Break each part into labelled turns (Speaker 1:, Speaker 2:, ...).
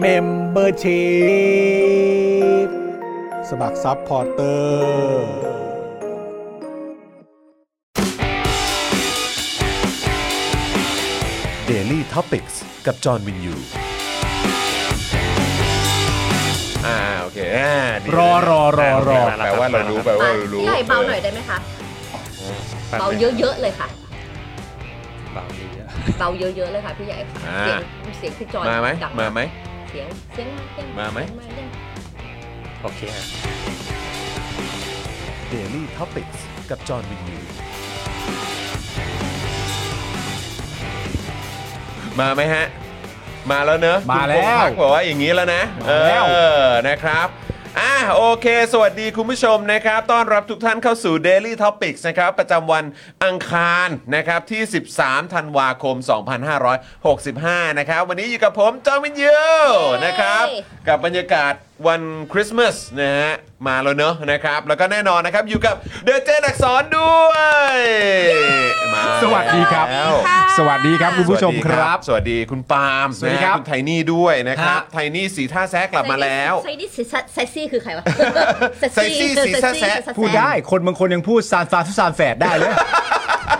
Speaker 1: เมมเบอร์ชีพสมัครซัพพอร์เตอร์
Speaker 2: Daily t o p i c กกับจอห์นวินยู
Speaker 3: อ่าโอเคอ่าดี
Speaker 4: รอรอรอรอ
Speaker 3: แปลว่าเรารู้แปลว่าเรารู้
Speaker 5: พี่ใหญ่เบาหน่อยได้ไหมคะเบาเยอะๆเลยค่ะ
Speaker 4: เบาเยอะ
Speaker 5: เบาเยอะๆเลยค่ะพี่ใหญ่ค่ะเสียงเสียงพี่จอย
Speaker 3: มาไหม
Speaker 5: ดัง
Speaker 3: มาไหม
Speaker 5: เสียงเสียงเสียง
Speaker 3: มาไหม
Speaker 5: เสียงยัง
Speaker 4: ๆโอเคฮะ
Speaker 2: Daily t o p i c กกับจอห์นวินยู
Speaker 3: มาไหมฮะ มาแล้วเนอะ
Speaker 4: มาแล้ว
Speaker 3: คุณพงพักบอกว่าอย่างนี้แล้วนะเอ
Speaker 4: มาแล้ว
Speaker 3: อนะครับอ่ะโอเค สวัสดีคุณผู้ชมนะครับ ต้อนรับทุกท่านเข้าสู่ Daily Topics นะครับ ประจำวันอังคารนะครับที่ 13 ธันวาคม 2565 นะครับ วันนี้อยู่กับผมจอห์นวินยูนะครับ กับบรรยากาศวันคริสต์มาสนะฮะ มาแล้วเนอะนะครับ แล้วก็แน่นอนนะครับ อยู่กับเดอะเจนอักสอนด้วยมา
Speaker 4: สวัสดีครับ
Speaker 3: แล้ว
Speaker 4: สวัสดีครับคุณผู้ชมครับ
Speaker 3: สวัสดีคุณปาล์ม
Speaker 4: สวัสดี
Speaker 3: นะครับ คุณไทนี่ด้วยนะครับ
Speaker 4: ฮะ
Speaker 3: ไทนี่สีท่าแซะกลับมาแล้ว
Speaker 5: ไซดี้สีซะไซซี่คือใครวะ
Speaker 3: ไซซี่สีซะแซะ
Speaker 5: ซะ
Speaker 4: พูดได้คนบางคนยังพูดซานฟรานซิสซานแฝดได้เลย
Speaker 5: อ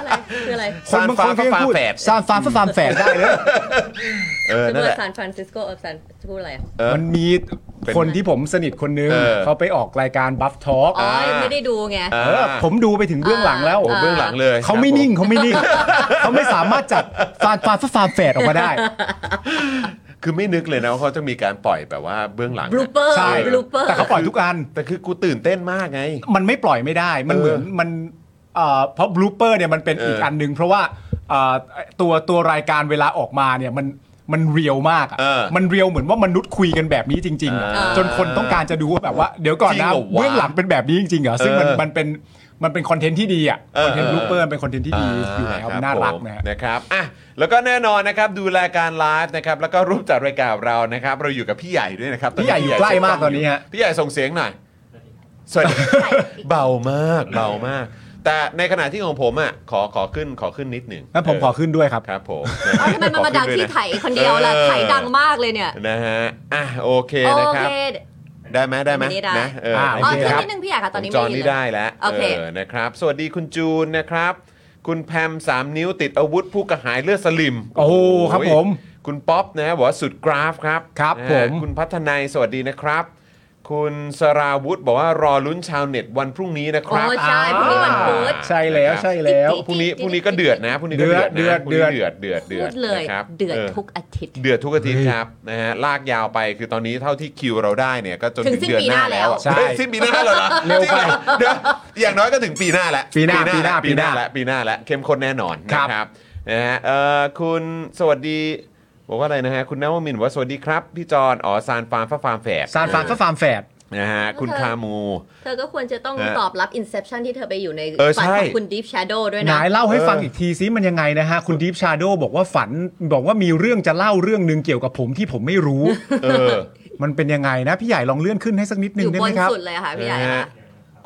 Speaker 5: ะไรคืออะไร
Speaker 4: ค
Speaker 3: ซาน
Speaker 4: บาง
Speaker 3: ฟ้า
Speaker 4: คนก็
Speaker 3: ฟ้า
Speaker 4: ยัง
Speaker 3: ฟ้า
Speaker 4: พูด
Speaker 3: แฝด
Speaker 4: ซานฟรานซิสซานแฝดได้เลย
Speaker 3: เออ
Speaker 5: จะ
Speaker 3: นั่น
Speaker 5: พูด
Speaker 3: แหละ
Speaker 5: ซานฟรานซิสโกกับซานจะพูดอะไรอะ
Speaker 3: เออ
Speaker 4: มันมีคนที่ผมสนิทคนนึง
Speaker 3: เออ
Speaker 4: เขาไปออกรายการบัฟทอล์ก
Speaker 5: อ๋อไม่ได้ดูไง
Speaker 3: อ่า
Speaker 4: ผมดูไปถึงเบื้องหลังแล้ว
Speaker 3: โอ้เบื้องหลังเลย
Speaker 4: เขาไม่นิ่งเขาไม่นิ่งเขาไม่สามารถจัดฟานฟรานซิสซานแฝดออกมาได้
Speaker 3: คือไม่นึกเลยนะว่าเขาจะมีการปล่อยแบบว่าเบื้องหลัง
Speaker 5: บลู
Speaker 3: อะ
Speaker 5: เปอร์
Speaker 4: ใช่
Speaker 5: บลูเปอร์
Speaker 4: แต่เขาปล่อยทุกอัน
Speaker 3: แต่คือกูตื่นเต้นมากไง
Speaker 4: มันไม่ปล่อยไม่ได้ มัน
Speaker 3: เออ
Speaker 4: เหมือนมันเอ่อเพราะบลูเปอร์เนี่ยมันเป็น
Speaker 3: เอออี
Speaker 4: อีกอันหนึ่งเพราะว่าเอ่อตัวตัวรายการเวลาออกมาเนี่ยมันมันเรียวมากอะ
Speaker 3: เออ
Speaker 4: มันเรียวเหมือนว่ามนุษย์คุยกันแบบนี้จริงๆอะ
Speaker 3: อ่า
Speaker 4: จนคนต้องการจะดูว่าแบบว่าเดี๋ยวก่อน
Speaker 3: จ
Speaker 4: นะ
Speaker 3: ริงเหรอวะ
Speaker 4: เบื้องหลังเป็นแบบนี้จริงๆเหรอซึ่งมัน
Speaker 3: เออ
Speaker 4: มันเป็นมันเป็นคอนเทนต์ที่ดีอ่ะ
Speaker 3: เออ
Speaker 4: คอนเทนต์บ
Speaker 3: เออ
Speaker 4: ลูเปอร์เป็นคอนเทนต์ที่ดีอยู่แล้ว
Speaker 3: คบ
Speaker 4: น่ารัก
Speaker 3: ผม
Speaker 4: นะฮะ
Speaker 3: นะครับอ่ะแล้วก็แน่นอนนะครับดูรายการไลฟ์นะครับแล้วก็รูปจัดรายการเรานะครับ เราอยู่กับพี่ใหญ่ด้วยนะครับตน
Speaker 4: พี่
Speaker 3: นี้
Speaker 4: ใหญ่อยู่ใกล้มากตอนนี้ฮะ
Speaker 3: พี่ใหญ่ส่งเสียงหน่อยสวัสดีเบามากเบามาก แต่ในขณะที่ของผมอ่ะขอขอขึ้นขอขึ้นนิดหนึ่ง
Speaker 4: งั้นผม
Speaker 3: เ
Speaker 4: ขอขึ้นด้วยครับ
Speaker 3: ครับผม
Speaker 5: เอาทำไมมันมาดังที่ไถคนเดียวล่ะไถดังมากเลยเนี่ย
Speaker 3: นะฮะอ่ะโอเค
Speaker 5: โอ
Speaker 3: นะครับ
Speaker 5: เค
Speaker 3: ได้ไหมได้ไหม
Speaker 5: อันนี้ได้
Speaker 3: นะเออ
Speaker 4: อ่า
Speaker 3: โอ
Speaker 5: อ๋อ
Speaker 3: เค
Speaker 5: เชิญ
Speaker 3: ครับ
Speaker 5: นิดนึงพี่ใหญ่ค่ะตอนนี้
Speaker 3: จอห์น
Speaker 5: ไม่
Speaker 3: นี่
Speaker 5: ได้
Speaker 3: ได้
Speaker 5: ยิน
Speaker 3: แล้ว
Speaker 5: โอเค
Speaker 3: อนะครับ สวัสดีคุณจูนนะครับ คุณแพมสามนิ้วติดอาวุธผู้กระหายเลือดสลิม
Speaker 4: โอ้โหครับผม
Speaker 3: คุณป๊อปนะบอกว่าสุดกราฟครับ
Speaker 4: ครับ
Speaker 3: นะฮะ
Speaker 4: ผม
Speaker 3: คุณพัฒนัยสวัสดีนะครับ คุณสราวุธบอกว่ารอลุ้นชาวเน็ตวันพรุ่งนี้นะค
Speaker 5: โอ้
Speaker 3: รับ
Speaker 5: ใช่พรุ่งนี้วันพุธ
Speaker 4: ใช่แล้วใช่แล้ว
Speaker 3: พรุ่งนี้พรุ่งนี้ก็เดือดนะพรุ่งนี้ก็เดือดนะ
Speaker 4: เดือด
Speaker 3: พรุ่งนี้
Speaker 4: เดื
Speaker 3: เดื
Speaker 4: อ
Speaker 3: อ
Speaker 4: ด
Speaker 3: ดเดือดเดื
Speaker 5: พู
Speaker 3: อด
Speaker 5: ดเลย
Speaker 3: นะครับ
Speaker 5: เดือดทุก
Speaker 3: เ
Speaker 5: อาทิตย์
Speaker 3: อเดือดทุกอาทิตย์ครับนะฮะลากยาวไปคือตอนนี้เท่าที่คิวเราได้เนี่ยก็จน
Speaker 5: ถึ
Speaker 3: ถึ
Speaker 5: ง
Speaker 3: ง
Speaker 5: สิ้น
Speaker 3: เดือนหน้า
Speaker 5: ปีหน้าแล้
Speaker 3: แล้ว ว
Speaker 4: ใช่
Speaker 3: เฮ้ยสิ้นปีหน้าแล้วเหรอ
Speaker 4: เร็วไป
Speaker 3: จงหอเดี๋ยวอย่างน้อยก็ถึงปีหน้าแล้ว
Speaker 4: ปีหน้าปีหน้า
Speaker 3: ปีหน้า
Speaker 4: ปีหน้า
Speaker 3: แล้วปีหน้าแล้วเข้มข้นแน่นอน
Speaker 4: ครั
Speaker 3: นะ
Speaker 4: บ
Speaker 3: ครับนะฮะเอ่อคุณสวัสดีบอกว่าอะไรนะฮะคุณนวมินทร์บอกว่าสวัสดีครับพี่จอนอ๋อซานฟาร์มฟ้าฟาร์มแฝด
Speaker 4: ซานฟรานซิสซานแฝด
Speaker 3: นะฮะคุณคามู
Speaker 5: เธอก็ควรจะต้อง
Speaker 3: เออ
Speaker 5: ตอบรับ Inception ที่เธอไปอยู่ใน
Speaker 3: เออ
Speaker 5: ฝัน
Speaker 3: ใช่
Speaker 5: ของคุณ Deep Shadow ด้วย
Speaker 4: ไห
Speaker 5: นะ
Speaker 4: นายเล่าให้
Speaker 3: เออ
Speaker 4: ฟังอีกทีซิมันยังไงนะฮะ คุณดีฟชาโดบอกว่าฝันบอกว่ามีเรื่องจะเล่าเรื่องหนึ่งเกี่ยวกับผมที่ผมไม่ รู้
Speaker 3: เออ
Speaker 4: มันเป็นยังไงนะ พี่ใหญ่ลองเลื่อนขึ้นให้สักนิดนึ
Speaker 5: องยู่
Speaker 4: ได้
Speaker 5: บ
Speaker 4: ไหม
Speaker 5: น
Speaker 4: ครับ
Speaker 5: สุดเลยค่ะพี่ใหญ่
Speaker 3: นะฮะ
Speaker 5: ค่ะ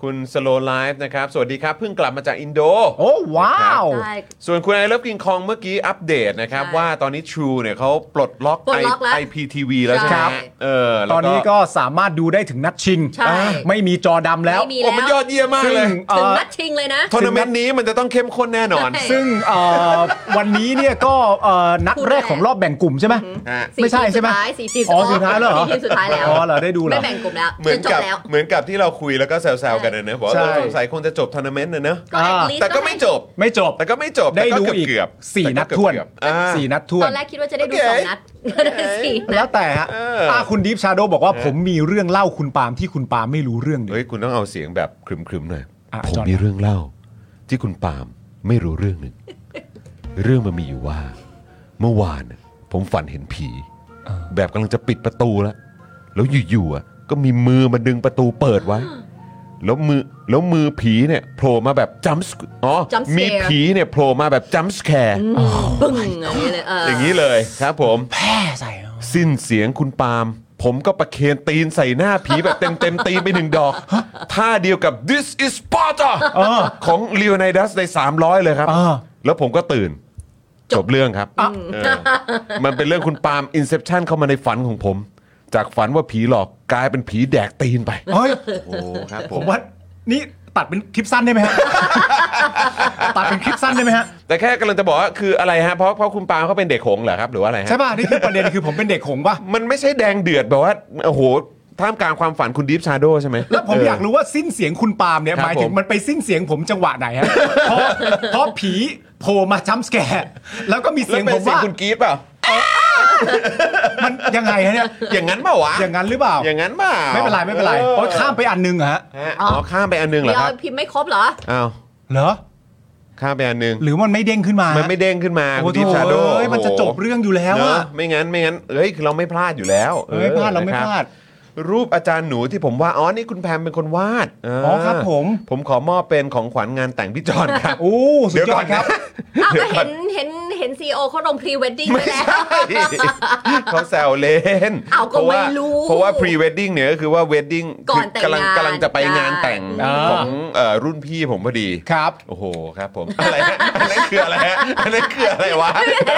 Speaker 3: คุณสโลไลฟ์นะครับ สวัสดีครับ เพิ่งกลับมาจากอินโด
Speaker 4: โอ้ว้าว
Speaker 5: ใช่
Speaker 3: ส่วนคุณไอเลิฟกิงคองเมื่อกี้อัปเดตนะครับ
Speaker 5: ใช่
Speaker 3: ว่าตอนนี้ True เนี่ยเขาปลดล็อก
Speaker 5: ปลดล็อกแล้ว
Speaker 3: ไอพีทีวีแล้วใช่ไหม
Speaker 5: ใช่
Speaker 3: ฮะเออแล้ว
Speaker 4: ตอนนี้ก็สามารถดูได้ถึงนัดชิง
Speaker 5: ใช่
Speaker 4: อ่าไม่มีจอดำแล้ว
Speaker 5: ไม่มี
Speaker 3: โอ้
Speaker 5: แล้
Speaker 3: มัน
Speaker 5: วย
Speaker 3: อดเยี่ยมมาก
Speaker 4: ซึ่ง
Speaker 3: เลย
Speaker 4: เอ่
Speaker 5: ถึง
Speaker 4: อ
Speaker 5: นัดชิงเลยนะ
Speaker 3: ทัวร์นาเมนต์นี้มันจะต้องเข้มข้นแน่นอน
Speaker 5: ใช่
Speaker 4: ซึ่งเอ่อ วันนี้เนี่ยก็เอ่อนัดแรกของรอบแบ่งกลุ่มใช่ไหม
Speaker 3: ฮะ
Speaker 5: สี่
Speaker 4: ไม่ใช่
Speaker 5: ที
Speaker 4: ใช่ไห
Speaker 5: สุ
Speaker 4: ม
Speaker 5: ดท้ายสี่ทีม
Speaker 4: อ๋อสุดท้ายแล้วเหรอ
Speaker 5: สี่ทีมสุดท้ายแล้ว
Speaker 4: อ๋อเหรอได้ดูเหรอ
Speaker 5: ไม่แบ่งกลุ่มแล้ว
Speaker 3: เหมือน
Speaker 5: จบ
Speaker 3: กับ
Speaker 5: แล้ว
Speaker 3: เหมือนกับที่เราคุยแล้วก็แซวๆกันนะเนอะบอกว่า
Speaker 4: ใช่
Speaker 3: เออสงสัยคงจะจบทัวร์นาเมนต์นะเนอะ
Speaker 5: ก็ at
Speaker 4: อ่า
Speaker 5: least
Speaker 3: แต่ก็ไม่จบ
Speaker 4: ไม่จบ
Speaker 3: แต่ก็ไม่จบ
Speaker 4: ได้
Speaker 3: แต่
Speaker 4: ดู
Speaker 3: เกืบ
Speaker 4: อีก
Speaker 3: เกือบ
Speaker 4: สี่
Speaker 3: แต่
Speaker 4: นัด
Speaker 3: เกือบ
Speaker 4: ถ้วน
Speaker 3: เกือบอ่า
Speaker 4: สี่นัดถ้ว
Speaker 5: ต
Speaker 4: น
Speaker 5: อนแรกคิดว่าจะได้ดู
Speaker 3: โอเค
Speaker 5: สองนัดก็ได้สี่นั
Speaker 4: แล้
Speaker 5: ด
Speaker 4: วแต่ฮะ
Speaker 3: เออ
Speaker 4: ถ้าคุณดิฟชาโดบอกว่าผมมีเรื่องเล่าคุณปาล์มที่คุณปาล์มไม่รู้เรื่องเล
Speaker 3: เฮ้
Speaker 4: ย
Speaker 3: ยคุณต้องเอาเสียงแบบครึมๆหน่อย
Speaker 4: อ่ะ
Speaker 3: ผม
Speaker 4: จอห์น
Speaker 3: มีเรื่องเล่า ที่คุณปาล์มไม่รู้เรื่อง หนึ่งเรื่องมันมีอยู่ว่า เมื่อวานน่ะผมฝันเห็นผี แบบกำลังจะปิดประตูแล้ว แล้วอยู่ๆอ่ะก็มีมือมาดึงประตูเปิดไว้ แล้วมือแล้วมือผีเนี่ยโผล่มาแบบจัมส์อ๋อ
Speaker 5: Jump scare
Speaker 3: มีผีเนี่ยโผล่มาแบบจัมส์แคร์
Speaker 5: ปึ้งอย่างนี้เลยเออ
Speaker 3: อ
Speaker 5: อย่าง
Speaker 3: นี้เลยครับผม
Speaker 4: แพ้ใส่เอา
Speaker 3: สิ้นเสียงคุณปาล์มผมก็ประเคนตีนใส่หน้าผีแบบเต็ม เต็มๆตีนไปหนึ่งดอก ท่าเดียวกับ this is Sparta ของเล o n น d ดัสใน 300 เลยครับ
Speaker 4: อ่า
Speaker 3: แล้วผมก็ตื่น จบเรื่องครับเออ มันเป็นเรื่องคุณปาล์ม Inception เข้ามาในฝันของผม จากฝันว่าผีหลอกกลายเป็นผีแดกตีนไป
Speaker 4: เฮ้ย
Speaker 3: โอ้ครับผ
Speaker 4: ผม มว่านี่ตัดเป็นคลิปสั้นได้ไหม ฮะ ตัดเป็นคลิปสั้นได้ไหมฮะ
Speaker 3: แต่แค่กำลังจะบอกว่าคืออะไรฮะ เพราะเพราะคุณปาล์มเขาเป็นเด็กหงส์เหรอครับ หรือว่าอะไรฮะ
Speaker 4: ใช่ป่ะ นี่คือประเด็นคือผมเป็นเด็กหงส์ป่ะ
Speaker 3: มันไม่ใช่แดงเดือดแบบว่าโอ้โหท่ามกลางความฝันคุณดิฟชาโดใช่ไหม
Speaker 4: แล้วผมอยากรู้ว่าสิ้นเสียงคุณปาล์มเนี่ย
Speaker 3: ครับ
Speaker 4: หมายถึง
Speaker 3: ผม
Speaker 4: มันไปสิ้นเสียงผมจังหวะไหนฮะ เพราะเพราะผีโผล่มาจัมป์สแกร์แล้วก็มี
Speaker 3: แล้
Speaker 4: เสี
Speaker 3: วย
Speaker 4: ง
Speaker 3: เป็
Speaker 4: ผ
Speaker 3: น
Speaker 4: ม
Speaker 3: เสียง
Speaker 4: ว่า
Speaker 3: คุณกรีดเปล่า
Speaker 4: มันยังไงฮะเนี่ย
Speaker 3: อย่างนั้นเปล่าวะ
Speaker 4: อย่างนั้นหรือเปล่า
Speaker 3: อย่างนั้นเปล่า
Speaker 4: ไม่เป็นไรไม่เป็นไรเพราะข้ามไปอันหนึงอะฮะ
Speaker 3: ฮะอ๋อข้ามไปอันหนึงเหรอ
Speaker 5: เดี๋ยว
Speaker 3: ครับ
Speaker 5: พิมพ์ไม่ครบเหรอ
Speaker 3: อ้าว
Speaker 4: เหรอ
Speaker 3: ข้ามไปอันหนึง
Speaker 4: หรือมันไม่เด้งขึ้นมา
Speaker 3: มั
Speaker 4: มัน
Speaker 3: ไม่เด้งขึ้นมา
Speaker 4: โอ้โห
Speaker 3: ดีชาโด
Speaker 4: เอ้ยมันจะจบเรื่องอยู่แล้ว
Speaker 3: เนอะ
Speaker 4: อะ
Speaker 3: ไม่งั้นไม่งั้นเอ้ยคือเราไม่พลาดอยู่แล้วออ
Speaker 4: ไม่พลาดเราไม่
Speaker 3: นะครับ
Speaker 4: พลาด
Speaker 3: รูปอาจารย์หนูที่ผมว่าดอ๋อนี่คุณแพมเป็นคนวาดเ
Speaker 4: อ๋อครับผม
Speaker 3: ผมขอมอบเป็นของขวัญงานแต่งพี่จอนครับ
Speaker 4: โอ้สุดยอดครับ
Speaker 5: อ้าว
Speaker 3: เดี๋ย
Speaker 5: ก็
Speaker 3: วก่อ
Speaker 5: เห็
Speaker 3: น
Speaker 5: นเห็นเห็นซีโอเขาลงพรีเวดดิ้งไป
Speaker 3: ไม่
Speaker 5: แล้ว
Speaker 3: ใช่ เขาแซวเล่น
Speaker 5: เอาก็
Speaker 3: พะว่
Speaker 5: ไม่รู้
Speaker 3: เพราะว่าพรีเวดดิ้งเนี่ยก็คือว่าเวดดิ้ง
Speaker 5: ก่อนแต่ง
Speaker 3: กำลัง
Speaker 5: งาน
Speaker 3: กำลังจะไปงานแต่ง
Speaker 4: อ่า
Speaker 3: ของเอ่อรุ่นพี่ผมพอดี
Speaker 4: ครับ
Speaker 3: โอ้โหครับผม อะไรฮะอันนั้นคืออะไรฮะอันนั้นคืออะไรวะ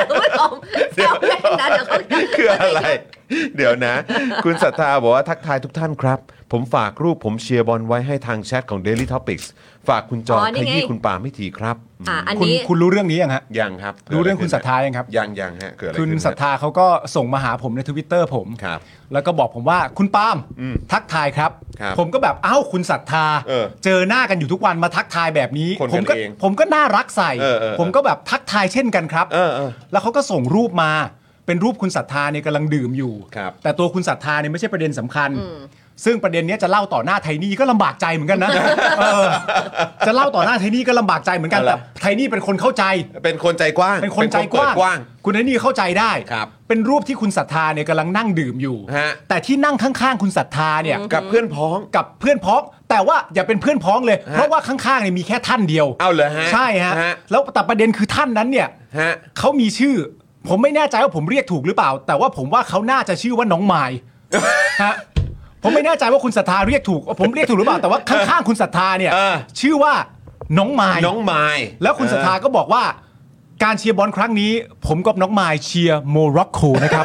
Speaker 5: คุณผู้ชมแซวเล่นนะเดี๋ยวเขา
Speaker 3: คืออะไร เดี๋ยวนะ คุณศรัทธาบอกว่าทักทายทุกท่านครับ ผมฝากรูปผมเชียร์บอลไว้ให้ทางแชทของ Daily Topics ฝากคุณจอ
Speaker 5: อ๋
Speaker 3: น
Speaker 5: อนี่
Speaker 3: ข
Speaker 5: ไง
Speaker 3: ยี้คุณปาไม่ทีครับ
Speaker 5: อ่ะอัน
Speaker 4: คุณ
Speaker 5: นี้
Speaker 4: คุณรู้เรื่องนี้ยังฮะ
Speaker 3: ยังครับ
Speaker 4: รู้เรื่องคุณศรัทธายังครับ
Speaker 3: ยังยังฮะเกิดอะไร
Speaker 4: คุณ
Speaker 3: ขึ้น
Speaker 4: ศรัทธาเขาก็ส่งมาหาผมในทวิตเตอร์ผม
Speaker 3: ครับ
Speaker 4: แล้วก็บอกผมว่าคุณปาล์มทักทายครับ
Speaker 3: ครับ
Speaker 4: ผมก็แบบเอ้าคุณศรัทธา
Speaker 3: เออ
Speaker 4: อหน้ากันอยู่ทุกวันมาทักทายแบบนี้
Speaker 3: คนกัน
Speaker 4: ผมก็
Speaker 3: เอง
Speaker 4: ผมก็น่ารักใส่
Speaker 3: เออเออเออ
Speaker 4: ผมก็แบบทักทายเช่นกันครับ
Speaker 3: เออเออ
Speaker 4: แล้วเขาก็ส่งรูปมาเป็นรูปคุณศรัทธาเนี่ยกำลังดื่มอยู่
Speaker 3: ครับ
Speaker 4: แต่ตัวคุณศรัทธาเนี่ยไม่ใช่ประเด็นสำคัญ ซึ่งประเด็นเนี้ยจะเล่าต่อหน้าไทนี่ก็ลำบากใจเหมือนกัน นะ เออจะเล่าต่อหน้าไทนี่ก็ลำบากใจเหมือนกัน
Speaker 3: อะไร
Speaker 4: แต่ไทนี่เป็นคนเข้าใจ
Speaker 3: เป็นคนใจกว้าง
Speaker 4: เป็นคนใจก
Speaker 3: เปิด
Speaker 4: ว้าง คุณไทนี่เข้าใจได้
Speaker 3: ครับ
Speaker 4: เป็นรูปที่คุณศรัทธาเนี่ยกำลังนั่งดื่มอยู่
Speaker 3: ฮะ
Speaker 4: แต่ที่นั่งข้างๆ คุณศรัทธาเนี่ย
Speaker 3: กับเพื่อนพ้อง
Speaker 4: กับเพื่อนพ้อง แต่ว่าอย่าเป็นเพื่อนพ้องเลย
Speaker 3: ฮะ
Speaker 4: เพราะว่าข้างๆเนี่ยมีแค่ท่านเดียว
Speaker 3: เอาเหรอฮะ
Speaker 4: ใช่ฮะ
Speaker 3: ฮะ
Speaker 4: แล้วแต่ประเด็นคือท่านนั้นเนี่ย
Speaker 3: ฮะ
Speaker 4: เขามีชื่อ ผมไม่แน่ใจว่าผมเรียกถูกหรือเปล่า แต่ว่าผมว่าเขาน่าจะชื่อว่าน้องไม ล์ ฮะผมไม่แน่ใจว่าคุณศรัทธาเรียกถูก ผมเรียกถูกหรือเปล่าแต่ว่าข้างๆคุณศรัทธาเนี่ย
Speaker 3: เออ
Speaker 4: ชื่อว่าน้องไมล์
Speaker 3: น้องไม้
Speaker 4: แล้วคุณศรัทธาก็บอกว่า การเชียร์บอลครั้งนี้ ผมกับน้องไมล์เชียร์โมร็อกโก นะครับ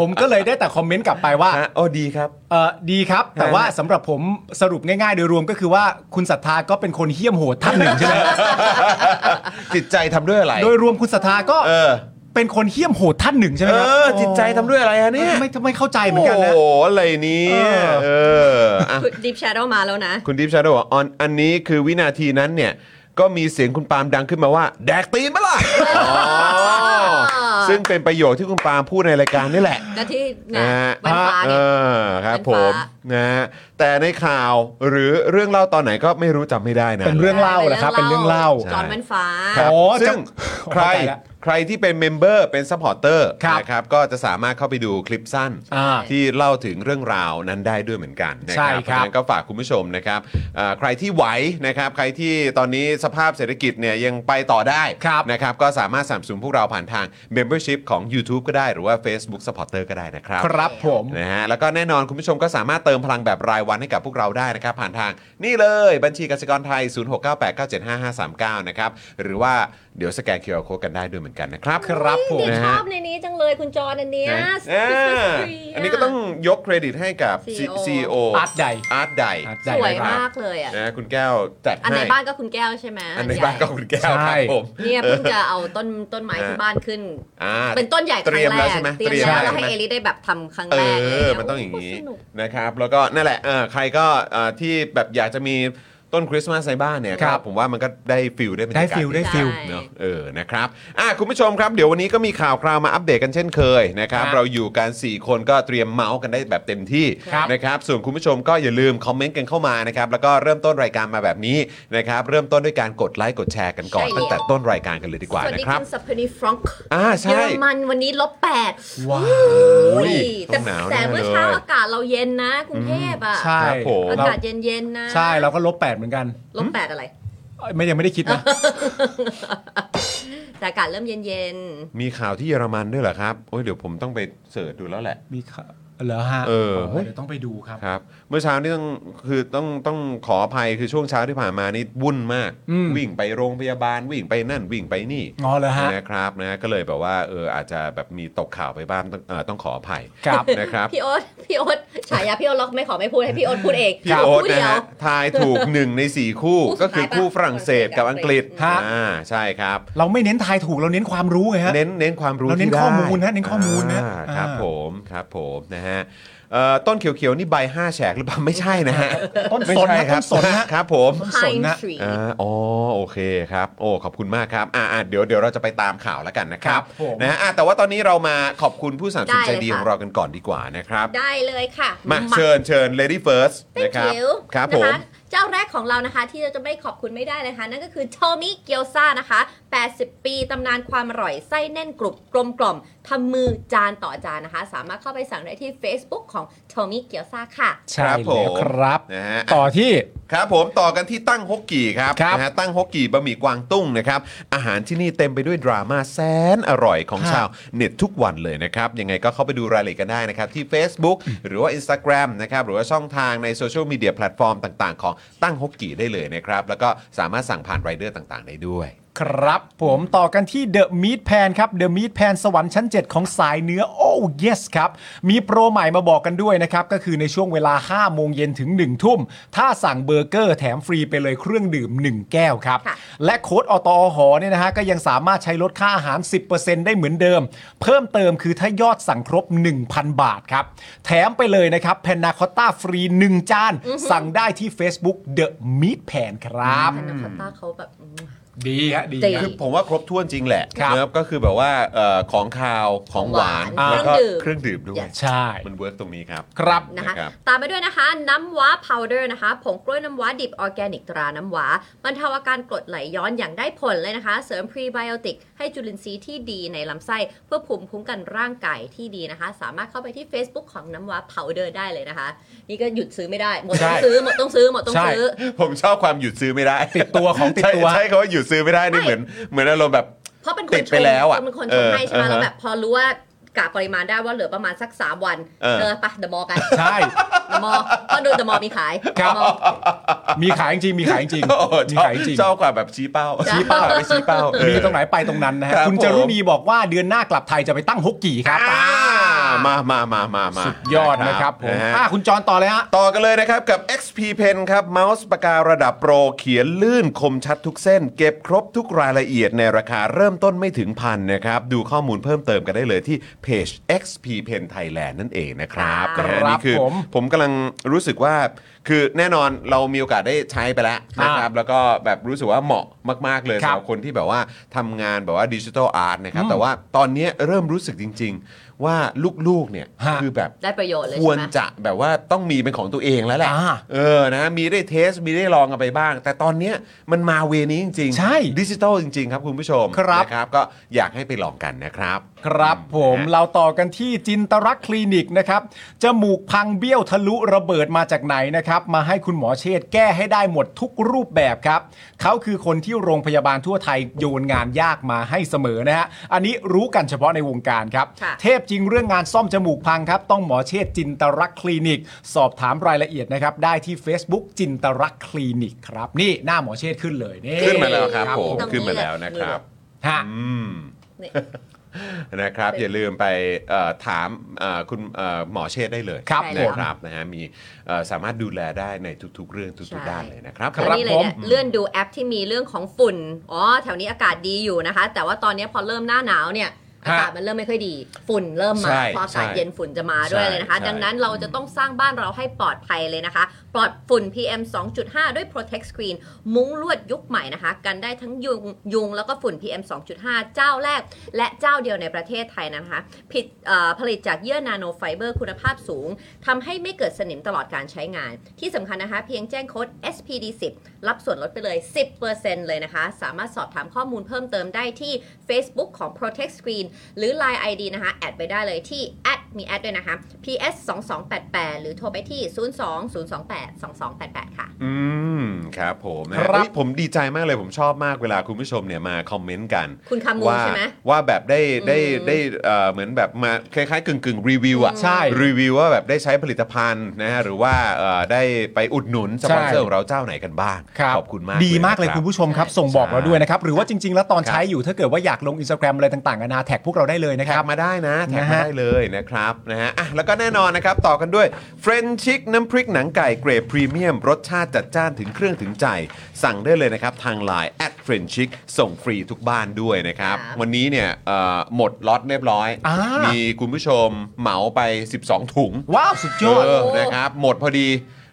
Speaker 4: ผมก็เลยได้แต่คอมเมนต์กลับไปว่า
Speaker 3: ฮะโอ้ดีครับ
Speaker 4: เออดีครับ แต่ว่าสำหรับผมสรุปง่ายๆ โดยรวมก็คือว่าคุณศรัทธาก็เป็นคนเหี้ยมโหดท่านหนึ่งใช่ไหม
Speaker 3: จิตใจทำด้วยอะไร
Speaker 4: โดยรวมคุณศรัทธาก็
Speaker 3: เออ
Speaker 4: เป็นคนเหี้ยมโหดท่านหนึ่งใช่ไหม
Speaker 3: เอ
Speaker 4: ครั
Speaker 3: อ จิตใจทำด้วยอะไรฮะเนี่ย
Speaker 4: ไม่ไม่เข้าใจเหมือนกันนะ
Speaker 3: โอ้โหอะไรเนี่ยเอออ่ะ
Speaker 5: คุณดิฟชาร์ดมาแล้วนะ
Speaker 3: คุณดิฟชาโดบอกออนอันนี้คือวินาทีนั้นเนี่ย ก็มีเสียงคุณปาล์มดังขึ้นมาว่า แดกตีนปะล่ะอ๋อ ซึ่งเป็นประโยคที่คุณปาล์มพูดในรายการนี่แหละ
Speaker 5: แล้วที่นะ
Speaker 3: นะฮะ
Speaker 5: แวันฟ้า
Speaker 3: เอ
Speaker 5: เนี่ย
Speaker 3: อครับ
Speaker 5: แว่น
Speaker 3: ผ
Speaker 5: ฟ้าม
Speaker 3: นะฮะแต่ในข่าวหรือเรื่องเล่าตอนไหนก็ไม่รู้จำไม่ได้นะ
Speaker 4: เป็นเรื่อง ล่าหรอครับเป็นเรื่องเล่า
Speaker 5: จอห์น
Speaker 3: ใช่
Speaker 5: แวันฟ้า
Speaker 3: ครับ
Speaker 4: อ๋อ
Speaker 3: ซึ่ง
Speaker 4: จะ
Speaker 3: ใคร
Speaker 4: เข้าใจละ
Speaker 3: ใครที่เป็นเมมเบอร์เป็นซัพพอร์เตอร์
Speaker 4: ครับ
Speaker 3: นะครับก็จะสามารถเข้าไปดูคลิปสั้น
Speaker 4: อ่า
Speaker 3: ที่เล่าถึงเรื่องราวนั้นได้ด้วยเหมือนกันนะ
Speaker 4: ใช่
Speaker 3: ค
Speaker 4: ค
Speaker 3: รับ บเพ
Speaker 4: รั
Speaker 3: ราะฉะนั้นก็ฝากคุณผู้ชมนะครับอ่าใครที่ไหวนะครับใครที่ตอนนี้สภาพเศรษฐกิจเนี่ยยังไปต่อได้นะครับก็สามารถสนับสนุนพวกเราผ่านทาง Membership ของ YouTube ก็ได้หรือว่า Facebook Supporter ก็ได้นะครับ
Speaker 4: ครับผม
Speaker 3: นะฮะแล้วก็แน่นอนคุณผู้ชมก็สามารถเติมพลังแบบรายวันให้กับพวกเราได้นะครับ ผ่านทางนี่เลยบัญชีกสิกรไทย 0698975539 นะครับ หรือว่าเดี๋ยวสแกน QR Code กันได้ด้วยเหมือนกันนะครับ
Speaker 4: ครับผม
Speaker 5: นี่
Speaker 3: นะ
Speaker 5: ช
Speaker 3: ฮะ
Speaker 5: อบในนี้จังเลยคุณจอห์นอันเนี้ย
Speaker 3: นะอ่า
Speaker 5: Sister Tree ะ
Speaker 3: อันนี้ก็ต้องยกเครดิตให้กับ
Speaker 5: CEO
Speaker 3: CEO
Speaker 4: อาร์ตใด
Speaker 3: อาร์ตใด
Speaker 4: อาร์ต
Speaker 5: ส
Speaker 4: ใด
Speaker 5: วย
Speaker 4: นะครับ
Speaker 5: มากเลยอ่ะ
Speaker 3: นะคุณแก้วจัด
Speaker 5: อันไหน
Speaker 3: ให้
Speaker 5: บ้านก็คุณแก้วใช่ไหม
Speaker 3: อันไหน
Speaker 5: ใหญ่
Speaker 3: บ้านก็คุณแก้วครับ
Speaker 4: ใช่
Speaker 3: ผม
Speaker 5: เนี่ยเพิ่งจะเอาต้นต้นไม้ที่บ้านขึ้น
Speaker 3: อ่า
Speaker 5: เป็นต้นใหญ่ค
Speaker 3: เต
Speaker 5: รั้
Speaker 3: รียม
Speaker 5: งแร
Speaker 3: แล้ว
Speaker 5: ก
Speaker 3: ใช่ไหม
Speaker 5: เตรี
Speaker 3: เตรี
Speaker 5: ยม
Speaker 3: ยม
Speaker 5: แล้ว
Speaker 3: แล้ว
Speaker 5: แล้ว
Speaker 3: ใช่
Speaker 5: ให้
Speaker 3: ไหม
Speaker 5: เอลิได้แบบทำครั้ง
Speaker 3: เอ
Speaker 5: แร
Speaker 3: อ
Speaker 5: กะไรเ
Speaker 3: มันต้องอย่างนี้
Speaker 5: โสนุก
Speaker 3: นะครับ แล้วก็นั่นแหละเออใครก็เอ่อที่แบบอยากจะมีต้นคริสต์มาสในบ้านเนี่ย
Speaker 4: ครับ
Speaker 3: ผมว่ามันก็ได้ฟิลได้บรรยากาศ
Speaker 4: ได้ฟิลได้ฟิล
Speaker 5: ใช่
Speaker 3: เนอะเออนะครับอ่ะคุณผู้ชมครับ เดี๋ยววันนี้ก็มีข่าวคราวมาอัปเดตกันเช่นเคยนะครับ
Speaker 4: ครับ
Speaker 3: เราอยู่กัน 4 คนก็เตรียมเมาส์กันได้แบบเต็มที่
Speaker 4: ครับ
Speaker 3: นะครับ ส่วนคุณผู้ชมก็อย่าลืมคอมเมนต์กันเข้ามานะครับ แล้วก็เริ่มต้นรายการมาแบบนี้นะครับ เริ่มต้นด้วยการกดไลค์กดแชร์กันก่อน
Speaker 5: ใช่
Speaker 3: ตั้งแต่ต้นรายการกันเลยดีกว่า
Speaker 5: สวัส
Speaker 3: นะ
Speaker 5: ดี
Speaker 3: ครับ
Speaker 5: คุณสัพพนีฟรองก์
Speaker 3: อ่าใช่
Speaker 5: เยอรมันวันนี้ลบแปด
Speaker 4: ว้าว
Speaker 5: อุ้ย
Speaker 3: ต้
Speaker 5: แต่
Speaker 3: องหนาวแน่
Speaker 5: แต่เมื่อเช้า
Speaker 3: เลย
Speaker 5: อากาศเราเย็นนะกรุงเทพอ่ะ
Speaker 4: ใช่
Speaker 3: ครับผม
Speaker 5: อา
Speaker 4: เรา
Speaker 5: กาศเย็นๆนะ
Speaker 4: ใช่เราก็ลบแปดเหมือนกัน
Speaker 5: ลบแปดอะไร
Speaker 4: เอ้ยไม่ยังไม่ได้คิดนะ
Speaker 5: แต่อากาศเริ่มเย็น
Speaker 3: มีข่าวที่เยอรมันด้วยเหรอครับโอ้ยเดี๋ยวผมต้องไปเสิร์ชดูแล้วแหละ
Speaker 4: มีค่ะเหรอฮะ
Speaker 3: เออ
Speaker 4: เดี๋ยวต้องไปดูครับ
Speaker 3: ครับเมื่อเช้านี่ต้องคือต้องต้องขออภัยคือช่วงเช้าที่ผ่านมานี่วุ่นมาก
Speaker 4: อืม
Speaker 3: วิ่งไปโรงพยาบาลวิ่งไปนั่นวิ่งไปนี่
Speaker 4: งอเหรอฮะ
Speaker 3: นะครับนะก็เลยแบบว่าเอออาจจะแบบมีตกข่าวไปบ้างต้องเอ่อต้องขออภัย
Speaker 4: ครับ
Speaker 3: นะครับ
Speaker 5: ๆพี่โอ๊ตพี่โอ๊ตฉายาพี่โอ๊ตเราไม่ขอไม่พูดให้พี่โอ๊ตพูดเอง
Speaker 3: พี่โอ๊ต
Speaker 5: พูด
Speaker 3: นะ
Speaker 5: เดียว
Speaker 3: ฮะทายถูก 1 ใน 4 คู่
Speaker 5: คู่
Speaker 3: ก็คือ
Speaker 5: สุดท้าย
Speaker 3: คู่
Speaker 5: ปะ
Speaker 3: ฝรั่งเศสกับอังกฤษ
Speaker 4: ฮะ
Speaker 3: อ่าใช่ครับ
Speaker 4: เราไม่เน้นทายถูกเราเน้นความรู้ไงฮะ
Speaker 3: เน้นเน้นความรู้
Speaker 4: เราเน้น
Speaker 3: ที่ได้
Speaker 4: ข้อมูลนะเน้นข้อมูลนะ
Speaker 3: อ่าครับ
Speaker 4: อ่า
Speaker 3: ผมครับผมนะฮะเอ่อต้นเขียวๆนี่ใบ5แฉกหรือเปล่าไม่ใช่นะฮะ
Speaker 4: ต้น
Speaker 3: ไม่
Speaker 4: สน
Speaker 3: ใช่
Speaker 4: นะ
Speaker 3: ค
Speaker 4: ต้
Speaker 3: รั
Speaker 4: นสนนะ
Speaker 3: ครับผม
Speaker 4: ต้นสน
Speaker 5: Pine
Speaker 4: นะ
Speaker 5: Tree
Speaker 3: อ่าอ๋อโอเคครับ โอ้ขอบคุณมากครับอ่าอ่าเดี๋ยวเดี๋ยวเราจะไปตามข่าวแล้วกันนะครับ
Speaker 4: ครับผม
Speaker 3: นะฮะอ่าแต่ว่าตอนนี้เรามาขอบคุณผู้สนับสนุน
Speaker 5: ได้
Speaker 3: ใจ
Speaker 5: เลย
Speaker 3: ดี
Speaker 5: ค่ะ
Speaker 3: ของเรากันก่อนดีกว่านะครับ
Speaker 5: ได้เลยค่ะ
Speaker 3: มา
Speaker 5: า
Speaker 3: เชิญเชิญ lady first
Speaker 5: เป็น
Speaker 3: นะครับ
Speaker 5: จิ๋ว
Speaker 3: ครับ
Speaker 5: นะ
Speaker 3: ผม
Speaker 5: คะเจ้าแรกของเรานะคะที่เราจะไม่ขอบคุณไม่ได้นะคะ นั่นก็คือโทมิเกียวซานะคะ 80 ปีตำนานความอร่อยไส้แน่นกรุบกลมกล่อมทำมือจานต่อจานนะคะ สามารถเข้าไปสั่งได้ที่ Facebook ของโทมิเกียวซาค่ะ
Speaker 4: ใช่
Speaker 3: ครับผม
Speaker 4: แล้วครับ
Speaker 3: นะฮะ
Speaker 4: ต่อที่
Speaker 3: ครับผมต่อกันที่ตั้งฮกกี่ครับ
Speaker 4: ครับ
Speaker 3: นะฮะตั้งฮกกี่บะหมี่กวางตุ้งนะครับอาหารที่นี่เต็มไปด้วยดราม่าแสนอร่อยของ
Speaker 4: ครับ
Speaker 3: ชาวเน็ตทุกวันเลยนะครับยังไงก็เข้าไปดูรายละเอียดกันได้นะครับที่ Facebook หรือว่า Instagram นะครับหรือว่าช่องทางในโซเชียลมีเดียแพลตฟอร์มต่างๆ ของตั้งฮกกี่ได้เลยนะครับแล้วก็สามารถสั่งผ่านไรเดอร์ต่างๆ ได้ด้วย
Speaker 4: ครับผมต่อกันที่ The Meat Pan ครับ The Meat Pan สวรรค์ชั้น 7 ของสายเนื้อ Oh yes ครับ มีโปรใหม่มาบอกกันด้วยนะครับ ก็คือในช่วงเวลา 5 โมงเย็นถึง 1 ทุ่ม ถ้าสั่งเบอร์เกอร์แถมฟรีไปเลยเครื่องดื่ม 1 แก้วครับ
Speaker 5: ค่ะ
Speaker 4: และโค้ดอตอหอเนี่ยนะฮะ ก็ยังสามารถใช้ลดค่าอาหาร 10%ได้เหมือนเดิม เพิ่มเติมคือถ้ายอดสั่งครบ 1,000 บาทครับ แถมไปเลยนะครับแพนนาคอตต้าฟรี 1 จาน สั่งได้ที่ Facebook The Meat Pan ครับ
Speaker 5: พานาคอตต้าเขาแบบ
Speaker 4: ดีฮะดี
Speaker 5: ดี
Speaker 4: ฮะ
Speaker 3: คือผมว่าครบถ้วนจริงแหละ
Speaker 4: ครับ
Speaker 3: นะครับก็คือแบบว่าเอ่อของคาวของหวาน
Speaker 5: ของหวาน
Speaker 3: แล้วก็
Speaker 5: เครื่องดื่ม
Speaker 3: เครื่องดื่มด้วย
Speaker 4: ใช่
Speaker 3: มันเวิร์กตรงนี้ครับ
Speaker 4: ครับ
Speaker 5: นะคะ
Speaker 3: รับ
Speaker 5: ตามไปด้วยนะคะ น้ำว้าพาวเดอร์นะคะ ผงกล้วยน้ำว้าดิบออร์แกนิกตราน้ำว้าบรรเทาอาการกรดไหลย้อนอย่างได้ผลเลยนะคะ เสริมพรีไบโอติกให้จุลินทรีย์ที่ดีในลำไส้เพื่อภูมิคุ้มกันร่างกายที่ดีนะคะ สามารถเข้าไปที่ Facebook ของน้ำว้าพาวเดอร์ได้เลยนะคะ นี่ก็หยุดซื้อไม่ได้ หมดต้อง
Speaker 4: ใช่
Speaker 5: ซื้อหมดต้องซื้อหมดต้อง
Speaker 4: ใช่
Speaker 5: ซื้อ
Speaker 3: ผมชอบความหยุดซื้อไม่ได้
Speaker 4: ติดตัวของติดตัว
Speaker 3: ใช่ใช่คำว่าหยุดซื้อไม่ได้นี่
Speaker 5: ไม่
Speaker 3: เหมือนเหมือนอารมณ์แบบ
Speaker 5: เพราะเป็นค
Speaker 3: ติ
Speaker 5: น
Speaker 3: ด
Speaker 5: ช
Speaker 3: ไป
Speaker 5: ง
Speaker 3: แล้วอะ
Speaker 5: เป็นคน
Speaker 3: เอ
Speaker 5: ชง
Speaker 3: อ
Speaker 5: ให้ใช่ไหม
Speaker 3: อ่าฮะ
Speaker 5: แล้วแบบพอรู้ว่ากะปริมาณได้ว่าเหลือประมาณสักสามวัน
Speaker 3: เออ
Speaker 5: เออไปเดอะมอลล์กัน
Speaker 4: ใช่
Speaker 5: เดอะมอลล์เพราะดูเดอะมอลล์มีขาย
Speaker 4: ครับ มีขายจริง มีขายจริง
Speaker 3: โอ้โห
Speaker 4: มี
Speaker 3: ชอบ
Speaker 4: ขายจริง
Speaker 3: ชอบกว่าแบบชี้ เป้า
Speaker 5: จ้ะ
Speaker 3: ชี้เป้าไม่ชี้เป้าเออ
Speaker 4: มีตรงไหนไปตรงนั้นนะฮะ
Speaker 3: ครับ
Speaker 4: คุณ
Speaker 3: ผม
Speaker 4: จารุณีบอกว่าเดือนหน้ากลับไทยจะไปตั้งฮกกี่ครับ
Speaker 3: อ่ามามามามามา
Speaker 4: สุดยอดนะครับผม
Speaker 3: นะฮะ
Speaker 4: อ่ะคุณจรต่อเลยฮะ
Speaker 3: ต่อกันเลยนะครับ กับ XP Pen ครับเมาส์ปากการะดับโปรเขียนลื่นคมชัดทุกเส้น เก็บครบทุกรายละเอียดในราคาเริ่มต้นไม่ถึงพันนะครับ ดูข้อมูลเพิ่มเติมกันได้เลยที่เพจ XP Pen Thailand นั่นเองนะครับ
Speaker 5: ครั
Speaker 3: นะ
Speaker 5: บ
Speaker 3: ฮะนี่คือ
Speaker 4: ผม
Speaker 3: ผมกำลังรู้สึกว่าคือแน่นอนเรามีโอกาสได้ใช้ไปแล้วนะครับ แล้วก็แบบรู้สึกว่าเหมาะมาก ๆ เลย
Speaker 4: ครั
Speaker 3: สำ
Speaker 4: บ
Speaker 3: หรับคนที่แบบว่าทำงานแบบว่าดิจิทัลอาร์ตนะครับแต่ว่าตอนนี้เริ่มรู้สึกจริง ๆ ว่าลูกๆเนี่ย
Speaker 4: ฮะ
Speaker 3: คือแบบ
Speaker 5: ได้ประโยชน์เลย
Speaker 3: คว
Speaker 5: ใช่
Speaker 3: ร
Speaker 5: ไหม
Speaker 3: จะแบบว่าต้องมีเป็นของตัวเองแล้วแหละ
Speaker 4: อ่า
Speaker 3: เออนะมีได้เทสมีได้ลองกันไปบ้าง แต่ตอนเนี้ยมันมาเวนี้จริงๆ
Speaker 4: ใช่
Speaker 3: ดิจิทัลจริง ๆ ครับคุณผู้ชม
Speaker 4: ครับ
Speaker 3: นะครับ ก็อยากให้ไปลองกันนะครับ
Speaker 4: ครับผม
Speaker 3: ฮะ
Speaker 4: เราต่อกันที่จินตรักษณ์คลินิกนะครับจมูกพังเบี้ยวทะลุระเบิดมาจากไหนนะครับ มาให้คุณหมอเชษฐ์แก้ให้ได้หมดทุกรูปแบบครับเขาคือคนที่โรงพยาบาลทั่วไทยโยนงานยากมาให้เสมอนะฮะอันนี้รู้กันเฉพาะในวงการครับ
Speaker 5: ค่ะ
Speaker 4: เทพจริงเรื่องงานซ่อมจมูกพังครับ ต้องหมอเชษฐ์จินตรักษณ์คลินิก สอบถามรายละเอียดนะครับ ได้ที่ Facebook จินตรักษณ์คลินิกครับนี่หน้าหมอเชษฐ์ขึ้นเลยนี่
Speaker 3: ขึ้นมาแล้วครับ
Speaker 5: ครับ
Speaker 3: ผ
Speaker 5: ผม ม
Speaker 3: ขึ้นมาแล้วนะครับ
Speaker 4: ฮะ
Speaker 3: อืม
Speaker 5: นี่
Speaker 3: นะครับอย่าลืมไปเอ่อถามเอ่อคุณเอ่อหมอเชษฐ์ได้เลย
Speaker 4: ครับ
Speaker 3: นะ
Speaker 4: ผม
Speaker 3: ครับนะฮะมีเอ่อสามารถดูแลได้ในทุกๆ เรื่อง
Speaker 5: ใช่
Speaker 3: ทุกๆด้านเลยนะครับ
Speaker 4: ค
Speaker 5: อัน
Speaker 4: รับ
Speaker 5: นี้เลยเนี่ย
Speaker 4: ผม
Speaker 5: เลื่อนดูแอปที่มีเรื่องของฝุ่น อ๋อ แถวนี้อากาศดีอยู่นะคะ แต่ว่าตอนนี้พอเริ่มหน้าหนาวเนี่ย
Speaker 4: ฮะ
Speaker 5: อากาศมันเริ่มไม่ค่อยดี ฝุ่นเริ่มมา
Speaker 3: ใช่
Speaker 5: พออากาศ
Speaker 3: ใช่
Speaker 5: เย็นฝุ่นจะมาด้วย
Speaker 3: ใช่
Speaker 5: เลยนะคะ
Speaker 3: ใช่
Speaker 5: ดังนั้นเราจะต้องสร้างบ้านเราให้ปลอดภัยเลยนะคะ ปลอดฝุ่น PM 2.5 ด้วย Protect Screen มุ้งลวดยุคใหม่นะคะ กันได้ทั้งยุงยุงแล้วก็ฝุ่น PM 2.5 เจ้าแรก และเจ้าเดียวในประเทศไทยนะคะผิดเอ่อผลิตจากเยื่อนาโนไฟเบอร์คุณภาพสูง ทำให้ไม่เกิดสนิมตลอดการใช้งาน ที่สำคัญนะคะ เพียงแจ้งโค้ด SPD 10รับส่วนลดไปเลย 10%เลยนะคะ สามารถสอบถามข้อมูลเพิ่มเติมได้ที่ Facebook ของ Protect Screen หรือ Line ID นะคะ แอดไปได้เลยที่ at มีแอดด้วยนะคะ PS 2 2 8 8หรือโทรไปที่ 02 028 2288 ค่ะ
Speaker 3: อืมครับผมนะฮะ
Speaker 4: ครับ
Speaker 3: เฮ้ยผมดีใจมากเลยผมชอบมากเวลาคุณผู้ชมเนี่ยมาคอมเมนต์กัน
Speaker 5: คุณคามูล
Speaker 3: ว่า
Speaker 5: ใช่ไหม
Speaker 3: ว่าแบบได้ได้
Speaker 5: อืม
Speaker 3: ได้เอ่อเหมือนแบบมาคล้ายๆกึ่งกึ่งรีวิวอ่ะ
Speaker 4: ใช่
Speaker 3: รีวิวว่าแบบได้ใช้ผลิตภัณฑ์นะฮะหรือว่าเอ่อได้ไปอุดหนุนสปอนเซอร์
Speaker 4: ใช่
Speaker 3: ของเราเจ้าไหนกันบ้าง
Speaker 4: ครับ
Speaker 3: ขอบคุณมาก
Speaker 4: ดีมากเลย
Speaker 3: นะรับ
Speaker 4: คุณผู้ชมครับ
Speaker 5: ใช่
Speaker 4: ส่งบอกเราด้วยนะครับ หรือว่าจริง ๆ แล้วตอน
Speaker 3: ครับ
Speaker 4: ใช้อยู่ถ้าเกิดว่าอยากลงอินสตาแกรมอะไรต่างๆกันานาแท็กพวกเราได้เลยนะค
Speaker 3: แท็
Speaker 4: รั
Speaker 3: ก
Speaker 4: บ
Speaker 3: มาได้นะแท็ก
Speaker 4: นะ
Speaker 3: มา
Speaker 4: ฮะ
Speaker 3: ได้เลยนะครับนะฮะอ่ะแล้วก็แน่นอนนะครับ ต่อกันด้วยเฟรนชิกน้ำพริกหนังไก่เกรดพรีเมียม รสชาติจัดจ้านถึงเครื่องถึงใจ สั่งได้เลยนะครับ ทางไลน์แอดเฟรนชิกส่งฟรีทุกบ้านด้วยนะครับ
Speaker 5: ครับ
Speaker 3: วันนี้เนี่ยเอ่อหมดล็อตเรียบร้อย
Speaker 4: อ่ามี
Speaker 3: มีคุณผู้ชมเหมาไป 12 ถุง
Speaker 4: ว้าวสุดยอด
Speaker 3: เออนะครับ หมดพอดี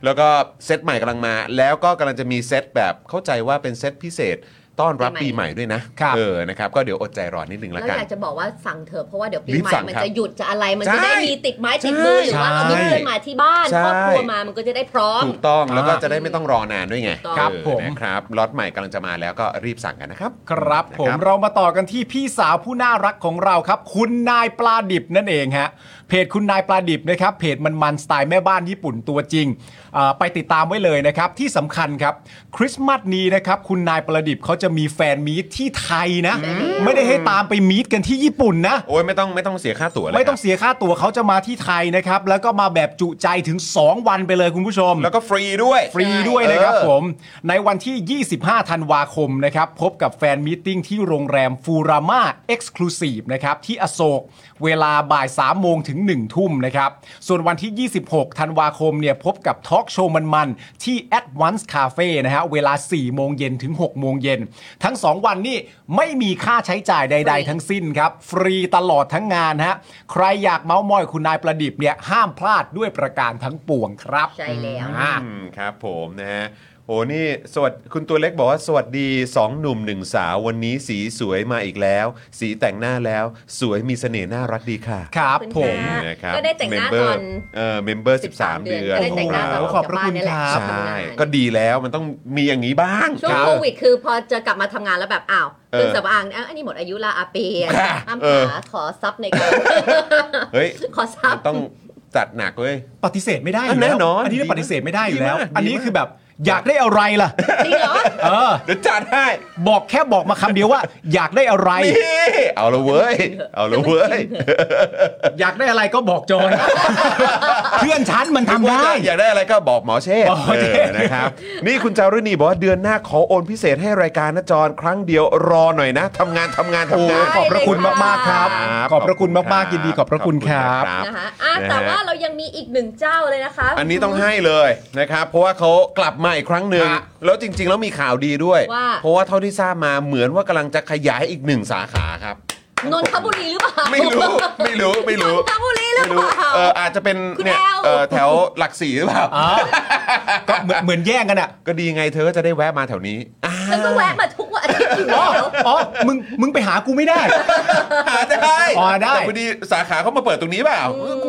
Speaker 3: แล้วก็เซตใหม่กำลังมา แล้วก็กำลังจะมีเซตแบบเข้าใจว่าเป็นเซตพิเศษ ต้อนรับ
Speaker 5: ปี
Speaker 3: ปี
Speaker 5: ให
Speaker 3: ให
Speaker 5: ม่
Speaker 3: ม่ด้วยนะครับ เออนะครับก็เดี๋ยวอดใจรอนิดนึง
Speaker 5: แล้
Speaker 3: ละ
Speaker 5: ว
Speaker 3: กัน
Speaker 5: อยากจะบอกว่าสั่งเถอะเพราะว่าเดี๋ยวปี
Speaker 3: รีบ
Speaker 5: ใหม่
Speaker 3: สั่ง
Speaker 5: มัน
Speaker 3: ครับ
Speaker 5: จะหยุดจะอะไรมัน
Speaker 3: ใช่
Speaker 5: จะได้มีติดไม้ติดมือหรือว่าเรามีเพื่อนมาที่บ้าน
Speaker 3: ใช่
Speaker 5: ครอบครัวมามันก็จะได้พร้อม
Speaker 3: ถูกต้องแล้วก็
Speaker 4: อ่า
Speaker 3: จะได้ไม่ต้องรอนานด้วยไง
Speaker 5: ถูกต้อง
Speaker 4: ครับ
Speaker 3: เออ
Speaker 4: ผม
Speaker 3: นะครับล็อตใหม่กำลังจะมาแล้วก็รีบสั่งกันนะครับ
Speaker 4: ครับผมเรามาต่อกันที่พี่สาวผู้น่ารักของเราครับ คุณนายปลาดิบนั่นเองฮะเพจคุณนายปลาดิบนะครับเพจมันมันๆสไตล์แม่บ้านญี่ปุ่นตัวจริงอ่าไปติดตามไว้เลยนะครับที่สำคัญครับคริสต์มาสนี้นะครับคุณนายปลาดิบเขาจะมีแฟนมีตที่ไทยนะ ไม่ได้ให้ตามไปมีตกันที่ญี่ปุ่นนะ
Speaker 3: โอ้ยไม่ต้องไม่ต้องเสียค่าตั๋วเลย
Speaker 4: ไม่ต้อง
Speaker 3: ครั
Speaker 4: เสียค่าตั๋วเขาจะมาที่ไทยนะครับ แล้วก็มาแบบจุใจถึง 2 วันไปเลยคุณผู้ชม
Speaker 3: บแล้วก็ฟรีด้วย
Speaker 4: ฟรีด้วยนะครับ
Speaker 3: เออ
Speaker 4: ผม ในวันที่ 25 ธันวาคมนะครับ พบกับแฟนมีตติ้งที่โรงแรมฟูรามาเอ็กซ์คลูซีฟนะครับ ที่อโศก เวลาบ่าย 3 โมงถึง 1 ทุ่มนะครับ ส่วนวันที่ 26 ธันวาคมเนี่ย พบกับทอล์กโชว์มันๆ ที่ Advance Cafe นะฮะ เวลา 4 โมงเย็นถึง 6 โมงเย็น ทั้ง 2 วันนี่ไม่มีค่าใช้จ่ายใด ๆ ทั้งสิ้นครับ ฟรีตลอดทั้งงานฮะ ใครอยากเมาส์มอยคุณนายประดิษฐ์เนี่ยห้ามพลาดด้วยประการทั้งปวงครับ
Speaker 5: ใช่แล้ว
Speaker 4: อ่า
Speaker 3: อืมครับผมนะฮะโอ้นี่สวัสดคุณตัวเล็กบอกว่าสวัสดี 2 หนุ่มหนึ่งสาววันนี้สีสวยมาอีกแล้ว สีแต่งหน้าแล้วสวยมีเสน่ห์น่ารักดีค่ะ
Speaker 4: ครับ
Speaker 5: ขอบคุณ
Speaker 4: ผม
Speaker 5: ค่ะ
Speaker 3: นะครับ
Speaker 5: ก็ได้แต่งหน้า
Speaker 3: เมมเบอร์
Speaker 5: ตอน
Speaker 3: เอ่อเมมเบอร์13
Speaker 5: 13
Speaker 3: เดือน
Speaker 5: ก็ได้แต่งหน้าตอน
Speaker 3: ข
Speaker 5: อ
Speaker 3: อง
Speaker 5: อก
Speaker 3: เรา
Speaker 5: จากบ้านนี่แหละ
Speaker 4: ขอบคุณครับ
Speaker 3: ใช่
Speaker 5: ทำงาน
Speaker 3: ก็ดีแล้วมันต้องมีอย่างนี้บ้าง
Speaker 5: ช่วงโควิดคือพอจะกลับมาทำงานแล้วแบบอ้าวเครื่องสำอางอ่ะอันนี้หมดอายุละอาเปียน
Speaker 3: ค่ะ
Speaker 5: อ้าม
Speaker 3: เออ
Speaker 5: ขาขอซับในการ
Speaker 3: เฮ้ย
Speaker 5: ขอซั
Speaker 3: มั
Speaker 5: บ
Speaker 3: นต้องจัดหนักเว้ย
Speaker 4: ปฏิเสธไม่ได้ยู่ล้ว
Speaker 3: แน่นอน
Speaker 4: อันนี้ปฏิเสธไม่ได้อยู่แล้ว
Speaker 3: ดีมาก
Speaker 4: อันนี้คือแบบอยากได้อะไรล่ะ
Speaker 5: นี่เหรอ
Speaker 4: เออ
Speaker 3: เดี๋ยวจัดให้
Speaker 4: บอกแค่บอกมาคำเดียวว่า อยากได้อะไร
Speaker 3: นี่เอาละเว้ย เอาละเว้ย
Speaker 4: อยากได้อะไรก็บอกจอย เพื่อนฉันมันทำได้
Speaker 3: อยากได้อะไรก็บอกหมอเชษ
Speaker 4: หมอเชษ
Speaker 3: เออนะครับ นี่คุณจารุณีบอกว่าเดือนหน้าขอโอนพิเศษให้รายการนะจอนครั้งเดียวรอหน่อยนะทำงานทำงาน
Speaker 4: โอ้
Speaker 3: ทำงาน
Speaker 4: ขอบพระคุณ
Speaker 5: ได้เลยค่ะ
Speaker 4: มากๆครับ ขอบพระคุณมากๆยินดีขอบพระคุณครับ
Speaker 5: นะคะอ่ะแต่ว่าเรายังมีอีกหนึ่งเจ้าเลยนะคะ
Speaker 3: อันนี้ต้องให้เลยนะครับ เพราะว่าเขากลับมาอีกครั้งหนึ่ง
Speaker 4: ฮะ
Speaker 3: แล้วจริง ๆ แล้วมีข่าวดีด้วย
Speaker 5: ว่า
Speaker 3: เพราะว่าเท่าที่ทราบมาเหมือนว่ากำลังจะขยายอีกหนึ่งสาขาครับ
Speaker 5: นนทบุรีหรือเปล่า
Speaker 3: ไม่รู้ไม่รู้ไม่รู้
Speaker 5: นนทบุรีหรือ
Speaker 3: ไม่
Speaker 5: เป
Speaker 3: รู้
Speaker 5: ล่า
Speaker 3: เอออาจจะเป็น
Speaker 5: คุณ
Speaker 3: เนี่ย
Speaker 5: แอล
Speaker 3: เออแถวหลักสี่หรือเปล่า
Speaker 4: อ๋อก็เหมือนเหมือนแย่งกันอ่ะ
Speaker 3: ก็ดีไงเธอก็จะได้แวะมาแถวนี้อ่า
Speaker 5: ฉันก็แวะมาทุกวัน นนี้อยู่
Speaker 4: อ๋อ
Speaker 5: แล้ว
Speaker 4: อ๋อมึงมึงไปหากูไม่ได้
Speaker 3: หาได้
Speaker 4: อ๋อได้
Speaker 3: แต่พอดีสาขาเขามาเปิดตรงนี้เปล่า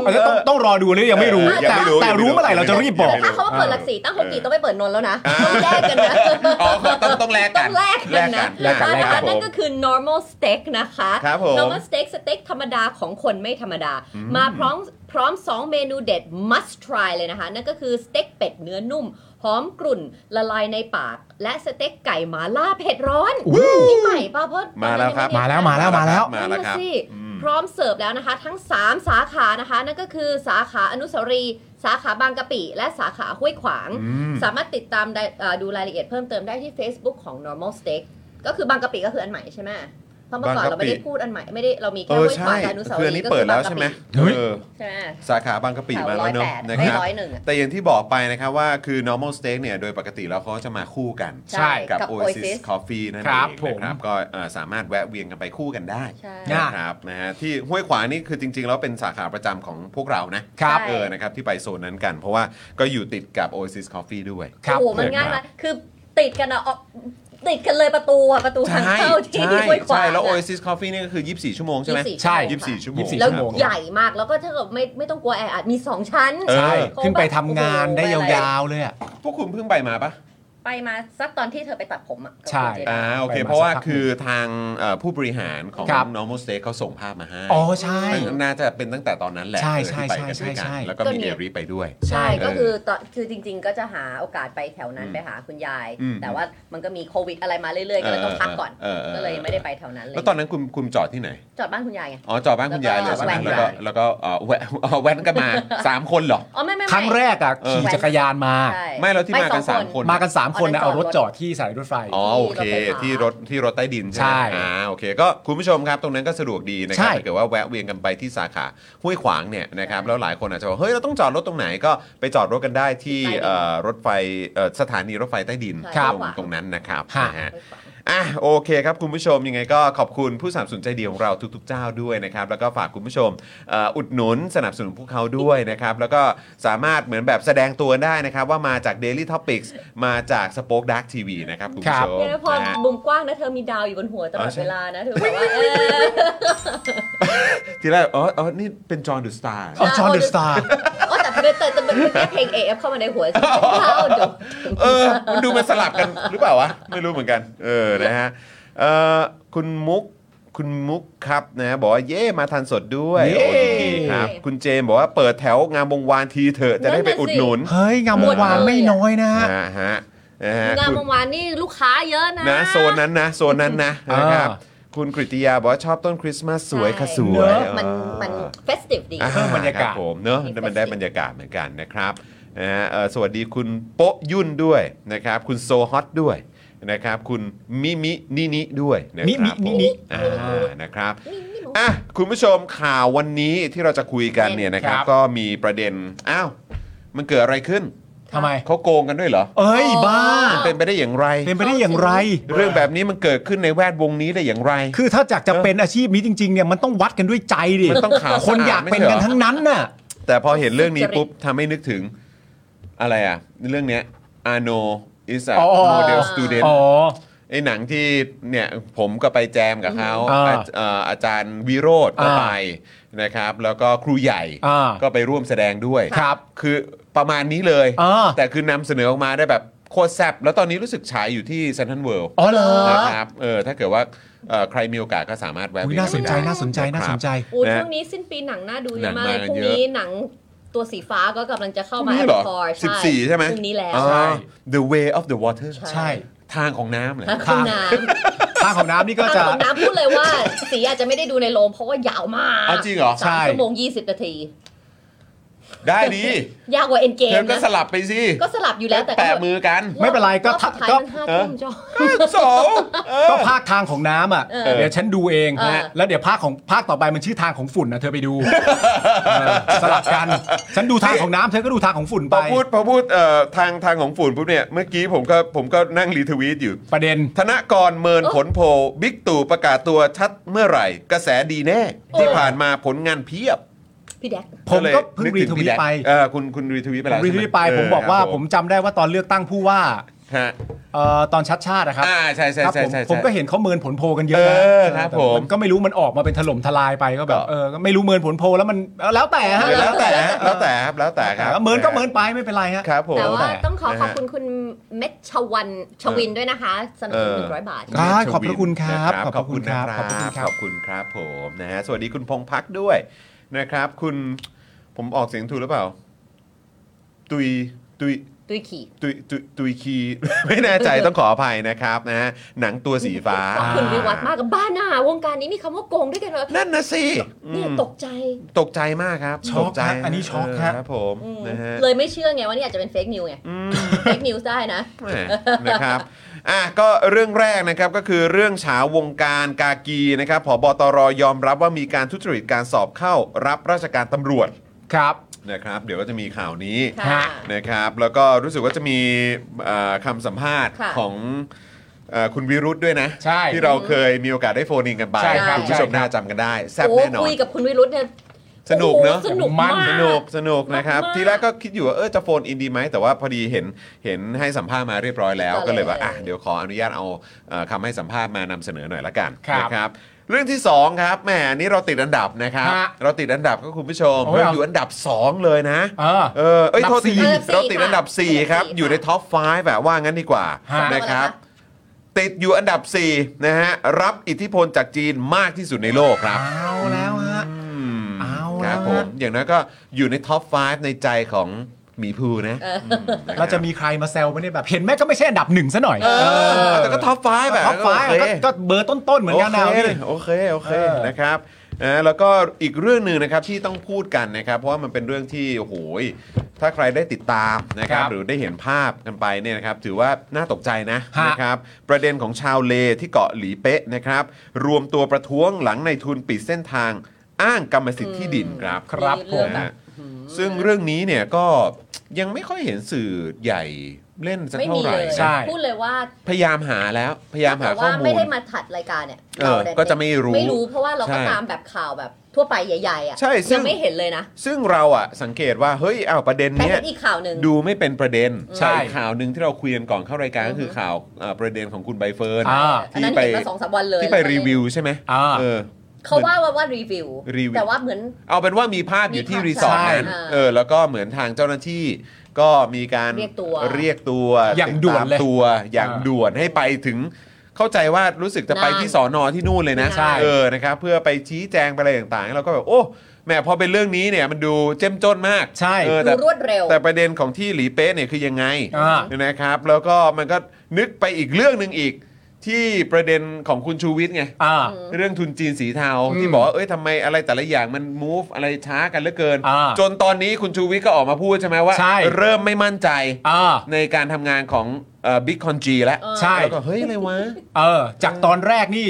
Speaker 4: อาจจะต้องต้องรอดูเลยยังไม่รู้
Speaker 3: เออยัง
Speaker 4: แต่
Speaker 3: ไม่รู้
Speaker 4: แต่
Speaker 3: ยังไม่รู้
Speaker 4: รู้เมื่อไหร่เราจะรีบบอก
Speaker 3: ยังไม่รู้
Speaker 5: ถ้าเขามาเปิดหลักสี่ตั้งหกกี่ต้องไปเปิดนนท์แล้วนะต้องแลกกันนะ
Speaker 3: อ๋อต้องต้องแลกกั
Speaker 5: ต้
Speaker 3: น
Speaker 5: องแลกกันนะ
Speaker 3: แลกกัน
Speaker 5: อ่ะ
Speaker 3: แลก
Speaker 5: นะคะ
Speaker 3: กัน
Speaker 5: นั่น
Speaker 3: ผ
Speaker 5: ก็
Speaker 3: ม
Speaker 5: คือ normal steak นะคะ
Speaker 3: ครับผม
Speaker 5: normal steak สเต็กธรรมดาของคนไม่ธรรมดา มาพร้อมพร้อม 2 เมนูเด็ด must try เลยนะคะ นั่นก็คือสเต็กเป็ดเนื้อนุ่ม หอมกรุ่นละลายในปาก และสเต็กไก่หมาล่าเผ็ดร้อนนี่ใหม่ป่ะเพราะ
Speaker 3: มาแล้วครับ
Speaker 4: มาแล้วมาแล้วมาแล้ว
Speaker 3: มาแล้วครับ
Speaker 5: นั่นน่ะสิพร้อมเสิร์ฟแล้วนะคะ ทั้ง 3 สาขานะคะ นั่นก็คือสาขาอนุสาวรีย์สาขาบางกะปิ และสาขาห้วยขวาง สามารถติดตามได้เอ่อดูรายละเอียดเพิ่มเติมได้ที่ Facebook ของ normal steak ก็คือบางกะปิก็คืออันใหม่ใช่ไหมเพราะเมื่อก่อ
Speaker 3: บา
Speaker 5: น
Speaker 3: งกะปิ
Speaker 5: เราไม่ได้พูดอันใหม่ไม่ได้เรามี
Speaker 3: เอ
Speaker 5: แค่
Speaker 3: อ
Speaker 5: ห้วยข
Speaker 3: ใช่
Speaker 5: วางกับอนุสาว
Speaker 3: คือ
Speaker 5: รี
Speaker 3: อันนี้
Speaker 5: ย์ก็
Speaker 3: เปิด
Speaker 5: คือ
Speaker 3: แล้
Speaker 5: บาง
Speaker 3: ว
Speaker 5: กะ
Speaker 3: ใช่ไหม
Speaker 5: ปิ
Speaker 3: เออ
Speaker 5: ใช่ไหม
Speaker 3: สาขาบางกะปิ
Speaker 5: แถว
Speaker 3: มา
Speaker 5: ร้
Speaker 3: แล้
Speaker 5: อ
Speaker 3: วย เน
Speaker 5: แป
Speaker 3: อะ
Speaker 5: ด
Speaker 3: นะ
Speaker 5: ไม่
Speaker 3: ครับ
Speaker 5: ร้อยหนึ่งอะ
Speaker 3: แต่อย่างที่บอกไปนะครับว่าคือ normal steak เนี่ยโดยปกติแล้วเขาจะมาคู่กัน
Speaker 4: ใช่
Speaker 3: กับ
Speaker 5: กับ
Speaker 3: Oasis
Speaker 5: Oasis
Speaker 3: Coffee นั่น
Speaker 4: ค
Speaker 3: เอ
Speaker 4: รับ
Speaker 3: ง
Speaker 4: ผ
Speaker 3: นะ
Speaker 4: ม
Speaker 3: ครับก็เอ่อสามารถแวะเวียนกันไปคู่กันได้
Speaker 5: ใช่
Speaker 4: อ่า
Speaker 3: นะครับนะฮะที่ห้วยขวางนี่คือจริง ๆ แล้วเป็นสาขาประจำของพวกเรานะครับ
Speaker 5: ใช่
Speaker 3: เออนะครับที่ไปโซนนั้นกัน เพราะว่าก็อยู่ติดกับ Oasis Coffee ด้วย
Speaker 4: ครับ
Speaker 5: โอ้โหมันง่ายมากคือติดกันอะออกติดกันเลยประตูอะประตูทางเข้าที่ห้วยขวาง
Speaker 3: ใช่ แล้ว
Speaker 5: อะ
Speaker 3: Oasis Coffee นี่ก็คือ 24 ชั่วโมงใช่ไหม
Speaker 5: 24
Speaker 4: ใช่
Speaker 5: ชั่วโมงค่ะ
Speaker 3: 24 ชั่วโมง
Speaker 4: 24
Speaker 5: แล้ว
Speaker 4: ชั่วโมง
Speaker 5: ใหญ่มากแล้วก็ถ้าเกิดไม่ไม่ต้องกลัวแออัดมีสองชั้น
Speaker 3: เออ
Speaker 4: ใช่
Speaker 5: โอ้
Speaker 4: ขึ้นไป
Speaker 5: แบบ
Speaker 4: ทำงานได้
Speaker 5: โอ้
Speaker 4: ย
Speaker 5: โหอะร
Speaker 4: าวๆเลยอะ
Speaker 3: พวกคุณเพิ่งไปมาปะ
Speaker 5: ไปมาสักตอนที่เธอไปตัดผมอะกับ
Speaker 4: ใช่
Speaker 5: คุณเจน
Speaker 3: อ่าโอเค
Speaker 4: ไปมา
Speaker 3: เพราะว่า
Speaker 4: สักพัก
Speaker 3: คือทางเอ่อผู้บริหารของ
Speaker 4: ครับ
Speaker 3: Normal Steak เขาส่งภาพมาให้
Speaker 4: อ๋อใช่
Speaker 3: น่าจะเป็นตั้งแต่ตอนนั้นแหละ
Speaker 4: ใช่
Speaker 3: เออที่ไป
Speaker 4: ใช่
Speaker 3: กันด้วยกัน
Speaker 4: ใช่ใช่
Speaker 3: แล้วก็มีเอริไปด้วย
Speaker 5: ใช่
Speaker 3: เออ
Speaker 5: ก็คือตอนคือจริง ๆ ก็จะหาโอกาสไปแถวนั้น
Speaker 3: อืม
Speaker 5: ไปหาคุณยาย
Speaker 3: อืม
Speaker 5: แต่ว่ามันก็มีโควิดอะไรมาเรื่อยๆ ก็เลยต้องพักก่อน
Speaker 3: เเ
Speaker 5: ก็เลยไม่ได้ไปแถวนั้นเลย
Speaker 3: แล้วตอนนั้นคุณคุณจอดที่ไหน
Speaker 5: จอดบ้านคุณยายไง
Speaker 3: อ๋อจอดบ้านคุณยายเลยใช่ไหม
Speaker 5: แว้น
Speaker 3: แล้วก็แล้วก็เอ่อแวะเอ่อแว้นกันมา 3 คนเหรอ
Speaker 5: อ๋อไม่ไม่ไม่
Speaker 4: ครั้งแรกอะ
Speaker 3: เออ
Speaker 4: ขี่จักรยานมา
Speaker 5: ใช่
Speaker 3: ไม่แล้วที่มา
Speaker 5: ป
Speaker 3: กั
Speaker 5: อน ง
Speaker 3: สามคน
Speaker 4: มากัน 3 คนนะ
Speaker 5: อ๋อ
Speaker 4: เอา
Speaker 5: นั่นจอด
Speaker 4: รถ
Speaker 5: รถ
Speaker 4: จอดที่สายรถไฟ
Speaker 3: อ๋อโอเค
Speaker 5: ที่รถไฟฟ้า
Speaker 3: ที่รถที่รถใต้ดินใช่ไหม
Speaker 4: ใช่
Speaker 3: อ่าโอเคก็คุณผู้ชมครับตรงนั้นก็สะดวกดีนะครับ
Speaker 4: ใช่
Speaker 3: ถ้าเกิดว่าแวะเวียนกันไปที่สาขาห้วยขวางเนี่ยนะครับแล้วหลายคนอาจจะบอกเฮ้ยเราต้องจอดรถตรงไหนก็ไปจอดรถกันได้ที่เอ่อรถไฟเอ่อสถานีรถไฟใต้ดิน
Speaker 5: ใช่
Speaker 4: ครับ
Speaker 3: ตรงตรงนั้นนะครับ
Speaker 4: ค่ะ
Speaker 3: นะฮะ อ่ะโอเคครับ คุณผู้ชมยังไงก็ขอบคุณผู้สนับสนุนใจดีของเราทุกๆเจ้าด้วยนะครับ แล้วก็ฝากคุณผู้ชมเอ่ออุดหนุนสนับสนุนพวกเขาด้วยนะครับ แล้วก็สามารถเหมือนแบบแสดงตัวได้นะครับ ว่ามาจาก Daily Topics มาจาก Spoke Dark TV นะครับ คุณผู้ชม
Speaker 5: เดี๋ยวพอ
Speaker 3: นะฮะ
Speaker 5: มุมกว้างนะเธอมีดาวอยู่บนหัวตลอ
Speaker 3: อ๋
Speaker 5: ด
Speaker 3: อใช่
Speaker 5: เวลานะเธอบอกว่าเออ
Speaker 3: ทีแรกอ๋ออ๋อนี่เป็นจอห์นดูสตาร์
Speaker 4: อ๋อจอห์นเดอะสตาร์
Speaker 5: โอ้แต่เป็นแต่แต่เป็นเพลง AF เข้ามาในหัวฉันเข้าเดี๋ยว
Speaker 3: เออ มันดูมันสลับกันหรือเปล่าวะ ไม่รู้เหมือนกัน เออ นะฮะเอ่อคุณมุก คุณมุกครับนะ บอกว่าเย่มาทันสดด้วย
Speaker 4: เย้
Speaker 3: โอ้ยินดีครับ คุณเจมส์บอกว่าเปิดแถวงามวงวานทีเถอะ จะได้ไปอุดหนุน
Speaker 4: เฮ้ย งามวงวานไม่น้อยนะ
Speaker 3: นะฮะ นะฮะ
Speaker 5: งาน
Speaker 3: คุณ
Speaker 5: เมื่อวานนี่ลูกค้าเยอะนะ
Speaker 3: นะโซนนั้นนะ โซนนั้นนะ
Speaker 4: อ่าน
Speaker 3: นะครับ คุณกริตยาบอกว่าชอบต้นคริสต์มาสสวยค่ะสวย
Speaker 4: เนอะ
Speaker 5: มันมันเฟสติฟดี
Speaker 3: อ่
Speaker 4: เพิ่มบรรยากาศ
Speaker 3: คผมเนอะ
Speaker 5: มีเฟสติฟ
Speaker 3: มันได้บรรยากาศเหมือนกันนะครับนะฮะเอ่อสวัสดีคุณโปะยุ่นด้วยนะครับ คุณโซฮอตด้วยนะครับ คุณมิมินินิด้วยนะ
Speaker 4: มิ
Speaker 3: ค
Speaker 4: มิ
Speaker 3: รับผ
Speaker 4: นิ
Speaker 3: ม
Speaker 4: นิ
Speaker 3: อ่านะครับ
Speaker 5: นี่นี่หนู
Speaker 3: อ่ะคุณผู้ชมข่าววันนี้ที่เราจะคุยกันเนี่ยนะครับ
Speaker 4: ครับ
Speaker 3: ก็มีประเด็นอ้าวมันเกิดอะไรขึ้น
Speaker 4: ทำไม
Speaker 3: เขาโกงกันด้วยเหรอ
Speaker 4: เอ้ย บ้า
Speaker 5: อ้าว
Speaker 3: เป็นไปได้อย่างไร
Speaker 4: เป็นไปได้อย่างไร
Speaker 3: เรื่องแบบนี้มันเกิดขึ้นในแวดวงนี้ได้อย่างไร
Speaker 4: คือถ้าจากจะเป็นอาชีพนี้จริงๆเนี่ยมันต้องวัดกันด้วยใจดิ
Speaker 3: มันต้องขาว
Speaker 4: คนอยาก
Speaker 3: สะอาดไม่
Speaker 4: เป็น
Speaker 3: ใช่เหรอ
Speaker 4: กันทั้งนั้นน่ะ
Speaker 3: แต่พอเห็นเรื่องนี้
Speaker 5: สุจริต
Speaker 3: ปุ๊บทำให้นึกถึงอะไรอ่ะ เรื่องเนี้ยอาโนอิส
Speaker 4: อ๋อ
Speaker 3: m o เดลสตูเดน
Speaker 4: อ๋อ
Speaker 3: ไอ้หนังที่เนี่ยผมก็ไปแจมกับเขา
Speaker 4: อ่า
Speaker 3: อาเอ่ออาจารย์วิโรธก็
Speaker 4: อ่า
Speaker 3: ไปนะครับ แล้วก็ครูใหญ่
Speaker 4: อ่า
Speaker 3: ก็ไปร่วมแสดงด้วย
Speaker 4: ครับ
Speaker 3: คือประมาณนี้เลย
Speaker 4: อ่า
Speaker 3: แต่คือนำเสนอออกมาได้แบบโคตรแซ่บแล้วตอนนี้รู้สึกฉายอยู่ที่เซนทันเวิลด์
Speaker 4: อ๋อเหรอ
Speaker 3: นะครับเออถ้าเกิดว่าเอ่อใครมีโอกาสก็สามารถแวะ
Speaker 4: อุ๊ย
Speaker 3: เวียน
Speaker 4: น่าสนใจ
Speaker 3: ไปได้
Speaker 4: น่าสนใจน่าสนใจ
Speaker 5: โอ้
Speaker 3: ะ
Speaker 5: ช่วงนี้สิ้นปีหนังน่าดูเยอะมาก
Speaker 3: หนัง
Speaker 5: เลย
Speaker 3: มา
Speaker 5: พรุ่ง
Speaker 3: เยอะ
Speaker 5: นี้หนังตัวสีฟ้าก็กำลัลังจะเข้ามา
Speaker 3: พรุ่งนี้เหรอ
Speaker 5: คอร์
Speaker 3: สิบสี่ใช่ไหม
Speaker 5: พรุ่งนี้แล้ว
Speaker 3: อ๋อ
Speaker 4: ใช่
Speaker 3: The way of the water
Speaker 5: ใช่
Speaker 4: ใช่
Speaker 3: ทางของน้ำเลย
Speaker 5: คุณน้ำ
Speaker 4: ทางของน้ำนี่ก็
Speaker 5: ถ้า
Speaker 4: จะ
Speaker 5: คุณน้ำพูดเลยว่า สีอาจจะไม่ได้ดูในโรงเพราะว่ายาวมาก
Speaker 3: เอาจริงเหรอ
Speaker 5: สาม
Speaker 4: ใช่
Speaker 5: ชั่วโมงยี่สิบนาที
Speaker 3: ได้ดี
Speaker 5: ยากกว่าเอ็นเก
Speaker 3: เธอ
Speaker 5: ม
Speaker 3: ก็
Speaker 5: นะ
Speaker 3: สลับไปสิ
Speaker 5: ก็สลับอยู่แล้วแต่ก็
Speaker 3: แปะมือกัน
Speaker 4: ไม่เป็นไรก็
Speaker 5: อบ
Speaker 4: ทัก
Speaker 5: สุดท้าย
Speaker 4: ก็
Speaker 5: มันห้าทุ่มจอ
Speaker 3: สองเออ
Speaker 4: ก็ภาคทางของน้ำอ่ะ
Speaker 5: เออ
Speaker 4: เดี๋ยวฉันดูเอง
Speaker 5: เออ
Speaker 4: แล้วเดี๋ยวภาคของภาคต่อไปมันชื่อทางของฝุ่นนะเธอไปดูเออสลับกัน ฉันดูทางของน้ำเธอก็ดูทางของฝุ่น
Speaker 3: พ
Speaker 4: ไป
Speaker 3: อพูดพอพูดเอ่อทางทางของฝุ่นปุ๊บเนี่ย เมื่อกี้ผมก็ผมก็นั่งรีทวีตอยู่
Speaker 4: ประเด็น
Speaker 3: ธนกรเมินผลโพลบิ๊กตู่ประกาศตัวชัดเมื่อไหร่ กระแสดีแน่ ที่ผ่านมาผลงานเพียบ
Speaker 5: พี่แดก
Speaker 4: ผมก็
Speaker 3: ล
Speaker 4: เพิ่ง
Speaker 3: ยนึ
Speaker 4: รี
Speaker 3: ถึ
Speaker 4: ทวี
Speaker 3: พี่
Speaker 4: ต
Speaker 3: แดก
Speaker 4: ไป
Speaker 3: เออคุณคุณรีทวีตไปแล้ว
Speaker 4: รีทวีตไป
Speaker 3: ใช่ห
Speaker 4: ผมบอกว่า
Speaker 3: เครับ
Speaker 4: ผมจำได้ว่าตอนเลือกตั้งผู้ว่า
Speaker 3: ฮะ
Speaker 4: เอ่อตอนชัดชาตินะครับ
Speaker 3: อ่าใช่ใช่
Speaker 4: ครับ
Speaker 3: ใช่
Speaker 4: ผม
Speaker 3: ใช่
Speaker 4: ผม
Speaker 3: ใช่
Speaker 4: ก็เห็นเขาเมินผลโพลกันเยอะนะ
Speaker 3: เออครับ
Speaker 4: แต่
Speaker 3: ผม
Speaker 4: นก็ไม่รู้มันออกมาเป็นถล่มทลายไปก็แบบ
Speaker 3: ก็
Speaker 4: เออก็ไม่รู้เมินผลโพลแล้วมันเออแล้วแต่ฮะ
Speaker 3: แล้วแต่ฮะแล้วแต่ครับแล้วแต่ครับ
Speaker 4: เมินก็เมินไปไม่เป็นไรฮะ
Speaker 3: ครับผม
Speaker 5: แต่ว่า
Speaker 4: แต่
Speaker 5: ต้องขอขอบคุณคุณเม็ดชวันชวินด้วยนะคะ สนับสนุนหนึ่งร้อยบาท
Speaker 4: ครับ ขอพะคุณครับ
Speaker 3: นะ
Speaker 4: ขอบพระคุณครับ
Speaker 3: ขอบคุณนะค
Speaker 4: ขอบคุณครั
Speaker 3: รับบ ขอบคุณครับผมนะฮะสวัสดีคุณพงพักด้วยนะครับ คุณผมออกเสียงถูกหรือเปล่า ตุยตุย
Speaker 5: ตุ้ยขี่
Speaker 3: ตุยตุยตุยคี ไม่แน่ใจต้องขออภัยนะครับนะฮะหนังตัวสีฟ้า
Speaker 5: ขอบคุณวิวัฒน์มากกับบ้านหนาวงการนี้มีคำว่าโกงด้วยกันเหรอ
Speaker 3: นั่นนะสิอื
Speaker 5: เนี่ย
Speaker 3: ม
Speaker 5: ตกใจ
Speaker 3: ตกใจมากครับ
Speaker 4: ช็อก
Speaker 3: ตใจ
Speaker 4: ครับอันนี้ช็อกครับ
Speaker 3: เครับผม
Speaker 5: อืม
Speaker 3: นะฮะ
Speaker 5: เลยไม่เชื่อไงว่านี่อาจจะเป็นเฟกนิวไงเฟกนิวได้นะ
Speaker 3: แหม่นะครับ อ่ะก็เรื่องแรกนะครับก็คือเรื่องเฉาวงการกากีนะครับผบตรยอมรับว่ามีการทุจริตการสอบเข้ารับราชการตำรวจ
Speaker 4: ครับ
Speaker 3: นะครับ เดี๋ยวก็จะมีข่าวนี้
Speaker 5: ค่ะ
Speaker 3: นะครับ แล้วก็รู้สึกว่าจะมีเอ่อคำสัมภาษณ์
Speaker 5: ค่ะ
Speaker 3: ของเอ่อคุณวิรุธด้วยนะ
Speaker 4: ใช่
Speaker 3: ที่เราเคยมีโอกาสได้โฟนอินกันไป
Speaker 4: ใช่ครับ
Speaker 3: คุณผู้ชม
Speaker 4: ใช่ครับ
Speaker 3: น่าจำกันได้ แซ่บ
Speaker 5: โอ้
Speaker 3: แน่นอน
Speaker 5: คุยกับคุณวิรุธเนี่ย
Speaker 3: สนุกเนอะ
Speaker 5: โอ้โหสนุก
Speaker 4: มั
Speaker 5: มาน ก
Speaker 3: สนุกสนุกนะครับ
Speaker 5: มากๆ
Speaker 3: ทีแรกก็คิดอยู่ว่าเออจะโฟนอินดีไหมแต่ว่าพอดีเห็นเห็นให้สัมภาษณ์มาเรียบร้อยแล้ว
Speaker 5: ก็เลย
Speaker 3: ก็เลยว่าอ่ะเดี๋ยวขออนุญาตเอาเอ่อคำให้สัมภาษณ์มานำเสนอหน่อยละกัน
Speaker 4: ครับ
Speaker 3: นะครับเรื่องที่สองครับแหมอันนี่เราติดอันดับนะครับ
Speaker 4: ฮะ
Speaker 3: เราติดอันดับก็คุณผู้ชม
Speaker 4: โอ้ย
Speaker 3: เรา
Speaker 4: เอา
Speaker 3: อยู่อันดับสองเลยนะ
Speaker 4: เออ
Speaker 3: เออเอ้ย
Speaker 4: อันดับ
Speaker 3: โทษที
Speaker 5: สี่ค่ะ
Speaker 3: เราติดอันดับ 4 ครับ
Speaker 5: อันดับสี่
Speaker 3: อยู่ในท็อป 5 แบบว่างั้นดีกว่า
Speaker 4: ฮะ
Speaker 3: นะครับ
Speaker 5: เอาละ
Speaker 3: ติดอยู่อันดับ 4 นะฮะ รับอิทธิพลจากจีนมากที่สุดในโลกครับ
Speaker 4: เอาแล้วฮะ
Speaker 3: ม
Speaker 4: เอา
Speaker 3: ค
Speaker 4: ละ
Speaker 3: รับผม
Speaker 4: ฮะ
Speaker 3: อย่างนั้นก็อยู่ในท็อป 5 ในใจของหมีภูนะมนคบ
Speaker 4: เราจะมีใครมาแซวไหมเนี่ยแบบเห็นแม่ก็ไม่ใช่อันดับหนึ่งซะหน่อย
Speaker 3: เออแต่ก็ท็อป 5 แบบ
Speaker 4: ท็อปไฟว์
Speaker 3: โอ
Speaker 4: ก็
Speaker 3: เค
Speaker 4: ก็เบอร์ต้นๆเหมือนกันนะ
Speaker 3: โอเค
Speaker 4: พี่
Speaker 3: โอเคโอเค
Speaker 4: เออ
Speaker 3: นะครับนะแล้วก็อีกเรื่องหนึ่งนะครับที่ต้องพูดกันนะครับ เพราะว่ามันเป็นเรื่องที่โอ้โหยถ้าใครได้ติดตามนะครับ หรือได้เห็นภาพกันไปเนี่ยนะครับ ถือว่าน่าตกใจนะ
Speaker 4: ฮะ
Speaker 3: นะครับ ประเด็นของชาวเลที่เกาะหลีเป๊ะนะครับ รวมตัวประท้วงหลังในทุนปิดเส้นทางอ้างกรรมสิทธิ์ที่ดินครับ
Speaker 4: ครับ
Speaker 5: มี
Speaker 4: ผ
Speaker 5: เรื่อง
Speaker 4: ม
Speaker 5: แบบ
Speaker 3: นะฮะซึ่งเรื่องนี้เนี่ยก็ยังไม่ค่อยเห็นสื่อใหญ่เล่นสัก
Speaker 5: ไม่
Speaker 3: เท่า
Speaker 5: มี
Speaker 3: ไหร่
Speaker 5: เลย
Speaker 4: ใช่
Speaker 3: นะ
Speaker 5: พูดเลยว่า
Speaker 3: พยายามหาแล้วพยายามหา
Speaker 5: แต่
Speaker 3: ข้อ
Speaker 5: ว่า
Speaker 3: มู
Speaker 5: ไม่
Speaker 3: ล
Speaker 5: ได้มาถัดรายการเนี่ย
Speaker 3: เออ
Speaker 5: ราเนี่ย
Speaker 3: ก็จะไม่รู้
Speaker 5: ไม่รู้เพราะว่าเราก็
Speaker 3: ใช่
Speaker 5: ตามแบบข่าวแบบทั่วไปใหญ่ๆอ่ะ
Speaker 3: ใช่ซึ่ง
Speaker 5: ยังไม่เห็นเลยนะ
Speaker 3: ซึ่งเราอ่ะสังเกตว่าเฮ้ยอ้าวประเด็น
Speaker 5: แต่
Speaker 3: เนี้
Speaker 5: เห็
Speaker 3: ย
Speaker 5: นอีกข่าวหนึ่ง
Speaker 3: ดูไม่เป็นประเด็น
Speaker 4: ใช่
Speaker 3: อีกข่าวหนึ่งที่เราคุยกันก่อนเข้ารายการก็คือข่าวเอ่อประเด็นของคุณใบเฟิร์น
Speaker 4: อ่า
Speaker 5: อันนั้น
Speaker 3: ที่ไป
Speaker 5: เห็นมาสองสามวันเลย
Speaker 3: ที่ไป
Speaker 5: แล้วก็เลย
Speaker 3: รีวิวใช่ไหม
Speaker 4: อ่า
Speaker 3: เออ
Speaker 5: เขาว่าว่าว่ารีวิว
Speaker 3: รีวิว
Speaker 5: แต่ว่าเหมือน
Speaker 3: เอาเป็นว่ามีภาพอยู่ที่รีสอร์ทนั้น
Speaker 5: มีภาพ
Speaker 3: เออแล้วก็เหมือนทางเจ้าหน้าที่ก็มีการ
Speaker 5: เรียกตัว
Speaker 3: เรียกตัว
Speaker 4: อย่างด่วนเล
Speaker 3: ติตา
Speaker 4: ย
Speaker 3: มตัวอย่าง
Speaker 4: อ่า
Speaker 3: ด่วนให้ไปถึงเข้าใจว่ารู้สึกจะไป
Speaker 5: น่าน
Speaker 3: ที่สอนอที่นู่นเลยนะ
Speaker 5: ใช่
Speaker 3: เออนะครับเพื่อไปชี้แจงไปอะไรต่างๆแล้วก็แบบโอ้แหม่พอเป็นเรื่องนี้เนี่ยมันดูเจ้มจนมาก
Speaker 4: ใช่
Speaker 3: เออ
Speaker 5: ดู
Speaker 3: แต่
Speaker 5: รวดเร็ว
Speaker 3: แต่ประเด็นของที่หลีเป๊ะเนี่ยคือยังไง
Speaker 4: อ่า
Speaker 3: นะครับ แล้วก็มันก็นึกไปอีกเรื่องหนึ่งอีก ที่ประเด็นของคุณชูวิทย์ไง
Speaker 4: อ่า
Speaker 3: เรื่องทุนจีนสีเทา
Speaker 4: อืม
Speaker 3: ที่บอกว่าเอ้ยทำไมอะไรแต่ละอย่างมัน move อะไรช้ากันเหลือเกิน
Speaker 4: อ่า
Speaker 3: จนตอนนี้คุณชูวิทย์ก็ออกมาพูดใช่ไหมว่า
Speaker 4: ใช่
Speaker 3: เริ่มไม่มั่นใจ
Speaker 4: อ่า
Speaker 3: ในการทำงานของบิ๊กคอนจีแล้ว
Speaker 4: ใช่
Speaker 3: แล้วก็เฮ้ย อะไรวะ
Speaker 4: เออจากตอนแรกนี่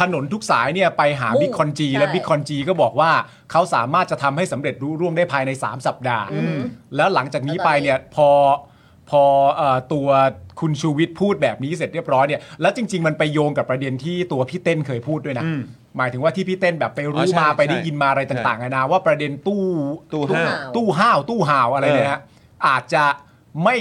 Speaker 4: ถนนทุกสายเนี่ยไปหา
Speaker 5: มุ่ง
Speaker 4: บิ๊กคอนจี
Speaker 5: ใช่
Speaker 4: และบิ๊กคอนจีก็บอกว่าเขาสามารถจะทำให้สำเร็จรุ่ร่วงได้ภายใน 3 สัปดาห์ แล้วหลังจากนี้ไปเนี่ยพอพอเอ่อตัวคุณชูวิทย์พูดแบบนี้เสร็จเรียบร้อยเนี่ยแล้วจริง ๆ มันไปโยงกับประเด็นที่ตัวพี่เต้นเคยพูดด้วยนะ หมายถึงว่าที่พี่เต้นแบบไป
Speaker 3: อ๋
Speaker 4: รู้
Speaker 3: อใช่
Speaker 4: มาไป
Speaker 3: ใช่
Speaker 4: ได้ยินมาอะไรต่างๆนานาว่าประเด็นตู้
Speaker 3: ตู้ห้าว
Speaker 4: ตู้ห้าวตู้ห่าวอะไรเนี่ยนะอาจจะไม่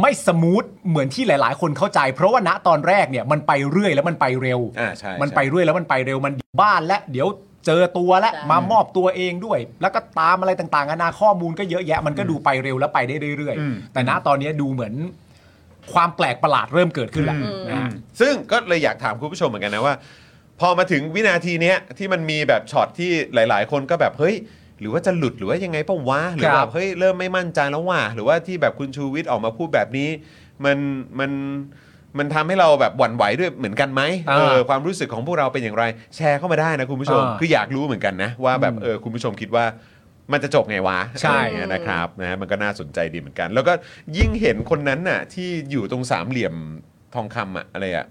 Speaker 4: ไม่สมูทเหมือนที่หลาย ๆ คนเข้าใจ เพราะว่าณตอนแรกเนี่ยมันไปเรื่อยแล้วมันไปเร็ว
Speaker 3: อ่าใช่ใช่
Speaker 4: มันไปเรื่อยแล้วมันไปเร็วมันบ้านและเดี๋ยวเจอตัวและ
Speaker 5: ใช่
Speaker 4: มามอบตัวเองด้วย แล้วก็ตามอะไรต่างๆนานาข้อมูลก็เยอะแยะมันก็ดูไปเร็วแล้วไปได้เรื่อย ๆ แต่ณตอนนี้ดูเหมือนความแปลกประหลาดเริ่มเกิดขึ้นแล้วนะ
Speaker 3: ซึ่งก็เลยอยากถามคุณผู้ชมเหมือนกันนะว่า พอมาถึงวินาทีเนี้ยที่มันมีแบบช็อตที่หลาย ๆ คนก็แบบเฮ้ย หรือว่าจะหลุดหรือว่ายังไงเปะวะหรือ
Speaker 4: ค
Speaker 3: แบ
Speaker 4: รั
Speaker 3: บบ เฮ้ยเริ่มไม่มั่นใจแล้วว่ะหรือว่าที่แบบคุณชูวิทย์ออกมาพูดแบบนี้ มันมันมันทำให้เราแบบหวั่นไหวด้วยเหมือนกันไหม
Speaker 4: อ่า
Speaker 3: เออความรู้สึกของพวกเราเป็นอย่างไร แชร์เข้ามาได้นะคุณผู้ชม
Speaker 4: อ่า
Speaker 3: คืออยากรู้เหมือนกันนะ ว่าแบบเออคุณผู้ชมคิดว่ามันจะจบไงวะ
Speaker 4: ใช่
Speaker 3: อะไรอย่างเงี้ยนะครับนะมันก็น่าสนใจดีเหมือนกัน แล้วก็ยิ่งเห็นคนนั้นน่ะ ที่อยู่ตรงสามเหลี่ยมทองคำอะอะไรอะ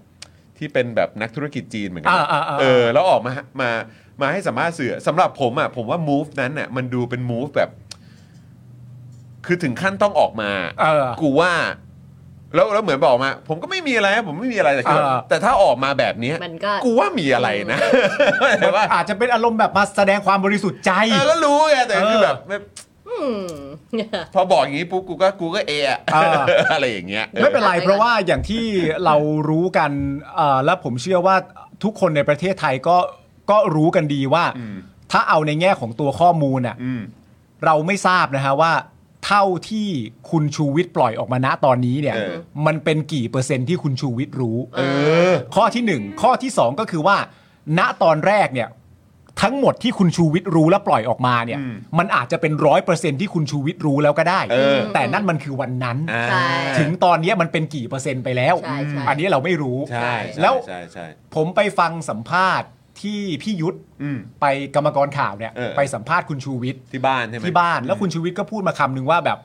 Speaker 3: ที่เป็นแบบนักธุรกิจจีนเหมือนกั
Speaker 4: อ่าอ่าอ่า
Speaker 3: เออแล้วออกมามามาให้สัมภาษณ์สื่อสำหรับผมอ่ะผมว่า move นั้นอ่ะมันดูเป็น move แบบ คือถึงขั้นต้องออกมา
Speaker 4: เออ
Speaker 3: กูว่า แล้วแล้วเหมือนบอกมา ผมก็ไม่มีอะไรนะผมไม่มีอะไรแต่คือ
Speaker 4: เออ
Speaker 3: แต่ถ้าออกมาแบบเนี้ย
Speaker 5: มันก็
Speaker 3: กูว่ามีอะไรนะ
Speaker 4: อาจจะเป็นอารมณ์แบบมาแสดงความบริสุทธิ์ใจ
Speaker 3: เออก็รู้ไงแต่คือแบบแบบ
Speaker 5: ม อืม
Speaker 3: พอบอกอย่างนี้ปุ๊บกูก็กูก็เอะ
Speaker 4: อ่า
Speaker 3: อะไรอย่างเงี้ยเออ
Speaker 4: ไม่เป็นไรเพราะว่าอย่างที่เรารู้กันเอ่อและผมเชื่อว่าทุกคนในประเทศไทยก็ก็รู้กันดีว่า
Speaker 3: อืม
Speaker 4: ถ้าเอาในแง่ของตัวข้อมูลน่ะ
Speaker 3: อืม
Speaker 4: เราไม่ทราบนะฮะว่า เท่าที่คุณชูวิทย์ปล่อยออกมาณตอนนี้เนี่ย
Speaker 3: เออ
Speaker 4: มันเป็นกี่เปอร์เซ็นต์ที่คุณชูวิทย์รู้
Speaker 3: เออ
Speaker 4: ข้อที่หนึ่งข้อที่สองก็คือว่า ณตอนแรกเนี่ย ทั้งหมดที่คุณชูวิทย์รู้และปล่อยออกมาเนี่ย
Speaker 3: อืม
Speaker 4: มันอาจจะเป็นร้อยเปอร์เซ็นที่คุณชูวิทย์รู้แล้วก็ได้
Speaker 3: เออ
Speaker 4: แต่นั่นมันคือวันนั้น
Speaker 3: อ่า
Speaker 5: ใช่
Speaker 4: ถึงตอนเนี้ยมันเป็นกี่เปอร์เซ็นต์ไปแล้ว
Speaker 5: ใช่ใช่
Speaker 4: อันนี้เราไม่รู้
Speaker 3: ใช่ใช่
Speaker 4: แล้ว
Speaker 3: ใช่ใช่
Speaker 4: ผมไปฟังสัมภาษณ์ที่พี่ยุทธ
Speaker 3: อืม
Speaker 4: ไปกรรมกรข่าวเนี่ย
Speaker 3: เออ
Speaker 4: ไปสัมภาษณ์คุณชูวิทย์
Speaker 3: ที่บ้านใช่ไหม
Speaker 4: ที่บ้าน แล้วคุณชูวิทย์ก็พูดมาคำหนึงว่าแบบ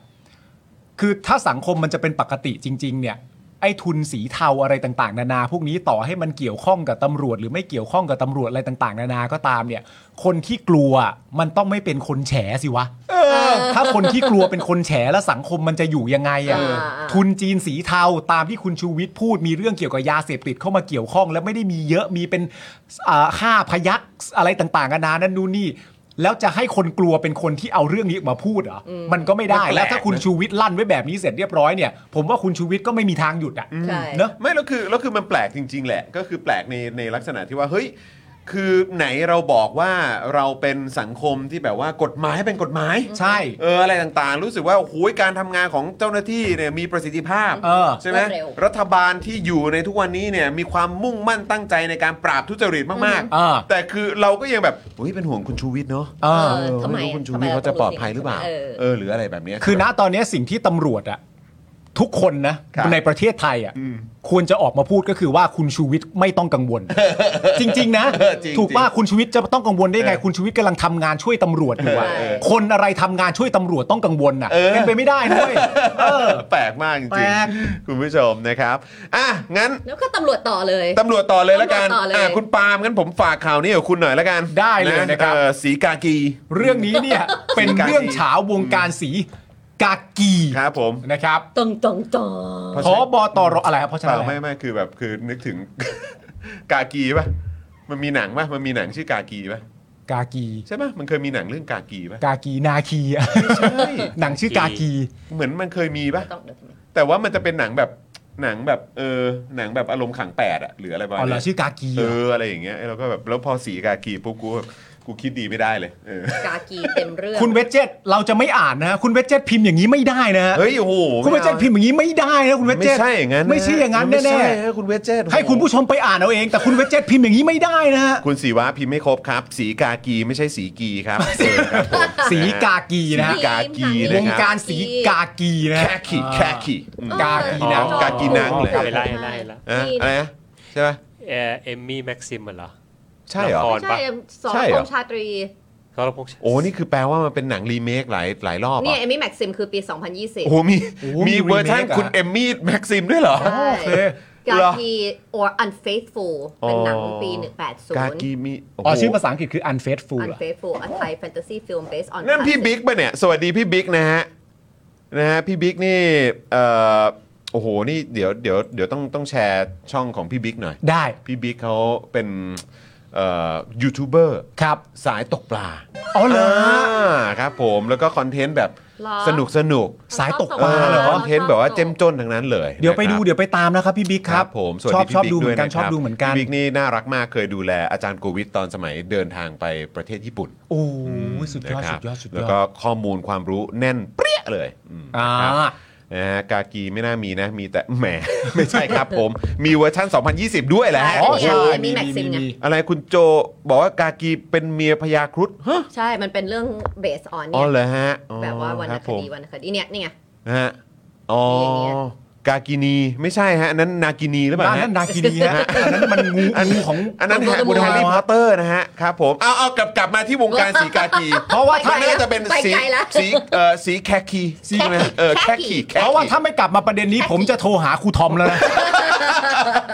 Speaker 4: คือถ้าสังคมมันจะเป็นปกติจริง ๆ เนี่ย ไอ้ทุนสีเทาอะไรต่าง ๆ นานา พวกนี้ต่อให้มันเกี่ยวข้องกับตำรวจ หรือไม่เกี่ยวข้องกับตำรวจอะไรต่าง ๆ นานาก็ตามเนี่ย คนที่กลัวมันต้องไม่เป็นคนแฉสิวะ
Speaker 3: เออ
Speaker 4: ถ้าคนที่กลัวเป็นคนแฉแล้วสังคมมันจะอยู่ยังไงอะ
Speaker 5: อ่าอ่า
Speaker 4: ทุนจีนสีเทาตามที่คุณชูวิทย์พูดมีเรื่องเกี่ยวกับยาเสพติดเข้ามาเกี่ยวข้อง แล้วไม่ได้มีเยอะมีเป็นอ่าห้าพยักษ์อะไรต่างๆกันานานั่นนู่นนี่ แล้วจะให้คนกลัวเป็นคนที่เอาเรื่องนี้ออกมาพูดเหรอมันก็ไม่ได้
Speaker 3: มันแปลก
Speaker 4: แล้วถ้าคุณชูวิทย์ลั่นไว้แบบนี้เสร็จเรียบร้อยเนี่ย ผมว่าคุณชูวิทย์ก็ไม่มีทางหยุดอ่ะ
Speaker 5: ใช่
Speaker 4: เนอะ
Speaker 3: ไม่แล้วคือแล้วคือมันแปลกจริง ๆ แหละ ก็คือแปลกในในลักษณะที่ว่าเฮ้ยคือไหนเราบอกว่าเราเป็นสังคมที่แบบว่ากฎหมายเป็นกฎหมาย
Speaker 4: ใช่
Speaker 3: เอออะไรต่างๆ รู้สึกว่าโอ้โหการทำงานของเจ้าหน้าที่เนี่ยมีประสิทธิภาพ
Speaker 4: เออ
Speaker 3: ใช่ไหม
Speaker 5: รวดเร็ว
Speaker 3: รัฐบาลที่อยู่ในทุกวันนี้เนี่ยมีความมุ่งมั่นตั้งใจในการปราบทุจริตมาก
Speaker 4: อ่า
Speaker 3: แต่คือเราก็ยังแบบเฮ้ยเป็นห่วงคุณชูวิทย์เนาะ
Speaker 4: อ่า
Speaker 5: เออทำไม
Speaker 3: ไม่รู้
Speaker 5: อะ
Speaker 3: คุณชู
Speaker 5: ทำไม
Speaker 3: วิทย์
Speaker 5: เรา
Speaker 3: เขาจะปลอดภัยหรือเปล่า
Speaker 5: เออ
Speaker 3: เออหรืออะไรแบบเนี้ย
Speaker 4: คือณตอนเนี้ยสิ่งที่ตำรวจอะทุกคนนะครับ ในประเทศไทยอะ
Speaker 3: อืม
Speaker 4: ควรจะออกมาพูดก็คือว่าคุณชูวิทย์ไม่ต้องกังว ล จริง ๆ นะ
Speaker 3: เออจริง
Speaker 4: ถูกป่ะ
Speaker 3: จริง
Speaker 4: คุณชูวิทย์จะต้องกังวลได้ไง
Speaker 3: เออ
Speaker 4: คุณชูวิทย์กำลังทำงานช่วยตำรวจอยู่อะ
Speaker 5: เออ
Speaker 4: คนอะไรทำงานช่วยตำรวจต้องกังวลน่ะ
Speaker 3: เออ
Speaker 4: เป็นไปไม่ได้นะเว้ย เออ
Speaker 3: แปลกมากจ
Speaker 4: แป
Speaker 3: ริ
Speaker 4: ล
Speaker 3: ง
Speaker 4: ก
Speaker 3: ๆคุณผู้ชมนะครับอ่ะงั้น
Speaker 5: แล้วก็ตำรวจต่อเลย
Speaker 3: ตำรวจต่อเลยละกัน
Speaker 5: ตำรวจต่อเลย
Speaker 3: อ่ะคุณปาล์มงั้นผมฝากข่าวนี้กับคุณหน่อยละกัน
Speaker 4: ได้เลยนะครับ
Speaker 3: เอ่อสีกากี
Speaker 4: เรื่องนี้เนี่ย เป็นเรื่องเฉาวงการสีกากี
Speaker 3: ครับผม
Speaker 4: นะครับ
Speaker 5: ตรงตรงตรง
Speaker 3: เพราะ
Speaker 4: พ
Speaker 3: ฉะนั้น
Speaker 4: บตรอะไรครับเพราะฉะ
Speaker 3: เป
Speaker 4: นั้น
Speaker 3: ล่า
Speaker 4: อะไร
Speaker 3: ไม่ไม่คือแบบคือนึกถึง กากีป่ะ มันมีหนังป่ะ มันมีหนังชื่อกากีป่ะ
Speaker 4: กากี
Speaker 3: ใช่ป่ะ มันเคยมีหนังเรื่องกากีป่ะ
Speaker 4: กากีนาคีอะ
Speaker 3: ใช่
Speaker 4: หนังชื่อกากี
Speaker 3: เหมือนมันเคยมีป่ะ
Speaker 5: ต้องเดี๋ยวทำไม
Speaker 3: แต่ว่ามันจะเป็นหนังแบบหนังแบบเออหนังแบบอารมณ์ขังแปดอะหรืออะไรประมาณ
Speaker 4: อ๋อเหรอ
Speaker 3: เนี้ย
Speaker 4: ชื่อกากีเหร
Speaker 3: เอ
Speaker 4: อ
Speaker 3: ออะไรอย่างเงี้ยแล้วก็แบบแล้วพอสีกากีปุ๊บกูแบบกูคิดดีไม่ได้เลยเออก
Speaker 5: ากีเต็มเรื่อง
Speaker 4: คุณเวจเจตเราจะไม่อ่านนะฮะคุณเวจเจตพิมพ์อย่างนี้ไม่ได้นะฮะ
Speaker 3: เฮ้ยโอ้โห
Speaker 4: คุณเวจเจต
Speaker 3: อา
Speaker 4: พิมพ์อย่างนี้ไม่ได้นะคุณเวจเจต
Speaker 3: ไม่ใช่อย่างนั้นนะ
Speaker 4: ไม่ใช่อย่างนั้น
Speaker 3: ไม่ใช่
Speaker 4: แน่
Speaker 3: ฮะคุณเวจเจต
Speaker 4: ๆให้คุณผู้ชมไปอ่านเอาเอง แต่คุณเวจเจตพิมพ์อย่างนี้ไม่ได้นะฮะ
Speaker 3: คุณสีวะพิมพ์ไม่ครบครับ สีกากีไม่ใช่สีกีครับเออครับผม
Speaker 4: สีกากี
Speaker 3: สี
Speaker 4: นะฮะ
Speaker 3: กากี
Speaker 4: ว
Speaker 3: นะ
Speaker 4: ง
Speaker 3: ค
Speaker 4: การ
Speaker 3: ั
Speaker 4: ร
Speaker 3: บ
Speaker 4: สีกากีนะ
Speaker 3: แค
Speaker 4: ฮะ
Speaker 3: คีแคคีอืม
Speaker 5: เออก
Speaker 4: ากีนัง
Speaker 5: จอ
Speaker 3: กากีนังเลย
Speaker 6: อ๋อไปไล่ไล่แล้ว
Speaker 3: อะอะไรนะใช่ไหม
Speaker 6: เอ่อเอมมี่แม็กซิมเหรอ
Speaker 3: ใช่เหรอ
Speaker 6: ละคร
Speaker 5: ใช่สอน
Speaker 3: ใช่เหรอ
Speaker 5: ของชาตรี
Speaker 6: เขาเราพก
Speaker 3: โอ้นี่คือแปลว่ามันเป็นหนังรีเมคหลายหลายรอบ
Speaker 5: เนี่
Speaker 3: อ่ะ
Speaker 5: ยเอมี่แม็กซิมคือปี 2020
Speaker 3: โอ้โหมี
Speaker 4: โอ้มี
Speaker 3: มีเวอร์ชัน
Speaker 4: remake อะ
Speaker 3: คุณเอมมี่แม็กซิมด้วยเหรอ
Speaker 5: ใช่
Speaker 4: โอเค
Speaker 5: กา
Speaker 3: เหรอ
Speaker 5: กี or unfaithful เป็นหนังปี 180
Speaker 3: กากีมีโโห
Speaker 4: อ๋อชื่อภาษาอังกฤษคือ unfaithful เหรอ
Speaker 5: unfaithful a Thai fantasy film based on
Speaker 3: นั่นพี่บิ๊กป่ะเนี่ย สวัสดีพี่บิ๊กนะฮะนะฮะพี่บิ๊กนี่เอ่อโอ้โหนี่เดี๋ยวเดี๋ยวเดี๋ยวต้องต้องแชร์ช่องของพี่บิ๊กหน่อย
Speaker 4: ได้
Speaker 3: พี่บิ๊กเขาเป็นยูทูบเบอร์
Speaker 4: ครับ
Speaker 3: สายตกปลา
Speaker 4: อ๋อเหรอ
Speaker 3: าครับผมแล้วก็คอนเทนต์แบบ
Speaker 5: หรอ
Speaker 3: สนุกสนุก
Speaker 4: สายตก
Speaker 3: ๆ
Speaker 4: ปลาเหร
Speaker 3: คอนเทนต์แบบว่าเจ้มจนทั้งนั้นเลย
Speaker 4: เดี๋ยวไป
Speaker 3: นะค
Speaker 4: ดู
Speaker 3: รับ
Speaker 4: เดี๋ยวไปตามนะครับพี่บิ๊กครับ
Speaker 3: ผมสวัส
Speaker 4: ชอบ
Speaker 3: ดี
Speaker 4: ชอบ
Speaker 3: พี่บิ๊
Speaker 4: ดูเหมื
Speaker 3: ด้ว
Speaker 4: อย นกัน
Speaker 3: นะ
Speaker 4: ชอบดูเหมือนกัน
Speaker 3: พี่บิ๊กนี่น่ารักมากเคยดูแลอาจารย์โกวิทตอนสมัยเดินทางไปประเทศญี่ปุ่น
Speaker 4: โอ้ยสุดยอด
Speaker 3: นะค
Speaker 4: สุ
Speaker 3: รับ
Speaker 4: ดยอดสุดย
Speaker 3: แล้ว
Speaker 4: อ
Speaker 3: ก็
Speaker 4: ด
Speaker 3: ข้อมูลความรู้แน่นเปรี้ยเลยอืม
Speaker 4: อ่า
Speaker 3: นะครับ นะฮะกากีไม่น่ามีนะ มีแต่แหม ไม่ใช่ครับผม มีเวอร์ชั่น 2020 ด้วยแหละ
Speaker 5: อ๋อ
Speaker 3: โโห
Speaker 5: ใช่
Speaker 4: มี
Speaker 5: มี Maxim ไง
Speaker 3: อะไรคุณโจบอกว่ากากีเป็นเมียพญาครุฑฮะ
Speaker 5: ใช่ มันเป็นเรื่อง based on
Speaker 3: อ๋
Speaker 5: เนี่
Speaker 3: อย เหรอฮะอ๋อ
Speaker 5: แบบว่าวรร
Speaker 3: ค
Speaker 5: ณ
Speaker 3: รับ
Speaker 5: ค
Speaker 3: ผม
Speaker 5: ดีวรรณคดีเนี่ยนี่ไง
Speaker 3: ฮะอ๋อ
Speaker 5: อย่างเงี้ย
Speaker 3: กากินีไม่ใช่ฮะอันนั้นนากินีหรือเปล่า
Speaker 4: ด้าน
Speaker 3: ฮะ
Speaker 4: นั้นนากินีฮะอันนั้นมันงูงูของ
Speaker 3: อันนั้นแฮร์
Speaker 5: โดโดโดโด
Speaker 3: รี่พอตเตอร์นะฮะครับผมเอาเอากลับกลับมาที่วงการสีกากี
Speaker 4: เพราะว่าถ้า
Speaker 3: นน่าจะเป็น
Speaker 5: ไป
Speaker 3: สี
Speaker 5: ไกลละ
Speaker 3: สีเอ่อสีแคคีใช่ไหมเออแคคีแคคี
Speaker 4: เพราะว่าถ้าไม่กลับมาประเด็นนี้ ผมจะโทรหาครูทอม แล้วนะ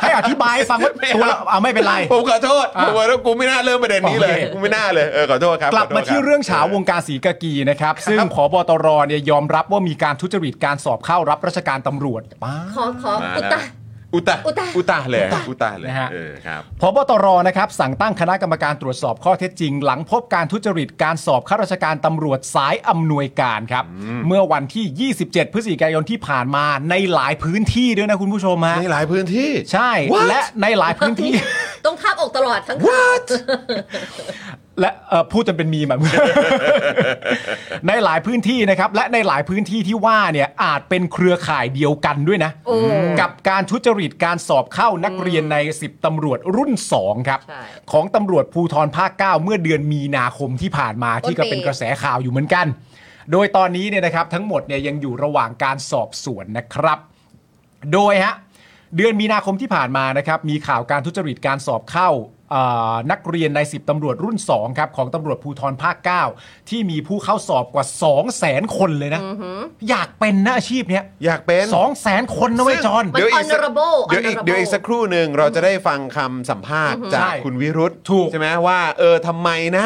Speaker 4: ให้อธิบายให้ฟังว่า
Speaker 3: ไม่เอา
Speaker 4: ตัวเราอ่ะไม่เป็นไร
Speaker 3: ผมขอโทษ
Speaker 4: อ่ะ
Speaker 3: ผมว่าแล้วกูไม่น่าเริ่มประเด็นนี้เลย
Speaker 4: โอเค
Speaker 3: กูไม่น่าเลย เออ ขอโทษครับ
Speaker 4: กลับ
Speaker 3: ข
Speaker 4: มา
Speaker 3: โทษค
Speaker 4: ที่เรื่องเฉาวงการสีกากีนะครับ ซึ่งผบตรเนี่ยยอมรับว่ามีการทุจริตการสอบเข้ารับราชการตำรวจป้า
Speaker 5: ขอขออุตตะ
Speaker 3: อุตะ
Speaker 5: อุตะ
Speaker 3: อุตะเลยครับอุตะเลย
Speaker 4: นะฮะ
Speaker 3: เออครับ
Speaker 4: พบตรนะครับสั่งตั้งคณะกรรมการตรวจสอบข้อเท็จจริง หลังพบการทุจริตการสอบข้าราชการตำรวจสายอำนวยการครับ เมื่อวันที่ 27 พฤศจิกายนที่ผ่านมาในหลายพื้นที่ด้วยนะคุณผู้ชมฮะ
Speaker 3: ในหลายพื้นที่
Speaker 4: ใช่
Speaker 3: What?
Speaker 4: และในหลายพื้นที่
Speaker 5: ต้องทับอกตลอดทั้งคืน
Speaker 3: What
Speaker 4: และเอ่อพูดจนเป็นมีมอะ ในหลายพื้นที่นะครับ และในหลายพื้นที่ที่ว่าเนี่ยอาจเป็นเครือข่ายเดียวกันด้วยนะ
Speaker 5: โอ้
Speaker 4: กับการทุจริตการสอบเข้านักเรียนใน 10ตำรวจรุ่น 2 ครับ
Speaker 5: ใช่
Speaker 4: ของตำรวจภูธรภาค 9 เมื่อเดือนมีนาคมที่ผ่านมา
Speaker 5: ต้นปี
Speaker 4: ที่ก็เป็นกระแสข่าวอยู่เหมือนกัน โดยตอนนี้เนี่ยนะครับทั้งหมดเนี่ยยังอยู่ระหว่างการสอบสวนนะครับ โดยฮะเดือนมีนาคมที่ผ่านมานะครับมีข่าวการทุจริตการสอบเข้าเอ่อนักเรียนใน 10ตำรวจรุ่น2ครับของตำรวจภูธรภาค 9 ที่มีผู้เข้าสอบกว่า 200,000 คนเลยนะอยากเป็นนะอาชีพเนี้ย
Speaker 3: อยากเป็น
Speaker 4: สองแสนคนนะเว้ยจอน
Speaker 5: มัน honorable
Speaker 3: เดี๋ยวอีก
Speaker 5: honorable
Speaker 3: เดี๋ยวอีกสักครู่หนึ่งเราจะได้ฟังคำสัมภาษณ์จาก
Speaker 4: ใช่
Speaker 3: คุณวิรุธ
Speaker 4: ถูก
Speaker 3: ใช่ไหมว่า เออทำไมนะ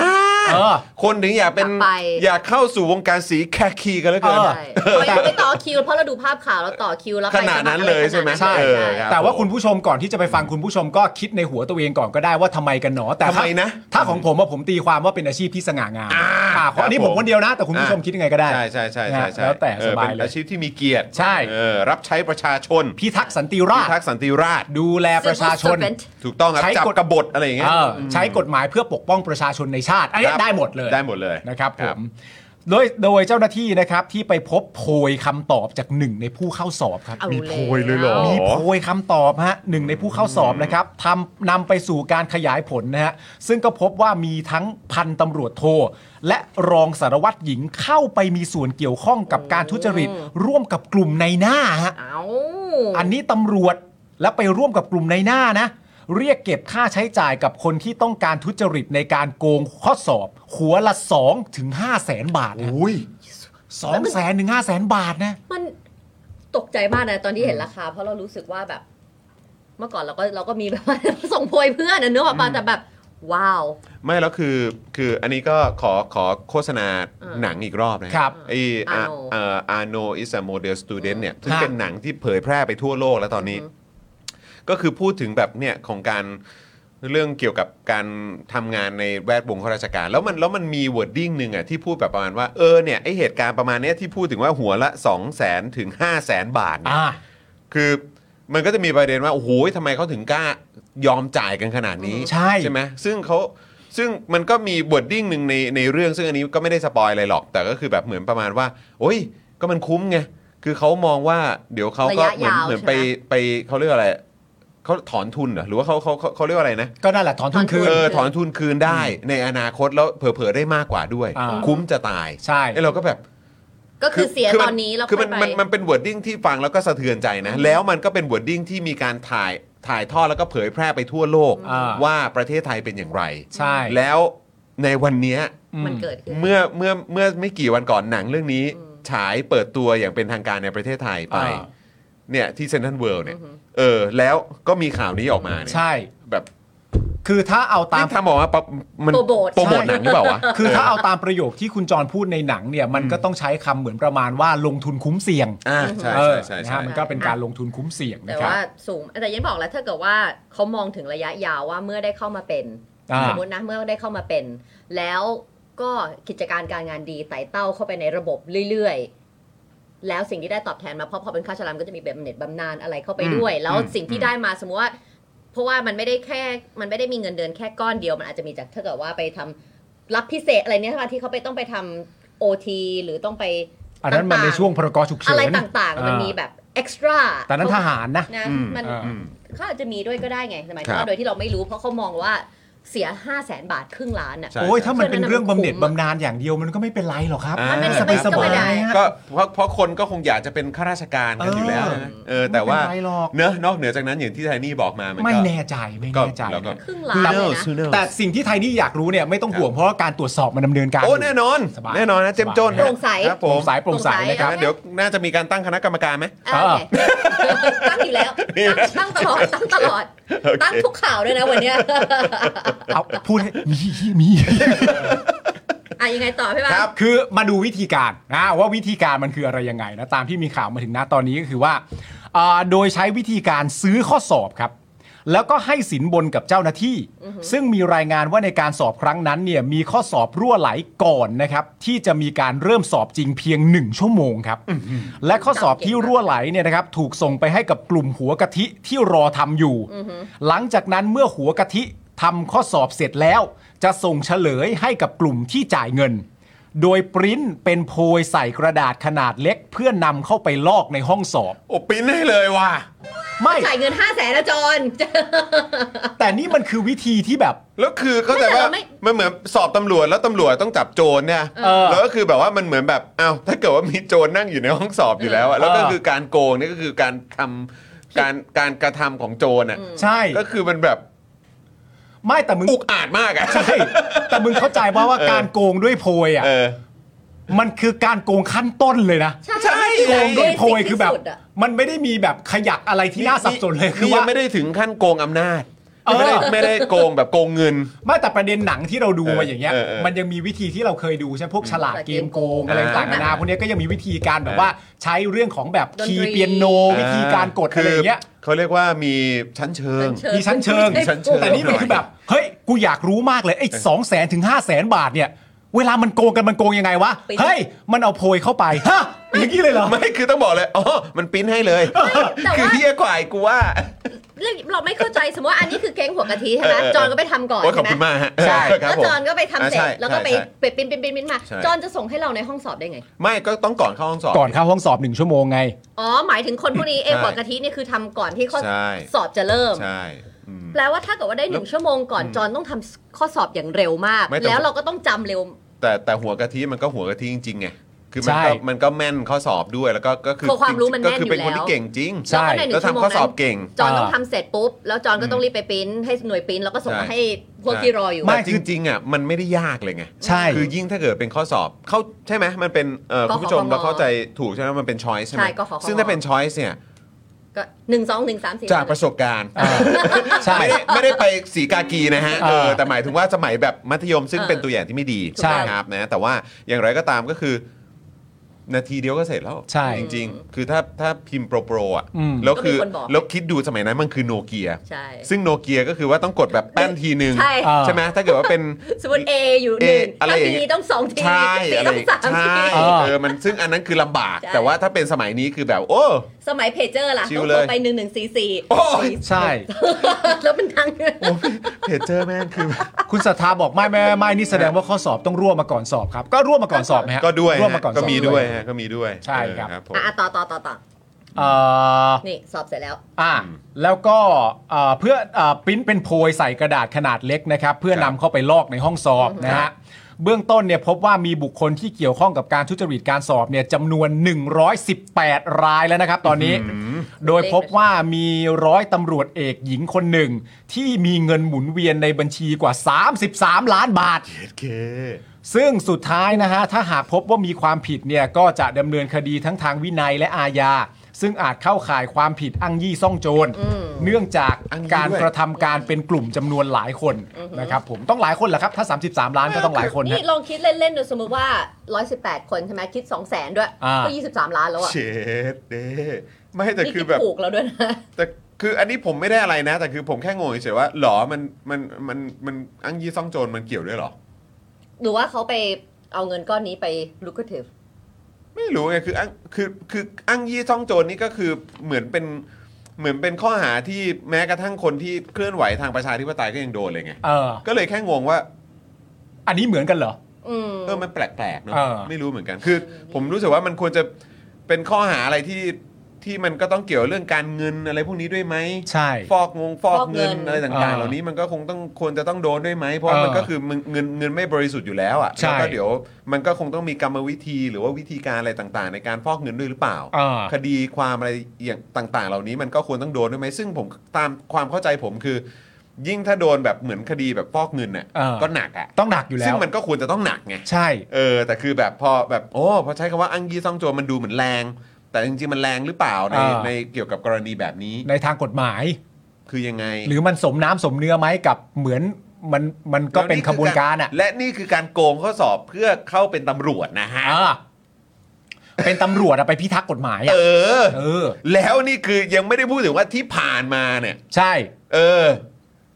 Speaker 4: เออ
Speaker 3: คนถึงอยากเป็น
Speaker 5: อยากไป
Speaker 3: อยากเข้าสู่วงการสีแคคีกันแล้วเกิน
Speaker 4: เออ
Speaker 5: ใช่เรายังไม่ต่อคิว เพราะเราดูภาพข่าวเราต่อคิวแล้ว
Speaker 3: ขนาดนั้นเลยใช่ไหม
Speaker 5: ใช่
Speaker 3: เออ
Speaker 5: ใช่
Speaker 3: ครับ
Speaker 4: แต่ว่าคุณผู้ชมก่อนที่จะไปฟังคุณผู้ชมก็คิดในหัวตัวเองก่อนก็ได้ว่าทำไมกันหนอแต่ถ้า
Speaker 3: ทำไมนะ
Speaker 4: ถ้าของผมว่าผมตีความว่าเป็นอาชีพที่สง่างาม
Speaker 3: อ่า
Speaker 4: อ่าเพราะอันนี้
Speaker 3: ครับ
Speaker 4: ผ
Speaker 3: ผม
Speaker 4: มคนเดียวนะ แต่คุณผู้ชมคิดยังไงก็ได้
Speaker 3: ใช่ใช่ใช่ใช่
Speaker 4: นะ
Speaker 3: ใช่
Speaker 4: แล้วแต่
Speaker 3: เออบ
Speaker 4: สา
Speaker 3: เป็
Speaker 4: ย
Speaker 3: น
Speaker 4: เลย
Speaker 3: อาชีพที่มีเกียรติ
Speaker 4: ใช่
Speaker 3: เออรับใช้ประชาชน
Speaker 4: พิทักษ์สันติรา
Speaker 3: พิ
Speaker 4: ษฎ
Speaker 3: ทัก
Speaker 4: ร์
Speaker 3: ษ์สันติราษฎร์
Speaker 4: ดูแลประชาชน
Speaker 5: Civil servant
Speaker 3: ถูกต้องครับ
Speaker 4: ใช้
Speaker 3: จับ
Speaker 4: กฎ
Speaker 3: กบฏอะไรอย่างเงี้ย
Speaker 4: เออใช้กฎหมายเพื่อปกป้องประชาชนในชาติอัน
Speaker 3: ค
Speaker 4: นี้
Speaker 3: รับ
Speaker 4: ได้หมดเลย
Speaker 3: ได้หมดเลย
Speaker 4: นะครับผ
Speaker 3: ครับ
Speaker 4: มโดยโดยเจ้าหน้าที่นะครับที่ไปพบโพยคำตอบจากหนึ่งในผู้เข้าสอบครับ
Speaker 5: เอา
Speaker 3: มีโพยเลยเหรอ
Speaker 5: แว
Speaker 4: มีโพยคำตอบฮะหนึ่งในผู้เข้าสอบนะครับทำนำไปสู่การขยายผลนะฮะซึ่งก็พบว่ามีทั้งพันตำรวจโท และรองสารวัตรหญิงเข้าไปมีส่วนเกี่ยวข้องกับการทุจริต ร่วมกับกลุ่มในหน้าฮะ
Speaker 5: เอา
Speaker 4: อันนี้ตำรวจและไปร่วมกับกลุ่มในหน้านะ เรียกเก็บค่าใช้จ่ายกับคนที่ต้องการทุจริตในการโกงข้อสอบ หัวละ2ถึง5แสนบาทนะ
Speaker 3: อุ้ย
Speaker 4: สองแสนถึงห้าแสนบาทนะ
Speaker 5: มันตกใจมากนะ ตอนที่เห็นราคา เพราะเรารู้สึกว่าแบบ เมื่อก่อนเราก็เราก็มีแบบว่า ส่งโพยเพื่อนอะเนื้ออกมาแต่แบบ ว้าว
Speaker 3: ไม่แล้วคือคืออันนี้ก็ขอขอโฆษณา
Speaker 5: เออ
Speaker 3: หนังอีกรอบนะครับ ไออา
Speaker 5: Arno
Speaker 3: อาโนอิสโมเดลสตูเดนเนี่ยซึ่ง
Speaker 4: ฮะ
Speaker 3: เป็นหนังที่เผยแพร่ไปทั่วโลกแล้วตอนนี้ ก็คือพูดถึงแบบเนี่ยของการเรื่องเกี่ยวกับการทำงานในแวดวงข้าราชการ แล้วมันแล้วมันมีวอร์ดดิ้งหนึ่งอ่ะที่พูดแบบประมาณว่าเออเนี่ยไอเหตุการณ์ประมาณเนี้ยที่พูดถึงว่าหัวละ 2 0 0 0 0 0ถึง5 0 0 0 0 0 บาทเนี่ย
Speaker 4: ะ
Speaker 3: คือมันก็จะมีประเด็นว่าโอ้โหทำไมเขาถึงกล้ายอมจ่ายกันขนาดนี้
Speaker 4: ใช่
Speaker 3: ใช่ไหมซึ่งเขาซึ่งมันก็มีบทดิ้งหนึ่งในในเรื่องซึ่งอันนี้ก็ไม่ได้สปอยอะไรหรอก แต่ก็คือแบบเหมือนประมาณว่า โอ้ยก็มันคุ้มไงคือเขามองว่าเดี๋ยวเขาก็
Speaker 5: ระยะ
Speaker 3: เหมือน
Speaker 5: ยาว
Speaker 3: เหมือน
Speaker 5: ใช่ไหม
Speaker 3: ไปไปเขาเรียกอะไรเขาถอนทุนเหรอหรือว่าเขาเขาเขาเขาเรียกว่าอะไรนะ
Speaker 4: ก็นั่นแหละถอนทุนคืน
Speaker 3: เออถอนทุนคืนได้ในอนาคตแล้วเผลอๆได้มากกว่าด้วย
Speaker 4: อ่า
Speaker 3: คุ้มจะตาย
Speaker 4: ใช่
Speaker 3: ไอ้เราก็แบบ
Speaker 5: ก็คือเสียตอนนี้แล้ว
Speaker 3: คือ
Speaker 5: ค่
Speaker 3: มั
Speaker 5: อย
Speaker 3: น
Speaker 5: ไป
Speaker 3: มันมันเป็นวอร์ดดิ้งที่ฟังแล้วก็สะเทือนใจนะ แล้วมันก็เป็นวอร์ดดิ้งที่มีการถ่ายถ่ายทอดแล้วก็เผยแพร่ไปทั่วโลก
Speaker 4: อ่า
Speaker 3: ว่าประเทศไทยเป็นอย่างไร
Speaker 4: ใช่
Speaker 3: แล้วในวันเนี้ย
Speaker 5: มัน
Speaker 4: อื
Speaker 5: เกิดขึ้น
Speaker 3: เมื่อเมื่อเมื่อไม่กี่วันก่อนหนังเรื่องนี้ ฉายเปิดตัวอย่างเป็นทางการในประเทศไทยไป
Speaker 4: อ่า
Speaker 3: เนี่ยที่เซนทรัลเวิลด์เนี่ยเออแล้วก็มีข่าวนี้ออกมาเนี่ย
Speaker 4: ใช่
Speaker 3: แบบ
Speaker 4: คือถ้าเอาตา
Speaker 3: นี่
Speaker 4: ม
Speaker 3: ทำออกมาปั๊บมัน
Speaker 5: โปรโมท
Speaker 3: โปรโมทหนังหรือเปล่าวะ
Speaker 4: คือถ้าเอาตามประโยคที่คุณจรพูดในหนังเนี่ย มันก็ต้องใช้คำเหมือนประมาณว่าลงทุนคุ้มเสี่ยง
Speaker 3: อ่าใช่
Speaker 4: เออ
Speaker 3: ใช่ใช่
Speaker 4: นะ
Speaker 3: ใช่
Speaker 4: ฮะมันก็เป็นการลงทุนคุ้มเสี่ยง
Speaker 5: แต่
Speaker 4: นะครั
Speaker 5: ว่า
Speaker 4: บ
Speaker 5: สูงแต่อยังบอกแล้วถ้าเกิดว่าเขามองถึงระยะยาวว่าเมื่อได้เข้ามาเป็น
Speaker 4: อ่า
Speaker 5: สมมตินะเมื่อได้เข้ามาเป็น แล้วก็กิจการการงานดีไต่เต้าเข้าไปในระบบเรื่อยๆ แล้วสิ่งที่ได้ตอบแทนมาเพราะพอเป็นข้าราชการก็จะมีแบบบำเหน็ตบำนาญอะไรเข้าไปด้วย แล้วสิ่งที่ได้มาสมมติว่า เพราะว่ามันไม่ได้แค่มันไม่ได้มีเงินเดือนแค่ก้อนเดียวมันอาจจะมีจากถ้าเกิดว่าไปทำรับพิเศษอะไรเนี่ยที่เขาไปต้องไปทำโอทีหรือต้องไป
Speaker 4: อันนั้นมันในช่วงพรกฉุกเฉิน
Speaker 5: อะไรต่างๆ มันมีแบบเอ็กซ์ตร้า
Speaker 4: แต่นั้นทหารนะ
Speaker 5: นะ
Speaker 3: อืม
Speaker 5: มัน
Speaker 4: อ่า
Speaker 5: เขาอาจจะมีด้วยก็ได้ไงแต่หมายถึง
Speaker 3: ครับ
Speaker 5: ว่าโดยที่เราไม่รู้เพราะเขามองว่าเสีย 5 0 0แสนบาทครึ่งล้านอ่ะ
Speaker 3: ใช่
Speaker 4: โอ้ยถ้ามันเป็น
Speaker 5: ใช่
Speaker 4: เรื่องบำเหน็จ
Speaker 5: คุ้ม
Speaker 4: บำนาญอย่างเดียวมันก็ไม่เป็นไรหรอกครับ
Speaker 3: มันเป็น
Speaker 4: สบาย
Speaker 5: ไม่
Speaker 4: สบา
Speaker 5: ธรรมดา
Speaker 4: ยฮะ
Speaker 3: ก็เพราะเพราะคนก็คงอยากจะเป็นข้าราชการกันอยู่แล้วนะเออแต่ว่า
Speaker 4: ไม่เป็นไรหรอก
Speaker 3: เนอะนอกเหนือจากนั้นอย่างที่ไทนี่บอกมามันก็
Speaker 4: ไม่แน่ใจไม่แน่ใจ
Speaker 3: ก็เราก็
Speaker 5: ครึ่งล้านเลยนะ
Speaker 3: Who knows?
Speaker 4: แต่สิ่งที่ไทยนี่อยากรู้เนี่ยไม่ต้องห่วงเพราะว่าการตรวจสอบมันดำเนินการ
Speaker 3: โอ้แน่นอน
Speaker 4: สบาย
Speaker 3: แน่นอนนะเจ้มจน
Speaker 5: โปร่งใส
Speaker 3: ครับ
Speaker 4: โป
Speaker 3: ผ
Speaker 4: ร่
Speaker 3: ม
Speaker 4: งใสโปร่งใสนะครับ
Speaker 3: นะเดี๋ยวน่าจะมีการตั้งคณะกรรมการไหม
Speaker 5: อ่าโอเคตั้งอยู่แล้วตั้งตั้งตลอด
Speaker 3: โอเค
Speaker 5: ตั้งตลอดตั้งทุกข่าวด้วยนะวันเนี้ย
Speaker 4: เอาพูดให้มีมี
Speaker 5: อ่ะยังไงต่อพี่บ้า
Speaker 4: คือมาดูวิธีการนะว่าวิธีการมันคืออะไรยังไงนะตามที่มีข่าวมาถึงนะตอนนี้ก็คือว่า อ่าโดยใช้วิธีการซื้อข้อสอบครับ แล้วก็ให้สินบนกับเจ้าหน้าที่ ซึ่งมีรายงานว่าในการสอบครั้งนั้นเนี่ยมีข้อสอบรั่วไหลก่อนนะครับ ที่จะมีการเริ่มสอบจริงเพียง 1 ชั่วโมงครับ และข้อสอบที่รั่วไหลเนี่ยนะครับ ถูกส่งไปให้กับกลุ่มหัวกะทิที่รอทำอยู่ หลังจากนั้นเมื่อหัวกะทิทำข้อสอบเสร็จแล้ว จะส่งเฉลยให้กับกลุ่มที่จ่ายเงิน โดยปริ้นเป็นโพยใส่กระดาษขนาดเล็ก เพื่อนนำเข้าไปลอกในห้องสอบ
Speaker 3: โอ้ปิ้นให้เลยว่ะ
Speaker 4: ไม่
Speaker 5: จ่ายเงิน5้าแสนนะจอน
Speaker 4: แต่นี่มันคือวิธีที่แบบ
Speaker 3: แล้วคือเข้าใจ
Speaker 5: ไม่แต่
Speaker 3: ว่า
Speaker 5: เราไม่
Speaker 3: มันเหมือนสอบตำรวจแล้วตำรวจต้องจับโจรเนี่ย
Speaker 4: เออ
Speaker 3: แล้วก็คือแบบว่ามันเหมือนแบบอ้าวถ้าเกิดว่ามีโจรนั่งอยู่ในห้องสอบอยู่แล้วอะแล้วก็
Speaker 4: เออ
Speaker 3: คือการโกงเนี่ยก็คือการทำการการกระทำของโจรอ่ะ
Speaker 4: ใช่
Speaker 3: ก็คือมันแบบ
Speaker 4: ไม่แต่มึง
Speaker 3: อุกอาจมากอ่ะ
Speaker 4: ใช่แต่มึงเข้าใจว่าว่าการโกงด้วยโพย อ่ะ
Speaker 3: เออ
Speaker 4: มันคือการโกงขั้นต้นเลยนะ
Speaker 3: ใช่
Speaker 4: โกงด้วยโพยคือแบบ
Speaker 5: ที่สุดะ
Speaker 4: มันไม่ได้มีแบบขยักอะไรที่น่าสับสนเลยคือ
Speaker 3: ยั
Speaker 4: ว่าน
Speaker 3: งไม่ได้ถึงขั้นโกงอำนาจ
Speaker 4: เอ
Speaker 3: ไม่ได้
Speaker 4: อ
Speaker 3: ไม่ได้โกงแบบโกงเงิน
Speaker 4: ไม่แต่ประเด็นหนังที่เราดูมาอย่างเงี้ย
Speaker 3: เออเออ
Speaker 4: มันยังมีวิธีที่เราเคยดูใช่ไหมพวกฉลาดเกมโกงอะไรต่างๆนานาพวกเนี้ยก็ยังมีวิธีการแบบว่าใช้เรื่องของแบบคีย์เปียโนวิธีการกดอะไรอย่างเงี้ย
Speaker 3: คือเขาเรียกว่ามีชั้นเชิง
Speaker 4: มีชั้นเชิง
Speaker 5: ไม่ใช่
Speaker 3: ชั้นเชิง
Speaker 4: แต่นี่มันคือแบบ เฮ้ย กูอยากรู้มากเลยไอ้สองแสนถึงห้าแสนบาทเนี่ย เวลามันโกงกันมันโกงยังไงวะ เฮ้ย มันเอาโพยเข้าไปฮะอย่างนี้เลยเหรอ
Speaker 3: ไม่คือต้องบอกเลยอ๋อมันปิ้นให้เลย
Speaker 5: แต่
Speaker 3: คือ
Speaker 5: ว่า
Speaker 3: เฮี้ยกว่าไอ้กูว่า
Speaker 5: เรื่องเราไม่เข้าใจสมมติว่าอันนี้คือแก๊งหัวกะทิใช่ไหม
Speaker 3: เออเออ
Speaker 5: จอนก็ไปทำก่อน
Speaker 3: โอ้ยขอ
Speaker 5: ใช่
Speaker 3: บคุณ
Speaker 5: ไหม
Speaker 3: มากฮะ
Speaker 4: ใช่
Speaker 3: ครั
Speaker 5: แล้
Speaker 3: บ
Speaker 5: ว
Speaker 3: ผม
Speaker 5: จอนก็ไปทำเสร็จ
Speaker 3: อ่าใช่
Speaker 5: แล้วก็ไป
Speaker 3: ใช่
Speaker 5: ไปปิ้นปิ้นปิ้นปิ้นมา
Speaker 3: ใช่
Speaker 5: จอนจะส่งให้เราในห้องสอบได้ไง
Speaker 3: ไม่ก็ต้องก่อนเข้าห้องสอบ
Speaker 4: ก่อนเข้าห้องสอบหนึ่งชั่วโมงไง
Speaker 5: อ๋อหมายถึงคนพวกนี้เอง
Speaker 3: ใช่
Speaker 5: หัวกะทิเนี่ยคือทำก่อนที่ข้อ
Speaker 3: ใช่
Speaker 5: สอบจะเริ่ม
Speaker 3: ใช่อืม
Speaker 5: แปลว่าถ้าเกิดว่าได้หนึ่งชั่วโมงก่อนจอนต้องทำข้อสอบอย่างเร็วมาก
Speaker 3: ไม่แต่
Speaker 5: แล้วเราก็ต้องจำเร็ว
Speaker 3: แต่แต่หัวกะทิมันก็หัวกะทิจริงๆไงคือมัน
Speaker 4: ใช่
Speaker 3: ก็มันก็แม่นข้อสอบด้วยแล้วก็ก็คือ
Speaker 5: คือความรู้มันแม่น
Speaker 3: ก็คือเป็น
Speaker 5: อ
Speaker 3: ค
Speaker 5: ยู่
Speaker 3: น
Speaker 5: แล้ว
Speaker 3: ที่เก่งจริง
Speaker 4: ใช่
Speaker 5: แล้วก็ในหนึ่
Speaker 3: แล้ว
Speaker 5: งชั่วโม
Speaker 3: ทำ
Speaker 5: ง
Speaker 3: ข้อสอ
Speaker 5: นั้
Speaker 3: บ
Speaker 5: น
Speaker 3: เก่ง
Speaker 5: จอน
Speaker 4: เออ
Speaker 5: ต้องทำเสร็จปุ๊บ แล้วจอนก็ต้องรีบไปปริ้นให้หน่วยปริ้นแล้วก็ส่งมา
Speaker 3: ใช่
Speaker 5: ให้พวกที่รออยู่
Speaker 4: ไม่
Speaker 3: แต่จริงๆอ่ะมันไม่ได้ยากเลยไง
Speaker 4: ใช่
Speaker 3: คือยิ่งถ้าเกิดเป็นข้อสอบเข้าใช่ไหมมันเป็นเอ่อคุณผู้ชม
Speaker 5: กขม
Speaker 3: เราเข้าใจถูกใช่ไหมมันเป็นช้อยใช่ไหม
Speaker 5: ใช่กขม
Speaker 3: ซึ่งถ้าเป็นช้อยเนี่ย
Speaker 5: ก็หนึ่งสองหนึ่งสามสี่
Speaker 3: จากประสบการณ์
Speaker 4: ใช่
Speaker 3: ไม่ได้ไม่ได้ไปสีกากีนะฮะเอ
Speaker 4: เอ
Speaker 3: อ
Speaker 4: อ
Speaker 3: แต่หมายถึงว่าสมัยแบบมัธยมซึ่ง
Speaker 5: เออ
Speaker 3: เป็นตัวอย่างที่ไม่ดี
Speaker 4: ใช่
Speaker 3: ครับนะแต่ว่าอย่างไรก็ตามก็คือ นาทีเดียวก็เสร็จแล้ว
Speaker 4: ใช่
Speaker 3: จริง ๆ คือถ้าถ้าพิมพ์โปรโปรอ่ะ
Speaker 4: อืม
Speaker 3: แล้วคือ
Speaker 5: ก็มีคนบอก
Speaker 3: แล้วคิดดูสมัยนั้นมันคือโนเกีย
Speaker 5: ใช่
Speaker 3: ซึ่งโนเกียก็คือว่าต้องกดแบบแป้นทีนึง
Speaker 5: ใช่
Speaker 3: ใช่ไหมถ้าเกิดว่าเป็น
Speaker 5: สมมติ A อยู่ห
Speaker 3: A
Speaker 5: นึ่ง
Speaker 3: อะไร
Speaker 5: ถ้า
Speaker 3: อย่าง
Speaker 5: B
Speaker 3: เงี้ย
Speaker 5: ต้องสองที
Speaker 3: ใช่
Speaker 5: ซี
Speaker 3: อะไร
Speaker 5: ต้องสาม
Speaker 3: ใช่
Speaker 5: ที
Speaker 4: เออ
Speaker 3: เออมันซึ่งอันนั้นคือลำบาก
Speaker 5: ใช่
Speaker 3: แต่ว่าถ้าเป็นสมัยนี้คือแบบโอ้
Speaker 5: สมัยเพจเจอร์ล่ะ
Speaker 3: ชิ
Speaker 5: ต้
Speaker 3: ล
Speaker 5: อง
Speaker 3: เลย
Speaker 5: โทรไปหนึ่งหนึ่งสี่สี่
Speaker 3: โอ้ย
Speaker 4: ใช่
Speaker 5: แล้วมันทัง
Speaker 3: โอ้เพจเจอร์แม่งคือ
Speaker 4: คุณศรัทธาบอกไม่ไม่ไม่ไม่นี่แสดงว่าข้อสอบต้องร่วมมาก่อนสอบครับ ก็ร่วมมาก่อนสอบไหมฮะ
Speaker 3: ก็ด้วย
Speaker 4: ร่วมมาก่อนสอบ
Speaker 3: ก็มีด้วยฮะก็มีด้วย
Speaker 4: ใช่ครับ
Speaker 3: เออผม
Speaker 5: อ่ะต่อต่อต่อต่อ
Speaker 4: เอ่อ
Speaker 5: นี่สอบเสร็จแล้ว
Speaker 4: อ่าแล้วก็เอ่อเพื่อเออปริ้นเป็นโพยใส่กระดาษขนาดเล็กนะครับ เพื่อ
Speaker 3: ครั
Speaker 4: นำ
Speaker 3: บ
Speaker 4: เข้าไปลอกในห้องสอบนะฮะเบื้องต้นเนี่ยพบว่ามีบุคคลที่เกี่ยวข้องกับการทุจริตการสอบเนี่ยจำนวน 118 รายแล้วนะครับตอนนี้ โดยพบว่ามีร้อยตำรวจเอกหญิงคนหนึ่ง ที่มีเงินหมุนเวียนในบัญชีกว่า 33 ล้านบาท
Speaker 3: เพจเค
Speaker 4: ซึ่งสุดท้ายนะฮะ ถ้าหากพบว่ามีความผิดเนี่ย ก็จะดำเนินคดีทั้งทางวินัยและอาญา ซึ่งอาจเข้าข่ายความผิดอ้างยี่ซ่องโจร เนื่องจาก
Speaker 3: อ้างยี่
Speaker 4: การ
Speaker 3: ด้วย
Speaker 4: กระทำการเป็นกลุ่มจำนวนหลายคนนะครับผมต้องหลายคนแหละครับ ถ้า 33 ล้านก็ต้องหลายคนนะ
Speaker 5: นี่ลองคิดเล่นๆดูสมมติว่า 118 คนใช่ไหมคิด 2 0 0แสนด้วย
Speaker 4: อ่า
Speaker 5: ก็ 23 ล้านแล้วอ่ะ
Speaker 3: เชดเด้ไม่แต่
Speaker 5: นี่
Speaker 3: คื
Speaker 5: คิ
Speaker 3: อ
Speaker 5: ด
Speaker 3: แบบ
Speaker 5: ถูกแล้วด้วยนะ
Speaker 3: แต่คืออันนี้ผมไม่ได้อะไรนะ แต่คือผมแค่งงเฉยๆว่าหรอมันมันมันมันอังยี่ซ่องโจรมันเกี่ยวด้วยเหรอ
Speaker 5: หรือว่าเขาไปเอาเงินก้อนนี้ไป lucrative
Speaker 3: ไม่รู้ไงคืออังคือคืออังยี่ซ่องโจรนี่ก็คือเหมือนเป็นเหมือนเป็นข้อหาที่แม้กระทั่งคนที่เคลื่อนไหวทางประชาธิปไตยก็ยังโดนเลยไง
Speaker 4: เออ
Speaker 3: ก็เลยแค่งงว่า
Speaker 4: อันนี้เหมือนกันเหรอ
Speaker 5: อืม
Speaker 3: เออ มันแปลกๆเนอะ
Speaker 4: เออ
Speaker 3: ไม่รู้เหมือนกัน คือ ผมรู้สึกว่ามันควรจะเป็นข้อหาอะไรที่ที่มันก็ต้องเกี่ยวเรื่องการเงินอะไรพวกนี้ด้วยไหม
Speaker 4: ใช่
Speaker 3: ฟอกงงฟอกเงิน
Speaker 5: ฟอกเงิน
Speaker 3: อะไรต่างๆ
Speaker 4: อ่า
Speaker 3: เหล่านี้มันก็คงต้องควรจะต้องโดนด้วยไหมเพราะว่า
Speaker 4: เออ
Speaker 3: มันก็คือมึงเงินเงินไม่บริสุทธิ์อยู่แล้วอ่ะ
Speaker 4: ใช่
Speaker 3: แล้วก็เดี๋ยวมันก็คงต้องมีกรรมวิธีหรือว่าวิธีการอะไรต่างๆ ในการฟอกเงินด้วยหรือเปล่า
Speaker 4: เออ
Speaker 3: คดีความอะไรอย่างต่าง ๆ เหล่านี้มันก็ควรต้องโดนด้วยไหมซึ่งผมตามความเข้าใจผมคือ ยิ่งถ้าโดนแบบเหมือนคดีแบบฟอกเงินเนี่ย
Speaker 4: เออ
Speaker 3: ก็หนักอ่ะ
Speaker 4: ต้องหนักอยู่แล้
Speaker 3: ซึ่ง
Speaker 4: ว
Speaker 3: มันก็ควรจะต้องหนักไง
Speaker 4: ใช่
Speaker 3: เออแต่คือแบบพอแบบโอ้พอใช้คำว่าอังยีซองโจรมันดูเหมือนแรง แต่จริงๆมันแรงหรือเปล่าใน
Speaker 4: อ่า
Speaker 3: ในเกี่ยวกับกรณีแบบนี้
Speaker 4: ในทางกฎหมาย
Speaker 3: คือยังไง
Speaker 4: หรือมันสมน้ำสมเนื้อไหมกับเหมือนมันมันก็เป็นขบวนการอ่ะ
Speaker 3: และนี่คือการโกงข้อสอบเพื่อเข้าเป็นตำรวจนะฮะ
Speaker 4: อ่า เป็นตำรวจอะไปพิทักษ์กฎหมายอะ
Speaker 3: เออ
Speaker 4: เออ
Speaker 3: แล้วนี่คือยังไม่ได้พูดถึงว่าที่ผ่านมาเนี่ย
Speaker 4: ใช่
Speaker 3: เออ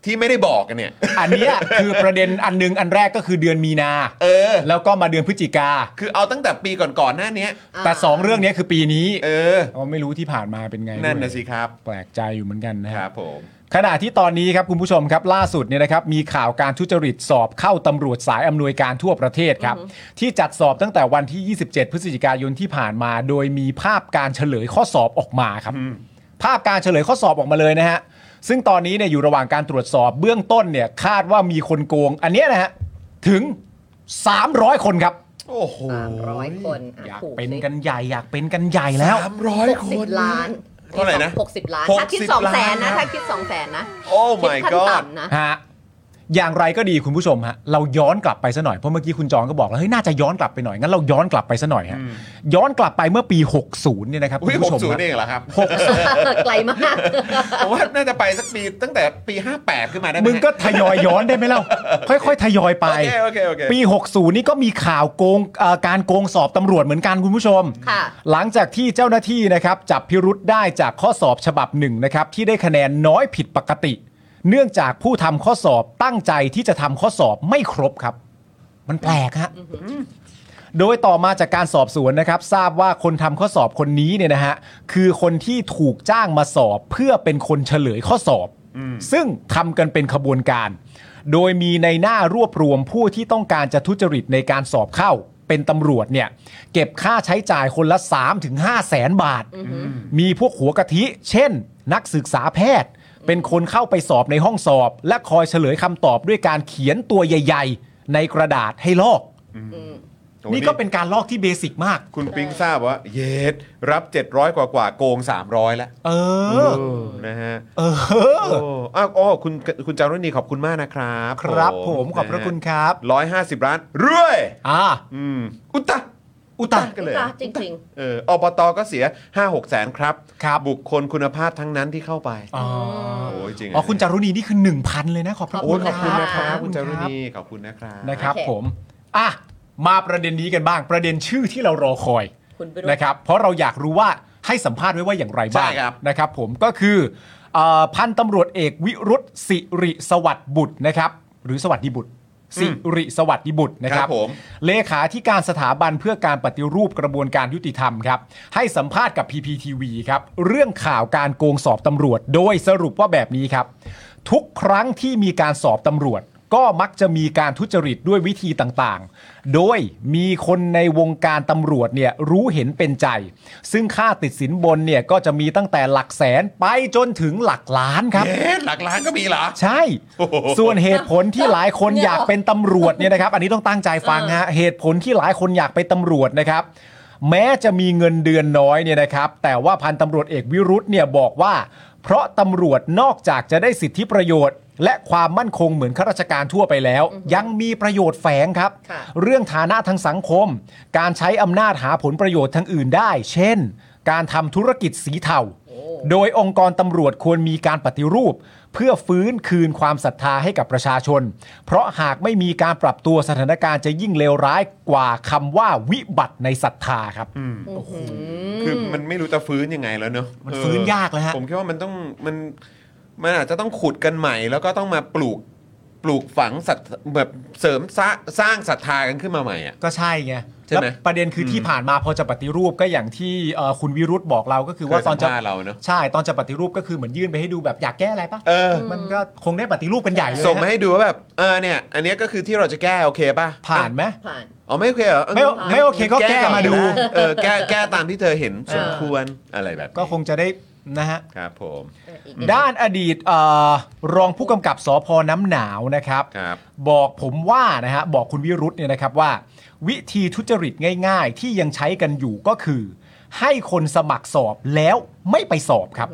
Speaker 3: ที่ไม่ได้บอกกันเนี่ย
Speaker 4: อันเนี้ยคือประเด็นอันหนึงอันแรกก็คือเดือนมีนา
Speaker 3: เออ
Speaker 4: แล้วก็มาเดือนพฤศจิกา
Speaker 3: คือเอาตั้งแต่ปีก่อนๆหน้าเนี้ย
Speaker 5: อ่า
Speaker 4: แต่สองเรื่องเนี้ยคือปีนี้
Speaker 3: เออ
Speaker 4: ก็ไม่รู้ที่ผ่านมาเป็นไง
Speaker 3: นั่น
Speaker 4: ด้วย
Speaker 3: นะสิครับ
Speaker 4: แปลกใจอยู่เหมือนกันนะ
Speaker 3: ค
Speaker 4: ค
Speaker 3: รั
Speaker 4: รั
Speaker 3: บบ ผม
Speaker 4: ขณะที่ตอนนี้ครับคุณผู้ชมครับล่าสุดเนี่ยนะครับมีข่าวการทุจริตสอบเข้าตำรวจสายอำนวยการทั่วประเทศครับ ที่จัดสอบตั้งแต่วันที่ 27 พฤศจิกายนที่ผ่านมา โดยมีภาพการเฉลยข้อสอบออกมาครับ ภาพการเฉลยข้อสอบออกมาเลยนะฮะซึ่งตอนนี้เนี่ยอยู่ระหว่างการตรวจสอบเบื้องต้นเนี่ยคาดว่ามีคนโกง อันเนี้ยนะฮะถึง 300 คนครับ
Speaker 3: โอ้โห
Speaker 5: สามร้อยคนอ่ะ
Speaker 4: อยาก
Speaker 5: ถูก
Speaker 4: เป็น
Speaker 5: สิ
Speaker 4: กันใหญ่อยากเป็นกันใหญ่แล้ว
Speaker 3: สามร้อย
Speaker 5: ห
Speaker 3: ค
Speaker 5: กสิบ
Speaker 3: น
Speaker 5: ล้าน
Speaker 3: เท่าไหร่นะ
Speaker 5: หกสิบล้าน
Speaker 3: หก
Speaker 5: ถ้าคิด
Speaker 3: สิบ
Speaker 5: สองแสน
Speaker 3: ล้า
Speaker 5: นะ
Speaker 3: น
Speaker 5: ถ้าคิดสองแสนนะ
Speaker 3: โอ้
Speaker 5: คิด
Speaker 3: my
Speaker 5: ขั้น
Speaker 3: god
Speaker 5: ต่ำนะ
Speaker 4: ฮะอย่างไรก็ดีคุณผู้ชมฮะเราย้อนกลับไปซะหน่อยเพราะเมื่อกี้คุณจองก็บอกแล้วเฮ้ยน่าจะย้อนกลับไปหน่อยงั้นเราย้อนกลับไปซะหน่อยฮะย้อนกลับไปเมื่อปี 60เนี่ยนะครับ
Speaker 3: อุ้ย
Speaker 4: คุณ
Speaker 3: ห
Speaker 4: ผู้
Speaker 3: ก
Speaker 4: ชม
Speaker 3: ศูนย์
Speaker 4: ฮะ
Speaker 3: เองเหรอครับ
Speaker 5: ไกลมาก
Speaker 3: ผมว่าน่าจะไปสักปีตั้งแต่ปี 58 ขึ้นมาได้ไห
Speaker 4: มึงก็ทยอยย้อนได้ไหม เล่า ค่อยๆ ทยอยไป
Speaker 3: โอเคโอเคโอเค
Speaker 4: ปี 60 นี่ก็มีข่าวโกงเอ่อการโกงสอบตำรวจเหมือนกันคุณผู้ชม
Speaker 5: ค่ะ
Speaker 4: หลังจากที่เจ้าหน้าที่นะครับจับพิรุษได้จากข้อสอบฉบับหนึ่งนะครับที่ได้คะแนนน้อยผิดปกติ เนื่องจากผู้ทำข้อสอบตั้งใจที่จะทำข้อสอบไม่ครบครับ มันแปลกฮะ โดยต่อมาจากการสอบสวนนะครับ ทราบว่าคนทำข้อสอบคนนี้เนี่ยนะฮะคือคนที่ถูกจ้างมาสอบเพื่อเป็นคนเฉลยข้อสอบ ซึ่งทำกันเป็นขบวนการ โดยมีในหน้ารวบรวมผู้ที่ต้องการจะทุจริตในการสอบเข้า เป็นตำรวจเนี่ย เก็บค่าใช้จ่ายคนละ 3-5ถึง5แสนบาท มีพวกหัวกะทิ เช่น นักศึกษาแพทย์ เป็นคนเข้าไปสอบในห้องสอบ และคอยเฉลยคำตอบด้วยการเขียนตัวใหญ่ ๆ ในกระดาษให้ลอก
Speaker 3: โอ้
Speaker 4: นี่ก็เป็นการลอกที่เบสิกมาก
Speaker 3: คุณปิงทราบว่า เยดรับ 700 กว่ากว่าโกง 300 แล้ว
Speaker 4: เออ
Speaker 3: นะฮะ
Speaker 4: เออ
Speaker 3: โอ้อ้าวโอ้คุณคุณจารุณีขอบคุณมากนะครับ
Speaker 4: ครับผมขอบพระคุณครับ
Speaker 3: ร้อยห้าสิบล้านเรื่อย
Speaker 4: อ่า
Speaker 3: อืม อุตตะ
Speaker 4: อุตะ
Speaker 3: กันเลย
Speaker 5: อุตะจริง
Speaker 3: ๆเอออบตก็เสีย 5 6 แสนครับ
Speaker 4: ครับ
Speaker 3: บุคคลคุณภาพทั้งนั้นที่เข้าไป
Speaker 4: อ๋อ
Speaker 3: โอ้ยจริง
Speaker 4: อ๋อคุณจารุณีนี่คือ 1,000 เลยนะ ขอบพระ
Speaker 3: โอ้ยขอบคุณ
Speaker 5: ขอ
Speaker 3: นะ
Speaker 5: บคุณ
Speaker 3: ค
Speaker 5: ครั
Speaker 3: รับ บ คุณจารุณีขอบคุณนะครับ
Speaker 4: นะครับ
Speaker 5: โอเค
Speaker 4: ผม อ่ะ มาประเด็นนี้กันบ้าง ประเด็นชื่อที่เรารอคอย
Speaker 5: ๆ คุณวิโรจน์
Speaker 4: นะครับ เพราะเราอยากรู้ว่าให้สัมภาษณ์ไว้ว่าอย่างไรบ้าง
Speaker 3: ใช่ครับ
Speaker 4: นะครับ ผมก็คือเอ่อพันตำรวจเอกวิรุษสิริสวัสดิบุตรนะครับ หรือสวัสดิบุตร สิริสวัสดิบุตรนะครั
Speaker 3: ค
Speaker 4: บ
Speaker 3: รับผม
Speaker 4: เลขาธิการสถาบันเพื่อการปฏิรูปกระบวนการยุติธรรมครับ ให้สัมภาษณ์กับ PPTV ครับ เรื่องข่าวการโกงสอบตำรวจ โดยสรุปว่าแบบนี้ครับ ทุกครั้งที่มีการสอบตำรวจ ก็มักจะมีการทุจริตด้วยวิธีต่างๆ โดยมีคนในวงการตำรวจเนี่ยรู้เห็นเป็นใจ ซึ่งค่าติดสินบนเนี่ยก็จะมีตั้งแต่หลักแสนไปจนถึงหลักล้านครับ
Speaker 3: เย้หลักล้านก็มีเหรอ
Speaker 4: ใช่
Speaker 3: โอ้โห
Speaker 4: ส่วนเหตุผลที่หลายคน
Speaker 5: เนี่ย
Speaker 4: อยากเป็นตำรวจเนี่ยนะครับ อันนี้ต้องตั้งใจฟังฮะ เหตุผลที่หลายคนอยากเป็นตำรวจนะครับ แม้จะมีเงินเดือนน้อยเนี่ยนะครับ แต่ว่าพันตำรวจเอกวิรุธเนี่ยบอกว่า เพราะตำรวจนอกจากจะได้สิทธิประโยชน์ และความมั่นคงเหมือนข้าราชการทั่วไปแล้ว ยังมีประโยชน์แฝงครับ
Speaker 5: ค่ะ
Speaker 4: เรื่องฐานะทางสังคม การใช้อำนาจหาผลประโยชน์ทางอื่นได้ เช่น การทำธุรกิจสีเทา โดยองค์กรตำรวจควรมีการปฏิรูป เพื่อฟื้นคืนความศรัทธาให้กับประชาชน เพราะหากไม่มีการปรับตัวสถานการณ์จะยิ่งเลวร้ายกว่าคำว่าวิบัติในศรัทธาครับ
Speaker 3: คือมันไม่รู้จะฟื้นยังไงแล้วเนอะ
Speaker 4: มัน
Speaker 3: เออ
Speaker 4: ฟื้นยากแล้วฮะ
Speaker 3: ผมคิดว่ามันต้องมันมันอาจจะต้องขุดกันใหม่ แล้วก็ต้องมาปลูกปลูกฝังสัตแบบเสริมสร้างสร้างศรัทธากันขึ้นมาใหม่อ่ะ
Speaker 4: ก็ใช่ไง
Speaker 3: ใช่ไหม
Speaker 4: แล้วประเด็นคือที่ผ่านมาพอจะปฏิรูปก็อย่างที่เอ่อคุณวิรุธบอกเราก็คือว่า
Speaker 3: เคย
Speaker 4: ตอ
Speaker 3: สั
Speaker 4: น
Speaker 3: ม
Speaker 4: จะ
Speaker 3: ภาษณ์เราเนอะ
Speaker 4: ใช่ตอนจะปฏิรูปก็คือเหมือนยื่นไปให้ดูแบบอยากแก้อะไรปะ
Speaker 3: เออ
Speaker 4: มันก็คงได้ปฏิรูปกันใหญ่เลยนะ
Speaker 3: ส่งมาให้ดูว่าแบบเออเนี่ย อันเนี้ยก็คือที่เราจะแก้โอเคป่ะ
Speaker 4: ผ่านไหม
Speaker 5: ผ่าน
Speaker 3: อ๋อไม่โอเคเหรอ
Speaker 4: ไม่ไม่โอเคก็แก้
Speaker 3: อน
Speaker 4: มาดู
Speaker 3: เออแก้แก้ตามที่เธอเห็นสมควรอะไรแบบนี้
Speaker 4: ก็คงจะได้นะฮะ
Speaker 3: ครับผม
Speaker 4: ด้านอดีตเออรองผู้กำกับสพน้ำหนาวนะครับ
Speaker 3: ครับ
Speaker 4: บอกผมว่านะฮะบอกคุณวิรุธเนี่ยนะครับว่า วิธีทุจริตง่าย ๆ ที่ยังใช้กันอยู่ก็คือ ให้คนสมัครสอบแล้วไม่ไปสอบครับ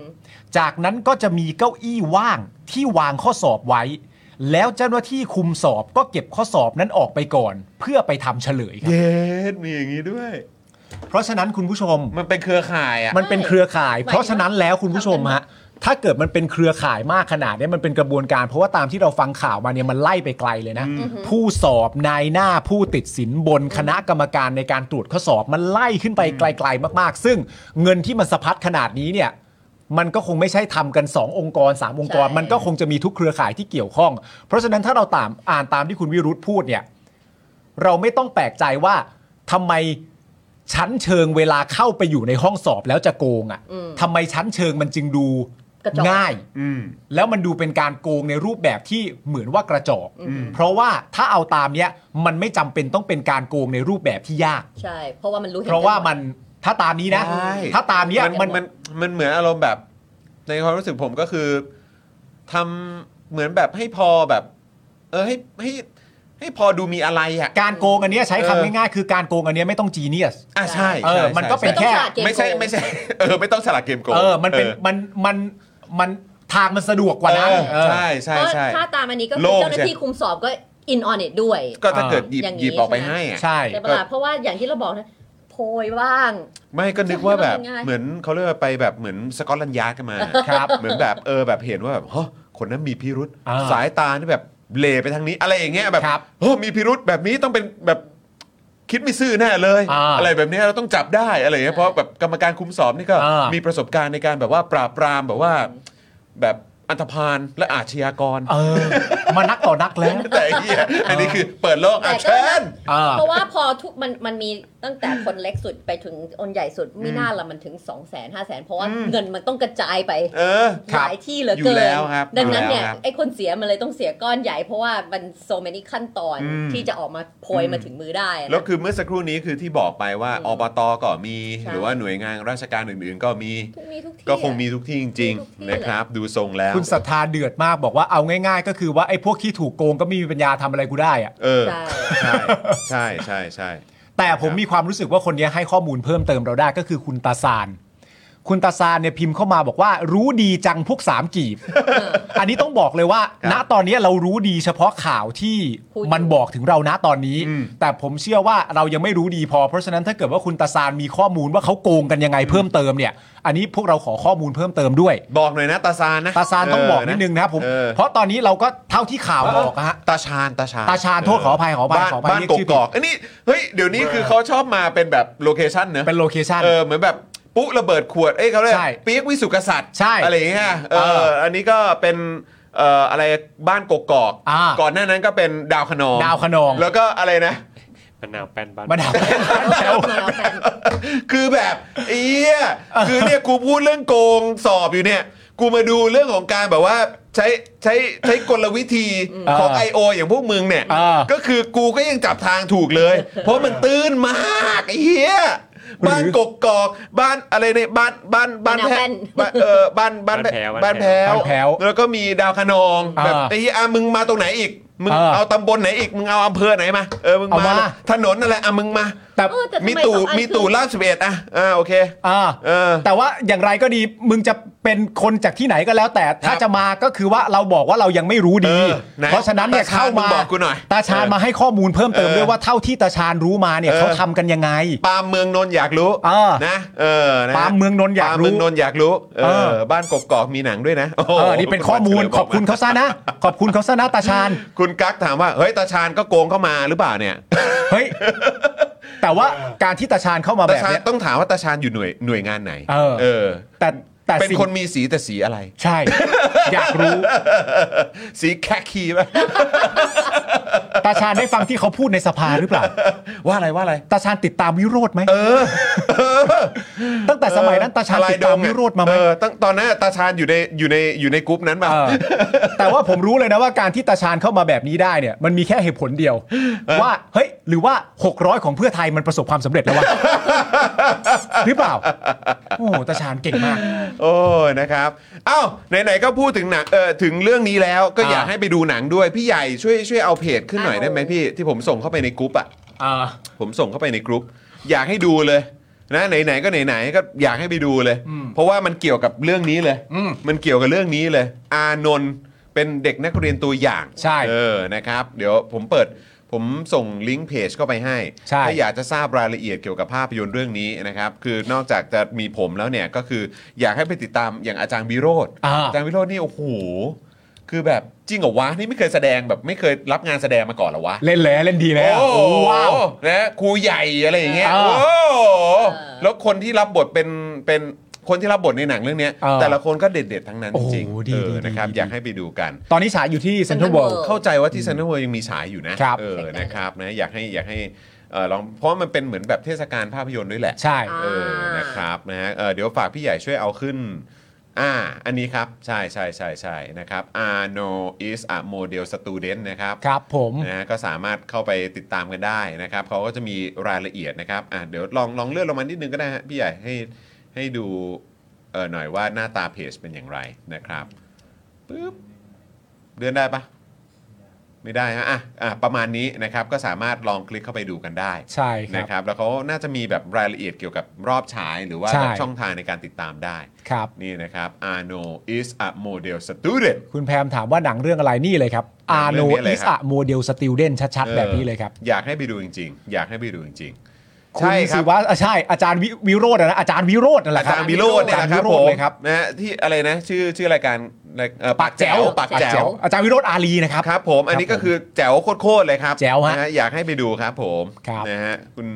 Speaker 4: จากนั้นก็จะมีเก้าอี้ว่างที่วางข้อสอบไว้ แล้วเจ้าหน้าที่คุมสอบก็เก็บข้อสอบนั้นออกไปก่อน เพื่อไปทำเฉลยครับ
Speaker 3: เย็ดมีอย่างนี้ด้วย
Speaker 4: เพราะฉะนั้นคุณผู้ชม
Speaker 3: มันเป็นเครือข่ายอ่ะ
Speaker 4: มันเป็นเครือข่าย เพราะฉะนั้นแล้วคุณผู้ชมฮะ ถ้าเกิดมันเป็นเครือข่ายมากขนาดเนี้ยมันเป็นกระบวนการ เพราะว่าตามที่เราฟังข่าวมาเนี่ยมันไล่ไปไกลเลยนะ ผู้สอบนายหน้าผู้ติดสินบนคณะกรรมการในการตรวจข้อสอบมันไล่ขึ้นไปไกล ๆ มาก ๆ ซึ่งเงินที่มันสะพัดขนาดนี้เนี่ย มันก็คงไม่ใช่ทำกัน 2 องค์กร 3 องค์กร
Speaker 5: ใช่
Speaker 4: มันก็คงจะมีทุกเครือข่ายที่เกี่ยวข้อง เพราะฉะนั้นถ้าเราตามอ่านตามที่คุณวิรุธพูดเนี่ย เราไม่ต้องแปลกใจว่าทำไมชั้นเชิงเวลาเข้าไปอยู่ในห้องสอบแล้วจะโกงอะ่ะทำไมชั้นเชิงมันจึงดู
Speaker 5: กระจอก
Speaker 4: ง่าย
Speaker 3: อืม
Speaker 4: แล้วมันดูเป็นการโกงในรูปแบบที่เหมือนว่ากระจอก เพราะว่าถ้าเอาตามเนี้ยมันไม่จำเป็นต้องเป็นการโกงในรูปแบบที่ยาก
Speaker 5: ใช่ เพราะว่ามันรู้ห็
Speaker 4: เพราะว่ามันถ้าตามนี้นะ
Speaker 3: ใช่
Speaker 4: ถ้าตามเนี้ย
Speaker 3: มันมันมันมันเหมือนอารมณ์แบบ ในความรู้สึกผมก็คือทำเหมือนแบบให้พอแบบ เออให้ให้ให้พอดูมีอะไรอ่ะ
Speaker 4: การโกงอันเนี้ยใช้
Speaker 3: เออ
Speaker 4: คำง่ายๆคือการโกงอันเนี้ยไม่ต้องจีเนียส
Speaker 3: อ่ะใช่
Speaker 4: เออ
Speaker 3: ใช่
Speaker 4: มันก็เป็น
Speaker 5: ไม่
Speaker 3: ใช่
Speaker 5: ต้อ
Speaker 4: แค่
Speaker 5: งฉลาดเกม
Speaker 3: ไม่ใช่ไม่ใช่ เออ ไม่ต้องฉลาดเกมโกง
Speaker 4: เออ มันเป็น
Speaker 3: ออ
Speaker 4: มันมันมันทางมันสะดวกกว่านั้น
Speaker 3: เออ
Speaker 4: เออ
Speaker 3: ใช่ใช่
Speaker 5: เพราะ
Speaker 3: ใช่
Speaker 5: ถ้าตามอันนี้ก็คื
Speaker 3: โล่
Speaker 5: อง เจ้าหน้าที่คุมสอบก็อินออนเ t ด้วย
Speaker 3: ก็ถ้าเกิดหยิบ
Speaker 5: อย่างนี้
Speaker 3: หยิบออกไป
Speaker 5: ใช่ไหม
Speaker 3: ให้อ่ะ
Speaker 4: ใช่
Speaker 5: แต่เวลาเพราะว่าอย่างที่เราบอกนะโพยบ้าง
Speaker 3: ไม่ก็นึกว่าแบบ
Speaker 5: ใช่มันเป็นไง
Speaker 3: เหมือนเขาเรียกว่าไปแบบเหมือนสกอตแลนด์ยาร์ดกันมา
Speaker 4: ครับ
Speaker 3: เหมือนแบบเออแบบเห็นว่าแบบเฮ้อคนนั้นมีพิรุษ
Speaker 4: อ่า
Speaker 3: สายตานี่แบบเหลไปทางนี้ อะไรอย่างเงี้ยแบบ
Speaker 4: ครับ
Speaker 3: เฮ้อมีพิรุษแบบนี้ต้องเป็นแบบคิดไม่ซื่อแน่เลย
Speaker 4: อ่า
Speaker 3: ไรแบบเนี้ยเราต้องจับได้อะไรอย่างเงี้ยเพราะแบบกรรมการคุมสอบนี่ก็
Speaker 4: อ่ามี
Speaker 3: มีประสบการณ์ในการแบบว่าปราบปรามแบบว่าแบบอันธพาลและอาชญากร
Speaker 4: เออ มานักต่อนักแล้ว
Speaker 3: แต่ไอ้เหี้ยอันนี้คือเปิดโลกอ่ะ
Speaker 5: แต่ก็
Speaker 3: เชิญ
Speaker 4: เออ
Speaker 5: เพราะว่าพอทุกมันมันมีตั้งแต่คนเล็กสุดไปถึงคนใหญ่สุดไม่น่าละมันถึง 2 0 0 0 0 0 5 0 0 0 0 เพราะว่าเงินมันต้องกระจายไป
Speaker 3: เออ
Speaker 5: หลายที่เหลือ
Speaker 3: อยู่
Speaker 5: เกิน
Speaker 3: แล้วครับ
Speaker 5: ดังนั้นเนี่ย
Speaker 3: อยู่แล้วครับ
Speaker 5: ไอ้คนเสียมันเลยต้องเสียก้อนใหญ่ เพราะว่ามันโซ many ขั้นตอน
Speaker 3: อืม
Speaker 5: ที่จะออกมาโพยมาถึงมือได้นะ
Speaker 3: แล้วคือเมื่อสักครู่นี้คือที่บอกไปว่า
Speaker 5: อืม
Speaker 3: อบตก็มี
Speaker 5: ใช่
Speaker 3: หรือว่าหน่วยงานราชการอื่นๆ ก็มี
Speaker 5: ทุกมีทุกที่
Speaker 3: ก็คงมีทุกที่จริง
Speaker 5: มีทุกที่
Speaker 3: ๆ นะครับ ดูทรงแล้ว
Speaker 4: คุณศรัทธาเดือดมากบอกว่าเอาง่ายๆ ก็คือว่าไอ้พวกที่ถูกโกงก็ไม่มีปัญญาทำอะไรกูได้อะ
Speaker 3: เออ
Speaker 5: ใช่
Speaker 3: ใช่ใช่ใช่ใช่
Speaker 4: แต่ผม
Speaker 3: ครับ
Speaker 4: มีความรู้สึกว่าคนเนี้ยให้ข้อมูลเพิ่มเติมเราได้ก็คือคุณตาซาน คุณตาซานเนี่ยพิมพ์เข้ามาบอกว่ารู้ดีจังพวกสามกีบ อันนี้ต้องบอกเลยว่า
Speaker 3: ครับ
Speaker 4: ณตอนนี้เรารู้ดีเฉพาะข่าวที่
Speaker 5: พูด
Speaker 4: มันบอกถึงเราณตอนนี้
Speaker 3: อืม
Speaker 4: แต่ผมเชื่อว่าเรายังไม่รู้ดีพอ เพราะฉะนั้นถ้าเกิดว่าคุณตาซานมีข้อมูลว่าเขาโกงกันยังไงเพิ่มเติมเนี่ย อันนี้พวกเราขอข้อมูลเพิ่มเติมด้วย
Speaker 3: บอกหน่อยนะตาซานนะ
Speaker 4: ตาซานต้องบอกนิดนึงนะครับผม
Speaker 3: เออ
Speaker 4: เพราะตอนนี้เราก็เท่าที่ข่าวบอกอะฮะ
Speaker 3: ตาชานตาชาน
Speaker 4: ตาชาญโทษขออภัยขออภัย
Speaker 3: บ้าน
Speaker 4: ขออภัย
Speaker 3: บ้าน
Speaker 4: เรียก
Speaker 3: ก
Speaker 4: ชื่อผิ
Speaker 3: ก
Speaker 4: ด
Speaker 3: อกอันนี้เฮ้ยเดี๋ยวนี้คือเขาชอบมาเป็นแบบโลเคชั่นเนอะ
Speaker 4: เป็นโลเคชั่น
Speaker 3: เออเหมือนแบบปุ๊ระเบิดขวดเอ้ยเขาเรียก
Speaker 4: ใช่
Speaker 3: ปี๊กวิสุกษัตริย์
Speaker 4: ใช่
Speaker 3: อะไรอย่างเงี้ยเอ
Speaker 4: เอ
Speaker 3: อ
Speaker 4: อ
Speaker 3: อันนี้ก็เป็นเอ่ออะไรบ้านกกอก
Speaker 4: อ่า
Speaker 3: ก่อนหน้านั้นก็เป็นดาวขนอง
Speaker 4: ดาวขนอง
Speaker 3: แล้วก็อะไรนะ
Speaker 6: มะนาวแป้นบ้าน
Speaker 4: มาดาว
Speaker 5: แซวมาแล้วแฟน
Speaker 3: คือแบบเอียคือเนี่ยกูพูดเรื่องโกงสอบอยู่เนี่ย กูมาดูเรื่องของการแบบว่าใช้ใช้ใช้กลวิธีของ
Speaker 4: เออ
Speaker 3: I.O. อย่างพวกมึงเนี่ย
Speaker 4: เออ
Speaker 3: ก็คือกูก็ยังจับทางถูกเลย เพราะมันตื้นมากไอ้เฮียบ้านกกกอกบ้านอะไรเนี่ยบ้านบ้านบ้าน
Speaker 5: บ้านแว่
Speaker 3: แพ้
Speaker 5: น
Speaker 3: บ้านเออบ้านบ้านบ้านแพ้ว
Speaker 4: บ้านแพ้ว
Speaker 3: แล้วก็มีดาวขนอง
Speaker 4: อ่า
Speaker 3: แบบไอ้เหี้ยอ่ะมึงมาตรงไหนอีกมึง
Speaker 4: เออ
Speaker 3: เอาตำบลไหนอีกมึงเอาอำเภอไหนมาเออมึง
Speaker 4: เอา
Speaker 3: มา
Speaker 4: มา
Speaker 3: เลยถนนอะไรอ่ะมึงมา
Speaker 4: แต่
Speaker 5: เออแต่ทำไ
Speaker 3: มีตู่
Speaker 5: สองอัน
Speaker 3: มีตู่
Speaker 5: คือ
Speaker 3: ลาดสิบเอ็ดอ่ะอ่าโอเค
Speaker 4: อ่า
Speaker 3: เออ
Speaker 4: แต่ว่าอย่างไรก็ดีมึงจะเป็นคนจากที่ไหนก็แล้ว แต่ถ้าจะมาก็คือว่าเราบอกว่าเรายังไม่รู้ดี
Speaker 3: เออไหน
Speaker 4: เพราะฉะนั้นเนี่ย
Speaker 3: ตาชาญ
Speaker 4: เข้ามา
Speaker 3: มึงบอกกูหน่อย
Speaker 4: ตาชาญ
Speaker 3: เออ
Speaker 4: มาให้ข้อมูลเพิ่มเติม
Speaker 3: เออ
Speaker 4: ด้วยว่าเท่าที่ตาชาญรู้มาเนี่ย
Speaker 3: เออ
Speaker 4: เขาทำกันยังไง
Speaker 3: ปาล์มเมืองนนท์อยากรู้
Speaker 4: เออ
Speaker 3: นะเออนะ
Speaker 4: ปาล์มเมืองนนท์อยากรู้
Speaker 3: ปล์มเมืองนนท์อยากรู้เอ
Speaker 4: เอ
Speaker 3: อ
Speaker 4: อ
Speaker 3: บ้านกกอกมีหนังด้วยนะโโห
Speaker 4: เออนี่เป็นข้อมูลขอบคุณเขาซะนะ ขอบคุณเขาซะนะตาชาญ
Speaker 3: คุณกั๊กถามว่าเฮ้ยตาชานก็โกงเข้ามาหรือเปล่าเนี่ย
Speaker 4: เฮ้ยแต่ว่าการที่ตาชาญเข้ามา
Speaker 3: ตา
Speaker 4: แบบ
Speaker 3: ชาน
Speaker 4: เนี้ย
Speaker 3: ต้องถามว่าตาชานอยู่หน่วยหน่วยงานไหน
Speaker 4: เออ
Speaker 3: เออ
Speaker 4: แต่แต่
Speaker 3: เป็น
Speaker 4: สิ่ง
Speaker 3: คนมีสีแต่สีอะไร
Speaker 4: ใช่ อยากรู้
Speaker 3: สีแคคีป่ะ
Speaker 4: ตาชาญได้ฟังที่เขาพูดในสภาหรือเปล่า
Speaker 3: ว่าอะไรว่าอะไร
Speaker 4: ตาชาญติดตามวิโรธไหม
Speaker 3: เออ
Speaker 4: ตั้งแต่สมัยนั้นตาชาญติดตามวิโรธมาไหม
Speaker 3: เออตั้งตอนนั้นตาชานอยู่ในอยู่ในอยู่ในกรุ๊ปนั้นป่ะ
Speaker 4: เออแต่ว่าผมรู้เลยนะว่าการที่ตาชาญเข้ามาแบบนี้ได้เนี่ย มันมีแค่เหตุผลเดียว ว่า เฮ้ย หรือว่า 600 ของเพื่อไทยมันประสบความสำเร็จแล้ววะ หรือเปล่า โอ้โหตาชาญเก่งมาก
Speaker 3: โอ้ยนะครับอ้าวไหนๆก็พูดถึงหนังเออถึงเรื่องนี้แล้วก็
Speaker 4: อ่า
Speaker 3: อยากให้ไปดูหนังด้วย พี่ใหญ่ช่วยช่วยเอาเพจขึ้นหน่อย
Speaker 5: เอา
Speaker 3: ได้ไหมพี่ที่ผมส่งเข้าไปในกรุ๊ปอ่ะ
Speaker 4: เออ
Speaker 3: ผมส่งเข้าไปในกรุ๊ปอยากให้ดูเลยนะไหนๆก็ไหนๆก็อยากให้ไปดูเลย เพราะว่ามันเกี่ยวกับเรื่องนี้เลย
Speaker 4: อืม
Speaker 3: มันเกี่ยวกับเรื่องนี้เลย อานนท์เป็นเด็กนักเรียนตัวอย่าง
Speaker 4: ใช่
Speaker 3: เออนะครับ เดี๋ยวผมเปิด ผมส่งลิงก์เพจเข้าไปให้
Speaker 4: ใช่
Speaker 3: ถ้าอยากจะทราบรายละเอียดเกี่ยวกับภาพยนตร์เรื่องนี้นะครับ คือนอกจากจะมีผมแล้วเนี่ยก็คืออยากให้ไปติดตามอย่างอาจารย์วิโรธ
Speaker 4: อ่า
Speaker 3: อาจารย์วิโรจน์นี่โอ้โห คือแบบจริงเหรอวะ นี่ไม่เคยแสดงแบบไม่เคยรับงานแสดงมาก่อนเหรอวะ
Speaker 4: เล่นแล้วเล่นดีแล้ว
Speaker 3: โอ้โห
Speaker 4: โอ้ว้าว
Speaker 3: นะครูใหญ่อะไรอย่างเงี้ย
Speaker 4: เอ
Speaker 3: โอ้
Speaker 4: อ
Speaker 3: โหแล้วคนที่รับบทเป็นเป็นคนที่รับบทในหนังเรื่องเนี้ย
Speaker 4: เออ
Speaker 3: แต่ละคนก็เด็ดๆทั้งนั้น
Speaker 4: โอ้
Speaker 3: จ
Speaker 4: โห
Speaker 3: ริงๆ
Speaker 4: ดี
Speaker 3: เออ
Speaker 4: ดีดี
Speaker 3: นะครับ
Speaker 4: ดี
Speaker 3: อยากให้ไปดูกัน
Speaker 4: ตอนนี้ฉายอยู่ที่เซ็นทรัล
Speaker 5: Central
Speaker 4: เวิล
Speaker 5: World
Speaker 4: ด์
Speaker 3: เข้าใจว่าที่เซนเตอร์เวิยังมีฉายอยู่นะครับ เออนะครับนะอยากให้อยากให้เออลองเพราะมันเป็นเหมือนแบบเทศกาลภาพยนตร์ด้วยแหละ
Speaker 4: ใช่
Speaker 5: อ่า
Speaker 3: เออ นะครับนะฮะเออเดี๋ยวฝากพี่ใหญ่ช่วยเอาขึ้น อ่า อันนี้ครับ ใช่ใช่ใช่ใช่นะครับ Arno is a model student นะครับ
Speaker 4: ครับผม
Speaker 3: นะฮะก็สามารถเข้าไปติดตามกันได้นะครับเขาก็จะมีรายละเอียดนะครับอ่ะเดี๋ยวลองลองเลื่อนลงมานิดนึงก็ได้ฮะพี่ใหญ่ให้ให้ดูเออหน่อยว่าหน้าตาเพจเป็นอย่างไรนะครับปึ๊บเลื่อนได้ปะไม่ได้ฮะอ่ะอ่ะประมาณนี้นะครับก็สามารถลองคลิกเข้าไปดูกันได้
Speaker 4: ใช่ครับ
Speaker 3: นะครับ แล้วเขาน่าจะมีแบบรายละเอียดเกี่ยวกับรอบฉายหรือว่า
Speaker 4: ใช่
Speaker 3: ช่องทางในการติดตามได้
Speaker 4: ครับ
Speaker 3: นี่นะครับ Arno is a model student
Speaker 4: คุณแพมถามว่าหนังเรื่องอะไรนี่เลยครับอา
Speaker 3: หนั
Speaker 4: โน
Speaker 3: งเรื่องนี้เล
Speaker 4: อิ
Speaker 3: ย
Speaker 4: ส
Speaker 3: ครั
Speaker 4: อะ
Speaker 3: บ
Speaker 4: โมเดลสติลเดนชัดๆ แบบนี้เลยครับ
Speaker 3: อออยากให้ไปดูจริง ๆ อยากให้ไปดูจริงๆ
Speaker 4: คุณ
Speaker 3: ใช่ค
Speaker 4: ศิ
Speaker 3: รับ
Speaker 4: วะอ่ะใช่อาจารย์วิวิโรจน์อะนะอาจารย์วิโรจน์นั่นแหละ
Speaker 3: อา
Speaker 4: ครับ
Speaker 3: จารย์วิโรจน์เนี่ย
Speaker 4: อา
Speaker 3: นะ
Speaker 4: จา
Speaker 3: ค
Speaker 4: ร
Speaker 3: รับ
Speaker 4: ย์
Speaker 3: ผ
Speaker 4: วิโรจ
Speaker 3: ม
Speaker 4: น์เลยครับ
Speaker 3: นะฮะที่อะไรนะชื่อชื่อรายการเอ่อ
Speaker 4: ปากแจ๋ว
Speaker 3: ปากแจ๋ว
Speaker 4: อาจารย์วิโรจน์อารีนะครับ
Speaker 3: ครับผม อันนี้ก็คือแจ๋วโคตรๆเลยครับ
Speaker 4: แจ๋วฮะ
Speaker 3: นอยากให้ไปดูครับผม
Speaker 4: ครับ
Speaker 3: นะฮะคุณ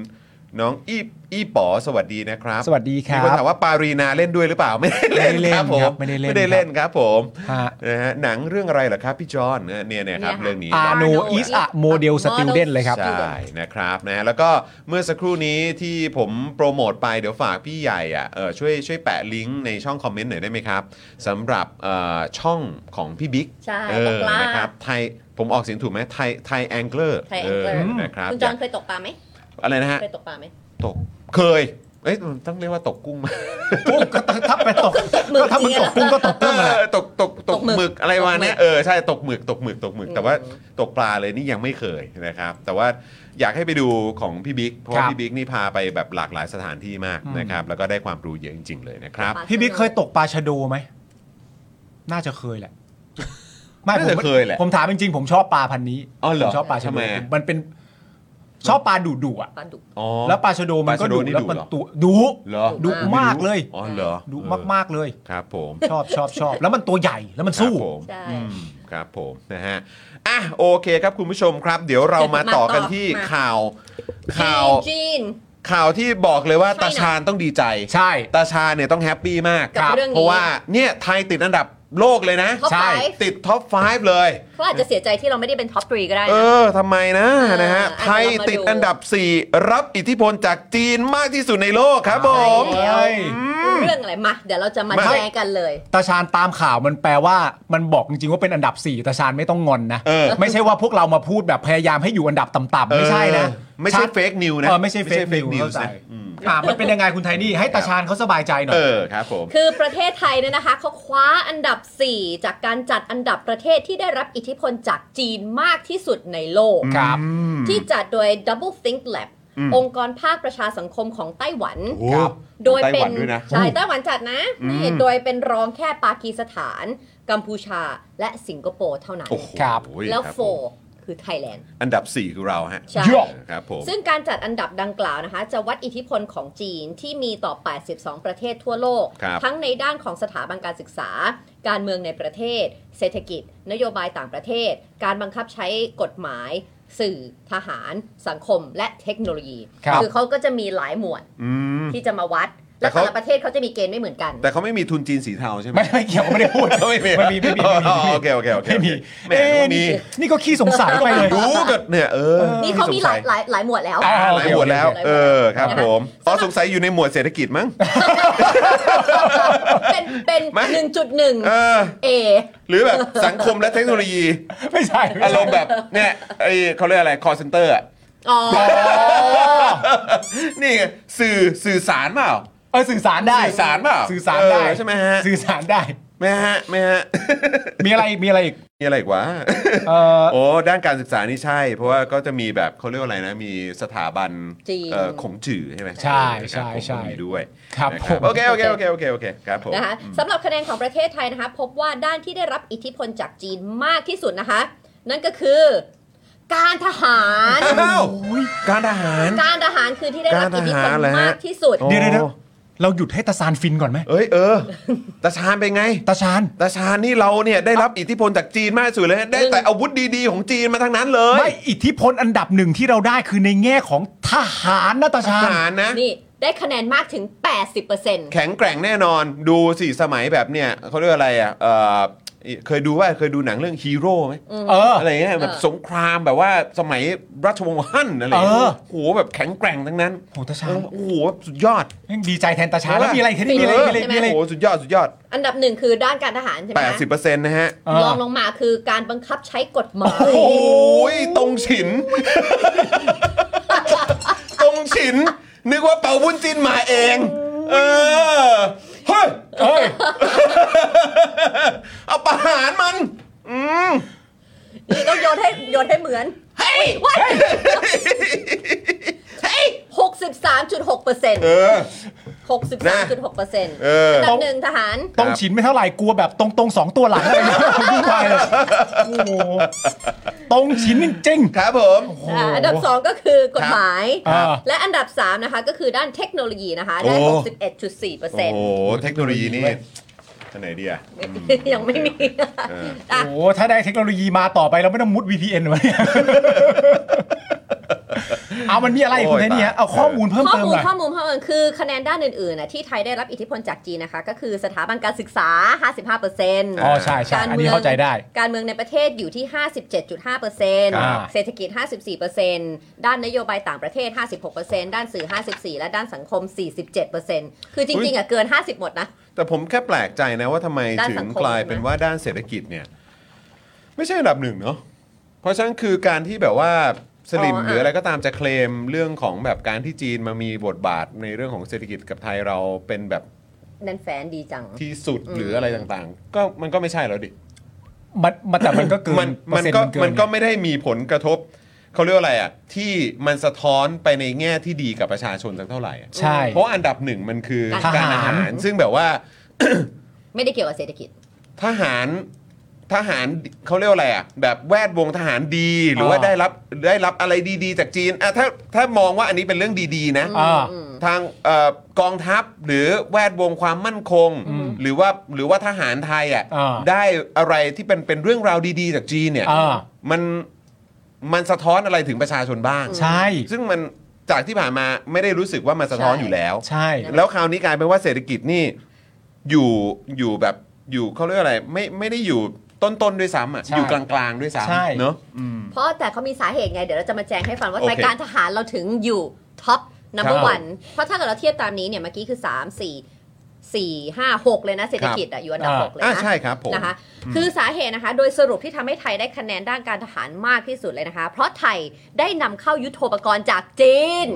Speaker 3: น้องอีอีป๋อสวัสดีนะครับ
Speaker 4: สวัสดีค
Speaker 3: มี
Speaker 4: รั
Speaker 3: คน
Speaker 4: บ
Speaker 3: ถามว่าปารีนาเล่นด้วยหรือเปล่า ไม่ได้เล่น
Speaker 4: ไม่ได้เล่น
Speaker 3: ครับผ
Speaker 4: ครั
Speaker 3: ม
Speaker 4: บไม่ได้เล่น
Speaker 3: ไม่ได้เล่นครับผม
Speaker 4: ฮะ
Speaker 3: นะฮะหนังเรื่องอะไรเหรอครับพี่จอห์นเนี่ยเนี่ยครับเรื่องนี้
Speaker 4: อาโนอิสอะโมเดลสติลเดนเลยครับ
Speaker 3: ใช่นะครับนะแล้วก็เมื่อสักครู่นี้ที่ผมโปรโมทไปเดี๋ยวฝากพี่ใหญ่อ่ะเออช่วยช่วยแปะลิงก์ในช่องคอมเมนต์หน่อยได้ไหมครับสำหรับเอ่อช่องของพี่บิ๊ก
Speaker 5: ใช่
Speaker 3: เอ
Speaker 5: ต
Speaker 3: อก
Speaker 5: ปลา
Speaker 3: นะครับไทยผมออกเสียงถูกไหมไทยไทยแองเกิล
Speaker 5: Thai Angler
Speaker 3: นะครับ
Speaker 5: คุณจอนเคยตกปลาไหม
Speaker 3: อะไรนะฮะ
Speaker 5: เคยตกปลาไหม
Speaker 3: ตกเคยเอ้ยต้องเรียกว่าตกกุ้งไหม
Speaker 4: กุ้งก็ถ้าไปตกก็ถ้ามึงตกกุ้งก็ตกกุ้งอะ
Speaker 3: เอ
Speaker 4: ไร
Speaker 3: อตกตกต
Speaker 5: ต
Speaker 3: ก
Speaker 5: ก
Speaker 3: ห
Speaker 5: หมึ
Speaker 3: มึก
Speaker 5: ก
Speaker 3: อะไรวะเนี่ย
Speaker 5: ตกหมึก
Speaker 3: เออใช่ตกหมึกตกหมึกตกหมึกแต่ว่าตกปลาเลยนี่ยังไม่เคยนะครับแต่ว่าอยากให้ไปดูของพี่บิ๊กเพราะว่า
Speaker 4: ครับ
Speaker 3: พี่บิ๊กนี่พาไปแบบหลากหลายสถานที่มากนะครับแล้วก็ได้ความรู้เยอะจริง ๆ เลยนะครับ
Speaker 4: พี่บิ๊กเคยตกปลาชะโดไหม น่าจะเคยแหละ ไม่
Speaker 3: น่าจะเคยแหละ
Speaker 4: ผมถามจริงๆ ผมชอบปลาพันธุ์นี้
Speaker 3: อ๋อเหรอ
Speaker 4: ผมชอบปลาชะ
Speaker 3: ทำ
Speaker 4: โด
Speaker 3: ไมอะ
Speaker 4: มันเป็นชอบปลาดุดุๆอ่ะ
Speaker 5: ปลาดุก
Speaker 3: อ๋อ
Speaker 4: แล้วปลาชะโดมันก็ดุ
Speaker 3: ปลาชะโดนี่
Speaker 4: แล้วมัน
Speaker 3: ดุเหรอ
Speaker 4: ตัวดุ
Speaker 3: เหรอ
Speaker 4: ดุมากเลย
Speaker 3: อ๋อเหรอ
Speaker 4: ดุมากๆเลย
Speaker 3: ๆครับผม
Speaker 4: ชอบชอบชอบแล้วมันตัวใหญ่แล้วมันสู้
Speaker 3: ครับผม
Speaker 5: ใช่
Speaker 3: อืมครับผมนะฮะอ่ะโอเคครับคุณผู้ชมครับ เดี๋ยวเรามาต่อกันที่
Speaker 5: มาต่อ
Speaker 3: ข่าวข่าว
Speaker 5: จีน
Speaker 3: ข่าวที่บอกเลยว่าตาชาญต้องดีใจ
Speaker 4: ใช่
Speaker 3: ตาชาเนี่ยต้องแฮปปี้มาก
Speaker 5: กับเรื่องนี้
Speaker 3: เพราะว่าเนี่ยไทยติดอันดับโลกเลยนะ
Speaker 5: ท็อป
Speaker 4: ใช่
Speaker 5: ไฟ
Speaker 3: ติดท็อป 5 เลย
Speaker 5: เขาอาจจะเสียใจที่เราไม่ได้เป็นท็อปทรีก็ได้
Speaker 3: เอ
Speaker 5: นะ
Speaker 3: อทำไมนะ
Speaker 5: เออ
Speaker 3: นะฮะ
Speaker 5: เอา
Speaker 3: ไทยติดอันดับ 4 รับอิทธิพลจากจีนมากที่สุดในโลกครับผม
Speaker 5: ใช่
Speaker 4: เฮ้ย
Speaker 5: เรื่องอะไรมาเดี๋ยวเราจะมา
Speaker 3: ไม่
Speaker 5: แชร์กันเลย
Speaker 4: ตาชาญตามข่าวมันแปลว่ามันบอกจริงๆว่าเป็นอันดับ4ตาชาญไม่ต้องงอนนะ
Speaker 3: เออ
Speaker 4: ไม่ใช่ว่าพวกเรามาพูดแบบพยายามให้อยู่อันดับต่ำๆไม่ใช่นะ
Speaker 3: เออไม่ใช่เฟกนิวนะ
Speaker 4: เออไม่ใช่เฟกนิวเข้า
Speaker 3: ส์
Speaker 4: ใจ
Speaker 3: นะอืม
Speaker 4: อ่ามันเป็นยังไงคุณไทนี่ให้ตาชาญเขาสบายใจหน่อ
Speaker 3: เอย อครับผม
Speaker 5: คือประเทศไทยเนี่ยนะคะเขาคว้าอันดับ 4 จากการจัดอันดับประเทศที่ได้รับอิทธิพลจากจีนมากที่สุดในโลก
Speaker 4: ครับ
Speaker 5: ที่จัดโดย Double Think Lab
Speaker 3: อืม
Speaker 5: องค์กรภาคประชาสังคมของไต้หวัน
Speaker 3: โอ้โห
Speaker 4: ครับ
Speaker 5: โดย
Speaker 3: ไต้
Speaker 5: เป็
Speaker 3: หวัน นด้วยนะ
Speaker 5: ใช่ไต้หวันจัดนะนี่
Speaker 3: อืม
Speaker 5: โดยเป็นรองแค่ปากีสถาน กัมพูชาและสิงคโปร์เท่านั้น
Speaker 3: โอ้โห
Speaker 4: ครับ
Speaker 5: แล้ว
Speaker 3: ครับ
Speaker 5: โฟ
Speaker 3: ผม
Speaker 5: คือไทยแลนด์
Speaker 3: อันดับ 4 คือเราฮะ
Speaker 5: ใช่
Speaker 4: เยอะ
Speaker 3: ครับผม
Speaker 5: ซึ่งการจัดอันดับดังกล่าวนะคะ จะวัดอิทธิพลของจีนที่มีต่อ 82 ประเทศทั่วโลก
Speaker 3: ครับ
Speaker 5: ทั้งในด้านของสถาบันการศึกษา การเมืองในประเทศ เศรษฐกิจ นโยบายต่างประเทศ การบังคับใช้กฎหมาย สื่อ ทหาร สังคม และเทคโนโลยี
Speaker 4: ครับ
Speaker 5: อเขาก็จะมีหลายหมวด
Speaker 3: อืม
Speaker 5: ที่จะมาวัด
Speaker 3: แต่
Speaker 5: และ
Speaker 3: เขา
Speaker 5: แต่ละประเทศเขาจะมีเกณฑ์ไม่เหมือนกัน
Speaker 3: แต่เขาไม่มีทุนจีนสีเทาใช่ไหม
Speaker 4: ไม่ไม่เกี่ยวไม่ได้พูด
Speaker 3: ไม่มี
Speaker 4: ไม่มีไม่มีไม่มี
Speaker 3: อ๋อโอเคโอเคโอเค
Speaker 4: ไม่มี
Speaker 3: แหม่
Speaker 4: เอ้
Speaker 3: นึกว่ามี
Speaker 4: นี่นี่ก็ขี้สงสัยไปเลย
Speaker 3: รู้กันเนี่ยเออ
Speaker 5: นี่เขามีหลาย
Speaker 3: สงสั
Speaker 5: หลายหลายหมวดแล้ว
Speaker 4: อ่า
Speaker 3: หลายหมวดแล้ว เออครับผมอ๋อสงสัยอยู่ในหมวดเศรษฐกิจมั้ง
Speaker 5: เป็นเป็น
Speaker 3: ไม่
Speaker 5: หนึ่งจุดหนึ่ง
Speaker 3: เออ
Speaker 5: เอ
Speaker 3: หรือแบบสังคมและเทคโนโลยี
Speaker 4: ไม่ใช่
Speaker 3: อารมณ์แบบเนี่ยไอ้เขาเรียกอะไร call center อะ
Speaker 5: อ๋อ
Speaker 3: นี่ไงสื่อสื่อสารเปล่า
Speaker 4: เออสื่อสารได้
Speaker 3: สื่อสารเปล่า
Speaker 4: สื่อสารได้
Speaker 3: เออใช่ไหมฮะ
Speaker 4: สื่อสารได้
Speaker 3: แม่ฮะแม่ฮะ
Speaker 4: มีอะไรอีกมีอะไรอีก
Speaker 3: มีอะไรอีกวะ
Speaker 4: เออ
Speaker 3: โอ้ด้านการศึกษานี่ใช่ เพราะว่าก็จะมีแบบเขาเรียกว่าอะไรนะ มีสถาบัน
Speaker 5: จีน
Speaker 3: เอ่อของจื่อใช่ไหม
Speaker 4: ใช่
Speaker 3: นะครั
Speaker 4: ใช่
Speaker 3: บ
Speaker 4: ใช่
Speaker 3: ของจื่อด้วย
Speaker 4: ครับ
Speaker 3: นะค
Speaker 4: ผ
Speaker 3: รับ
Speaker 4: ม
Speaker 3: โอเคโอเคโอเคโอเคโอเคครับผม
Speaker 5: นะคะสำหรับคะแนนของประเทศไทยนะคะ พบว่าด้านที่ได้รับอิทธิพลจากจีนมากที่สุดนะคะ นั่นก็คือ การทหาร
Speaker 3: อ้าวการทหาร
Speaker 5: การทหารคือที่ได้รับอิทธิพ
Speaker 3: การทหา
Speaker 5: ล
Speaker 3: รเหรอฮะ
Speaker 5: มากที่สุด
Speaker 3: โอ้
Speaker 4: เดี๋ยวเดี๋ยวเดี๋ยวเราหยุดให้ตาซานฟินก่อนไหม
Speaker 3: เอ้ยเออตาชาญเป็นไง
Speaker 4: ตาชาน
Speaker 3: ตาชาญนี่เราเนี่ยได้รับอิทธิพลจากจีนมากที่สุดเลยนะได้แต่อาวุธดีๆของจีนมาทั้งนั้นเลย
Speaker 4: ไม่อิทธิพลอันดับหนึ่งที่เราได้คือในแง่ของทหารนะตา
Speaker 3: ท
Speaker 4: ชาน
Speaker 3: หารนะ
Speaker 5: นี่ ได้คะแนนมากถึง 80%
Speaker 3: แข็งแกร่งแน่นอนดูสี่สมัยแบบเนี่ยเขาเรียกอะไรอ่ะเอ่อเคยดูว่าเคยดูหนังเรื่องฮีโร่ไหม
Speaker 4: เออ
Speaker 3: อะไรเงี้ยแบบสงครามแบบว่าสมัยราชวงศ์ฮั่นอะไร
Speaker 4: เออ
Speaker 3: โอ้โหแบบแข็งแกร่งทั้งนั้น
Speaker 4: โหตาชา
Speaker 3: เอน อโอ้โหสุดยอด
Speaker 4: ดีใจแทนตาชานแล้วมีอะไรทีนี้มีอะไรมีอะไรมีอะไร
Speaker 3: โอ้โหสุดยอดสุดยอด
Speaker 5: อันดับหนึ่งคือด้านการทหารใช่ไหมคะ
Speaker 3: 80%นะฮะ
Speaker 4: เอ
Speaker 5: ร
Speaker 4: อ
Speaker 5: องลงมาคือการบังคับใช้กฎหมาย
Speaker 3: โอ้ยตรงฉิน ตรงฉิน นึกว่าเป่าวุ้นจินมาเอง เออ เฮ้ย
Speaker 4: เอ้ย
Speaker 3: เอาประหารมัน อืม
Speaker 5: นี่ต้องโยนให้โยนให้เหมือน เฮ้ยหกสิบสามจุดหกเปอร์เซ็นต์
Speaker 3: เออ
Speaker 5: หกสิบสามจุดหกเปอร์เซ็นต์
Speaker 3: เออ
Speaker 5: อันดับหนึ่งทหาร
Speaker 4: ตรงฉินไม่เท่าไหร่กลัวแบบตรงตรงๆสองตัวหลังอะไรเงี้ยวุ่นวายเลยโอ้โหตรงฉินจริงๆ
Speaker 3: ครับผม
Speaker 5: อ่าอันดับ 2 ก็คือกฎหมาย
Speaker 4: ครับ
Speaker 5: และอันดับ 3 นะคะ ก็คือด้านเทคโนโลยีนะคะ ได้
Speaker 3: โอ้
Speaker 5: 61.4เปอร์
Speaker 3: โอ้
Speaker 5: เซ็นต์
Speaker 3: โห เทคโนโลยีนี่อันไหนดีอ่ะ
Speaker 5: ยังไม่มี
Speaker 3: เออ
Speaker 5: อ่ะ
Speaker 4: โอ้ ถ้าได้เทคโนโลยีมาต่อไปเราไม่ต้องมุด VPN ไว้เนี่ย เอามันมีอะไรอีกคุณไทนี่ฮะเอาข้อมูลเพิ่ม
Speaker 5: ข้อ
Speaker 4: เติม
Speaker 5: มูล
Speaker 4: หน่อย
Speaker 5: ข้อมูลข้อมูลคือคะแนนด้านอื่นๆน่ะที่ไทยได้รับอิทธิพลจากจีนนะคะ ก็คือสถาบันการศึกษา 55เปอร์เซ็นต์
Speaker 4: อ๋อใช่ใช่อันนี้เข้าใจได้
Speaker 5: การเมืองในประเทศอยู่ที่ 57.5เปอร์เซ็นต์
Speaker 4: ครับ
Speaker 5: เศรษฐกิจ 54เปอร์เซ็นต์ด้านนโยบายต่างประเทศ 56เปอร์เซ็นต์ด้านสื่อ 54 และด้านสังคม 47เปอร์เซ็นต์คือจริงๆอ่ะเกิน 50 หมดนะ
Speaker 3: แต่ผมแค่แปลกใจนะว่าทำไม
Speaker 5: ด้าน
Speaker 3: ถึ
Speaker 5: สั
Speaker 3: ง
Speaker 5: งคม
Speaker 3: กลายเป็นว่าด้านเศรษฐกิจเนี่ย ไม่ใช่อันดับหนึ่งเนาะ เพราะฉะนั้นคือการที่แบบว่าสลิม
Speaker 5: อ๋ออ่ะ
Speaker 3: หรืออะไรก็ตามจะเคลมเรื่องของแบบการที่จีนมามีบทบาทในเรื่องของเศรษฐกิจกับไทยเราเป็นแบบ
Speaker 5: นั่นแฟนดีจัง
Speaker 3: ที่สุดหรืออะไรต่างๆ ก็มันก็ไม่ใช่แล้วดิ
Speaker 4: มันมันแต่มันก็เกิน
Speaker 3: มัน
Speaker 4: เปอ
Speaker 3: มัน
Speaker 4: ร์เซ็นต์
Speaker 3: ก็
Speaker 4: มันเกิน
Speaker 3: มันก็ไม่ได้มีผลกระทบเขาเรียกว่าอะไรอ่ะที่มันสะท้อนไปในแง่ที่ดีกับประชาชนสักเท่าไหร่อะ
Speaker 4: ใช่
Speaker 3: เพราะอันดับหนึ่งมันคือ
Speaker 5: ทหาร
Speaker 3: การอาหาร ซึ่งแบบว่า
Speaker 5: ไม่ได้เกี่ยวกับเศรษฐกิจ
Speaker 3: ทหารทหารเขาเรียกว่าอะไรอ่ะแบบแวดวงทหารดีหรือว่าได้รับได้รับอะไรดี ๆ จากจีนอ่ะถ้าถ้ามองว่าอันนี้เป็นเรื่องดีๆนะ
Speaker 4: อ่า
Speaker 3: ทางเออกองทัพหรือแวดวงความมั่นคง หรือว่าหรือว่าทหารไทยอ่ะ
Speaker 4: อ่า
Speaker 3: ได้อะไรที่เป็นเป็นเรื่องราวดีๆจากจีนเนี่ย
Speaker 4: อ่า
Speaker 3: มันมันสะท้อนอะไรถึงประชาชนบ้าง
Speaker 4: ใช่
Speaker 3: ซึ่งมันจากที่ผ่านมาไม่ได้รู้สึกว่ามันสะท้อน
Speaker 5: ใช่
Speaker 3: อยู่แล้ว
Speaker 4: ใช่
Speaker 3: แล้วคราวนี้กลายเป็นว่าเศรษฐกิจนี่อยู่อยู่แบบอยู่เขาเรียกอะไรไม่ไม่ได้อยู่ต้นๆด้วยซ้ำอ่ะ
Speaker 4: ใช่
Speaker 3: อยู่กลางๆด้วย
Speaker 4: ใช่
Speaker 3: ซ้ำเนาะ
Speaker 5: เพราะแต่เขามีสาเหตุไง เดี๋ยวเราจะมาแจ้งให้ฟังว่า
Speaker 3: โอเค
Speaker 5: รายการทหารเราถึงอยู่ท็อปนัมเบอ
Speaker 3: ครั
Speaker 5: ร์
Speaker 3: บ
Speaker 5: วันเพราะถ้าเกิดเราเทียบตามนี้เนี่ยเมื่อกี้คือ 3 4 4 5 6 เลยนะ เศรษฐกิจอะอยู่อันดับ
Speaker 4: อ่า
Speaker 5: หกเลย
Speaker 3: อ่า
Speaker 5: นะ
Speaker 3: ใช่ครับผม
Speaker 5: นะคะ คือสาเหตุนะคะ โดยสรุปที่ทำให้ไทยได้คะแนนด้านการทหารมากที่สุดเลยนะคะ เพราะไทยได้นำเข้ายุทโธปกรณ์จากจีน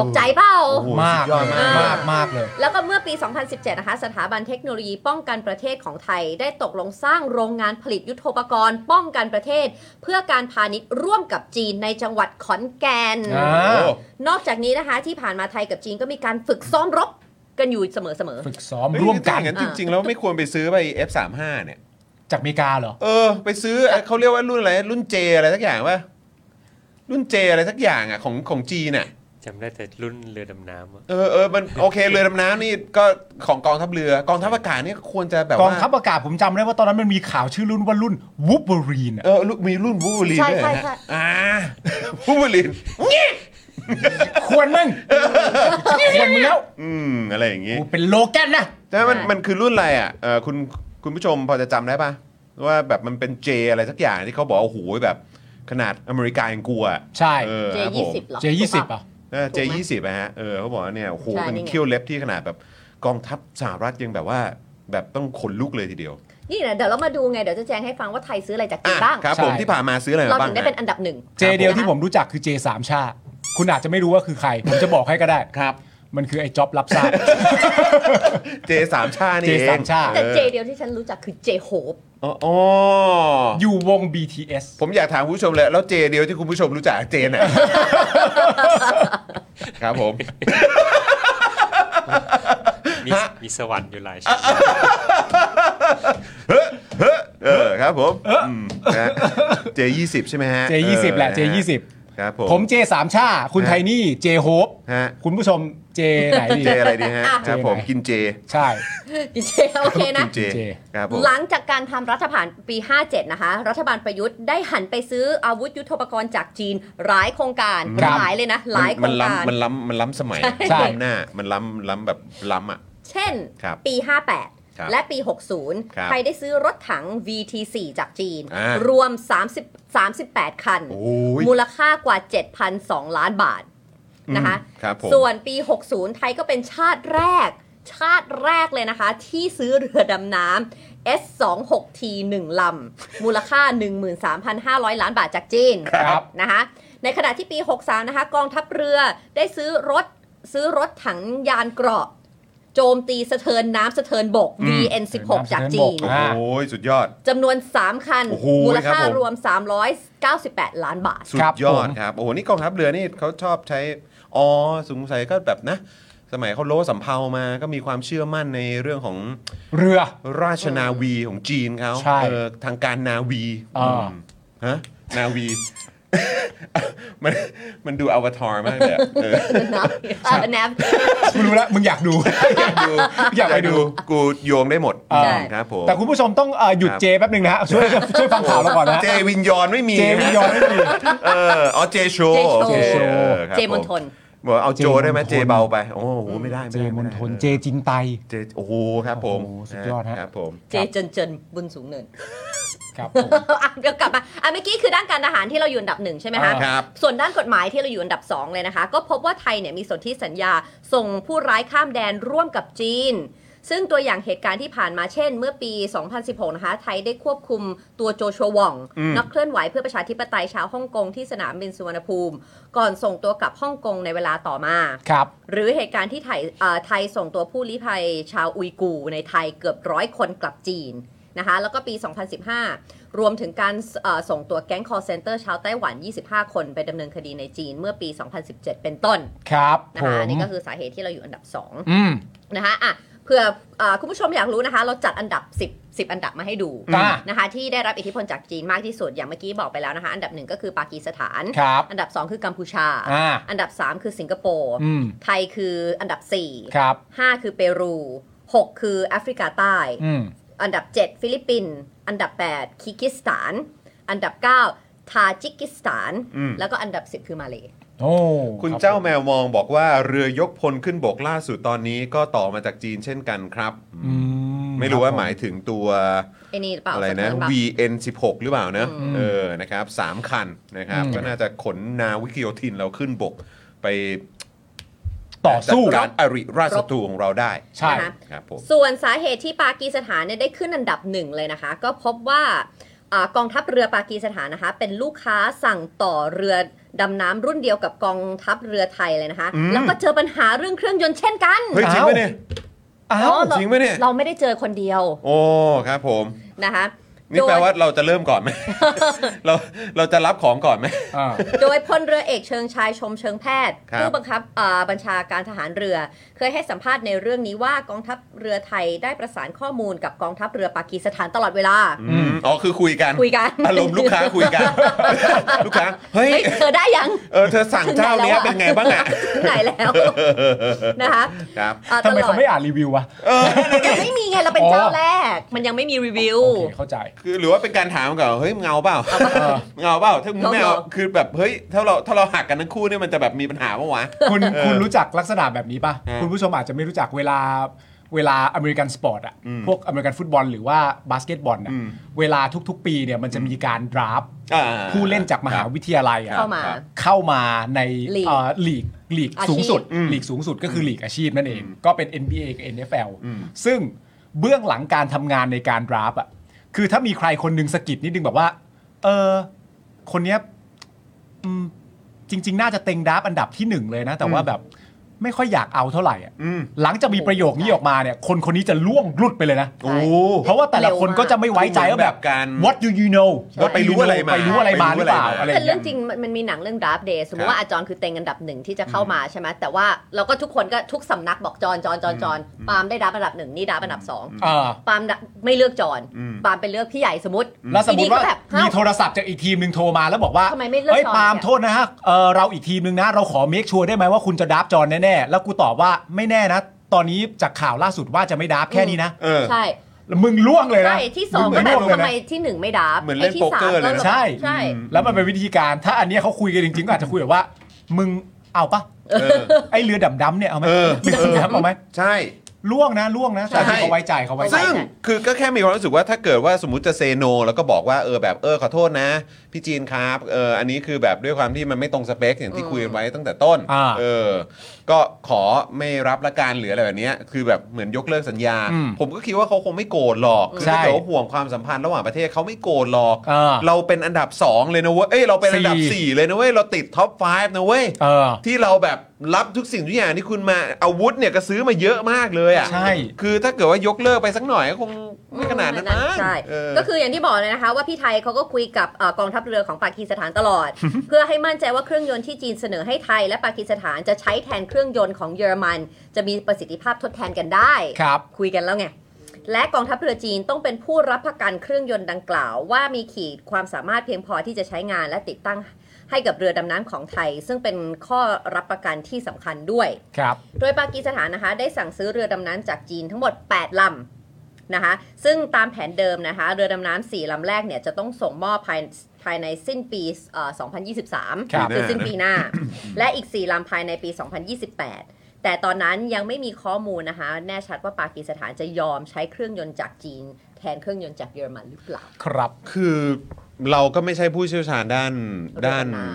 Speaker 5: ตกใจเปล่า
Speaker 3: โอ้โห
Speaker 4: มาก
Speaker 3: สุดยอดมาก
Speaker 4: มากมากเลย
Speaker 5: แล้วก็เมื่อปี 2017 นะคะ สถาบันเทคโนโลยีป้องกันประเทศของไทย ได้ตกลงสร้างโรงงานผลิตยุทโธปกรณ์ ป้องกันประเทศ เพื่อการพาณิชย์ร่วมกับจีนในจังหวัดขอนแก่น
Speaker 4: อ่า
Speaker 3: โอ้
Speaker 5: นอกจากนี้นะคะที่ผ่านมาไทยกับจีนก็มีการฝึกซ้อมรบกันอยู่เสมอ
Speaker 4: ฝึกซ้อม
Speaker 3: เฮ้ย
Speaker 4: ร่วมกัน
Speaker 3: ถ้าอย่างนั้น
Speaker 5: อ่า
Speaker 3: จริง ๆ แล้วไม่ควรไปซื้อไป F35 เนี่ย
Speaker 4: จากอเมริกาเหรอ
Speaker 3: เออ ไปซื้อไอ้เขาเรียกว่ารุ่นอะไร รุ่นเจอะไรสักอย่างป่ะ รุ่นเจอะไรสักอย่างอ่ะของของจีนอ่ะ
Speaker 6: จำได้แต่รุ่นเรือดำน้ำอะ
Speaker 3: เออเออมันโอเค เรือดำน้ำนี่ก็ของกองทัพเรือกองทัพอากาศนี่ควรจะแบบ
Speaker 4: กอง
Speaker 3: ว่า
Speaker 4: ทัพอากาศผมจำได้ว่าตอนนั้นมันมีข่าวชื่อรุ่นว่ารุ่นวูบอรีน
Speaker 3: เออรุ่นมีรุ่นวูบูลิน
Speaker 5: ใช่
Speaker 3: ด้วย
Speaker 5: ใช่
Speaker 3: นะ
Speaker 5: ใช่
Speaker 3: อ่า วูบูลิน
Speaker 4: ควรมึ งควรมึงแล้ว
Speaker 3: อืม อะไรอย่างงี้
Speaker 4: กูเป็นโลแกนนะ
Speaker 3: แต่มัน
Speaker 5: ใช่
Speaker 3: มันคือรุ่นอะไรอ่ะเออคุณคุณผู้ชมพอจะจำได้ป่ะ ว่าแบบมันเป็นเจอะไรสักอย่างที่เขาบอกว่าโอ้โหแบบขนาดอเมริกายังกลัวอะ
Speaker 4: ใช่
Speaker 3: เออ
Speaker 5: ๆ
Speaker 3: ครับผม
Speaker 5: J20 หรอ
Speaker 4: เจยี่สิบอ่ะ
Speaker 3: เจ
Speaker 5: ถูกไหม
Speaker 3: ยี่สิบนะฮะ เออเขาบอกว่าเนี่ยโอ้โห
Speaker 5: ใช่
Speaker 3: เป็น
Speaker 5: นี่ไง
Speaker 3: เขี้ยวเล็บที่ขนาดแบบกองทัพสหรัฐยังแบบว่า แบบต้องขนลุกเลยทีเดียว
Speaker 5: นี่นะเดี๋ยวเรามาดูไง เดี๋ยวจะแจ้งให้ฟังว่าไทยซื้ออะไรจากจี
Speaker 3: อ่ะ
Speaker 5: นบ้าง
Speaker 3: ครับผม
Speaker 4: ใช่
Speaker 3: ที่ผ่านมาซื้ออะไร
Speaker 5: เรา
Speaker 3: มาบ้า
Speaker 5: ถึ
Speaker 3: ง
Speaker 5: งได้เป็นอันดับหนึ่ง
Speaker 4: เจเดียวที่ผมรู้จักคือเจสามชา คุณอาจจะไม่รู้ว่าคือใคร ผมจะบอกให้ก็ได้
Speaker 3: ครับ
Speaker 4: มันคือไอ้จ็อบรับทราบ
Speaker 3: เจสามชานี่
Speaker 4: เจ
Speaker 3: เอง
Speaker 4: สามชา
Speaker 5: แต่เจเดียวที่ฉันรู้จักคือเจโฮป
Speaker 3: อ๋ออ๋อ
Speaker 4: อยู่วง BTS
Speaker 3: ผมอยากถามคุณผู้ชมเลย แล้วเจเดียวที่คุณผู้ชมรู้จักเจไหน ครับผม
Speaker 6: มี
Speaker 3: ฮะ
Speaker 6: มีสวรรค์อยู่หลายชั้น
Speaker 3: เฮ้อเฮ้อเออค ครับผมมนะฮะ J20 ใช่ไหมฮะ
Speaker 4: J20
Speaker 3: ออ
Speaker 4: แหละ
Speaker 3: นฮ
Speaker 4: J20
Speaker 3: ครับผม
Speaker 4: ผมเจสามชา คุณไทนี่เจโฮป
Speaker 3: ฮะ
Speaker 4: คุณผู้ชมเจไหนดี
Speaker 3: เจอะไรดีฮะ
Speaker 5: อ่ะ
Speaker 3: ครับผม
Speaker 4: เจไหน
Speaker 3: กินเจ
Speaker 4: ใช่
Speaker 5: ดิเจโอเคนะ
Speaker 3: กินเจ
Speaker 4: เจ
Speaker 3: ครับผม
Speaker 5: หลังจากการทำรัฐผ่านปี 57 นะคะ รัฐบาลประยุทธ์ได้หันไปซื้ออาวุธยุทโธปกรณ์จากจีน หลายโครงการ
Speaker 4: ครับ
Speaker 5: หลายเลยนะ หลายโคร
Speaker 3: มัน
Speaker 5: งการ
Speaker 3: ล้ำมันล้ำมันล้ำสมัย
Speaker 4: ใช่
Speaker 3: ล้ำหน้ามันล้ำล้ำแบบล้ำอ่ะ
Speaker 5: เช่น
Speaker 3: ครับ
Speaker 5: ปี
Speaker 3: ครับ
Speaker 5: 58 และปี
Speaker 3: ครับ
Speaker 5: 60 ไทยได้ซื้อรถถัง VT4 จากจีน
Speaker 3: อ่าร
Speaker 5: วม 30 38 คัน
Speaker 3: โอ้ย
Speaker 5: มูลค่ากว่า 7,002 ล้านบาทนะคะ
Speaker 3: อืมครับผม
Speaker 5: ส่วนปี 60 ไทยก็เป็นชาติแรก ชาติแรกเลยนะคะ ที่ซื้อเรือดำน้ำ S26T 1 ลำ มูลค่า 13,500 ล้านบาทจากจีน
Speaker 4: ครับ
Speaker 5: นะคะในขณะที่ปี 63 นะคะ กองทัพเรือได้ซื้อรถซื้อรถถังยานเกราะ โจมตีสะเทินน้ำสะเทินบก BN16 จากจีน
Speaker 4: อ่า
Speaker 3: โอ้ยสุดยอด
Speaker 5: จำนวน 3 คัน
Speaker 3: โอ้โห
Speaker 5: มูล
Speaker 3: ครับ
Speaker 5: ค่า
Speaker 3: ผม
Speaker 5: รวม 398 ล้านบาท
Speaker 3: สุ
Speaker 4: ครั
Speaker 3: ด
Speaker 4: บ
Speaker 3: ยอด
Speaker 4: ผม
Speaker 3: ครับโอ้โหนี่กองทัพเรือนี่เขาชอบใช้อ๋อสงสัยก็แบบนะ สมัยเขาโล้สำเภามาก็มีความเชื่อมั่นในเรื่องของ
Speaker 4: เรือ
Speaker 3: ราชนาวีของจีนเขา
Speaker 4: ใช่
Speaker 3: เออทางการนาวี
Speaker 4: อ่า
Speaker 3: มฮะนาวี มันมันดูอวตารมากเลยอะเออ
Speaker 5: นะเออแนบ
Speaker 4: กูรู้แล้วมึงอยากดู
Speaker 3: อยากดู
Speaker 4: อยากไปดู
Speaker 3: กูโยงได้หมด
Speaker 5: ใช่
Speaker 3: ครับผม
Speaker 4: แต่คุณผู้ชมต้องเอ่อหยุด
Speaker 3: ครับ
Speaker 4: เจแป๊บหนึ่งนะฮะช่วยช่วยฟังข่าวเราก่อนนะฮะ
Speaker 3: เจวินยอนไม่มี
Speaker 4: เจวิญญาณไม่มี
Speaker 3: เอออ๋อเจโช
Speaker 5: เจโชว์
Speaker 3: โอเคเออครับ
Speaker 5: เจมณฑ
Speaker 3: ผ
Speaker 5: ล
Speaker 3: บอกเอาโจได้ไหม
Speaker 4: เจม
Speaker 3: เจ
Speaker 4: ณฑล
Speaker 3: เบาไปโอ้โหไม่ได้
Speaker 4: เจ
Speaker 3: ไได้
Speaker 4: ม
Speaker 3: ไได้
Speaker 4: ณฑล
Speaker 3: ออ
Speaker 4: เจจินไต
Speaker 3: เจโอ้โหครับผม
Speaker 4: โอ้โหสุดยอดฮะ
Speaker 3: ครับผม
Speaker 5: เจเจนเจนบุญสูงเนิน
Speaker 4: ครับผม
Speaker 5: อ่ะเดี๋ยวกลับมาอ่ะเมื่อกี้คือด้านการทหารที่เราอยู่อันดับหนึ่งใช่ไหมคะ
Speaker 4: อ่า
Speaker 3: ครับ
Speaker 5: ส่วนด้านกฎหมายที่เราอยู่อันดับ 2 เลยนะคะ ก็พบว่าไทยเนี่ยมีสนธิสัญญาส่งผู้ร้ายข้ามแดนร่วมกับจีน ซึ่งตัวอย่างเหตุการณ์ที่ผ่านมาเช่น เมื่อปี 2016 นะคะ ไทยได้ควบคุมตัวโจชัวหว่อง
Speaker 3: อืม
Speaker 5: นักเคลื่อนไหวเพื่อประชาธิปไตยชาวฮ่องกงที่สนามบินสุวรรณภูมิ ก่อนส่งตัวกลับฮ่องกงในเวลาต่อมา
Speaker 4: ครับ
Speaker 5: หรือเหตุการณ์ที่ไทยเอ่อไทยส่งตัวผู้ลี้ภัยชาวอุยกูร์ในไทยเกือบร้อยคนกลับจีนนะคะ แล้วก็ปี 2015 รวมถึงการเอ่อส่งตัวแก๊งคอร์เซนเตอร์ชาวไต้หวัน 25 คนไปดำเนินคดีในจีนเมื่อปี 2017 เป็นต้น
Speaker 4: ครับ
Speaker 5: นะ
Speaker 4: ผ
Speaker 5: คะอั
Speaker 4: ม
Speaker 5: นนี่ก็คือสาเหตุที่เราอยู่อันดับ 2
Speaker 4: อืม
Speaker 5: นะคะอ่ะเผื่อเอ่อคุณผู้ชมอยากรู้นะคะ เราจัดอันดับ 10 10 อันดับมาให้ดู
Speaker 4: จ้าน
Speaker 5: นะคะ ที่ได้รับอิทธิพลจากจีนมากที่สุดอย่างเมื่อกี้บอกไปแล้วนะคะ อันดับหนึ่งก็คือปากีสถาน
Speaker 4: ครับ
Speaker 5: อันดับ 2 คือกัมพูชา
Speaker 4: อ่า
Speaker 5: อันดับ 3 คือสิงคโปร์
Speaker 4: อืม
Speaker 5: ไทยคืออันดับ 4
Speaker 4: ครับ
Speaker 5: 5 คือเปรู 6 คือแอฟริกาใต้
Speaker 4: อืม
Speaker 5: อันดับ 7 ฟิลิปปินส์อันดับ 8 คิกิสถาน อันดับ 9 ทาจิกิสถาน
Speaker 3: อืม
Speaker 5: แล้วก็อันดับ 10 คือมาเล
Speaker 4: โอ้
Speaker 3: คุณ
Speaker 4: รับ
Speaker 3: เจ้าแมวมองบอกว่าเรือยกพลขึ้นบกล่าสุดตอนนี้ก็ต่อมาจากจีนเช่นกันครับ
Speaker 4: อืม
Speaker 3: ไม่รู้ว่าหมาย
Speaker 4: คบผ
Speaker 3: ถึงตัว
Speaker 5: ไอ้นี่หรือเปล่า
Speaker 3: อะไร
Speaker 5: สเทิ
Speaker 3: นะ
Speaker 5: บัก
Speaker 3: VN16 หรือเปล่านะ
Speaker 5: อืม
Speaker 3: เออนะครับสามคันนะครับ
Speaker 4: อืม
Speaker 3: ก็น่าจะขนนาวิกโยธินเราขึ้นบกไป
Speaker 4: ต่อสู้
Speaker 3: จัดการอริราชศัตรูของเราได้
Speaker 4: ใช่
Speaker 5: นะคะ
Speaker 3: ครับผม
Speaker 5: ส่วนสาเหตุที่ปากีสถานเนี่ยได้ขึ้นอันดับหนึ่งเลยนะคะ ก็พบว่าอ่ากองทัพเรือปากีสถานนะคะ เป็นลูกค้าสั่งต่อเรือดำน้ำรุ่นเดียวกับกองทัพเรือไทยเลยนะคะ
Speaker 3: อืม
Speaker 5: แล้วก็เจอปัญหาเรื่องเครื่องยนต์เช่นกัน
Speaker 3: เฮ้ยจริงไหมเนี่ย
Speaker 4: อ้า
Speaker 5: อ๋
Speaker 4: ว
Speaker 5: อเรา
Speaker 3: จริงปะเนี่ย
Speaker 5: เราไม่ได้เจอคนเดียว
Speaker 3: โอ้ครับผม
Speaker 5: นะคะ
Speaker 3: นี่แปลว่าเราจะเริ่มก่อน ไหม เราเราจะรับของก่อนไหม
Speaker 4: อ่า
Speaker 5: โดยพลเรือเอกเชิงชายชมเชิงแพทย์
Speaker 3: ครับ
Speaker 5: ผู้บังคับเอ่อบัญชาการทหารเรือ เคยให้สัมภาษณ์ในเรื่องนี้ว่ากองทัพเรือไทยได้ประสานข้อมูลกับกองทัพเรือปากีสถานตลอดเวลา
Speaker 3: อืมอ๋อคือคุยกัน
Speaker 5: คุยกัน
Speaker 3: อารมณ์ลูกค้าคุยกัน ลูกค้าเฮ้ย
Speaker 5: เฮ้ยเธอได้ยัง
Speaker 3: เออเธอสั่งเจ้าเนี้ยเป็นไงบ้างอ่ะ
Speaker 5: ถึงไหนแล้วนะคะ
Speaker 3: ครับ
Speaker 5: เอ่อ
Speaker 4: ทำไมเขาไม่อ่านรีวิววะ
Speaker 3: เออ
Speaker 5: ยังไม่มีไงเราเป็น
Speaker 4: อ๋อ
Speaker 5: เจ้าแรก มันยังไม่มีรีวิว
Speaker 4: โอเคเข้าใจ
Speaker 3: คือหรือว่าเป็นการถามก่อนเฮ้ยมึงเงาเปล่า
Speaker 4: เออ
Speaker 3: มึงเงาเปล่าถ้ามึงไม่เอา
Speaker 5: เงาๆ
Speaker 3: คือแบบเฮ้ยถ้าเราถ้าเราหักกันทั้งคู่เนี่ยมันจะแบบมีปัญหาปะวะ
Speaker 4: คุณคุณรู้จักลักษณะแบบนี้ป่ะ
Speaker 3: ฮะ
Speaker 4: คุณผู้ชมอาจจะไม่รู้จักเวลาเวลาอเมริกันสปอร์ตอ่ะ พวกอเมริกันฟุตบอลหรือว่าบาสเกตบอลน่ะ
Speaker 3: อืม
Speaker 4: เวลาทุกๆ ปีเนี่ยมันจะมีการดราฟต์
Speaker 3: อ่า
Speaker 4: ผู้เล่นจากมหาวิทยาลัยอ่ะ
Speaker 5: เข้ามา
Speaker 3: ครับ
Speaker 4: เข้ามาใน
Speaker 5: ลีก
Speaker 4: เอ่อลีกลีก
Speaker 5: อาชีพ
Speaker 4: สูงสุด
Speaker 3: อืม
Speaker 4: ลีกสูงสุดก็คืออลีกอาชีพนั่นเอง ก็เป็น NBA กับ NFL
Speaker 3: อืม
Speaker 4: ซึ่งเบื้องหลังการทำงานในการดราฟต์อ่ะคือถ้ามีใครคนหนึ่งสะกิดนิดนึงแบบว่า เออคนเนี้ย อืมจริง ๆ น่าจะเต็งดับอันดับที่หนึ่งเลยนะ แต่ว่าแบบ ไม่ค่อยอยากเอาเท่าไหร่อะ
Speaker 3: อืม
Speaker 4: หลังจากมีประโยคนี้ออกมาเนี่ยคนคนนี้จะล่วงรุดไปเลยนะ
Speaker 3: โอ้
Speaker 4: เพราะว่าแต่ละคนก็จะไม่ไว้ใจว่าแบบ
Speaker 3: แบบการ
Speaker 4: what do you know
Speaker 3: ว่าไปรู้อะไรมา
Speaker 4: ไปรู้อะไรมาหรือเปล่า
Speaker 3: ไปรู้อะไรมา
Speaker 4: อะไรอ
Speaker 5: แต่
Speaker 4: ย่าง
Speaker 5: เรื่
Speaker 4: เงี้
Speaker 5: อย งจริงมันมันมีหนังเรื่อง Draft Day สมม
Speaker 3: ครับ
Speaker 5: ติว่าอาจอนคือเต็งอันดับหนึ่งที่จะเข้ามาใช่ไหมแต่ว่าเราก็ทุกคนก็ทุกสำนักบอกจอนจอนจอนจอนปาล์มได้ดับอันดับหนึ่งนี่ดับอันดับสอง
Speaker 4: เออ
Speaker 5: ปาล์มไม่เลือกจอน
Speaker 3: อืม
Speaker 5: ปาล์มไปเลือกพี่ใหญ่สมมติ
Speaker 4: แล้วสมมติว่า
Speaker 5: พี่ดีก็แบบฮะ
Speaker 4: มีโทรศัพท์จากอีกทีมหนึ่งโทรมาแล้วบอกว่า
Speaker 5: ทำไมไม่เลือก
Speaker 4: เฮ้ย
Speaker 5: จอน
Speaker 4: ปาล์ม
Speaker 5: เนี่ย
Speaker 4: โทษนะฮะเออเราอีกทีมหนึ่งนะ เราขอเมคชัวร์ได้ไหมว่าคุณจะดับจอนแน่ๆแล้วกูตอบว่าไม่แน่นะ ตอนนี้จากข่าวล่าสุดว่าจะไม่ดับแค่นี้นะ
Speaker 3: เออ
Speaker 5: ใช่
Speaker 4: แล้วมึงล่วงเลยนะ
Speaker 5: ใช่ที่สอง
Speaker 4: มึ
Speaker 5: ก็แบบ
Speaker 4: ล่วเลย
Speaker 5: ทำ
Speaker 4: นะ
Speaker 5: ไมที่หนึ่งไม่ดับ
Speaker 3: เหมือนเล่น
Speaker 5: ไอ้ที่
Speaker 3: โป๊ก
Speaker 5: สา
Speaker 3: เก
Speaker 5: ม
Speaker 3: อร์เลยนะ
Speaker 5: แบบ
Speaker 4: ใช่
Speaker 5: ใช่
Speaker 4: แล้วมันเป็นวิธีการ ถ้าอันเนี้ยเขาคุยกันจริงๆก็อาจจะคุยแบบว่า มึงเอาปะ
Speaker 3: เออ
Speaker 4: ไอเรือดำดำๆเนี่ยเอาไหม
Speaker 3: เออ
Speaker 4: เรือดำดำเอาไหม
Speaker 3: ใช่
Speaker 4: ล่วงนะล่วงนะแต่
Speaker 3: ใช่
Speaker 4: เขาไว้ใจเขาไว้ใจ
Speaker 3: ซึ่งคือก็แค่มีความรู้สึกว่าถ้าเกิดว่าสมมติจะเซโน แล้วก็บอกว่าเออแบบเออขอโทษนะ พี่จีนครับเอออันนี้คือแบบด้วยความที่มันไม่ตรงสเปคอย่างที่คุยกันไว้ตั้งแต่ต้น
Speaker 4: อ่า
Speaker 3: เออ ก็ขอไม่รับละการหรืออะไรแบบเนี้ยคือแบบเหมือนยกเลิกสัญญา
Speaker 4: อืม
Speaker 3: ผมก็คิดว่าเขาคงไม่โกรธหรอกคือถ้า
Speaker 4: ใช่
Speaker 3: เกิดว่าห่วงความสัมพันธ์ระหว่างประเทศเขาไม่โกรธหรอก
Speaker 4: เออ
Speaker 3: เราเป็นอันดับสองเลยนะเว้ยเอ้ยเราเป็นอันดับ
Speaker 4: สี่
Speaker 3: สี่เลยนะเว้ยเราติดท็อป5นะเว้ย
Speaker 4: เออ
Speaker 3: ที่เราแบบรับทุกสิ่งทุกอย่างที่คุณมาอาวุธเนี่ยก็ซื้อมาเยอะมากเลยอ่ะ
Speaker 4: ใช่
Speaker 3: คือถ้าเกิดว่ายกเลิกไปสักหน่อยก็คงไม่ขนาดนั้นมั้ง
Speaker 5: ใช่
Speaker 3: เออ
Speaker 5: ก็คืออย่างที่บอกเลยนะคะ ว่าพี่ไทยเขาก็คุยกับเอ่อกองทัพเรือของปากีสถานตล อด เพื่อให้มั่นใจว่าเครื่องยนต์ที่จีนเสนอให้ไทย และปากีสถานจะใช้แทนเครื่องยนต์ของเยอรมัน จะมีประสิทธิภาพทดแทนกันได้
Speaker 4: ครับ
Speaker 5: คุยกันแล้วไง และกองทัพเรือจีนต้องเป็นผู้รับประกันเครื่องยนต์ดังกล่าว ว่ามีขีดความสามารถเพียงพอที่จะใช้งานและติดตั้งให้กับเรือดำน้ำของไทย ซึ่งเป็นข้อรับประกันที่สำคัญด้วย
Speaker 4: ครับ
Speaker 5: โดยปากีสถานนะคะได้สั่งซื้อเรือดำน้ำจากจีนทั้งหมด 8 ลำนะคะ ซึ่งตามแผนเดิมนะคะ เรือดำน้ำ4ลำแรกเนี่ยจะต้องส่งมอบภายภายในสิ้นปีเอ่อ2023
Speaker 4: ครับ
Speaker 5: คือสิ้นปีห น้า และอีก 4ลำภายในปี 2028 แต่ตอนนั้นยังไม่มีข้อมูลนะคะ แน่ชัดว่าปากีสถานจะยอมใช้เครื่องยนต์จากจีน แทนเครื่องยนต์จากเยอรมันหรือเปล่า
Speaker 4: ครับ
Speaker 3: คือเราก็ไม่ใช่ผู้เชี่ยวชาญด้าน
Speaker 5: เรือ
Speaker 3: ด้าน
Speaker 5: ดำน้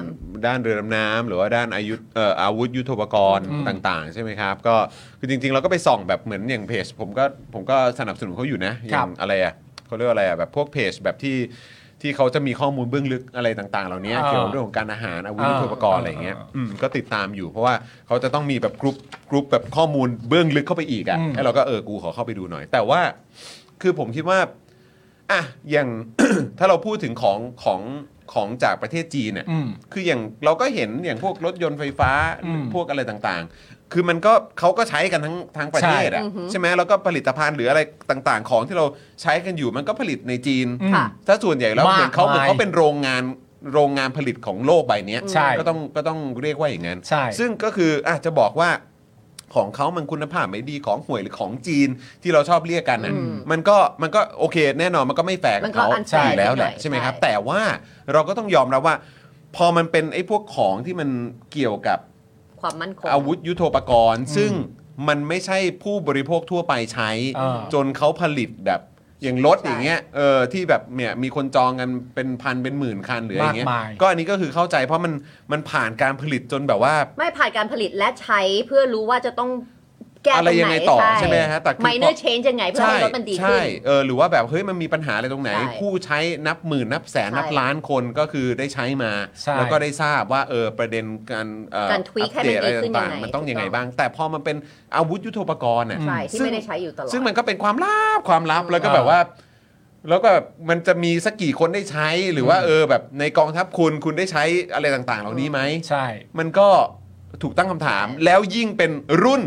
Speaker 3: ด้านเรือดำน้ำหรือว่าด้านอายุเอ่ออาวุธยุทโธปกรณ์ต่าง ๆ ใช่ไหมครับ ก็คือจริง ๆ เราก็ไปส่องแบบเหมือนอย่างเพจ ผมก็ผมก็สนับสนุนเขาอยู่นะอ
Speaker 4: ครั
Speaker 3: ย่า
Speaker 4: บ
Speaker 3: งอะไรอ่ะเขาเรียกว่าอะไรอ่ะแบบพวกเพจแบบที่ที่เขาจะมีข้อมูลเบื้องลึกอะไรต่าง ๆ เหล่านี้
Speaker 4: อ่า
Speaker 3: เกี่ยวกับเรื่องของการอาหารอาวุธ
Speaker 4: อ่า
Speaker 3: ยุทโธปกรณ์อะไรอย่างเงี้ยอืมก็ติดตามอยู่ เพราะว่าเขาจะต้องมีแบบกรุ๊ปกรุ๊ปแบบข้อมูลเบื้องลึกเข้าไปอีกอ่ะ
Speaker 4: อืม
Speaker 3: แล้วเราก็เออกูขอเข้าไปดูหน่อย แต่ว่าคือผมคิดว่า อ่ะอย่าง ถ้าเราพูดถึงของของของจากประเทศจีนเนี่ย
Speaker 4: อืม
Speaker 3: คืออย่างเราก็เห็นอย่างพวกรถยนต์ไฟฟ้า
Speaker 4: อืม
Speaker 3: พวกอะไรต่างๆ คือมันก็เขาก็ใช้กันทั้งทั้งประเทศอ่ะ
Speaker 5: ใช่อือหือ
Speaker 3: ใช่ไหมแล้วก็ผลิตภัณฑ์หรืออะไรต่างๆ ของที่เราใช้กันอยู่มันก็ผลิตในจีน
Speaker 4: อืม
Speaker 5: ค่ะ
Speaker 3: ถ้าส่วนใหญ่แล้วเหมือนเขาเหมือนเขาเป็นโรงงานโรงงานผลิตของโลกใบเนี้ย
Speaker 4: ใช่
Speaker 3: ก็ต้องก็ต้องเรียกว่าอย่างนั้น
Speaker 4: ใช่
Speaker 3: ซึ่งก็คืออาจจะบอกว่าของเขามันคุณภาพไม่ดีของห่วยหรือของจีนที่เราชอบเรียกกันน่ะ
Speaker 5: อืม
Speaker 3: มันก็มันก็โอเคแน่นอนมันก็ไม่แฝง
Speaker 5: มันก็
Speaker 3: เขา
Speaker 5: อันแฟร์
Speaker 3: อยู่แล้วแหละ
Speaker 5: หน่อย
Speaker 3: ใช่ไหมครับ
Speaker 5: ใช่
Speaker 3: แต่ว่าเราก็ต้องยอมรับว่า พอมันเป็นไอ้พวกของที่มันเกี่ยวกับ
Speaker 5: ความมั่นคง
Speaker 3: อาวุธยุโทโธปกรณ์ ซึ่งมันไม่ใช่ผู้บริโภคทั่วไปใช้
Speaker 4: เออ
Speaker 3: จนเขาผลิตแบบอย่างรถ
Speaker 5: ใช่
Speaker 3: อย่างเงี้ยเออที่แบบเนี่ยมีคนจองกันเป็นพันเป็นหมื่นคันหรืออะไรเงี้ย
Speaker 4: มากมาย
Speaker 3: ก็อันนี้ก็คือเข้าใจเพราะมันมันผ่านการผลิตจนแบบว่า
Speaker 5: ไม่ผ่านการผลิตและใช้เพื่อรู้ว่าจะต้องแก้ตรงไหน
Speaker 3: อะไรยังไงต่อใช่ไหมฮะแต่คือ
Speaker 5: ไม่เนอร์เชนยังไงเพื่อให้รถมันดีขึ้น
Speaker 3: ใช่เออหรือว่าแบบเฮ้ยมันมีปัญหาอะไรตรงไหน
Speaker 5: ใช่
Speaker 3: ผู้ใช้นับหมื่นนับแสน
Speaker 5: ใช่
Speaker 3: นับล้านคนก็คือได้ใช้มา
Speaker 4: ใช่
Speaker 3: แล้วก็ได้ทราบว่าเออประเด็นการเอ่อ
Speaker 5: การ tweak ให้
Speaker 3: อัป
Speaker 5: มัน
Speaker 3: เดตอะไร
Speaker 5: ดีขึ้น
Speaker 3: ต่าง
Speaker 5: ยังไง
Speaker 3: ๆมันต้อง
Speaker 5: ถูก
Speaker 3: ยังไง
Speaker 5: ต้อง
Speaker 3: บ้าง แต่พอมันเป็นอาวุธยุทโธปกรณ์น่ะ
Speaker 5: ใช่ที่
Speaker 3: ซึ่ง
Speaker 5: ไม่ได้ใช้อยู่ตลอด
Speaker 3: ซึ่งมันก็เป็นความลับความลับแล้วก็
Speaker 4: อ่า
Speaker 3: แบบว่า แล้วก็แบบมันจะมีสักกี่คนได้ใช้หรือว่า
Speaker 4: อืม
Speaker 3: เออแบบในกองทัพคุณคุณได้ใช้อะไรต่างๆ เหล่านี้ไหม
Speaker 4: ใช่
Speaker 3: มันก็ถูกตั้งคำถาม แล้วยิ่งเป็นรุ่น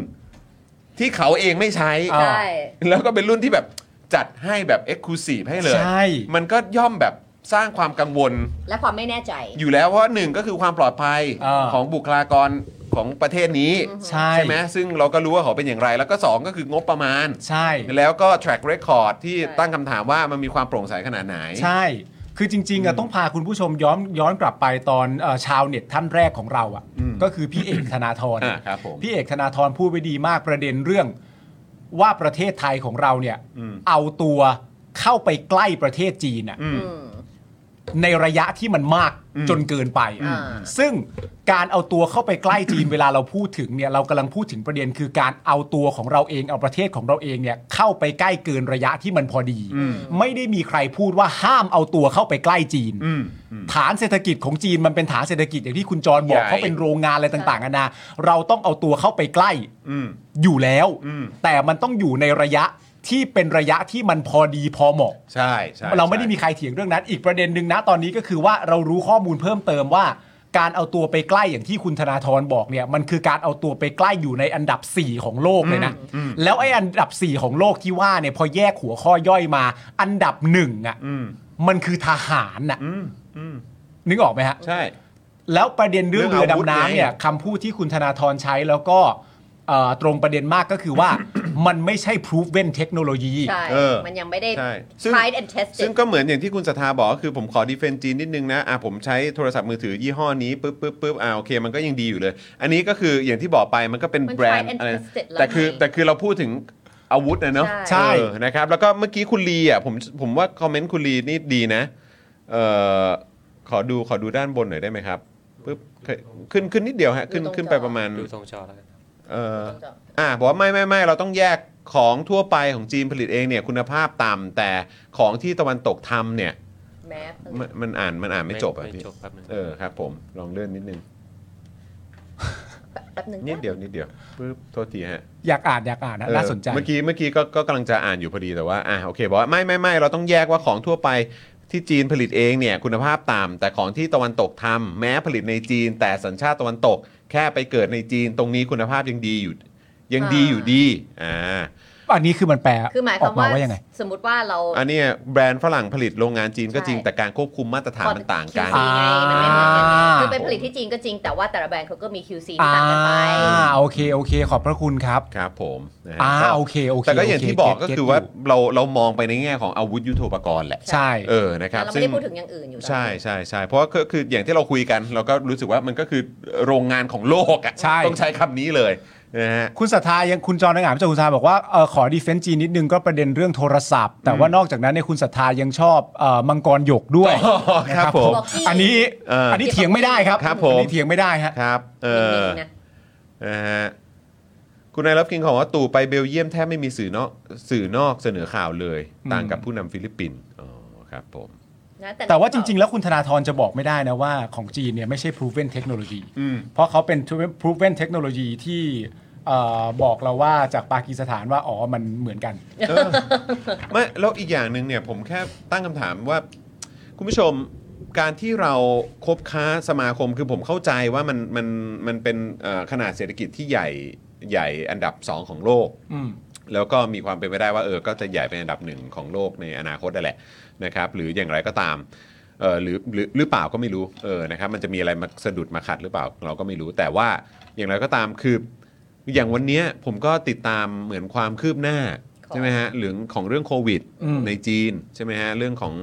Speaker 3: ที่เขาเองไม่ใช้
Speaker 4: อ่า
Speaker 5: ใช่
Speaker 3: แล้วก็เป็นรุ่นที่แบบจัดให้แบบเอ็กซ์คลูซีฟให้เลย
Speaker 4: ใช่
Speaker 3: มันก็ย่อมแบบสร้างความกังวล
Speaker 5: และความไม่แน่ใจ
Speaker 3: อยู่แล้วว่าหนึ่งก็คือความปลอดภัย
Speaker 4: อ่า
Speaker 3: ของบุคลากรของประเทศนี้
Speaker 4: ใช่
Speaker 3: ใช่ไหมซึ่งเราก็รู้ว่าเขาเป็นอย่างไร แล้วก็สองก็คืองบประมาณ
Speaker 4: ใช่
Speaker 3: แล้วก็ track record ที่
Speaker 5: ใช่
Speaker 3: ตั้งคำถามว่ามันมีความโปร่งใสขนาดไหน
Speaker 4: ใช่ คือจริงๆอะต้องพาคุณผู้ชมย้อนย้อนกลับไปตอนเอ่อชาวเน็ตท่านแรกของเราอะ
Speaker 3: อืม
Speaker 4: ก็คือพี่เอกธนาธร
Speaker 3: อ่าครับผม
Speaker 4: พี่เอกธนาธรพูดไว้ดีมากประเด็นเรื่องว่าประเทศไทยของเราเนี่ย
Speaker 3: อืม
Speaker 4: เอาตัวเข้าไปใกล้ประเทศจีนอะ
Speaker 5: อืม
Speaker 4: ในระยะที่มันมากจนเกินไป
Speaker 5: อ่า
Speaker 4: ซึ่งการเอาตัวเข้าไปใกล้จีน เวลาเราพูดถึงเนี่ยเรากำลังพูดถึงประเด็นคือการเอาตัวของเราเองเอาประเทศของเราเองเนี่ยเข้าไปใกล้เกินระยะที่มันพอดี ไม่ได้มีใครพูดว่าห้ามเอาตัวเข้าไปใกล้จีน
Speaker 3: อืมอืม
Speaker 4: ฐานเศรษฐกิจของจีนมันเป็นฐานเศรษฐกิจอย่างที่คุณจรบอก
Speaker 3: ใหญ่
Speaker 4: เขาเป็นโรงงานอะไรต่างๆนานาเราต้องเอาตัวเข้าไปใกล้
Speaker 3: อืม
Speaker 4: อยู่แล้ว
Speaker 3: อืม
Speaker 4: แต่มันต้องอยู่ในระยะที่เป็นระยะที่มันพอดีพอเหมาะ
Speaker 3: ใช่ใช่
Speaker 4: เราไม่ได้มี
Speaker 3: ใช่
Speaker 4: ใครเถียงเรื่องนั้น อีกประเด็นหนึ่งนะตอนนี้ก็คือว่าเรารู้ข้อมูลเพิ่มเติมว่า การเอาตัวไปใกล้อย่างที่คุณธนาธรบอกเนี่ยมันคือการเอาตัวไปใกล้อยู่ในอันดับ 4 ของโลกเลยนะ แล้วไอ้อันดับ 4 ของโลกที่ว่าเนี่ยพอแยกหัวข้อย่อยมา อันดับหนึ่งอ่ะ
Speaker 3: อืม
Speaker 4: มันคือทหารน่ะ
Speaker 3: อืมอืม
Speaker 4: นึกออกไหมฮะ
Speaker 3: ใช่
Speaker 4: แล้วประเด็นเรื่อง
Speaker 3: เรื่
Speaker 4: เรือ อง
Speaker 3: อาวุธ
Speaker 4: ดำน้ำเนี่ย
Speaker 3: ไง
Speaker 4: คำพูดที่คุณธนาธรใช้แล้วก็เอ่อตรงประเด็นมากก็คือว่า มันไม่ใช่ proven เทคโนโลยี
Speaker 5: ใช่
Speaker 3: เออ
Speaker 5: มันยังไม่ได้
Speaker 3: ใช่ซึ่ง
Speaker 5: tried and tested
Speaker 3: ซึ่งก็เหมือนอย่างที่คุณสถาบอกก็คือผมขอดีเฟนจีนนิดนึงนะอ่ะผมใช้โทรศัพท์มือถือยี่ห้อนี้ปุ๊บปุ๊บปุ๊บอ่าโอเค มันก็ยังดีอยู่เลย อันนี้ก็คืออย่างที่บอกไปมันก็เป็น
Speaker 5: มัน
Speaker 3: แบรนด์
Speaker 5: tried and
Speaker 3: อะไร
Speaker 5: tested แล้ว
Speaker 3: แต่คือ
Speaker 5: ไง
Speaker 3: แต่คือเราพูดถึงอาวุธนะเนาะ
Speaker 5: ใช่
Speaker 3: เออนะครับ แล้วก็เมื่อกี้คุณลีอ่ะผมผมว่าคอมเมนต์คุณลีนี่ดีนะเอ่อขอดูขอดูด้านบนหน่อยได้ไหมครับปุ๊บเคยขึ้นขึ้นนิดเดียวฮะขึ้นขึ้นไปประมาณ
Speaker 6: ดูตรงจอแล้วกันครับ
Speaker 3: เอ่อ อ่าบอกว่าไม่ไม่ไม่เราต้องแยกของทั่วไปของจีนผลิตเองเนี่ยคุณภาพต่ำแต่ของที่ตะวันตกทำเนี่ย
Speaker 5: แมส
Speaker 3: มันมันอ่านมันอ่านไม่จบอ่ะ
Speaker 6: ไม่
Speaker 3: พี่
Speaker 6: จบครับหนึง
Speaker 3: เออครับผมลองเลื่อนนิดนึง
Speaker 5: แป๊บหนึง
Speaker 3: นิดเดีย
Speaker 5: นะ
Speaker 3: วนิดเดียวปึ๊บโทษทีฮะ
Speaker 4: อยากอ่านอยากอ่านนะ
Speaker 3: เออ
Speaker 4: น่าสนใจ
Speaker 3: เมื่อกี้เมื่อกี้ก็ก็กำลังจะอ่านอยู่พอดีแต่ว่าอ่าโอเคบอกว่าไม่ไม่ไม่เราต้องแยกว่าของทั่วไปที่จีนผลิตเองเนี่ยคุณภาพต่ำแต่ของที่ตะวันตกทำแม้ผลิตในจีน แต่สัญชาติตะวันตก แค่ไปเกิดในจีนตรงนี้คุณภาพยังดีอยู่ ยังดีอยู่ดีอ่า
Speaker 4: อันนี้คือมันแปล
Speaker 5: คือหมายค
Speaker 4: อ
Speaker 5: วา
Speaker 4: อ
Speaker 5: ม
Speaker 4: กมา
Speaker 5: ว่า
Speaker 4: ว่ายังไง
Speaker 5: สมมติว่าเรา
Speaker 3: อันเนี้ยแบรนด์ฝรั่งผลิตโรงงานจีนก็จริง
Speaker 5: ใช่
Speaker 3: แต่การควบคุมมาตรฐานมันต่างกัน
Speaker 5: QC ไงมันไม่เหมือนกัน
Speaker 4: อ่า
Speaker 5: คือไปผลิตที่จีนก็จริง แต่ว่าแต่ละแบรนด์เขาก็มี QC ที่
Speaker 4: อ่า
Speaker 5: ต่างกันไป
Speaker 4: โอเคโอเค ขอบพระคุณครับ
Speaker 3: ครับผมนะฮะ
Speaker 4: อ่า
Speaker 3: ก็
Speaker 4: โอเคโอเค
Speaker 3: แต่ก็อย่าง
Speaker 4: โเค
Speaker 3: ที่บอก
Speaker 4: เต
Speaker 3: ก็
Speaker 4: เต
Speaker 3: คือว่า
Speaker 4: ยู่
Speaker 3: เราเรามองไปในแง่ของอาวุธยุโทโธปกรณ์แหละ
Speaker 4: ใช่
Speaker 3: เออนะครับ
Speaker 5: แต่เรา
Speaker 3: ซึ่
Speaker 5: ไม่ได้พูดถึงอย่างอื่นอยู่แล้ว
Speaker 3: ใช่ใช่ใช่เพราะว่าก็คืออย่างที่เราคุยกัน เราก็รู้สึกว่ามันก็คือโรงงานของโลกอ่ะ
Speaker 4: ใช่
Speaker 3: ต้องใช้คำนี้เลยนะฮะ
Speaker 4: คุณศรัทธายังคุณจรนังอ่านเจ้าคุณศรัทธาบอกว่าเออขอดีเฟนซ์จีนนิดนึงก็ประเด็นเรื่องโทรศัพท์ แต่ว่านอกจากนั้นเนี่ยคุณศรัทธายังชอบเอ่อมังกรหยกด้วย
Speaker 3: อ๋อครับ
Speaker 4: นะ
Speaker 3: ผม
Speaker 4: อันนี้
Speaker 3: เอออั
Speaker 4: อันนี้เถียงไม่ได้ครับ
Speaker 3: ครับผม
Speaker 4: อันนี้เถียงไม่ได้ฮะ
Speaker 3: ครับเอ
Speaker 5: นิ
Speaker 3: อ
Speaker 5: ดๆนะ
Speaker 3: นะฮะคุณนายรับกินของว่าตู่ไปเบลเยียมแทบไม่มีสื่อนอกสื่อนอกเสนอข่าวเลย
Speaker 4: อืม
Speaker 3: ต่างกับผู้นำฟิลิปปินส์อ๋อครับผม
Speaker 5: นะ
Speaker 4: แต่ว่าจริง ๆ แล้วคุณธนาธรจะบอกไม่ได้นะว่าของจีนเนี่ยไม่ใช่ proven technology
Speaker 3: อืม
Speaker 4: เพราะเขาเป็น proven technology ที่เอ่อบอกเราว่าจากปากีสถานว่าอ๋อมันเหมือนกัน
Speaker 3: เออไม่แล้วอีกอย่างหนึ่งเนี่ยผมแค่ตั้งคำถามว่า คุณผู้ชมการที่เราคบค้าสมาคมคือผมเข้าใจว่ามันมันมันเป็นเอ่อขนาดเศรษฐกิจที่ใหญ่ใหญ่อันดับ 2 ของโลก
Speaker 4: อืม
Speaker 3: แล้วก็มีความเป็นไปได้ว่าเออ ก็จะใหญ่เป็นอันดับหนึ่งของโลกในอนาคตนั่นแหละนะครับ หรืออย่างไรก็ตามเออหรือหรือหรือเปล่าก็ไม่รู้เออนะครับ มันจะมีอะไรมาสะดุดมาขัดหรือเปล่าเราก็ไม่รู้ แต่ว่าอย่างไรก็ตามคือ อย่างวันเนี้ยผมก็ติดตามเหมือนความคืบหน้าใช่ไหมฮะหรือของเรื่องโควิด
Speaker 4: อืม
Speaker 3: ในจีนใช่ไหมฮะเรื่องของ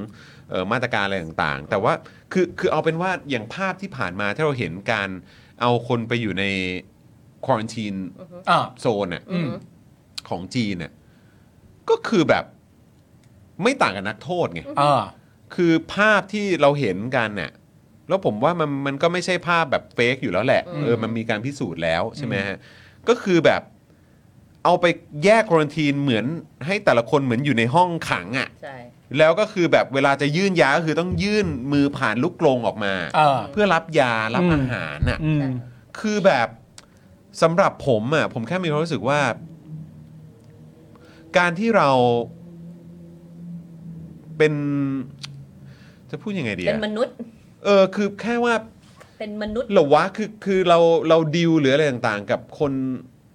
Speaker 3: เอ่อมาตรการอะไรต่างๆ แต่ว่าคือคือเอาเป็นว่าอย่างภาพที่ผ่านมาที่เราเห็นการเอาคนไปอยู่ในควอนตีน
Speaker 4: อ่า
Speaker 3: โซนอ่ะ
Speaker 5: อืม
Speaker 3: ของจีนเนี่ยก็คือแบบไม่ต่างกับนักโทษไง
Speaker 4: อ่า
Speaker 3: คือภาพที่เราเห็นกันเนี่ยแล้วผมว่ามันมันก็ไม่ใช่ภาพแบบเฟกอยู่แล้วแหละ
Speaker 5: อืม
Speaker 3: เออมันมีการพิสูจน์แล้วใช่ไหมฮะก็คือแบบเอาไปแยกควอนตีนเหมือนให้แต่ละคนเหมือนอยู่ในห้องขังอะ่ะ
Speaker 5: ใช่
Speaker 3: แล้วก็คือแบบเวลาจะยื่นยาก็คือต้องยื่นมือผ่านลูกกรงออกมา
Speaker 4: เออ
Speaker 3: เพื่อรับยารับ
Speaker 4: อืม
Speaker 3: อาหารอ่ะ
Speaker 4: อืม
Speaker 3: คือแบบสำหรับผมอ่ะผมแค่มีความรู้สึกว่า การที่เราเป็นจะพูดยังไงดี
Speaker 5: เป็น
Speaker 3: อะ
Speaker 5: มนุษย์
Speaker 3: เออคือแค่ว่า
Speaker 5: เป็นมนุษย์
Speaker 3: เหรอวะคือคือเราเราดิวหรืออะไรต่างๆ กับคน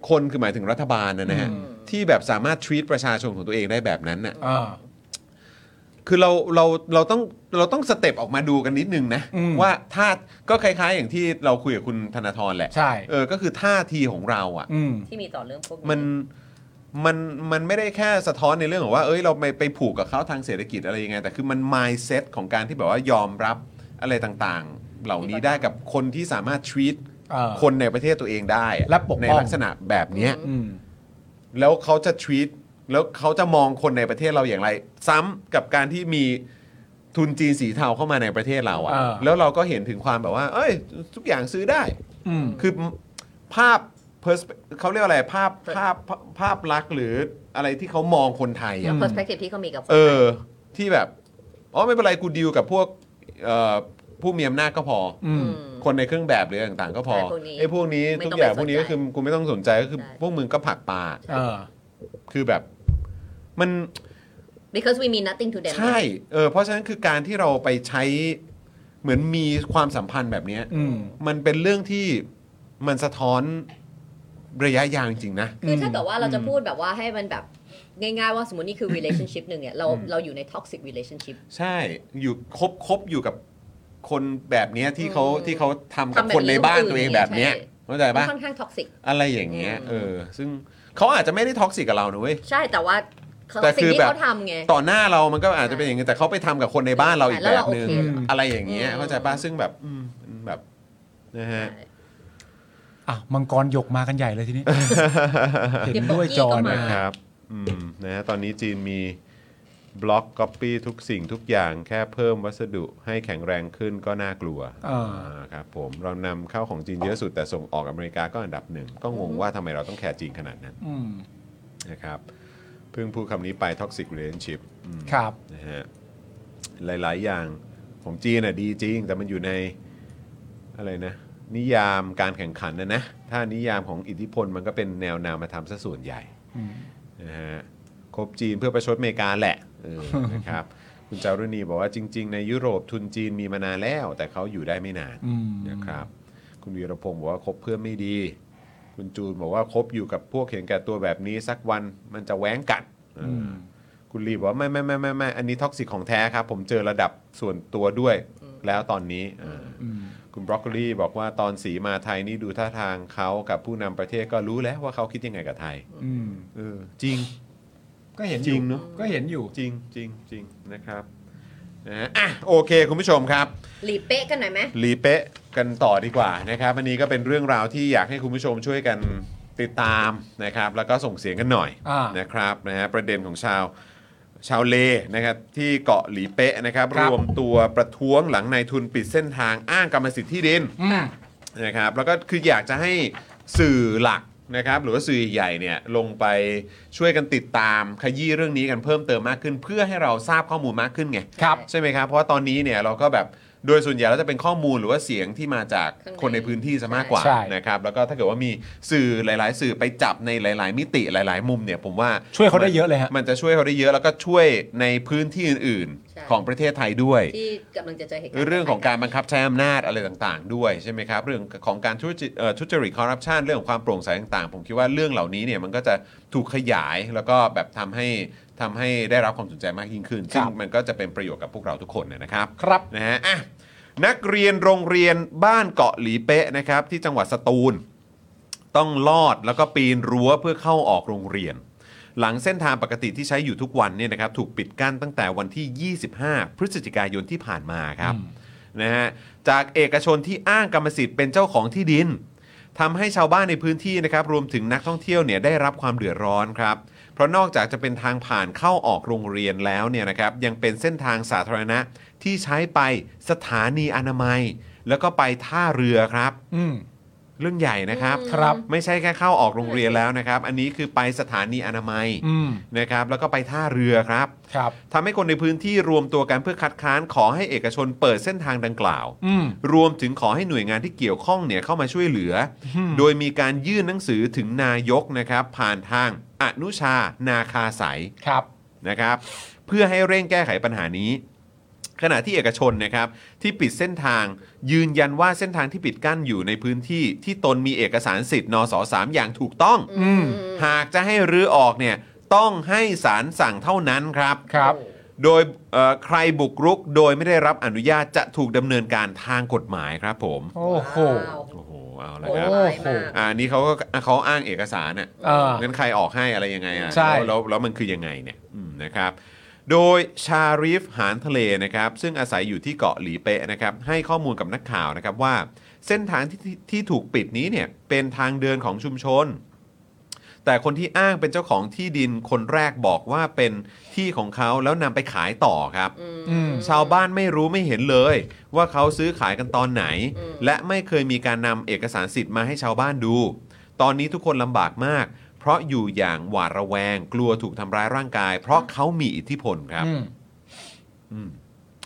Speaker 3: คนคือหมายถึงรัฐบาลนะนะฮะ
Speaker 5: อืม
Speaker 3: ที่แบบสามารถ treat ประชาชนของตัวเองได้แบบนั้นน่ะ
Speaker 4: อ่า
Speaker 3: คือเราเราเราต้องเราต้องสเต็ปออกมาดูกันนิดนึงนะ
Speaker 4: อืม
Speaker 3: ว่าถ้าก็คล้าย ๆ อย่างที่เราคุยกับคุณธนาธรแหละ
Speaker 4: ใช่
Speaker 3: เออก็คือท่าทีของเราอ่ะ
Speaker 4: อืม
Speaker 5: ที่มีต่อเรื่องพวกนี้
Speaker 3: มันมันมันไม่ได้แค่สะท้อนในเรื่องของว่า เอ้ยเราไปไปผูกกับเขาทางเศรษฐกิจอะไรยังไง แต่คือมัน mindset ของการที่แบบว่ายอมรับอะไรต่างๆ เหล่านี้ได้กับคนที่สามารถ treat
Speaker 4: เออ
Speaker 3: คนในประเทศตัวเองได้อะ
Speaker 4: และปกป้อง
Speaker 3: ในลักษณะแบบเนี้ย
Speaker 4: อืม
Speaker 3: แล้วเขาจะ treat แล้วเขาจะมองคนในประเทศเราอย่างไร ซ้ำกับการที่มี ทุนจีนสีเทาเข้ามาในประเทศเราอะ
Speaker 4: เออ
Speaker 3: แล้วเราก็เห็นถึงความแบบว่า เอ้ย ทุกอย่างซื้อได้
Speaker 4: อืม
Speaker 3: คือภาพ perspe- เขาเรียกอะไรภาพภาพภาพลักษณ์หรืออะไรที่เขามองคนไทยอะ
Speaker 4: ม
Speaker 5: perspective ที่เขามีกับคน
Speaker 3: เออ
Speaker 5: ไทย
Speaker 3: ที่แบบ อ๋อ ไม่เป็นไร กูดีลกับพวกเอ่อผู้มีอำนาจก็พออ
Speaker 5: อืม
Speaker 3: คนในเครื่องแบบหรืออะไรต่างๆ ก็พอ
Speaker 5: ใช่พวกนี้
Speaker 3: ไอ้พวกนี้
Speaker 5: ไม่
Speaker 3: ทุก
Speaker 5: ต้อง
Speaker 3: อย่าง
Speaker 5: ไป
Speaker 3: พวกนี้
Speaker 5: สนใจ
Speaker 3: ก็คือกูไม่ต้องสนใจก็คือ
Speaker 5: ใช่
Speaker 3: พวกมึงก็ผลักปลา
Speaker 4: เออ
Speaker 3: คือแบบ มัน
Speaker 5: because we mean nothing to them
Speaker 3: ใช่ เออ เพราะฉะนั้นคือการที่เราไปใช้เหมือนมีความสัมพันธ์แบบเนี้ย
Speaker 4: อืม
Speaker 3: มันเป็นเรื่องที่มันสะท้อนระยะยาวจริงๆนะ
Speaker 5: คือถ้าเกิดว่าเราจะ
Speaker 4: อืม
Speaker 5: พูดแบบว่าให้มันแบบง่ายๆว่าสมมตินี่คือ relationship หนึ่งเนี่ยเราเราอยู่ใน toxic relationship
Speaker 3: ใช่ อยู่คบคบอยู่กับคนแบบเนี้ยที่เขา
Speaker 5: อืม
Speaker 3: ที่เขาทำกับ
Speaker 5: ทำแบบ
Speaker 3: คนในบ้าน
Speaker 5: นี้ค
Speaker 3: ตั
Speaker 5: นอื่น
Speaker 3: วเองแบบเนี้ย
Speaker 5: ใช่
Speaker 3: เข้าใจปะ
Speaker 5: ค่อนข้าง toxic
Speaker 3: อะไรอย่างเงี้ย
Speaker 5: อืม
Speaker 3: เออ ซึ่งเขาอาจจะไม่ได้ท็อกซิกกับเรานะเว้ย
Speaker 5: ใช่แต่ว่าเขา
Speaker 3: แต่
Speaker 5: สิ่
Speaker 3: คื
Speaker 5: ง
Speaker 3: อ
Speaker 5: ที่
Speaker 3: แบบ
Speaker 5: เขาทำไง
Speaker 3: ต่อหน้าเรามันก็อาจจะเป็นอย่างเงี้ยแต่เขาไปทำกับคนในบ้านเราอีก
Speaker 5: แล้
Speaker 3: แบ
Speaker 5: วเรา
Speaker 3: บนึง
Speaker 5: โอเคเหรอ
Speaker 3: อะไรอย่างเงี้ย
Speaker 5: อืม
Speaker 3: เข้าใจปะซึ่งแบบอืมมันแบบนะฮะ
Speaker 4: อ่ะมังกรหยกมากันใหญ่เลยทีนี้ เห็น
Speaker 5: เดี๋ยว
Speaker 4: ด้วย
Speaker 5: โบกี้
Speaker 4: จอ
Speaker 5: ก็มา
Speaker 4: นะ
Speaker 5: ใช่
Speaker 3: ครับอืมนะฮะตอนนี้จีนมีบล็อกก๊อปปี้ทุกสิ่งทุกอย่างแค่เพิ่มวัสดุให้แข็งแรงขึ้นก็น่ากลัว
Speaker 4: เออ
Speaker 3: อ่าครับผมเรานำเข้าของจีนเยอะสุดแต่ส่งออกอเมริกาก็อันดับหนึ่ง ก็งงว่าทำไมเราต้องแคร์จีนขนาดนั้น
Speaker 4: อืม
Speaker 3: นะครับเพิ่งพูดคำนี้ไป toxic relationship อืม
Speaker 4: ครับ
Speaker 3: นะฮะหลายๆ อย่างของจีนน่ะดีจริง แต่มันอยู่ในอะไรนะ นิยามการแข่งขันนะนะ ถ้านิยามของอิทธิพลมันก็เป็นแนวนามธรรมซะส่วนใหญ่
Speaker 4: อืม
Speaker 3: นะฮะคบจีนเพื่อประชดอเมริกาแหละเอ อ นะครับ คุณจารุณีบอกว่าจริง ๆ ในยุโรปทุนจีนมีมานานแล้ว แต่เขาอยู่ได้ไม่นาน
Speaker 4: อืม
Speaker 3: นะครับ คุณวีรพงศ์บอกว่าคบเพื่อนไม่ดี คุณจูนบอกว่าคบอยู่กับพวกเห็นแก่ตัวแบบนี้สักวันมันจะแหว้งกัดเอออคุณลีบอกว่าไม่ไม่ไม่ไม่ไม่อันนี้ท็อกซิกของแท้ครับ ผมเจอระดับส่วนตัวด้วยแล้วตอนนี้เอออคุณบรอกโคลีบอกว่าตอนสีมาไทยนี่ดูท่าทางเขากับผู้นำประเทศก็รู้แล้วว่าเขาคิดยังไงกับไทย
Speaker 4: อืม
Speaker 3: เออจริง
Speaker 4: ก็เห็นอ
Speaker 3: จริ
Speaker 4: ยู่
Speaker 3: งเนอะ
Speaker 4: ก็เห็นอยู่
Speaker 3: จริงจริงจริงนะครับนะฮะอ่ะโอเค คุณผู้ชมครับ
Speaker 5: หลีเป๊ะกันหน่อยไหม
Speaker 3: หลีเป๊ะกันต่อดีกว่านะครับอันนี้ก็เป็นเรื่องราวที่อยากให้คุณผู้ชมช่วยกันติดตามนะครับ แล้วก็ส่งเสียงกันหน่อย
Speaker 4: อ่า
Speaker 3: นะครับนะฮะประเด็นของชาวชาวเลนะครับที่เกาะหลีเป๊ะนะครับ
Speaker 4: ครับ
Speaker 3: วมตัวประท้วงหลังนายทุนปิดเส้นทางอ้างกรรมสิทธิ์ที่ดิน
Speaker 4: อืม
Speaker 3: นะครับแล้วก็คืออยากจะให้สื่อหลักนะครับหรือว่าสื่อใหญ่เนี่ยลงไปช่วยกันติดตามขยี้เรื่องนี้กันเพิ่มเติมมากขึ้น เพื่อให้เราทราบข้อมูลมากขึ้นไง
Speaker 4: ครับ
Speaker 3: ใช่ไหมครับเพราะว่าตอนนี้เนี่ยเราก็แบบโดยส่วนใหญ่เราจะเป็นข้อมูลหรือว่าเสียงที่มาจากคนในพื้นที่ซะมากกว่า
Speaker 4: ใช่
Speaker 3: นะครับแล้วก็ถ้าเกิดว่ามีสื่อหลาย ๆ สื่อไปจับในหลาย ๆ มิติหลาย ๆ มุมเนี่ยผมว่า
Speaker 4: ช่วยเขาได้เยอะเลยฮะ
Speaker 3: มันจะช่วยเขาได้เยอะแล้วก็ช่วยในพื้นที่อื่น
Speaker 5: ใช่
Speaker 3: ๆ ของประเทศไทยด้วย
Speaker 5: ที่กำลังจะเจอเหตุการณ์
Speaker 3: เรื่องของการบังคับใช้อำนาจอะไรต่างๆ ด้วยใช่ไหมครับ เรื่องของการทุจริตเอ่อทุจริตคอร์รัปชันเรื่องของความโปร่งใสต่างๆ ผมคิดว่าเรื่องเหล่านี้เนี่ยมันก็จะถูกขยายแล้วก็แบบทำให้ทำให้ได้รับความสนใจมากยิ่งขึ้น ซึ่งมันก็จะเป็นประโยชน์กับพวกเราทุกคนนะครับ
Speaker 4: ครับ
Speaker 3: นะฮะอ่ะนักเรียนโรงเรียนบ้านเกาะหลีเป๊ะนะครับ ที่จังหวัดสตูล ต้องลอดแล้วก็ปีนรั้วเพื่อเข้าออกโรงเรียน หลังเส้นทางปกติที่ใช้อยู่ทุกวันเนี่ยนะครับถูกปิดกั้นตั้งแต่วันที่ 25 พฤศจิกายนที่ผ่านมาครับนะฮะจากเอกชนที่อ้างกรรมสิทธิ์เป็นเจ้าของที่ดิน ทำให้ชาวบ้านในพื้นที่นะครับรวมถึงนักท่องเที่ยวเนี่ยได้รับความเดือดร้อนครับ เพราะนอกจากจะเป็นทางผ่านเข้าออกโรงเรียนแล้วเนี่ยนะครับยังเป็นเส้นทางสาธารณะที่ใช้ไปสถานีอนามัย แล้วก็ไปท่าเรือครับ
Speaker 4: อืม
Speaker 3: เรื่องใหญ่นะครับ
Speaker 4: ครับ
Speaker 3: ไม่ใช่แค่เข้าออกโรงเรียนแล้วนะครับ อันนี้คือไปสถานีอนามัย
Speaker 4: อืม
Speaker 3: นะครับแล้วก็ไปท่าเรือครับ
Speaker 4: ครับ
Speaker 3: ทำให้คนในพื้นที่รวมตัวกันเพื่อคัดค้านขอให้เอกชนเปิดเส้นทางดังกล่าว
Speaker 4: อืม
Speaker 3: รวมถึงขอให้หน่วยงานที่เกี่ยวข้องเนี่ยเข้ามาช่วยเหลืออโดยมีการยื่นหนังสือถึงนายกนะครับ ผ่านทางอนุชานาคาสาย
Speaker 4: ครับ
Speaker 3: นะครับเพื่อให้เร่งแก้ไขปัญหานี้ ขณะที่เอกชนนะครับที่ปิดเส้นทางยืนยันว่าเส้นทางที่ปิดกั้นอยู่ในพื้นที่ที่ตนมีเอกสารสิทธิ์นสสามอย่างถูกต้อง
Speaker 4: อืม
Speaker 3: หากจะให้รื้อออกเนี่ยต้องให้ศาลสั่งเท่านั้นครับ
Speaker 4: ครับ
Speaker 3: โดยเอ่อใครบุกรุกโดยไม่ได้รับอนุญาตจะถูกดำเนินการทางกฎหมายครับผม
Speaker 4: โอ้โห
Speaker 5: ว้าว
Speaker 3: โอ้โห เอาละ
Speaker 5: โอ้
Speaker 3: ครับ
Speaker 5: ร้ายมาก
Speaker 3: อ่านี่เขาก็เขาอ้างเอกสารน่ะ
Speaker 4: เออ
Speaker 3: งั้นใครออกให้อะไรยังไงอ่ะ
Speaker 4: ใช่
Speaker 3: แล้วแล้วแล้วมันคือยังไงเนี่ยอืมนะครับ โดยชาริฟหานทะเลนะครับ ซึ่งอาศัยอยู่ที่เกาะหลีเป๊ะนะครับ ให้ข้อมูลกับนักข่าวนะครับว่า เส้นทางที่ที่ที่ถูกปิดนี้เนี่ยเป็นทางเดินของชุมชน แต่คนที่อ้างเป็นเจ้าของที่ดินคนแรกบอกว่าเป็นที่ของเขาแล้วนำไปขายต่อครับ
Speaker 4: อืม
Speaker 3: ชาวบ้านไม่รู้ไม่เห็นเลย ว่าเขาซื้อขายกันตอนไหน
Speaker 5: อืม
Speaker 3: และไม่เคยมีการนำเอกสารสิทธิ์มาให้ชาวบ้านดู ตอนนี้ทุกคนลำบากมาก เพราะอยู่อย่างหวาดระแวง กลัวถูกทำร้ายร่างกาย เพราะเขามีอิทธิพลครับ
Speaker 4: อืม
Speaker 3: อืม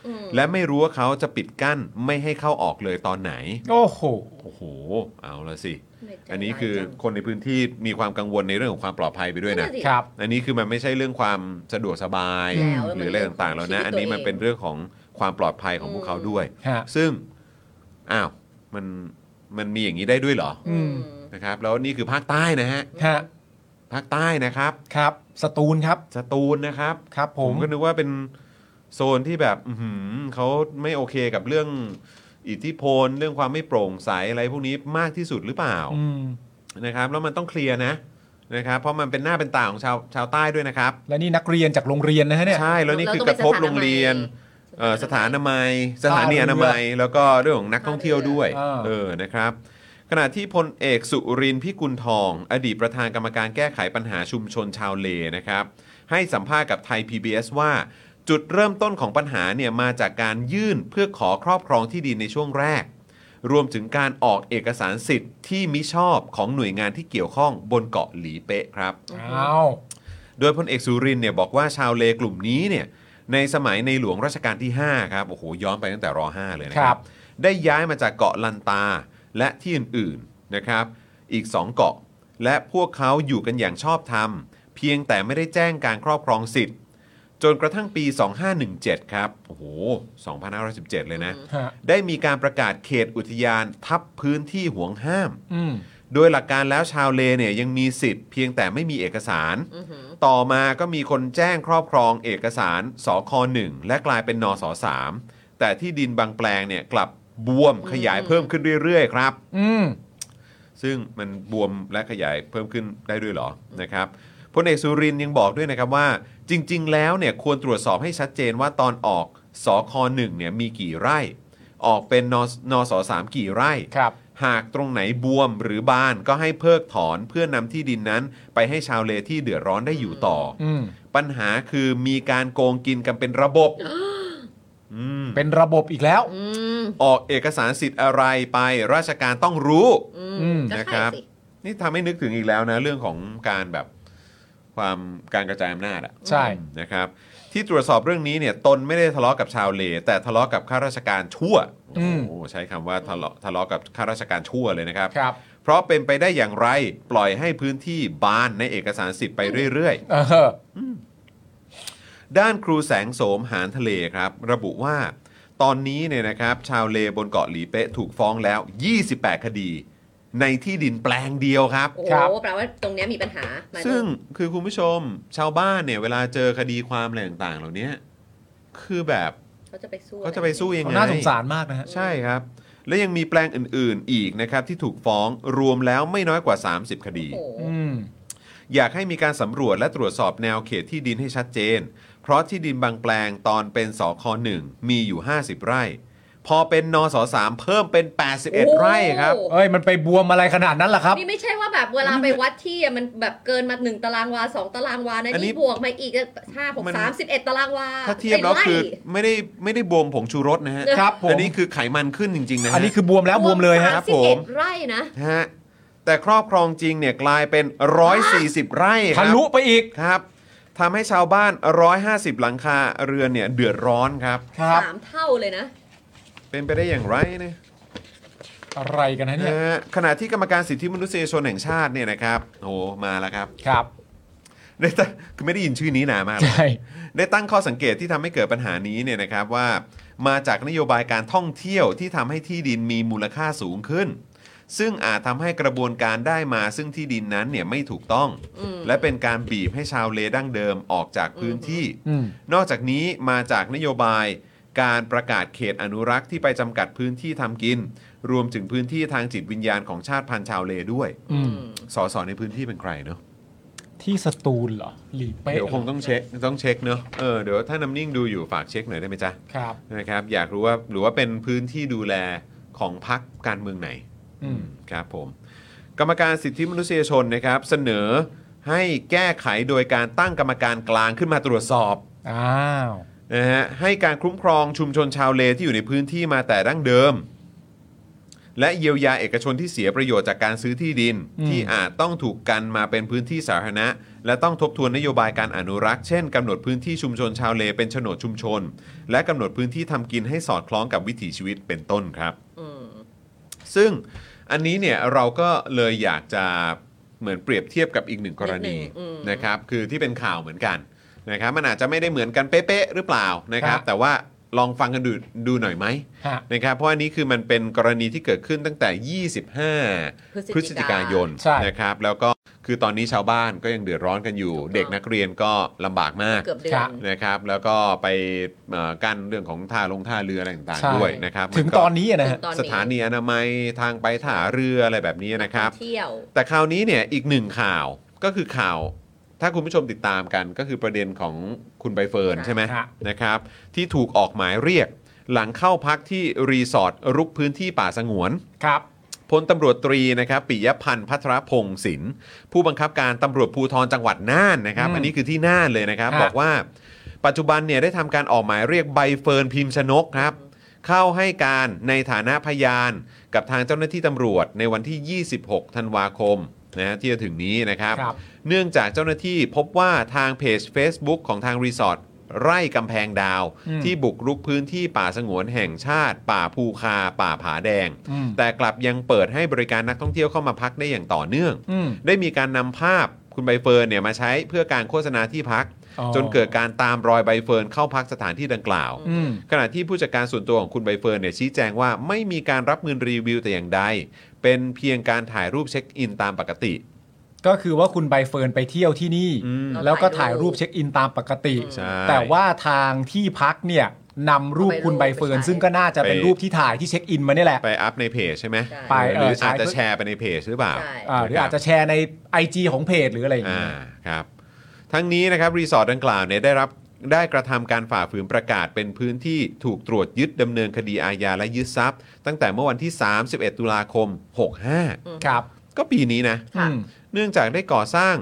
Speaker 5: อืม
Speaker 3: และไม่รู้ว่าเขาจะปิดกั้นไม่ให้เข้าออกเลยตอนไหน
Speaker 4: โอ้โห
Speaker 3: โอ้โห เอาละสิ
Speaker 5: ไม่ใจ
Speaker 3: อันนี้คือ
Speaker 5: ร้ายจัง
Speaker 3: คนในพื้นที่มีความกังวลในเรื่องของความปลอดภัยไปด้วยนะ
Speaker 5: ะสิ
Speaker 4: ครับ
Speaker 3: อันนี้คือมันไม่ใช่เรื่องความสะดวกสบาย
Speaker 5: แล้ว
Speaker 3: หรืออะไรต่างๆ แล้วนะ
Speaker 5: มัน
Speaker 3: อัน
Speaker 5: เป็น
Speaker 3: นี้มันเป็นเรื่องของความปลอดภัยของพวกเขาด้วย
Speaker 4: ฮะ
Speaker 3: ซึ่งอ้าวมันมันมีอย่างนี้ได้ด้วยเหรอ
Speaker 4: อืม
Speaker 3: นะครับ แล้วนี่คือภาคใต้นะฮะ
Speaker 4: ฮะ
Speaker 3: ภาคใต้นะครับ
Speaker 4: ครับ สตูลครับ
Speaker 3: สตูลนะครับ
Speaker 4: ครับผ
Speaker 3: ผม
Speaker 4: ม
Speaker 3: ก็นึกว่าเป็นโซนที่แบบอื้อหือเขาไม่โอเคกับเรื่องอิทธิพลเรื่องความไม่โปร่งใสอะไรพวกนี้มากที่สุดหรือเปล่า
Speaker 4: อืม
Speaker 3: นะครับ แล้วมันต้องเคลียร์นะนะครับ เพราะมันเป็นหน้าเป็นตาของชาวชาวใต้ด้วยนะครับ
Speaker 4: และนี่นักเรียนจากโรงเรียนนะฮะเนี่ย
Speaker 3: ใช่แล้วนี่คือกระทบโรงเรียนเอ่อสถานอนามัย สถานีอนามัย แล้วก็เรื่องของนักท่องเที่ยวด้วย
Speaker 4: อ่า
Speaker 3: เออนะครับ ขณะที่พลเอกสุรินทร์พิกุลทอง อดีตประธานกรรมการแก้ไขปัญหาชุมชนชาวเลนะครับ ให้สัมภาษณ์กับไทย PBS ว่าจุดเริ่มต้นของปัญหาเนี่ยมาจากการยื่นเพื่อขอครอบครองที่ดินในช่วงแรก รวมถึงการออกเอกสารสิทธิ์ที่มิชอบของหน่วยงานที่เกี่ยวข้องบนเกาะหลีเป๊ะครับ
Speaker 4: อ้าว
Speaker 3: โดยพลเอกสุรินทร์เนี่ยบอกว่าชาวเลกลุ่มนี้เนี่ยในสมัยในหลวงรัชกาลที่ 5 ครับ โอ้โห ย้อนไปตั้งแต่ร5เลยนะค
Speaker 4: ครั
Speaker 3: รับ
Speaker 4: บ
Speaker 3: ได้ย้ายมาจากเกาะลันตาและที่อื่นๆนะครับ อีก 2 เกาะ และพวกเขาอยู่กันอย่างชอบธรรม เพียงแต่ไม่ได้แจ้งการครอบครองสิทธิ์ จนกระทั่งปี 2517 ครับ โอ้โห 2517 เลยนะ
Speaker 4: ฮะ
Speaker 3: ได้มีการประกาศเขตอุทยานทับพื้นที่ห่วงห้าม
Speaker 4: อืม
Speaker 3: โดยหลักการแล้วชาวเลเนี่ยยังมีสิทธิ์เพียงแต่ไม่มีเอกสาร
Speaker 5: อือหือ
Speaker 3: ต่อมาก็มีคนแจ้งครอบครองเอกสารสคหนึ่งและกลายเป็นนสสามแต่ที่ดินบางแปลงเนี่ยกลับบวมขยายเพิ่มขึ้นเรื่อยๆครับ
Speaker 4: อืม
Speaker 3: ซึ่งมันบวมและขยายเพิ่มขึ้นได้ด้วยเหรอนะครับพลเอกสุรินทร์ยังบอกด้วยนะครับว่า จริง ๆ แล้วเนี่ยควรตรวจสอบให้ชัดเจนว่าตอนออกสคหนึ่งเนี่ยมีกี่ไร่ ออกเป็นนนสสามกี่ไร่
Speaker 4: ครับ
Speaker 3: หากตรงไหนบวมหรือบานก็ให้เพิกถอนเพื่อนำที่ดินนั้น ไปให้ชาวเลที่เดือดร้อนได้อยู่ต่ออ
Speaker 4: อืม
Speaker 3: ปัญหาคือมีการโกงกินกันเป็นระบบอืม
Speaker 4: เป็นระบบอีกแล้ว
Speaker 5: อืม
Speaker 3: ออกเอกสารสิทธิ์อะไรไป ราชการต้องรู้
Speaker 5: อื
Speaker 4: อื
Speaker 5: ม
Speaker 4: ม
Speaker 5: ก็ใช่
Speaker 3: นะครับ
Speaker 5: สิ
Speaker 3: นี่ทำให้นึกถึงอีกแล้วนะ เรื่องของการแบบความการกระจายอำนาจอะ
Speaker 4: ใช่
Speaker 3: นะครับ ที่ตรวจสอบเรื่องนี้เนี่ยตนไม่ได้ทะเลาะกับชาวเล แต่ทะเลาะกับข้าราชการชั่ว
Speaker 4: อื
Speaker 3: โอ้
Speaker 4: ม
Speaker 3: โหใช้คำว่าทะเลาะทะเลาะกับข้าราชการชั่วเลยนะครับ
Speaker 4: ครับ
Speaker 3: เพราะเป็นไปได้อย่างไรปล่อยให้พื้นที่บานในเอกสารสิทธิ์ไปเรื่อยๆ
Speaker 4: เออ
Speaker 3: ด้านครูแสงโสมหานทะเลครับ ระบุว่า ตอนนี้เนี่ยนะครับ ชาวเลบนเกาะหลีเป๊ะถูกฟ้องแล้ว 28 คดี ในที่ดินแปลงเดียวครับ
Speaker 5: โอ้
Speaker 4: ครับ
Speaker 5: โหแปลว่าตรงเนี้ยมีปัญหามา
Speaker 3: ซึ่ง
Speaker 5: ดู
Speaker 3: คือคุณผู้ชมชาวบ้านเนี่ยเวลาเจอคดีความอะไรต่างๆ เหล่านี้คือแบบ
Speaker 5: เขาจะไปสู้
Speaker 3: เขาจะไปสู้ยังไง
Speaker 4: เขาน่าสงสารมากนะฮะ
Speaker 3: ใช่ครับ และยังมีแปลงอื่นๆ อีกนะครับที่ถูกฟ้องรวมแล้วไม่น้อยกว่า 30 คดี
Speaker 5: โอ้โห
Speaker 4: อืม
Speaker 3: อยากให้มีการสำรวจและตรวจสอบแนวเขตที่ดินให้ชัดเจน เพราะที่ดินบางแปลงตอนเป็นสคหนึ่งมีอยู่ 50 ไร่ พอเป็นนสสามเพิ่มเป็น 81 ไร่ครับ
Speaker 5: โอ้
Speaker 4: เอ้ย มันไปบวมอะไรขนาดนั้นล่ะครับ
Speaker 5: นี่ไม่ใช่ว่าแบบเวลาไปวัดที่อะมันแบบเกินมาหนึ่งตารางวาสองตารางวานะ
Speaker 3: อันนี้
Speaker 5: นี่บวกมาอีกห้าหก
Speaker 3: มัน
Speaker 5: สามสิบเอ็ดตารางวา
Speaker 3: ถ้าเทียบแล้ว
Speaker 5: ป็นไ
Speaker 3: คือไม่ได้ไม่ได้บวมผงชูรสนะฮะ
Speaker 4: ครับผม
Speaker 3: อันนี้คือไขมันขึ้นจริง ๆ นะฮะ
Speaker 4: อันนี้คือบวมแล้วบวมเลยฮะ
Speaker 5: สาสิบ
Speaker 3: ผ
Speaker 5: เอ็ด
Speaker 3: ม
Speaker 5: ไร่นะ
Speaker 3: ฮะแต่ครอบครองจริงเนี่ยกลายเป็น 140 ไร่ค
Speaker 4: ทะ
Speaker 3: รับ
Speaker 4: ลุไปอีก
Speaker 3: ครับทำให้ชาวบ้าน 150 หลังคาเรือนเนี่ยเดือดร้อนครับ
Speaker 4: ครับ
Speaker 5: สามเท่าเลยนะ
Speaker 3: เป็นไปได้อย่างไรเนี่ย
Speaker 4: อะไรกันนะเนี่ย
Speaker 3: นะฮะขณะที่กรรมการสิทธิมนุษยชนแห่งชาติเนี่ยนะครับโอ้โหมาแล้วครับ
Speaker 4: ครับ
Speaker 3: ได้ตั้งคือไม่ได้ยินชื่อนี้นานมากเลย
Speaker 4: ใช่
Speaker 3: ได้ตั้งข้อสังเกตที่ทำให้เกิดปัญหานี้เนี่ยนะครับว่า มาจากนโยบายการท่องเที่ยวที่ทำให้ที่ดินมีมูลค่าสูงขึ้น ซึ่งอาจทำให้กระบวนการได้มาซึ่งที่ดินนั้นเนี่ยไม่ถูกต้อง
Speaker 5: อืม
Speaker 3: และเป็นการบีบให้ชาวเลดั้งเดิมออกจากพื้นที่
Speaker 4: อืม
Speaker 3: นอกจากนี้มาจากนโยบายการประกาศเขตอนุรักษ์ที่ไปจำกัดพื้นที่ทำกิน รวมถึงพื้นที่ทางจิตวิญญาณของชาติพันธุ์ชาวเลด้วย
Speaker 4: อืม
Speaker 3: สสในพื้นที่เป็นใครเนาะ
Speaker 4: ที่สตูลเหรอ หลีเป๊ะ
Speaker 3: เดี๋ยวคงต้องเช็คต้องเช็คเนาะเออเดี๋ยวถ้าน้ำนิ่งดูอยู่ฝากเช็คหน่อยได้ไหมจ๊ะ
Speaker 4: ครับ
Speaker 3: นะครับอยากรู้ว่าหรือว่าเป็นพื้นที่ดูแลของพรรคการเมืองไหน
Speaker 4: อืม
Speaker 3: ครับผม กรรมการสิทธิมนุษยชนนะครับ เสนอ ให้แก้ไขโดยการตั้งกรรมการกลางขึ้นมาตรวจสอบ
Speaker 4: อ้าว
Speaker 3: นะฮะให้การคุ้มครองชุมชนชาวเลที่อยู่ในพื้นที่มาแต่ดั้งเดิม และเยียวยาเอกชนที่เสียประโยชน์จากการซื้อที่ดิน ที่อาจต้องถูกกันมาเป็นพื้นที่สาธารณะ และต้องทบทวนนโยบายการอนุรักษ์ เช่นกำหนดพื้นที่ชุมชนชาวเลเป็นโฉนดชุมชน และกำหนดพื้นที่ทำกินให้สอดคล้องกับวิถีชีวิตเป็นต้นครับ
Speaker 5: อืม
Speaker 3: ซึ่งอันนี้เนี่ยเราก็เลยอยากจะเหมือนเปรียบเทียบกับอีกหนึ่งกรณีนะครับคือที่เป็นข่าวเหมือนกันนะครับมันอาจจะไม่ได้เหมือนกันเป๊ะๆหรือเปล่านะครับ แต่ว่าลองฟังกันดูดูหน่อยไหม
Speaker 4: ฮะ
Speaker 3: นะครับเพราะอันนี้คือมันเป็นกรณีที่เกิดขึ้นตั้งแต่ 25 พฤศจิกายน
Speaker 4: ใช่
Speaker 3: นะครับแล้วก็คือตอนนี้ชาวบ้านก็ยังเดือดร้อนกันอยู่ เด็กนักเรียนก็ลำบากมาก
Speaker 5: เกือบเดือ
Speaker 4: ครั
Speaker 5: น
Speaker 4: บ
Speaker 3: นะครับแล้วก็ไปเอ่อกั้นเรื่องของท่าลงท่าเรืออะไรต่าง
Speaker 4: ใช่
Speaker 3: ๆด้วยนะครับ
Speaker 4: ถึง
Speaker 3: มัก็
Speaker 4: ตอนนี้อะนะฮะ
Speaker 5: ตอนนี้
Speaker 3: สถานีอนามัยทางไปท่าเรืออะไรแบบนี้นะครับ
Speaker 5: เที่ยว
Speaker 3: แต่คราวนี้เนี่ยอีกหนึ่งข่าวก็คือข่าว ถ้าคุณผู้ชมติดตามกันก็คือประเด็นของคุณใบเฟิร์น
Speaker 5: ค่ะ
Speaker 3: ใช่ไหม
Speaker 4: ค่ะ
Speaker 3: นะครับ ที่ถูกออกหมายเรียก หลังเข้าพักที่รีสอร์ทรุกพื้นที่ป่าสงวน
Speaker 4: ครับ
Speaker 3: พลตำรวจตรีนะครับปิยพันธ์พัทรพงศินผู้บังคับการตำรวจภูธรจังหวัดน่านนะครับ
Speaker 4: อืม
Speaker 3: อันนี้คือที่น่านเลยนะครับ
Speaker 4: ฮะ
Speaker 3: บอกว่าปัจจุบันเนี่ยได้ทำการออกหมายเรียกใบเฟิร์นพิมพ์ชนกครับ เข้าให้การในฐานะพยานกับทางเจ้าหน้าที่ตำรวจในวันที่ 26 ธันวาคมนะฮะที่จะถึงนี้นะครับ
Speaker 4: ครับ
Speaker 3: เนื่องจากเจ้าหน้าที่พบว่าทางเพจ Facebook ของทางรีสอร์ทไร่กำแพงดาว
Speaker 4: อืม
Speaker 3: ที่บุกรุกพื้นที่ป่าสงวนแห่งชาติ ป่าภูคา ป่าผาแดง
Speaker 4: อืม
Speaker 3: แต่กลับยังเปิดให้บริการนักท่องเที่ยวเข้ามาพักได้อย่างต่อเนื่อง
Speaker 4: อืม
Speaker 3: ได้มีการนำภาพคุณใบเฟิร์นเนี่ยมาใช้เพื่อการโฆษณาที่พัก
Speaker 4: อ๋อ
Speaker 3: จนเกิดการตามรอยใบเฟิร์นเข้าพักสถานที่ดังกล่าว
Speaker 4: อืม
Speaker 3: ขณะที่ผู้จัดการส่วนตัวของคุณใบเฟิร์นเนี่ยชี้แจงว่าไม่มีการรับเงินรีวิวแต่อย่างใด เป็นเพียงการถ่ายรูปเช็คอินตามปกติ
Speaker 4: ก็คือว่าคุณใบเฟิร์นไปเที่ยวที่นี่
Speaker 3: อืม
Speaker 4: แล้วก็ถ่ายรูปเช็คอินตามปกติ
Speaker 3: ใช่
Speaker 4: แต่ว่าทางที่พักเนี่ยนำรูปคุณใบเฟิร์น
Speaker 5: เอาไปลง
Speaker 4: ซึ่งก็น่าจะเป็น
Speaker 3: ไป
Speaker 4: รูปที่ถ่ายที่เช็คอินมาเนี่ยแหละ
Speaker 3: ไปอัพในเพจใช่ไหม
Speaker 5: ใช่
Speaker 4: ไป
Speaker 3: ห
Speaker 4: เออ
Speaker 3: รือ
Speaker 4: ใช่
Speaker 3: อาจจะแชร์ไปในเพจหรือเปล่า
Speaker 5: ใช่
Speaker 4: อ่าหรืออาจจะแชร์ใน IG ของเพจหรืออะไรอย่าง
Speaker 3: อ่า
Speaker 4: เงี้ย
Speaker 3: ครับทั้งนี้นะครับรีสอร์ทดังกล่าวเนี่ยได้รับได้กระทำการฝ่าฝืนประกาศเป็นพื้นที่ถูกตรวจยึดดำเนินคดีอาญาและยึดทรัพย์ ตั้งแต่เมื่อวันที่ 31 ตุลาคม 65
Speaker 4: ครับ
Speaker 3: ก็ปีนี้นะ
Speaker 5: ค่ะ
Speaker 4: อืม
Speaker 3: เนื่องจากได้ก่อสร้าง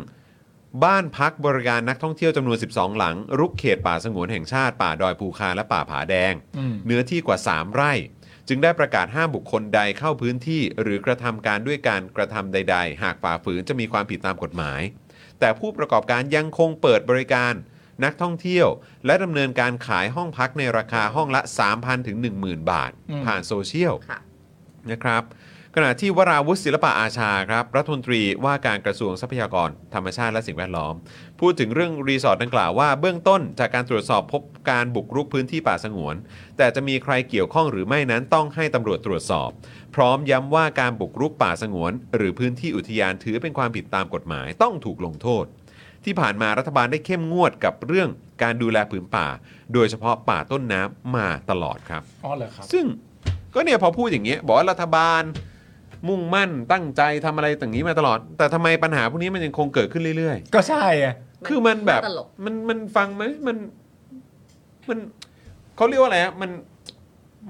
Speaker 3: บ้านพักบริการนักท่องเที่ยวจำนวน 12 หลัง รุกเขตป่าสงวนแห่งชาติ ป่าดอยภูคาและป่าผาแดง
Speaker 4: อืม
Speaker 3: เนื้อที่กว่า 3 ไร่ จึงได้ประกาศห้ามบุคคลใดเข้าพื้นที่ หรือกระทำการด้วยการกระทำใด ๆ หากฝ่าฝืนจะมีความผิดตามกฎหมาย แต่ผู้ประกอบการยังคงเปิดบริการนักท่องเที่ยว และดำเนินการขายห้องพักในราคาห้องละ 3,000ถึง10,000 บาท
Speaker 4: อืม
Speaker 3: ผ่านโซเชียล
Speaker 5: ค่ะ
Speaker 3: นะครับขณะที่วราวุฒิศิลปะอาชาครับรัฐมนตรีว่าการกระทรวงทรัพยากรธรรมชาติและสิ่งแวดล้อม พูดถึงเรื่องรีสอร์ทดังกล่าวว่าเบื้องต้นจากการตรวจสอบพบการบุกรุกพื้นที่ป่าสงวน แต่จะมีใครเกี่ยวข้องหรือไม่นั้นต้องให้ตำรวจตรวจสอบ พร้อมย้ำว่าการบุกรุกป่าสงวน หรือพื้นที่อุทยานถือเป็นความผิดตามกฎหมายต้องถูกลงโทษ ที่ผ่านมารัฐบาลได้เข้มงวดกับเรื่องการดูแลผืนป่า โดยเฉพาะป่าต้นน้ำมาตลอดครับ
Speaker 4: อ๋อเหรอครับ
Speaker 3: ซึ่งก็เนี่ยพอพูดอย่างเงี้ยบอกว่ารัฐบาลมุ่งมั่นตั้งใจทำอะไรต่างนี้มาตลอด แต่ทำไมปัญหาพวกนี้มันยังคงเกิดขึ้นเรื่อย
Speaker 4: ก็ใช่อะ
Speaker 3: ๆ คือมันแบบ
Speaker 5: ตลก
Speaker 3: มันมันฟังไหมมันมันเขาเรียกว่าอะไรอะมัน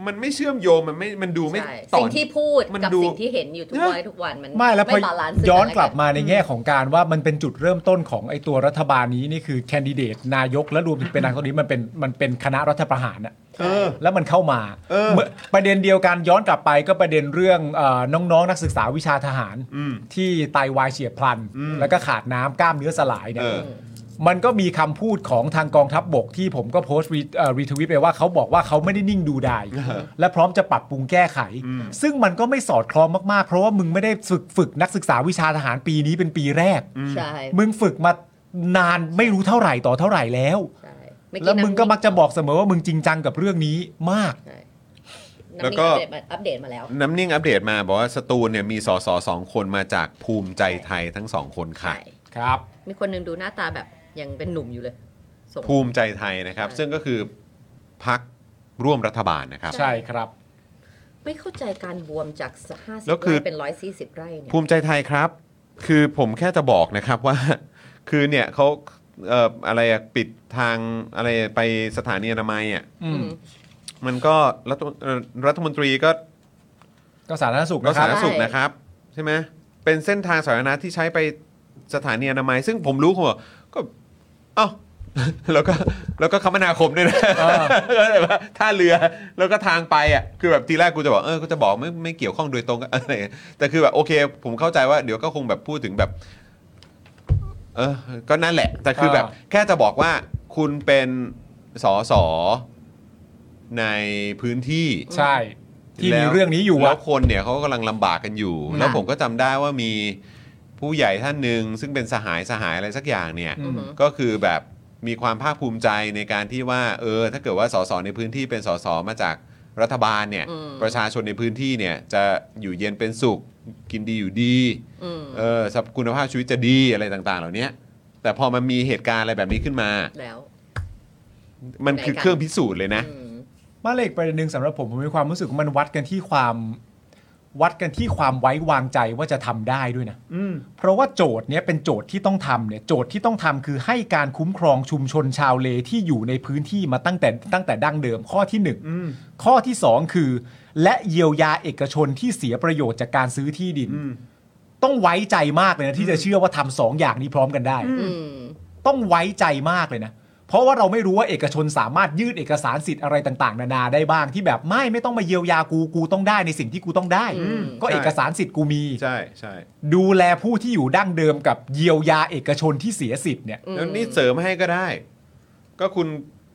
Speaker 3: มันไม่เชื่อมโยงมันไม่มันดูไม่
Speaker 5: ใช่
Speaker 3: ต่อ
Speaker 5: สิ่งที่พูด
Speaker 3: มัน
Speaker 5: กับ
Speaker 3: ดู
Speaker 5: สิ่งที่เห็นอยู่ทุก
Speaker 3: นะ
Speaker 5: วันทุกวันมัน
Speaker 4: ไม่แล้วพอ
Speaker 5: ไม่บาลานซ์ซึ่งกัและ
Speaker 4: ย้อนกลับมาในแง่ของการว่ามันเป็นจุดเริ่มต้นของไอ้ตัวรัฐบาลนี้นี่คือแคนดิเดตนายกและรวมถึงเป็นนายกนี้มันเป็นมันเป็นคณะรัฐประหารอะ
Speaker 3: เออ
Speaker 4: แล้วมันเข้ามา
Speaker 3: เออ
Speaker 4: มื่อประเด็นเดียวกันย้อนกลับไปก็ประเด็นเรื่องเออน้องๆนนักศึกษาวิชาทหาร
Speaker 3: อืม
Speaker 4: ที่ไตวายเฉียบพลัน
Speaker 3: อืม
Speaker 4: แล้วก็ขาดน้ำกล้ามเนื้อสลายเนี่ย
Speaker 3: เออ
Speaker 4: มันก็มีคำพูดของทางกองทัพบบกที่ผมก็โพสต์รีเอ่อรีทวิตไปว่าเขาบอกว่าเขาไม่ได้นิ่งดูดายและพร้อมจะปรับปรุงแก้ไข ซึ่งมันก็ไม่สอดคล้องมากๆ เพราะว่ามึงไม่ได้ฝึกฝึกนักศึกษาวิชาทหารปีนี้เป็นปีแรก
Speaker 5: ใช่
Speaker 4: มึงฝึกมานานไม่รู้เท่าไหร่ต่อเท่าไหร่แล้ว
Speaker 5: ใช่
Speaker 4: แล้วมึงก็มักจะบอกเสมอว่ามึงจริงจังกับเรื่องนี้มาก
Speaker 5: ใช่
Speaker 3: แล้ว
Speaker 5: น้ำนิ่
Speaker 3: ก็
Speaker 5: งอัปเดตมาอัปเดตมาแล้ว
Speaker 3: น้ำนิ่งอัปเดตมาบอกว่าสตูนเนี่ยมีสสสองคนมาจากภูมิใจไทยทั้งสองคนค่ะ
Speaker 5: ใช่
Speaker 4: ครับ
Speaker 5: มีคนหนึงดูหน้าตาแบบยังเป็นหนุ่มอยู่เลยส่ง
Speaker 3: ภูมิใจไทยนะครับ
Speaker 5: ใช่
Speaker 3: ซึ่งก็คือพักร่วมรัฐบาลนะครับ
Speaker 4: ใช่ครับ
Speaker 5: ไม่เข้าใจการบวมจากห้าสิบ
Speaker 3: แล้วคือ
Speaker 5: ไร่เป็นร้อยสี่สิบไร่เนี่ย
Speaker 3: ภูมิใจไทยครับ คือผมแค่จะบอกนะครับ ว่า คือเนี่ยเขาเอ่ออะไรอะปิดทางอะไรไปสถานีอนามัยอ่ะ
Speaker 4: อืม
Speaker 3: มันก็รัฐเอ่อรัฐมนตรีก็
Speaker 4: ก็สาธารณสุข
Speaker 3: ก็
Speaker 4: นะค
Speaker 3: สา
Speaker 4: รั
Speaker 3: ธาร
Speaker 4: บ
Speaker 3: ณสุข
Speaker 5: ใช่
Speaker 3: นะครับ ใช่ไหมเป็นเส้นทางสาธารณะที่ใช้ไป สถานีอนามัย ซึ่งผมรู้ผมบอกก็เอ้า แล้ว ก็แล้วก็คมนาคมด้วยนะก็แบบว่า ท่าเรือแล้วก็ทางไปอ่ะคือแบบทีแรกกูจะบอกเออกูจะบอกไม่ไม่เกี่ยวข้องโดยตรงกับ อะไรแต่คือแบบโอเค ผมเข้าใจว่าเดี๋ยวก็คงแบบพูดถึงแบบ เออก็นั่นแหละ แต่คือแบบ แค่จะบอกว่าคุณเป็นสอสอในพื้นที่
Speaker 4: ใช่ ที่มี
Speaker 3: แล้ว
Speaker 4: เรื่องนี้อยู่
Speaker 3: แล้วว
Speaker 4: ะ
Speaker 3: คนเนี่ยเขากำลังลำบากกันอยู่
Speaker 4: น่ะ
Speaker 3: แล้วผมก็จำได้ว่ามีผู้ใหญ่ท่านหนึ่งซึ่งเป็นสหายสหายอะไรสักอย่างเนี่ย
Speaker 5: อือหือ
Speaker 3: ก็คือแบบมีความภาคภูมิใจในการที่ว่า เออ ถ้าเกิดว่าสสในพื้นที่เป็นสสมาจากรัฐบาลเนี่ย
Speaker 5: อืม
Speaker 3: ประชาชนในพื้นที่เนี่ย จะอยู่เย็นเป็นสุข กินดีอยู่ดี
Speaker 5: อืม
Speaker 3: เออสภาพคุณภาพชีวิตจะดีอะไรต่างๆ เหล่านี้แต่พอมันมีเหตุการณ์อะไรแบบนี้ขึ้นมา
Speaker 5: แล้ว
Speaker 3: มันคือเครื่องพิสูจน์เลยนะ
Speaker 5: อืม
Speaker 4: มาเลขประเด็นหนึ่งสำหรับผมผมมีความรู้สึกว่ามันวัดกันที่ความวัดกันที่ความไว้วางใจว่าจะทำได้ด้วยนะเพราะว่าโจทย์เนี้ยเป็นโจทย์ที่ต้องทำเนี่ยโจทย์ที่ต้องทำคือให้การคุ้มครองชุมชนชาวเลที่อยู่ในพื้นที่มาตั้งแต่ตั้งแต่ดั้งเดิมข้อที่หนึ่งข้อที่สองคือ และเยียวยาเอกชนที่เสียประโยชน์จากการซื้อที่ดิน ต้องไว้ใจมากเลยนะที่จะเชื่อว่าทำสองอย่างนี้พร้อมกันได้
Speaker 5: อืม
Speaker 4: ต้องไว้ใจมากเลยนะ เพราะว่าเราไม่รู้ว่าเอกชนสามารถยืดเอกสารสิทธิ์อะไรต่างๆ นานาได้บ้างที่แบบไม่ไม่ต้องมาเยียวยากูกูต้องได้ในสิ่งที่กูต้องได้
Speaker 5: อืม
Speaker 4: ก็
Speaker 3: ใช่
Speaker 4: เอกสารสิทธิ์กูมี
Speaker 3: ใช่ใช่
Speaker 4: ดูแลผู้ที่อยู่ดั้งเดิมกับเยียวยาเอกชนที่เสียสิทธิ์เนี่ย
Speaker 5: อืม
Speaker 3: แล้วนี่เสริมให้ก็ได้ ก็คุณ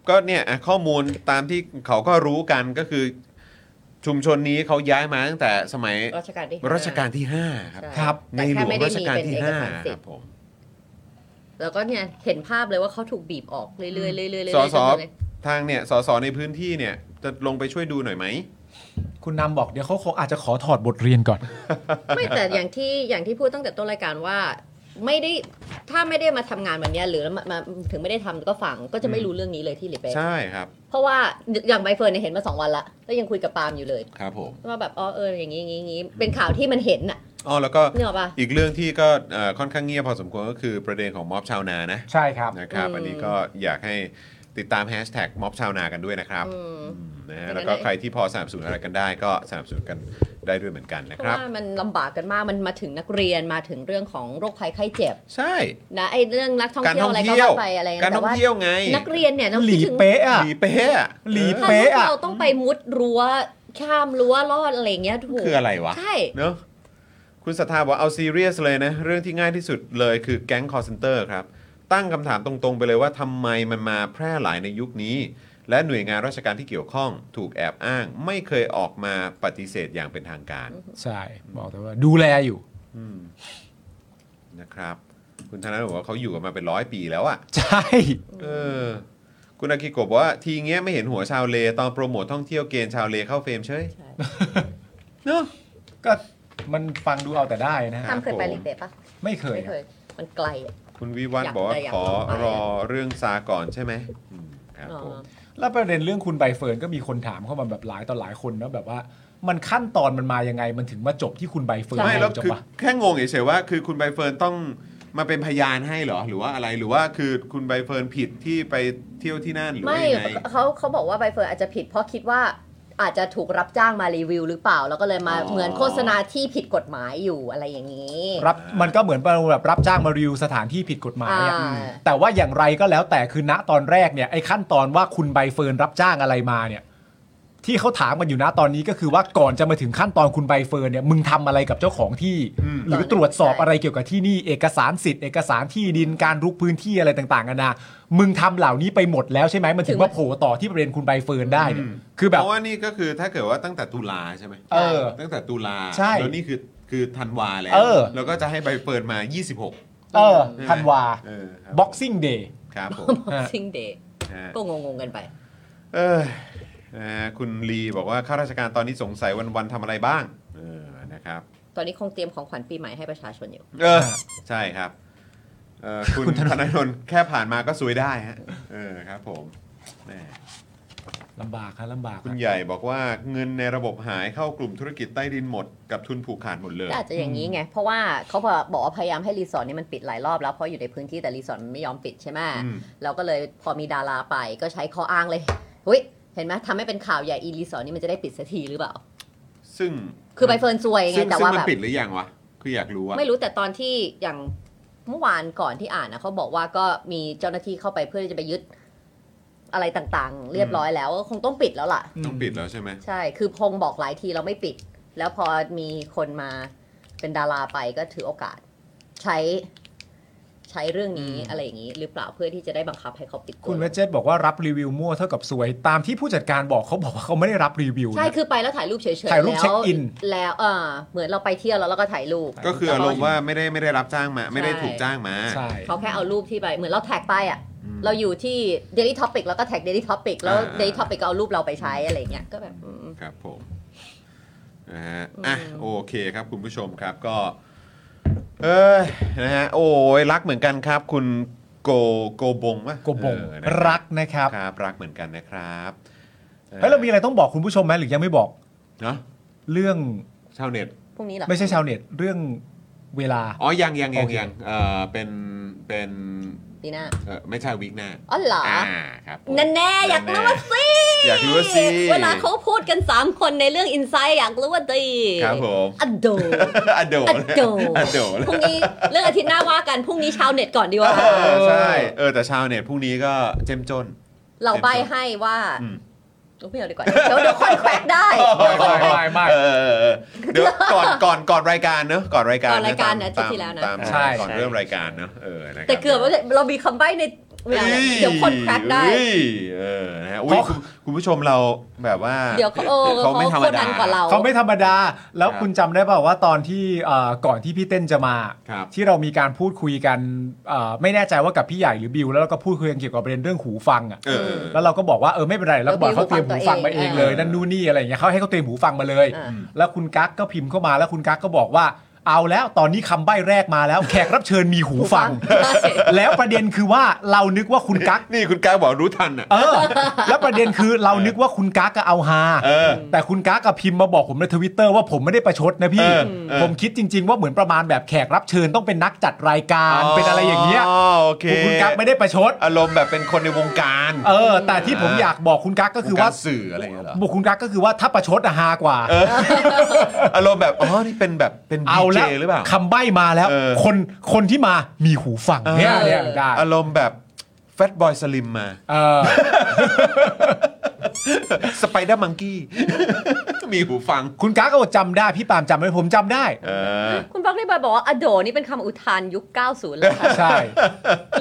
Speaker 3: ก็เนี่ยอ่ะข้อมูลตามที่เขาก็รู้กันก็คือ ชุมชนนี้เขาย้ายมาตั้งแต่สมัย
Speaker 5: รัชกาลที่
Speaker 3: รัชกาลที่ 5 ครับ
Speaker 5: ใช่
Speaker 4: ครับ
Speaker 3: ใน
Speaker 5: แต่
Speaker 3: หลว
Speaker 5: แค่
Speaker 3: ง
Speaker 5: ไม่ได้
Speaker 3: รัช
Speaker 5: มี
Speaker 3: กาล
Speaker 5: เป็น
Speaker 3: ที่
Speaker 5: เอกสาร
Speaker 3: 5ค
Speaker 5: สิท
Speaker 3: รับ
Speaker 5: ธิ์
Speaker 3: ผม
Speaker 5: แล้วก็เนี่ยเห็นภาพเลยว่าเขาถูกบีบออกเรื่อยๆเรื่อยๆเรื่อยๆ
Speaker 3: สอสอ
Speaker 5: เลย
Speaker 3: ทางเนี่ยสอสอในพื้นที่เนี่ย จะลงไปช่วยดูหน่อยไหม
Speaker 4: คุณนำบอกเดี๋ยวเขาคงอาจจะขอถอดบทเรียนก่อน
Speaker 5: ไม่แต่อย่างที่อย่างที่พูดตั้งแต่ต้นรายการว่า ไม่ได้ถ้าไม่ได้มาทำงานวันเนี้ยหรือมามาถึงไม่ได้ทำก็ฟังก็จะไม่รู้เรื่องนี้เลยที่หลิเป้
Speaker 3: ใช่ครับ
Speaker 5: เพราะว่าอย่างใบเฟิร์นเนี่ยเห็นมาสองวันละแล้วยังคุยกับปาล์มอยู่เลย
Speaker 3: ครับผม
Speaker 5: ว่าแบบอ๋อเอออย่างนี้อย่างนี้อย่างนี้เป็นข่าวที่มันเห็นน่ะ
Speaker 3: อ๋อแล้วก็
Speaker 5: นึกออกปะ
Speaker 3: อีกเรื่องที่ก็เอ่อค่อนข้างเงียบพอสมควรก็คือประเด็นของม็อบชาวนานะ
Speaker 4: ใช่ครับ
Speaker 3: นะครับ
Speaker 5: อืม
Speaker 3: อันนี้ก็อยากให้ติดตามแฮชแท็กม็อบชาวนากันด้วยนะครับ
Speaker 5: อืม
Speaker 3: นะฮะ
Speaker 5: ไม่งั้น
Speaker 3: แล้วก็ใครที่พอสนับสนุนอะไรกันได้ก็สนับสนุนกันได้ด้วยเหมือนกันนะ
Speaker 5: เพ
Speaker 3: ครั
Speaker 5: ราะ
Speaker 3: บ
Speaker 5: ว่ามันลำบากกันมากมันมาถึงนักเรียนมาถึงเรื่องของโรคภัยไข้เจ็บ
Speaker 3: ใช่
Speaker 5: นะไอ้เรื่องนักท่อง
Speaker 3: การ
Speaker 5: เที่ยว
Speaker 3: ท่อง
Speaker 5: อะไรก็
Speaker 3: เที่ยว
Speaker 5: ว่าไปอะไรนะ
Speaker 3: การ
Speaker 5: แต่
Speaker 3: ท่อง
Speaker 5: ว่า
Speaker 3: เที่ยวไง
Speaker 5: นักเรียนเนี่ยต้อง
Speaker 4: ห
Speaker 5: คิ
Speaker 4: ลี
Speaker 5: ดถึง
Speaker 4: เป๊ะอะ
Speaker 3: หลีเป๊ะ
Speaker 4: หลี
Speaker 5: ถ้าลู
Speaker 4: เป๊ะ
Speaker 5: ก
Speaker 4: อะ
Speaker 5: เราต้องไปมุดรั้วข้ามรั้วลอดอะไรอย่างเงี้ยถูก
Speaker 3: คืออะไรวะ
Speaker 5: ใช่
Speaker 3: เนอะคุณศรัทธาบอกเอาซีเรียสเลยนะ เรื่องที่ง่ายที่สุดเลยคือแก๊งคอร์เซนเตอร์ครับ ตั้งคำถามตรงๆ ไปเลยว่าทำไมมันมาแพร่หลายในยุคนี้ และหน่วยงานราชการที่เกี่ยวข้อง ถูกแอบอ้าง ไม่เคยออกมาปฏิเสธอย่างเป็นทางการ
Speaker 4: ใช่บอกแต่ว่าดูแลอยู่
Speaker 3: อืมนะครับ คุณธนาบอกว่าเขาอยู่กันมาเป็นร้อยปีแล้วอะ
Speaker 4: ใช่
Speaker 3: เออคุณอากิโกะบอกว่าทีเงี้ยไม่เห็นหัวชาวเล ตอนโปรโมทท่องเที่ยวเกณฑ์ชาวเลเข้าเฟรมเฉย
Speaker 5: ใช่
Speaker 3: เนอะ
Speaker 4: ก็มันฟังดูเอาแต่ได้นะฮะ
Speaker 5: ทำเคยไป
Speaker 3: ผม
Speaker 5: รีเปะปะ
Speaker 4: ไม่เคย
Speaker 5: ไม่เคย
Speaker 4: อะ
Speaker 5: มันไกลอะ
Speaker 3: คุณวิวัฒ
Speaker 5: อ
Speaker 3: น์
Speaker 5: ยาก
Speaker 3: บอกว่า
Speaker 5: ไปอยาก
Speaker 3: ขอ
Speaker 5: ลองไป
Speaker 3: รอเรื่องซาก่อนใช่ไหมอืมครับ
Speaker 5: อ๋อ
Speaker 3: ผม
Speaker 4: แล้วประเด็นเรื่องคุณใบเฟิร์นก็มีคนถามเข้ามาแบบหลายต่อหลายคนนะแบบว่า มันขั้นตอนมันมายังไงมันถึงมาจบที่คุณใบเฟิร์น
Speaker 3: ไม่แล้ว
Speaker 4: จบ
Speaker 3: คือ
Speaker 4: ปะ
Speaker 3: แค่งงเฉยๆว่า คือคุณใบเฟิร์นต้องมาเป็นพยานให้เหรอ หรือว่าอะไรหรือว่าคือคุณใบเฟิร์นผิดที่ไปเที่ยวที่นั่นหรือ
Speaker 5: ไม่
Speaker 3: ว่ายังไง
Speaker 5: เขาเขาบอกว่าใบเฟิร์นอาจจะผิดเพราะคิดว่าอาจจะถูกรับจ้างมารีวิวหรือเปล่า แล้วก็เลยมาเหมือนโฆษณาที่ผิดกฎหมายอยู่อะไรอย่างนี้
Speaker 4: รับมันก็เหมือนแบบรับจ้างมารีวิวสถานที่ผิดกฎหมายอะ
Speaker 5: อ่า
Speaker 4: แต่ว่าอย่างไรก็แล้วแต่คือณตอนแรกเนี่ยไอ้ขั้นตอนว่าคุณใบเฟิร์นรับจ้างอะไรมาเนี่ย ที่เขาถามกันอยู่นะตอนนี้ก็คือว่าก่อนจะมาถึงขั้นตอนคุณใบเฟิร์นเนี่ยมึงทำอะไรกับเจ้าของที่ หรือตรวจสอบอะไรเกี่ยวกับที่นี่ เอกสารสิทธิ์เอกสารที่ดินการรุกพื้นที่อะไรต่างๆกันานะมึงทำเหล่านี้ไปหมดแล้วใช่ไหมมันถึงมาโผล่ต่อที่ประเด็นคุณใบเฟิร์นได้เนี่ยคือแบ
Speaker 3: เพ
Speaker 4: บ
Speaker 3: ราะว่านี่ก็คือถ้าเกิดว่าตั้งแต่ตุลาใช่ไหม
Speaker 4: เออ
Speaker 3: ตั้งแต่ตุลา
Speaker 4: ใช่
Speaker 3: แล้วนี่คือคือธันวาแล้ว
Speaker 4: เออ
Speaker 3: แล้วก็จะให้ใบเฟิร์นมา 26
Speaker 4: เออธันวา
Speaker 3: เออครับ
Speaker 4: boxing day
Speaker 3: ครับผม
Speaker 5: ซิงเดย์
Speaker 3: ฮะ
Speaker 5: ก็งงๆกันไป
Speaker 3: เออนะฮะคุณลีบอกว่าข้าราชการตอนนี้สงสัยวันวันๆทำอะไรบ้าง เออนะครับ
Speaker 5: ตอนนี้คงเตรียมของขวัญปีใหม่ให้ประชาชนอยู่
Speaker 3: เออ ใช่ครับเออคุณธนาธนแค่ผ่านมาก็ซวยได้ฮะเออครับผมแหม
Speaker 4: ลำบากครับลำบากค
Speaker 3: คุ
Speaker 4: รับ
Speaker 3: ณใหญ่บอกว่าเงินในระบบหายเข้ากลุ่มธุรกิจใต้ดินหมด กับทุนผูกขาดหมดเลย
Speaker 5: ก็อาจจะอย่างนี้ไง เพราะว่าเขาบอกว่าพยายามให้รีสอร์ทนี้มันปิดหลายรอบแล้วเพราะอยู่ในพื้นที่แต่รีสอร์ทมันไม่ยอมปิดใช่ไหม
Speaker 3: อืม
Speaker 5: เราก็เลยพอมีดาราไปก็ใช้ข้ออ้างเลยเฮ้ยเห็นไหมทำให้เป็นข่าวใหญ่อีรีสอร์ทนี้มันจะได้ปิดสักทีหรือเปล่า
Speaker 3: ซึ่ง
Speaker 5: คือใบเฟิร์นซวยไง
Speaker 3: ซึ่ง
Speaker 5: แต่
Speaker 3: ซึ่ง
Speaker 5: ว่า
Speaker 3: มัน
Speaker 5: แบบ
Speaker 3: ปิดหรือยังวะ คืออยากรู้อะ
Speaker 5: ไม่รู้แต่ตอนที่อย่าง เมื่อวานก่อนที่อ่านนะเขาบอกว่าก็มีเจ้าหน้าที่เข้าไปเพื่อจะไปยึดอะไรต่างๆ เรียบร้อยแล้วก็คงต้องปิดแล้วล่ะ
Speaker 3: ต้องปิดแล้วใช่ไหม
Speaker 5: ใช่ คือพงบอกหลายทีเราไม่ปิด แล้วพอมีคนมาเป็นดาราไปก็ถือโอกาส ใช้ใช้เรื่องนี้อะไรอย่างนี้ หรือเปล่าเพื่อที่จะได้บังคับให้เขาปิดตัว
Speaker 4: คุณเวจเจตบอกว่ารับรีวิวมั่วเท่ากับสวย ตามที่ผู้จัดการบอกเขาบอกว่าเขาไม่ได้รับรีวิวนะ
Speaker 5: ใช่คือไปแล้วถ่ายรูปเฉยๆ
Speaker 4: ถ่ายรูป
Speaker 5: แล้ว
Speaker 4: เช็คอิน
Speaker 5: แล้วเออเหมือนเราไปเที่ยวแล้วเราก็ถ่ายรูป
Speaker 3: ก็คืออารมณ์ว่าไม่ได้ไม่ได้รับจ้างมาไม่ได้ถูกจ้างมา
Speaker 4: ใช่
Speaker 5: เขาแค่เอารูปที่ไป เหมือนเราแท็กไปอ่ะ เราอยู่ที่ Daily Topic แล้วก็แท็ก Daily Topic แล้ว
Speaker 3: อ่า
Speaker 5: Daily Topic ก็เอารูปเราไปใช้อะไรเงี้ยก็แบบอืม
Speaker 3: ครับผมนะฮะอ่ะโอเคครับคุณผู้ชมครับก็ เอ้ยนะฮะโอ้ยรักเหมือนกันครับ คุณโกโกบงปะ
Speaker 4: กบง
Speaker 3: เออนะคบ
Speaker 4: รักนะครับ
Speaker 3: ครับ รักเหมือนกันนะครับ
Speaker 4: แล้วเรามีอะไรต้องบอกคุณผู้ชมไหมหรือยังไม่บอก
Speaker 3: เนาะ
Speaker 4: เรื่อง
Speaker 3: ชาวเน็ต
Speaker 5: พรุ่งนี้เหรอ
Speaker 4: ไม่ใช่ชาวเน็ตเรื่องเวลา
Speaker 3: อ๋อ ยังยังยั
Speaker 4: โอง เค
Speaker 3: ยังเออเป็นเป็น
Speaker 5: ดีหน้า
Speaker 3: เออไม่ใช่วิกหน้า
Speaker 5: อ๋อเหรอ
Speaker 3: ครับผม
Speaker 5: แน่แน่ๆอยากรู้ว่าสิ
Speaker 3: อยากรู้ว่าสิ
Speaker 5: เวลาเขาพูดกัน 3 คนในเรื่องอินไซ h ์อยากรู้ว่าดี
Speaker 3: ครับผม
Speaker 5: อโด
Speaker 3: อโด
Speaker 5: อโด
Speaker 3: อโด
Speaker 5: พรุ่งนี้เรื่องอาทิตย์หน้าว่ากัน พรุ่งนี้ชาวเน็ตก่อนดีกว่า
Speaker 3: เออใช่ เออ แต่ชาวเน็ตพรุ่งนี้ก็เจ้มจน
Speaker 5: เราใบให้ว่า
Speaker 3: อืม
Speaker 5: ไม่เอาดีกว่า เดี๋ยวเดี๋ยวค่อยแควก ได้เดี๋ยวค่อย
Speaker 4: ไม่ไม่
Speaker 3: เออเออเออเดี๋ยวก่อนก่อนก่อนรายการเนอะก่อนรายการ
Speaker 5: ก่อนรายการนะ
Speaker 3: ตม
Speaker 5: ที่ที่แล้วนะ
Speaker 3: ตาม
Speaker 4: ใช่
Speaker 3: ก่อนเริ่มรายการเนอะเออนะครั
Speaker 5: แต่เกือบว่าเรามีคำใบ้ในเวลานั้นเดี๋ยวคนแควกได้
Speaker 3: เฮ้ยเออนะฮะอุ๊ยคุณคุณผู้ชมเราแบบว่า
Speaker 5: เดี๋ยวเขาโอ้
Speaker 3: เขาไม่ธรรม
Speaker 5: คน
Speaker 3: ดา
Speaker 5: นั้นกว่าเรา
Speaker 4: เขาไม่ธรรมดา แล้ว
Speaker 3: ครับ
Speaker 4: คุณจำได้เปล่าว่าตอนที่เอ่อก่อนที่พี่เต้นจะมา
Speaker 3: ครับ
Speaker 4: ที่เรามีการพูดคุยกันเอ่อไม่แน่ใจว่ากับพี่ใหญ่หรือบิวแล้วเราก็พูดคุยกันเกี่ยวกับประเด็นเรื่องหูฟังอ่ะ
Speaker 3: เออ
Speaker 4: แล้วเราก็บอกว่าเออไม่เป็นไรเราก็บอกให้เขาเตรียมหูฟังมาเองเล
Speaker 3: เอ
Speaker 4: ย
Speaker 3: อ
Speaker 4: นั่นนู่นนี่อะไรอย่างเงี้ยเขาให้เขาเตรียมหูฟังมาเลย
Speaker 5: อ่า
Speaker 4: แล้วคุณกั๊กก็พิมพ์เข้ามาแล้วคุณกั๊กก็บอกว่าเอาแล้วตอนนี้คำใบ้แรกมาแล้ว แขกรับเชิญมีหูฟัง
Speaker 5: ใช่
Speaker 4: แล้วประเด็นคือว่าเรานึกว่าคุณกั๊ก
Speaker 3: นี่คุณกายบอกรู้ทันอ่ะ
Speaker 4: เออ แล้วประเด็นคือเรานึกว่าคุณกั๊กก็เอาฮา
Speaker 3: เออ
Speaker 4: แต่คุณกั๊กกับพิมพ์มาบอกผมในทวิตเตอร์ว่าผมไม่ได้ประชดนะพี่
Speaker 3: เออเออ
Speaker 4: ผมคิดจริง ๆ ว่าเหมือนประมาณแบบแขกรับเชิญต้องเป็นนักจัดรายการเป็นอะไรอย่างเงี้ย
Speaker 3: อ๋อโอเค
Speaker 4: คุณกั๊กไม่ได้ประชด
Speaker 3: อารมณ์แบบเป็นคนในวงการ
Speaker 4: เออ แต่ที่ผมอยากบอกคุณกั๊กก็คือว่า
Speaker 3: รงรสื่ออะไรอย่างเงี้ยเหรอ
Speaker 4: บอกคุณกั๊กก็คือว่าถ้าประชดอะฮากว่า
Speaker 3: เออ อารมณ์แบบ อ๋อ นี่เป็นแบบเป็นดี
Speaker 4: เอา
Speaker 3: เจห
Speaker 4: แล้ว
Speaker 3: รือเปล่า
Speaker 4: คำใบ้มาแล้ว
Speaker 3: เออ
Speaker 4: คนคนที่มามีหูฟังเนี่ยเนี่ยได้
Speaker 3: อารมณ์แบบแฟตบอยสลิมมา
Speaker 4: เออ
Speaker 3: สไปเดอร์มังกี้ มีหูฟัง
Speaker 4: คุณกั๊กก็บอกจำได้พี่ปาล์มจำได้ผมจำได้
Speaker 3: เออ
Speaker 5: คุณบล็อกได้บอยบอกว่าอโดนี่เป็นคำอุทานยุค 90 เลยค่ะ
Speaker 4: ใช่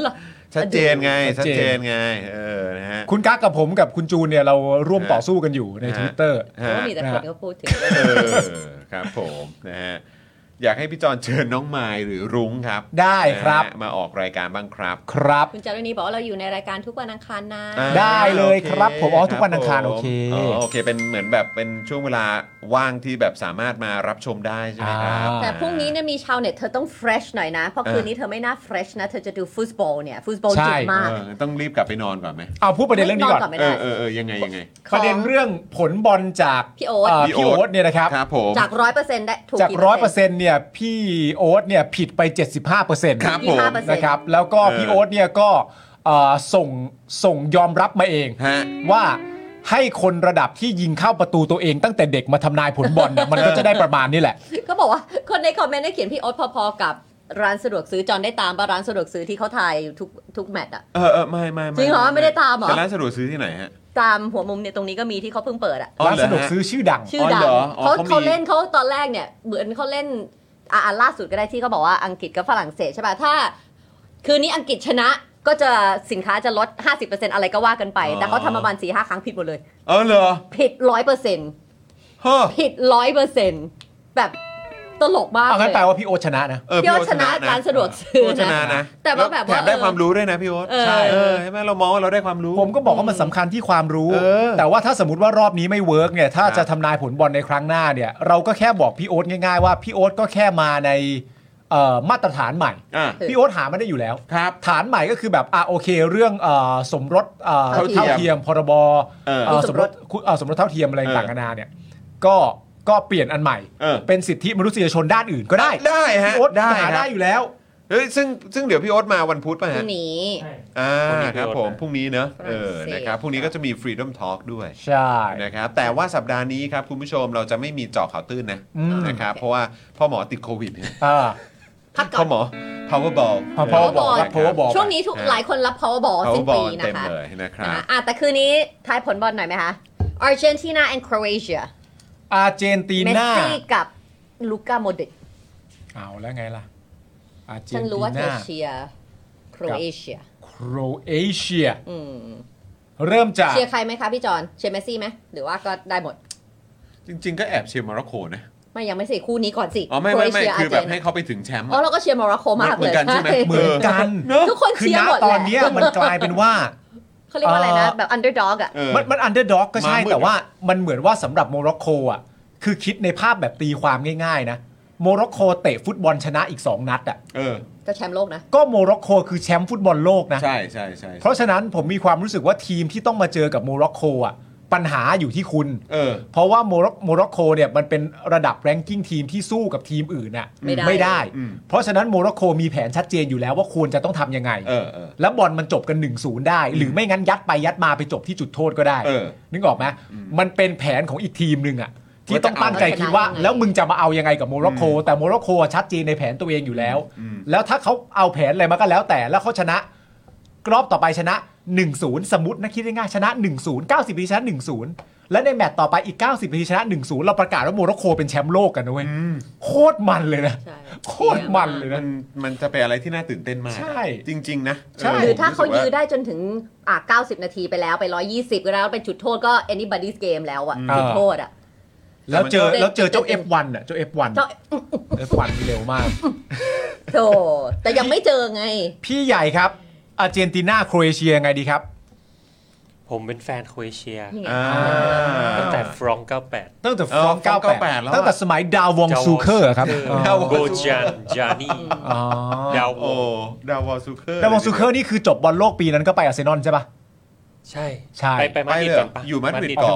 Speaker 5: เหรอ
Speaker 3: ชัดเจนไง
Speaker 4: ชั
Speaker 3: ชัด
Speaker 4: ด
Speaker 3: เจ
Speaker 4: เจ
Speaker 3: น
Speaker 4: น
Speaker 3: ไง เออ นะฮะ
Speaker 4: คุณกั๊กกับผมกับคุณจูนเนี่ยเราร่วมต่อสู้กันอยู่ใน
Speaker 3: ฮะ
Speaker 4: Twitter
Speaker 5: เพราะว่ามีแต่คนก็พูดถึง
Speaker 3: เออ ครับผม นะฮะ อยากให้พี่จอนเชิญน้องไมล์หรือรุ้งครับ
Speaker 4: ได้ครับ
Speaker 3: นะฮะมาออกรายการบ้างครับ
Speaker 4: ครับ
Speaker 5: คุณจารุณีบอกว่าเราอยู่ในรายการทุกวันอังคารนะ
Speaker 3: อ่า
Speaker 4: ได้เลย
Speaker 3: โอ
Speaker 4: ครับผมอ๋อทุกวันอังคาร
Speaker 3: ผม
Speaker 4: โอเค
Speaker 3: อ๋อโอเค เป็นเหมือนแบบเป็นช่วงเวลาว่างที่แบบสามารถมารับชมได้ใช่ไหมครับ
Speaker 4: อ่า
Speaker 5: แต่พรุ่งนี้เนี่ยมีชาวเน็ตเธอต้อง fresh หน่อยนะ เพราะคืนนี้เธอไม่น่า fresh นะ เธอจะดูฟุตบอลเนี่ย ฟุตบอล
Speaker 4: ใช่
Speaker 5: จุดมาก
Speaker 3: เออต้องรีบกลับไปนอนก่อนไหม
Speaker 4: เอาพูดประเด็นเรื่องนี้ก่อน
Speaker 5: ไม่
Speaker 3: เอ
Speaker 5: ได้
Speaker 3: อเออเออยังไงยังไง
Speaker 4: ประเด็นเรื่องผลบอลจาก
Speaker 5: พี่โอ๊ต
Speaker 3: พี่
Speaker 4: เพี่
Speaker 3: โอ๊ต
Speaker 4: โอ๊ตเนี่ยนะครับ
Speaker 3: ครับผม
Speaker 5: จากร้อยเปอร์เซ็นต์ได้ถูก
Speaker 4: จาก
Speaker 5: กี่
Speaker 4: ร้อยเปอร์เซ็นต์เนี่ยพี่โอ๊ตเนี่ยผิดไป 75เปอร์เซ็นต์
Speaker 3: ครับผ
Speaker 5: ยี่
Speaker 3: ม
Speaker 5: ห้าเปอร์เซ็น
Speaker 4: นะ
Speaker 5: ต์
Speaker 4: ครับแล้วก็พี่
Speaker 3: เออ
Speaker 4: โอ๊ตเนี่ยก็เอ่อส่งส่งยอมรับมาเอง
Speaker 3: ฮะ
Speaker 4: ว่าให้คนระดับที่ยิงเข้าประตูตัวเองตั้งแต่เด็กมาทำนายผลบอล เนี่ยมันก็จะได้ประมาณนี้แหละ
Speaker 5: ก็บอกว่าคนในคอมเมนต์ได้เขียนพี่โอ๊ตพอๆกับร้านสะดวกซื้อจอนได้ตามปะร้านสะดวกซื้อที่เขาถ่ายทุกทุกแมตช์อะ
Speaker 3: เออเออไม่ไม่
Speaker 5: จริงเหรอไม่ได้ตามเหรอ
Speaker 3: แต่ร้านสะดวกซื้อที่ไหนฮะ
Speaker 5: ตามหัวมุมเนี่ยตรงนี้ก็มีที่เขาเพิ่งเปิดอะ
Speaker 3: อ๋อ
Speaker 4: ร้าน
Speaker 3: เหรอฮะ
Speaker 4: สะดวกซื้อชื่อดัง
Speaker 5: ชื่อดัง
Speaker 3: อ๋อเหรออ๋อ
Speaker 5: เขา
Speaker 3: เขามี
Speaker 5: เขาเล่นเขาตอนแรกเนี่ยเหมือนเขาเล่นอ่ะอันล่าสุดก็ได้ที่เขาบอกว่าอังกฤษกับฝรั่งเศสใช่ป่ะถ้า คืนนี้อังกฤษชนะก็จะสินค้าจะลด 50%อะไรก็ว่ากันไป แต่เขาทำประมาณสี่ห้าครั้งผิดหมดเลย
Speaker 3: เออเหรอ
Speaker 5: ผิดร้อยเปอร์เซ็นต์
Speaker 3: เฮ้อ
Speaker 5: ผิดร้อยเปอร์เซ็นต์แบบตลกมาก
Speaker 4: เอางั้น
Speaker 5: เลย
Speaker 4: แปลว่าพี่โอตชนะนะ
Speaker 3: เออ
Speaker 5: พี่โอ๊ตชนะ
Speaker 3: พี่โอ๊ต
Speaker 5: ร้านสะดวกซื้อ
Speaker 3: พี่โตชนะนะ
Speaker 5: แต่ว่าแบบว่า
Speaker 3: ถมได้
Speaker 5: เออ
Speaker 3: ความรู้ด้วยนะพี่โอ๊ต
Speaker 5: เออ
Speaker 3: ใช่เออใช่ไหมเรามองว่าเราได้ความรู้
Speaker 4: ผมก็บอกว่ามันสำคัญที่ความรู้
Speaker 3: เออ
Speaker 4: แต่ว่าถ้าสมมติว่ารอบนี้ไม่เวิร์กเนี่ย ถ้า
Speaker 3: ครับ
Speaker 4: จะทำนายผลบอลในครั้งหน้าเนี่ย เราก็แค่บอกพี่โอ๊ตง่ายๆว่าพี่โอ๊ตก็แค่มาในเอ่อมาตรฐานใหม่
Speaker 3: อ่ะ
Speaker 4: พี่โอ๊ตหาไม่ได้อยู่แล้ว
Speaker 3: ครับ
Speaker 4: ฐานใหม่ก็คือแบบอ่ะโอเคเรื่องเอ่อสมรสเอ่อ
Speaker 5: เท่าเทียม
Speaker 4: เท่าเทียมพรบ
Speaker 3: เออ
Speaker 4: เอ่อสมรสคุณเอ่อสมรสเท่าเทียมอะไรต่างกันานาเนี่ย ก็ก็เปลี่ยนอันใหม่
Speaker 3: เออ
Speaker 4: เป็นสิทธิมนุษยชนด้านอื่นก็ได้
Speaker 3: ได้ฮะ
Speaker 4: พี่โอ๊ตหา
Speaker 3: ฮะ
Speaker 4: ได้อยู่แล้ว
Speaker 3: เฮ้ยซึ่งซึ่งเดี๋ยวพี่โอ๊ตมาวันพุธป่ะ
Speaker 5: พ
Speaker 3: ฮะ
Speaker 5: รุ่งนี้
Speaker 3: อ่า
Speaker 6: พรุ่งนี้
Speaker 3: ครับ
Speaker 6: พี่
Speaker 3: ผม
Speaker 6: โอ๊ตนะ
Speaker 3: พรุ่งนี้เนอะเออ
Speaker 5: ฝรั่งเศส
Speaker 3: นะครับพรุ่งนี้ก็จะมี Freedom Talk ด้วย
Speaker 4: ใช่
Speaker 3: นะครับแต่ว่าสัปดาห์นี้ครับคุณผู้ชมเราจะไม่มีเจาะข่าวตื้นนะ
Speaker 4: อืม
Speaker 3: นะครับเพราะว่าพ่อหมอติดโควิดเนี่ย
Speaker 4: อ่า
Speaker 5: พักก่อ
Speaker 3: เขา
Speaker 5: น
Speaker 3: หมอ powerball
Speaker 4: อ่ะ
Speaker 5: Powerball
Speaker 4: ครับ Powerball
Speaker 5: ช่วงนี้ทุกหลายคนรับ powerball สิ้นปี
Speaker 3: powerball
Speaker 5: นะ
Speaker 3: เต็ม
Speaker 5: คะ
Speaker 3: เลยนะครับ
Speaker 5: อ่ะอ่ะแต่คืนนี้ทายผลบอลหน่อยไหมคะ Argentina and Croatia
Speaker 4: อาร์เจนติ
Speaker 5: เมส
Speaker 4: นา
Speaker 5: ซี่กับลูก้าโมดริก
Speaker 4: เอาแล้วไงล่ะ อาร์เจน
Speaker 5: ฉัน
Speaker 4: ติ
Speaker 5: รู้ว่าเธ
Speaker 4: นา
Speaker 5: อเชียร์โครเอเชีย
Speaker 4: โครเอเชียเริ่มจาก
Speaker 5: เชียร์ใครไหมคะพี่จอนเชียร์เมสซี่ไหมหรือว่าก็ได้หมด
Speaker 3: จริง ๆ ก็แอบเชียร์โมร็อกโกนะ
Speaker 5: ไม่ยังไม่สิคู่นี้ก่อนสิ
Speaker 3: อ๋อไม่ไม่ไม่คือแบบให้
Speaker 5: เ
Speaker 3: เขาไปถึงแชมป์
Speaker 5: อ๋อ
Speaker 3: อะ
Speaker 5: เราก็เชียร์โมร็อกโกมาก
Speaker 3: เหมื
Speaker 5: เล
Speaker 3: อยนกันใช่ไหม
Speaker 4: เหมือนกัน
Speaker 5: ทุกคน
Speaker 4: คือ
Speaker 5: เชีย
Speaker 4: ณ
Speaker 5: ร์หมดแหละ
Speaker 4: ตอนเนี้ยมันกลายเป็นว่า
Speaker 5: เขาเรียกว่าอะไรนะ แบบ underdog อ่ะ
Speaker 3: เออ
Speaker 4: มันมันอันเดอร์ด็อกก็ใช่
Speaker 3: มามืด
Speaker 4: แต่ว่ามันเหมือนว่าสำหรับโมร็อกโกอ่ะ คือคิดในภาพแบบตีความง่ายๆนะ โมร็อกโกเตะฟุตบอลชนะอีก 2 นัดอ่ะ
Speaker 3: เออ
Speaker 5: ก็แชมป์โลกนะ
Speaker 4: ก็โมร็อกโกคือแชมป์ฟุตบอลโลกนะ
Speaker 3: ใช่ใช่ใช่
Speaker 4: เพราะฉะนั้นผมมีความรู้สึกว่าทีมที่ต้องมาเจอกับโมร็อกโกอ่ะ ปัญหาอยู่ที่คุณ
Speaker 3: เออ
Speaker 4: เพราะว่าโมร็อกโมร็อกโกเนี่ยมันเป็นระดับแรงกิ้งทีมที่สู้กับทีมอื่นน่ะ
Speaker 5: ไม่ได้
Speaker 3: อืม
Speaker 4: เพราะฉะนั้นโมร็อกโกมีแผนชัดเจนอยู่แล้วว่าควรจะต้องทำยังไง
Speaker 3: เออเออ
Speaker 4: แล้วบอลมันจบกัน1นศูนย์ได้ หรือไม่งั้นยัดไปยัดมาไปจบที่จุดโทษก็ได้
Speaker 3: เออ
Speaker 4: นึกออกไหมมันเป็นแผนของอีกทีมหนึ่งอะที่ต้องตั้งใจคิดว่า
Speaker 5: ว่าจะเอา
Speaker 4: แล้วมึงจะมาเอายังไงกับโมร็อกโกแต่โมร็อกโกอะชัดเจนในแผนตัวเองอยู่แล้ว
Speaker 3: อืม
Speaker 4: แล้วถ้าเขาเอาแผนอะไรมาก็แล้วแต่แล้วเขาชนะรอบต่อไปชนะ 1-0 สมมตินะคิดง่ายๆชนะ 1-0 90ทีชนะ 1-0 และในแมตตช์ต่อไปอีก 90ทีชนะ 1-0 เราประกาศว่าโมร็อกโกเป็นแชมป์โลกกันนะเว้ยโคตรมันเลยนะ
Speaker 5: ใช่
Speaker 4: โคตรมันเลยนะ
Speaker 3: มันมันจะเป็นอะไรที่น่าตื่นเต้นมาก
Speaker 4: ใช่
Speaker 3: จริง ๆ นะ
Speaker 4: ใช่
Speaker 3: เห
Speaker 5: รือถ้าเขายื้อ
Speaker 3: ได้
Speaker 5: ได้จนถึงอ่ะ90 นาทีไปแล้วไป 120 ก็แล้วเป็นจุดโทษก็ anybody's game แล้วอ่ะ
Speaker 3: อืม
Speaker 5: จุดโทษอ่ะ
Speaker 4: แล้วเจอ
Speaker 5: แต่มันก็
Speaker 4: แล้วเจอเจ้า F1 อ่ะเจ้า F1
Speaker 5: เจ้า
Speaker 4: เออควันเร็วมาก
Speaker 5: โธ่แต่ยังไม่เจอไง
Speaker 4: พี่ใหญ่ครับ อาร์เจนตินาโครเอเชียไงดีครับ
Speaker 6: ผมเป็นแฟนโครเอเชีย
Speaker 5: นี่ไง
Speaker 3: อ่า
Speaker 6: ตั้งแต่ฟรอง98
Speaker 4: ตั้งแต่ฟ
Speaker 3: เออ
Speaker 4: รอง
Speaker 3: ฟรอง
Speaker 4: 98
Speaker 3: 98แล้วอะ
Speaker 4: ตั้งแต่สมัยดาววอง
Speaker 6: จาวอ
Speaker 4: ซูเคอร์ครับ
Speaker 3: ดาววอง
Speaker 6: โกจานจานี่
Speaker 4: อ๋อ
Speaker 6: ดาวว
Speaker 3: โอ้
Speaker 6: ง
Speaker 3: ดาวอลซูเคอร์
Speaker 4: ดาววองซูเคอร์นี่คือจบบอลโลกปีนั้นก็ไปอาร์เซนอลใช่ปะ
Speaker 6: ใช่
Speaker 4: ใช่
Speaker 6: ไปไป
Speaker 3: ไป
Speaker 6: มาดริด
Speaker 3: เลยเหร
Speaker 6: ก่
Speaker 3: อน
Speaker 6: อปะ
Speaker 3: อยู่มาดริดก่อ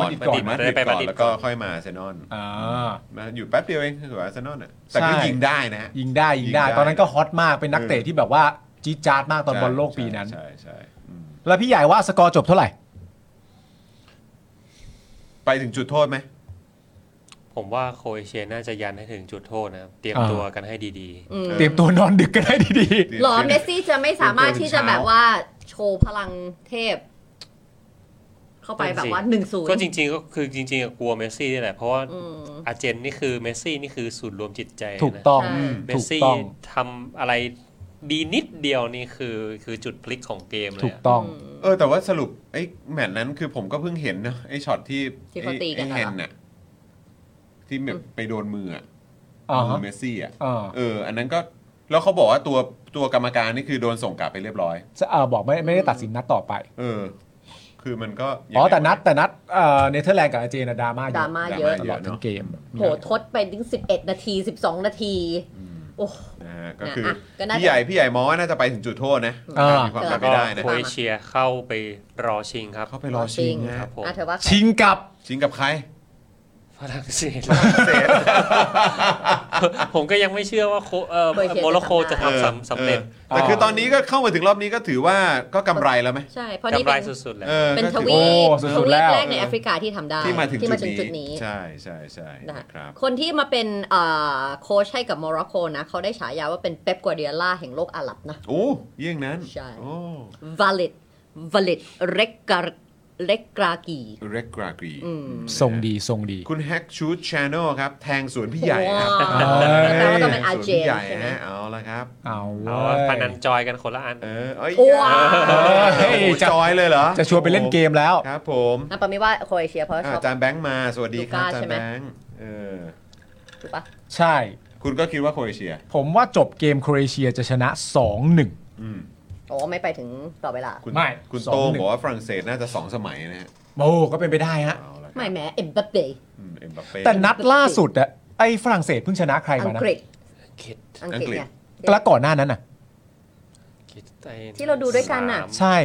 Speaker 3: น
Speaker 6: มาดริ
Speaker 3: มาด
Speaker 6: ด
Speaker 3: ริ
Speaker 6: ได้
Speaker 3: ดก่
Speaker 6: ไปมา
Speaker 3: อน
Speaker 6: ดริด
Speaker 3: แล้ว
Speaker 6: ก่
Speaker 3: ก็
Speaker 6: อน
Speaker 3: ค่อยมาอาร์เซนอล
Speaker 4: อ่า
Speaker 3: มาอยู่แป๊บเดียวเองถืออาร์เซนอลอ่ะแต่ก็
Speaker 4: ใช่
Speaker 3: ยิงได้นะฮะ
Speaker 4: ยิงได้
Speaker 3: ยิ
Speaker 4: ยิงได้
Speaker 3: งได้
Speaker 4: ตอนนั้นก็ฮอตมากเป็นนักเตะที่แบบว่าจี๊ดจ๊าดมากตอนบอลโลกปีนั้น
Speaker 3: ใช่ใช่ใช่อืม
Speaker 4: แล้วพี่ใหญ่ว่าสกอร์จบเท่าไหร่
Speaker 3: ไปถึงจุดโทษไหม
Speaker 6: ผมว่าโครเอเชียน่าจะยันให้ถึงจุดโทษนะครับ เตรียม
Speaker 4: อ่า
Speaker 6: ตัวกันให้ดี
Speaker 4: เตรียมตัวนอนดึกกันให้ดี
Speaker 5: หรอเมสซี่จะไม่สามารถที่จะแบบว่าโชว์พลังเทพ เข้า
Speaker 6: ๆ
Speaker 5: ไปแบบว่า 1 0
Speaker 6: ก็จริง ๆ ก็คือจริงๆก็กลัวเมสซี่นี่แหละ เพราะว่า
Speaker 5: อืม
Speaker 6: อาร์เจนนี่คือเมสซี่นี่คือศูนย์รวมจิตใจ
Speaker 4: ๆ ถูก
Speaker 6: นะ
Speaker 4: ต้อง
Speaker 5: ใช่
Speaker 6: เม
Speaker 4: ถู
Speaker 6: ส
Speaker 4: ก
Speaker 6: ซี่
Speaker 4: ต้อง
Speaker 6: ทำอะไรดีนิดเดียวนี่คือคือจุดพลิกของเกมเลย
Speaker 4: ถูก
Speaker 6: อะ
Speaker 4: ต้อง
Speaker 3: เออแต่ว่าสรุปไอ้แมตช์นั้นคือผมก็เพิ่งเห็นนะไอ้ช็อตที่
Speaker 5: ที่เขาตีกัน
Speaker 3: ไอ้
Speaker 5: น่ะ
Speaker 3: แฮ
Speaker 5: เหรอ
Speaker 3: นน่ะที่แบบไปโดนมืออ่ะ
Speaker 4: อ่าฮะ
Speaker 3: มือเมสซี่อ่ะ
Speaker 4: อ่า
Speaker 3: เออ อันนั้นก็แล้วเขาบอกว่าตัวตัวกรรมการนี่คือโดนส่งกลับไปเรียบร้อย
Speaker 4: จะเอ่อบอกไม่ไม่ได้ตัดสินนัดต่อไป
Speaker 3: เออ คือมันก็ยังไง
Speaker 4: อ๋อแต่นัดแต่นัดเอ่อเนเธอร์แลนด์กับอาร์เจนอะดราม่าเย
Speaker 5: ดรา
Speaker 4: อะ
Speaker 5: ม่าเยอะ
Speaker 4: ตลอดทั้งเกม
Speaker 5: โหทดไปถึง 11 นาที 12 นาที โอ้โห
Speaker 3: นะฮะก็คือ
Speaker 5: นะอ่ะก็น่าจะ
Speaker 3: พี่ใหญ่พี่ใหญ่มองว่าน่าจะไปถึงจุดโทษนะ
Speaker 4: อ่า
Speaker 3: มีความ
Speaker 5: เออ
Speaker 3: เป็นไป
Speaker 6: ก็
Speaker 3: ได้
Speaker 6: โค
Speaker 3: นะ
Speaker 6: รเอเชียเข้าไปรอชิงครับ
Speaker 3: เขาไปรอชิงนะ
Speaker 6: ค
Speaker 3: ค
Speaker 6: รั
Speaker 3: รับบ
Speaker 6: ผม
Speaker 5: อ่ะเธอว่าใคร
Speaker 4: ชิงกับ
Speaker 3: ชิงกับใคร
Speaker 6: ฝรั่งเศส
Speaker 3: เศส
Speaker 6: ผมก็ยังไม่เชื่อว่าโคเอ่อโมร็อกโกจะ
Speaker 3: เออ
Speaker 6: ทำสำสำเร็จ
Speaker 3: ออแต่คือตอนนี้ก็เข้ามาถึงรอบนี้ก็ถือว่าก็กำไรแล้วไหม
Speaker 5: ใช่ เพราะนี่
Speaker 6: กำไร
Speaker 5: เป็น
Speaker 6: สุดๆแหล้ว
Speaker 3: ออ
Speaker 5: เป็น
Speaker 3: ก็
Speaker 5: ท
Speaker 3: ถือ
Speaker 5: วี
Speaker 3: ว่า
Speaker 5: ป
Speaker 4: สุด
Speaker 5: ท
Speaker 4: ๆ
Speaker 5: วี
Speaker 4: แล้
Speaker 5: ป
Speaker 4: ว
Speaker 5: แรกในแอฟริกาที่ทำได้
Speaker 3: ที่มาถึง
Speaker 5: ที่มาถึง
Speaker 3: จุ
Speaker 5: จุ
Speaker 3: ด
Speaker 5: ด
Speaker 3: นี้
Speaker 5: นี้
Speaker 3: ใช่ใช่ใช่
Speaker 5: นะ
Speaker 3: นะครับ
Speaker 5: คนที่มาเป็นเอ่อโค้ชให้กับโมร็อกโกนะ เขาได้ฉายาว่าเป็นเป๊ปกัวเดียล่าแห่งโลกอาหรับนะ
Speaker 3: โอ้เยี่ยงนั้น
Speaker 5: ใช่
Speaker 3: โอ้
Speaker 5: valid valid เรกกาเรกกากี
Speaker 3: เรกกรากรี
Speaker 4: ทรงดีทรงดี
Speaker 3: คุณแฮกชูดชานอลครับ แทงสวนพี่ใหญ่ครับ
Speaker 5: ว้าว
Speaker 4: เอ้ย
Speaker 5: แปลว่าต้องเป็นอา
Speaker 3: สว
Speaker 5: เจ
Speaker 3: พี่
Speaker 5: น
Speaker 3: ใหญ่
Speaker 5: ใช่ไหม
Speaker 3: ฮะเอาละครับ
Speaker 4: เอา
Speaker 6: เอา
Speaker 4: เว้ย
Speaker 6: พนันจอยกันคนละอัน
Speaker 3: เออเอ้ย
Speaker 5: โอ้ย
Speaker 3: เอ้ยจอยเลยเหรอ
Speaker 4: จะชวนไปเล่นเกมแล้ว
Speaker 3: ครับผม
Speaker 5: อ่ะปาไม่ว่าโครเอเชียเพราะช
Speaker 3: อ่ะ
Speaker 5: อบ
Speaker 3: อาจารย์แบงค์มาสวัสดีครับ
Speaker 5: ลู
Speaker 3: อา
Speaker 5: ก้า
Speaker 3: จาร
Speaker 5: ใช่
Speaker 3: ย์
Speaker 5: ไหม
Speaker 3: แบงค์เออ
Speaker 5: ถูกปะ
Speaker 4: ใช่
Speaker 3: คุณก็คิดว่าโครเอเชีย
Speaker 4: ผมว่าจบเกมโครเอเชียจะชนะ 2-1
Speaker 3: อืม
Speaker 5: โอ้ไม่ไปถึงต่อเวลา
Speaker 3: คุณ
Speaker 4: ไม่
Speaker 3: คุณ
Speaker 4: สอง
Speaker 3: โต้ง
Speaker 4: หนึ่ง
Speaker 3: บอกว่าฝรั่งเศสน่าจะสองสมัยนะฮะ
Speaker 4: โอ้ก็เป็นไปได้ฮะ
Speaker 3: เอาละครับ
Speaker 5: ไม่แหม้เอ็มบัปเป้
Speaker 3: อืมเอ็มบัปเป้
Speaker 4: แต่นัดล่าสุดอะไอ้ฝรั่งเศสเพิ่งชนะใคร
Speaker 5: อั
Speaker 4: มาง นะ
Speaker 5: กฤษ
Speaker 6: คิด
Speaker 5: อังกฤษ
Speaker 3: อังกฤษ
Speaker 5: ไง
Speaker 4: แล้วก่อนหน้านั้นน่ะ
Speaker 6: คิดไอ้
Speaker 5: ที่เราดูด้วยกันน่ะ
Speaker 4: ใช่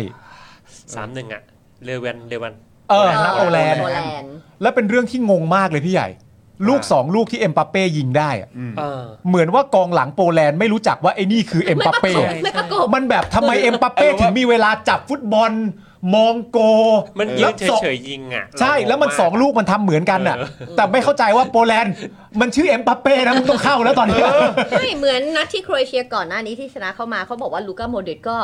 Speaker 6: สามหนึ่งอะเลเวนเลเวน
Speaker 4: เออ
Speaker 5: เ
Speaker 4: นัดโปแลนด์
Speaker 5: โปแลนด์
Speaker 4: แล้วเป็นเรื่องที่งงมากเลยพี่ใหญ่ ลูก 2 ลูกที่เอ็มปัปเป้ยิงได้อะ
Speaker 3: อืม
Speaker 6: เออ
Speaker 4: เหมือนว่ากองหลังโปแลนด์ไม่รู้จักว่าไอ้นี่คือเอ็มปัปเป้
Speaker 5: ไม่ประกบ
Speaker 4: มันแบบทำไมเอ็มปัปเป้ถึงมีเวลาจับฟุตบอล มองโก
Speaker 6: มันยิง
Speaker 4: แล้วสอง
Speaker 6: เฉยๆยิงอ่ะ
Speaker 4: ใช่แล้วมันสองลูกมันทำเหมือนกันน่ะ แต่ไม่เข้าใจว่าโปแลนด์มันชื่อเอ็มปัปเป้นะมันต้องเข้าแล้วตอนนี้
Speaker 5: ไม่เหมือนนัดที่โครเอเชียก่อนหน้านี้ที่ชนะเข้ามาเขาบอกว่าลูก้าโมดริตก็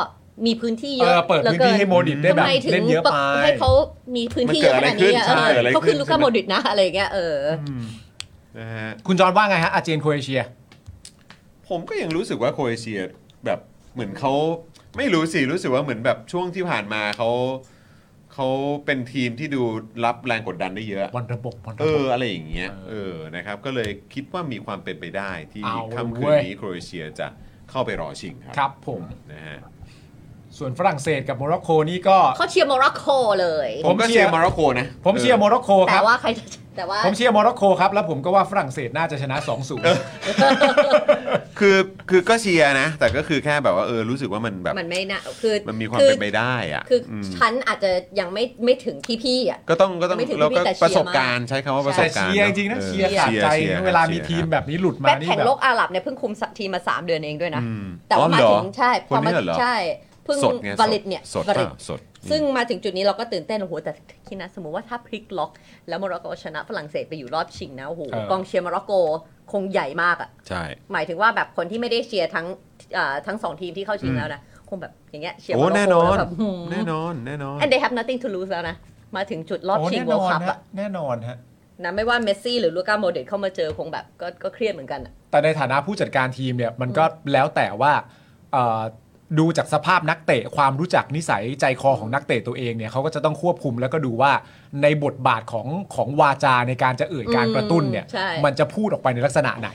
Speaker 5: มีพื้นที่เย
Speaker 4: เอ
Speaker 5: อะ
Speaker 4: อเปิดพื้นที่ให้โมดิตได้แบ
Speaker 5: ทำ
Speaker 4: บ
Speaker 5: ไมถึง
Speaker 4: เล่นเยอะไป
Speaker 5: ให้เขามีพื้นที่เยอะขนาดนี้อะ
Speaker 3: มันเกิดอะไรขึ้นใช่
Speaker 5: เออเขา
Speaker 3: เกิดอะไร
Speaker 5: คือ
Speaker 3: ขึ้น
Speaker 5: ลูก้าโมดริตนะอะไรอย่างเงี้ยเอออ
Speaker 3: นะฮะ
Speaker 4: คุณจอห์นว่าไงฮะอาเจนโครเอเชีย
Speaker 3: ผมก็ยังรู้สึกว่าโครเอเชียแบบเหมือนเขาไม่รู้สิ รู้สึกว่าเหมือนแบบช่วงที่ผ่านมาเขาเขาเป็นทีมที่ดูรับแรงกดดันได้เยอะ
Speaker 4: วันระบบวัน
Speaker 3: เอ
Speaker 4: ระบ
Speaker 3: อบ อะไรอย่างเงี้ยเออนะครับ ก็เลยคิดว่ามีความเป็นไปได้ที่
Speaker 4: เอา
Speaker 3: ค่ำคื
Speaker 4: เว้
Speaker 3: น
Speaker 4: ย
Speaker 3: นี้โครเอเชียจะเข้าไปรอชิงครับ
Speaker 4: ครับผม
Speaker 3: นะฮะ
Speaker 4: ส่วนฝรั่งเศสกับโมร็อกโกนี่ก็
Speaker 5: เขาเชียร์โมร็อกโกเลย
Speaker 4: ผ
Speaker 3: ผม มก็
Speaker 4: เชี
Speaker 3: เชี
Speaker 4: ย
Speaker 3: ย
Speaker 4: ร์
Speaker 3: ร์มาร็อกโกนะ
Speaker 4: ผมเชียร์โม
Speaker 3: ออ
Speaker 4: ร็อกโกค
Speaker 5: แต่
Speaker 4: รับ
Speaker 5: ว่าใครจะแต่ว่า
Speaker 4: ผมเชียร์โมร็อกโกครับ แล้วผมก็ว่าฝรั่งเศสน่าจะชนะ 2-0
Speaker 3: คือคือก็เชียร์นะ แต่ก็คือแค่แบบว่าเออรู้สึกว่ามันแบบ
Speaker 5: มันไม่นะคือ
Speaker 3: มันมีความ
Speaker 5: อ
Speaker 3: เป็นไปได้อะ
Speaker 5: คืออ
Speaker 3: ม
Speaker 5: ฉันอาจจะยังไม่ไม่ถึงพี่พี่ๆอ่ะ
Speaker 3: ก็ต้องก็ต้อง
Speaker 5: ไม่ถึง
Speaker 3: แล้วก็
Speaker 5: พี่แต่เชียร์
Speaker 3: ประสบการณ์ใช้คำว่าประส
Speaker 4: แต่
Speaker 3: บการณ์
Speaker 4: เชียร์จริงๆนะ
Speaker 3: ออ
Speaker 4: เชียร์ขาดใจ
Speaker 3: ชียร์
Speaker 4: เวลามี
Speaker 3: ชียร์
Speaker 4: ทีมแบบนี้หลุดมา
Speaker 5: แป๊บ
Speaker 4: นี่
Speaker 5: แข่ง
Speaker 4: แบบ
Speaker 5: โลกอาหรับเนี่ยเพิ่งคุมทีมมาสามเดือนเองด้วยนะ
Speaker 3: อืม
Speaker 5: แต่ว่ามา
Speaker 3: อ๋อเหรอ
Speaker 5: ถึงใช่พ
Speaker 3: คน
Speaker 5: อมา
Speaker 3: นี้เหรอ
Speaker 5: ใช่เพิ่ง
Speaker 3: สดไง
Speaker 5: วาลิตเนี่ย
Speaker 3: สด
Speaker 5: วาลิต
Speaker 3: ป่ะสดอืม
Speaker 5: ซึ่งมาถึงจุดนี้เราก็ตื่นเต้นโอ้โหแต่คิดนะสมมติว่าถ้าพลิกล็อก แล้วโมร็อกโกชนะฝรั่งเศสไปอยู่รอบชิงนะโอ้โห
Speaker 4: เออ
Speaker 5: กองเชียร์โมร็อกโกคงใหญ่มากอ่ะ
Speaker 3: ใช่
Speaker 5: หมายถึงว่าแบบคนที่ไม่ได้เชียร์ทั้งอ่าทั้งสองทีมที่เข้าชิงแล้วนะ คงแบบอย่างเงี้ยเชียร์
Speaker 3: โอ้
Speaker 5: โมร็อกโก
Speaker 3: แน่นอน
Speaker 5: ล้วแบบหืม
Speaker 3: แน่นอนแน่นอน
Speaker 5: and they have nothing to lose แล้วนะ มาถึงจุดรอบ
Speaker 4: โอ้
Speaker 5: ชิง
Speaker 4: แน่
Speaker 5: โวน ล
Speaker 4: อน
Speaker 5: คัพ
Speaker 4: ฮะ
Speaker 5: อะ
Speaker 4: แน่นอนฮะ
Speaker 5: นะไม่ว่าเมสซี่หรือลูก้าโมดริตเข้ามาเจอคงแบบก็ก็เครียดเหมือนกันอะ
Speaker 4: แต่ในฐานะผู้จัดการทีมเนี่ยมันก็แล้วแต่ว่าเอ่อดูจากสภาพนักเตะความรู้จักนิสัยใจคอของนักเตะตัวเองเนี่ยเขาก็จะต้องควบคุมแล้วก็ดูว่าในบทบาทของของวาจาในการจะเอ่ยการกระตุ้นเนี่ย
Speaker 5: อืมใช่
Speaker 4: มันจะพูดออกไปในลักษณะไหน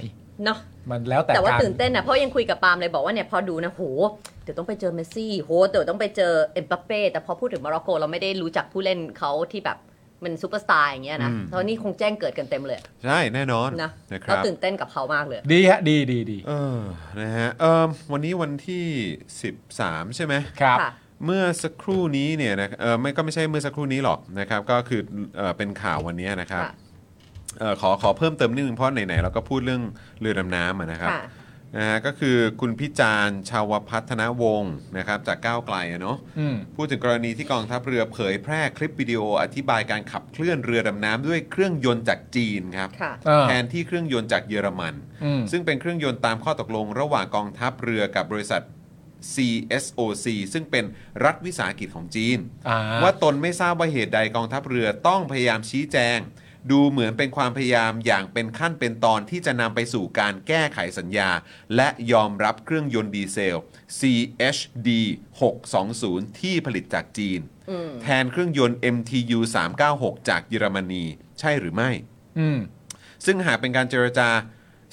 Speaker 5: เนาะ
Speaker 4: มันแล้วแต่
Speaker 5: แต่ว่า
Speaker 4: การ
Speaker 5: ตื่นเต้นนะเพราะยังคุยกับปาล์มเลยบอกว่าเนี่ยพอดูนะโหเดี๋ยวต้องไปเจอเมสซี่โหเดี๋ยวต้องไปเจอเอ็มบัปเป้แต่พอพูดถึงโมร็อกโกเราไม่ได้รู้จักผู้เล่นเขาที่แบบมันซูเปอร์สตาร์อย่างเงี้ยนะ
Speaker 3: อืม
Speaker 5: ตอนนี้คงแจ้งเกิดกันเต็มเลย
Speaker 3: ใช่แน่นอน
Speaker 5: นะ
Speaker 3: นะค
Speaker 5: ก็
Speaker 3: รับ
Speaker 5: ตื่นเต้นกับเขามากเลย
Speaker 4: ดีฮะดีดีดี
Speaker 3: เออนะฮะเออวันนี้วันที่ 13 ใช่ไหม
Speaker 4: ครับ
Speaker 5: ค่ะ
Speaker 3: เมื่อสักครู่นี้เนี่ยนะเออไม่ก็ไม่ใช่เมื่อสักครู่นี้หรอกนะครับ ก็คือเออเป็นข่าววันนี้นะครับ
Speaker 5: ค่ะ
Speaker 3: เออขอขอเพิ่มเติมนิดนึงเพราะไหนๆเราก็พูดเรื่องเรือดำน้ำอะนะครับ
Speaker 5: ค่ะ
Speaker 3: นะฮะก็คือคุณพิจารณ์ชาวพัฒนวงศ์นะครับจากก้าวไกลอะเนาะ
Speaker 4: อืม
Speaker 3: พูดถึงกรณีที่กองทัพเรือเผยแพร่คลิปวิดีโออธิบายการขับเคลื่อนเรือดำน้ำด้วยเครื่องยนต์จากจีนครับ
Speaker 5: ค่ะ
Speaker 4: อ่า
Speaker 3: แทนที่เครื่องยนต์จากเยอรมัน
Speaker 4: อืม
Speaker 3: ซึ่งเป็นเครื่องยนต์ตามข้อตกลงระหว่างกองทัพเรือกับบริษัท CSOC ซึ่งเป็นรัฐวิสาหกิจของจีน
Speaker 4: อ่า
Speaker 3: ว่าตนไม่ทราบว่าเหตุใดกองทัพเรือต้องพยายามชี้แจง ดูเหมือนเป็นความพยายามอย่างเป็นขั้นเป็นตอนที่จะนำไปสู่การแก้ไขสัญญา และยอมรับเครื่องยนต์ดีเซล CHD 620 ที่ผลิตจากจีน แทนเครื่องยนต์ MTU 396 จากเยอรมนี ใช่หรือไม่
Speaker 4: อืม
Speaker 3: ซึ่งหากเป็นการเจรจา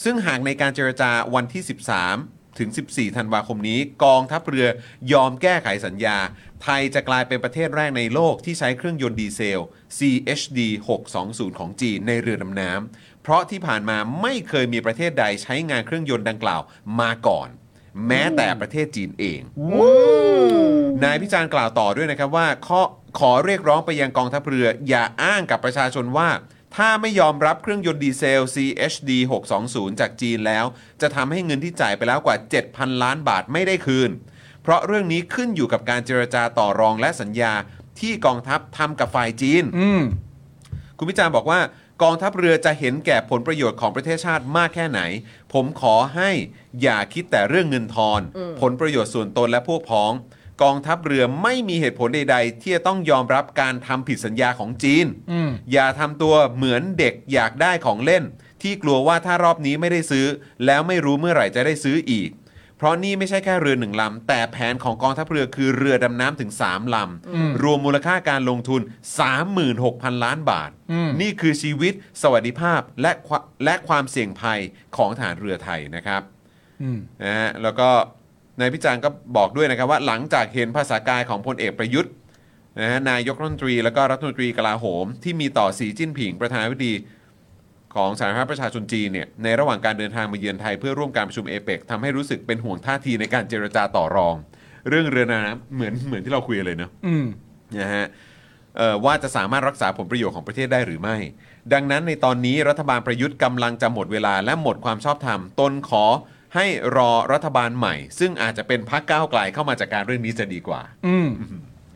Speaker 3: ซึ่งหากในการเจรจาวันที่ 13 ถึง 14 ธันวาคมนี้ กองทัพเรือยอมแก้ไขสัญญา ไทยจะกลายเป็นประเทศแรกในโลกที่ใช้เครื่องยนต์ดีเซล CHD 620 ของจีนในเรือดำน้ำ เพราะที่ผ่านมาไม่เคยมีประเทศใดใช้งานเครื่องยนต์ดังกล่าวมาก่อน แม้แต่ประเทศจีนเอง นายพิจารณ์กล่าวต่อด้วยนะครับว่าข้อขอเรียกร้องไปยังกองทัพเรือ อย่าอ้างกับประชาชนว่า ถ้าไม่ยอมรับเครื่องยนต์ดีเซล CHD 620 จากจีนแล้ว จะทำให้เงินที่จ่ายไปแล้วกว่า 7,000 ล้านบาทไม่ได้คืน เพราะเรื่องนี้ขึ้นอยู่กับการเจรจาต่อรองและสัญญาที่กองทัพทำกับฝ่ายจีน
Speaker 4: อืม
Speaker 3: คุณพิจารณ์บอกว่ากองทัพเรือจะเห็นแก่ผลประโยชน์ของประเทศชาติมากแค่ไหน ผมขอให้อย่าคิดแต่เรื่องเงินทอน ผลประโยชน์ส่วนตนและพวกพ้อง กองทัพเรือไม่มีเหตุผลใด ๆ ที่จะต้องยอมรับการทำผิดสัญญาของจีน
Speaker 4: อืม
Speaker 3: อย่าทำตัวเหมือนเด็กอยากได้ของเล่น ที่กลัวว่าถ้ารอบนี้ไม่ได้ซื้อ แล้วไม่รู้เมื่อไหร่จะได้ซื้ออีก เพราะนี่ไม่ใช่แค่เรือหนึ่งลำ แต่แผนของกองทัพเรือคือเรือดำน้ำถึง 3 ลำ รวมมูลค่าการลงทุน 36,000 ล้านบาท นี่คือชีวิต สวัสดิภาพและควและความเสี่ยงภัยของฐานเรือไทยนะครับ
Speaker 4: อืม
Speaker 3: นะฮะแล้วก็นายพิจารณ์ก็บอกด้วยนะครับว่าหลังจากเห็นภาษากายของพลเอกประยุทธ์นะฮะนายกรัฐมนตรีแล้วก็รัฐมนตรีกลาโหม ที่มีต่อสีจิ้นผิงประธานาธิบดีของสาธารณรัฐประชาชนจีนเนี่ยในระหว่างการเดินทางมาเยือนไทยเพื่อร่วมการประชุมเอเปกทำให้รู้สึกเป็นห่วงท่าทีในการเจรจาต่อรอง เรื่องเรือน้ำเหมือนเหมือนที่เราคุยกันเลยเนอะ
Speaker 4: อืม
Speaker 3: นะฮะเอ่อว่าจะสามารถรักษาผลประโยชน์ของประเทศได้หรือไม่ ดังนั้นในตอนนี้รัฐบาลประยุทธ์กำลังจะหมดเวลาและหมดความชอบธรรม ตนขอให้รอรัฐบาลใหม่ ซึ่งอาจจะเป็นพรรคก้าวไกลเข้ามาจัดการเรื่องนี้จะดีกว่า
Speaker 4: อืม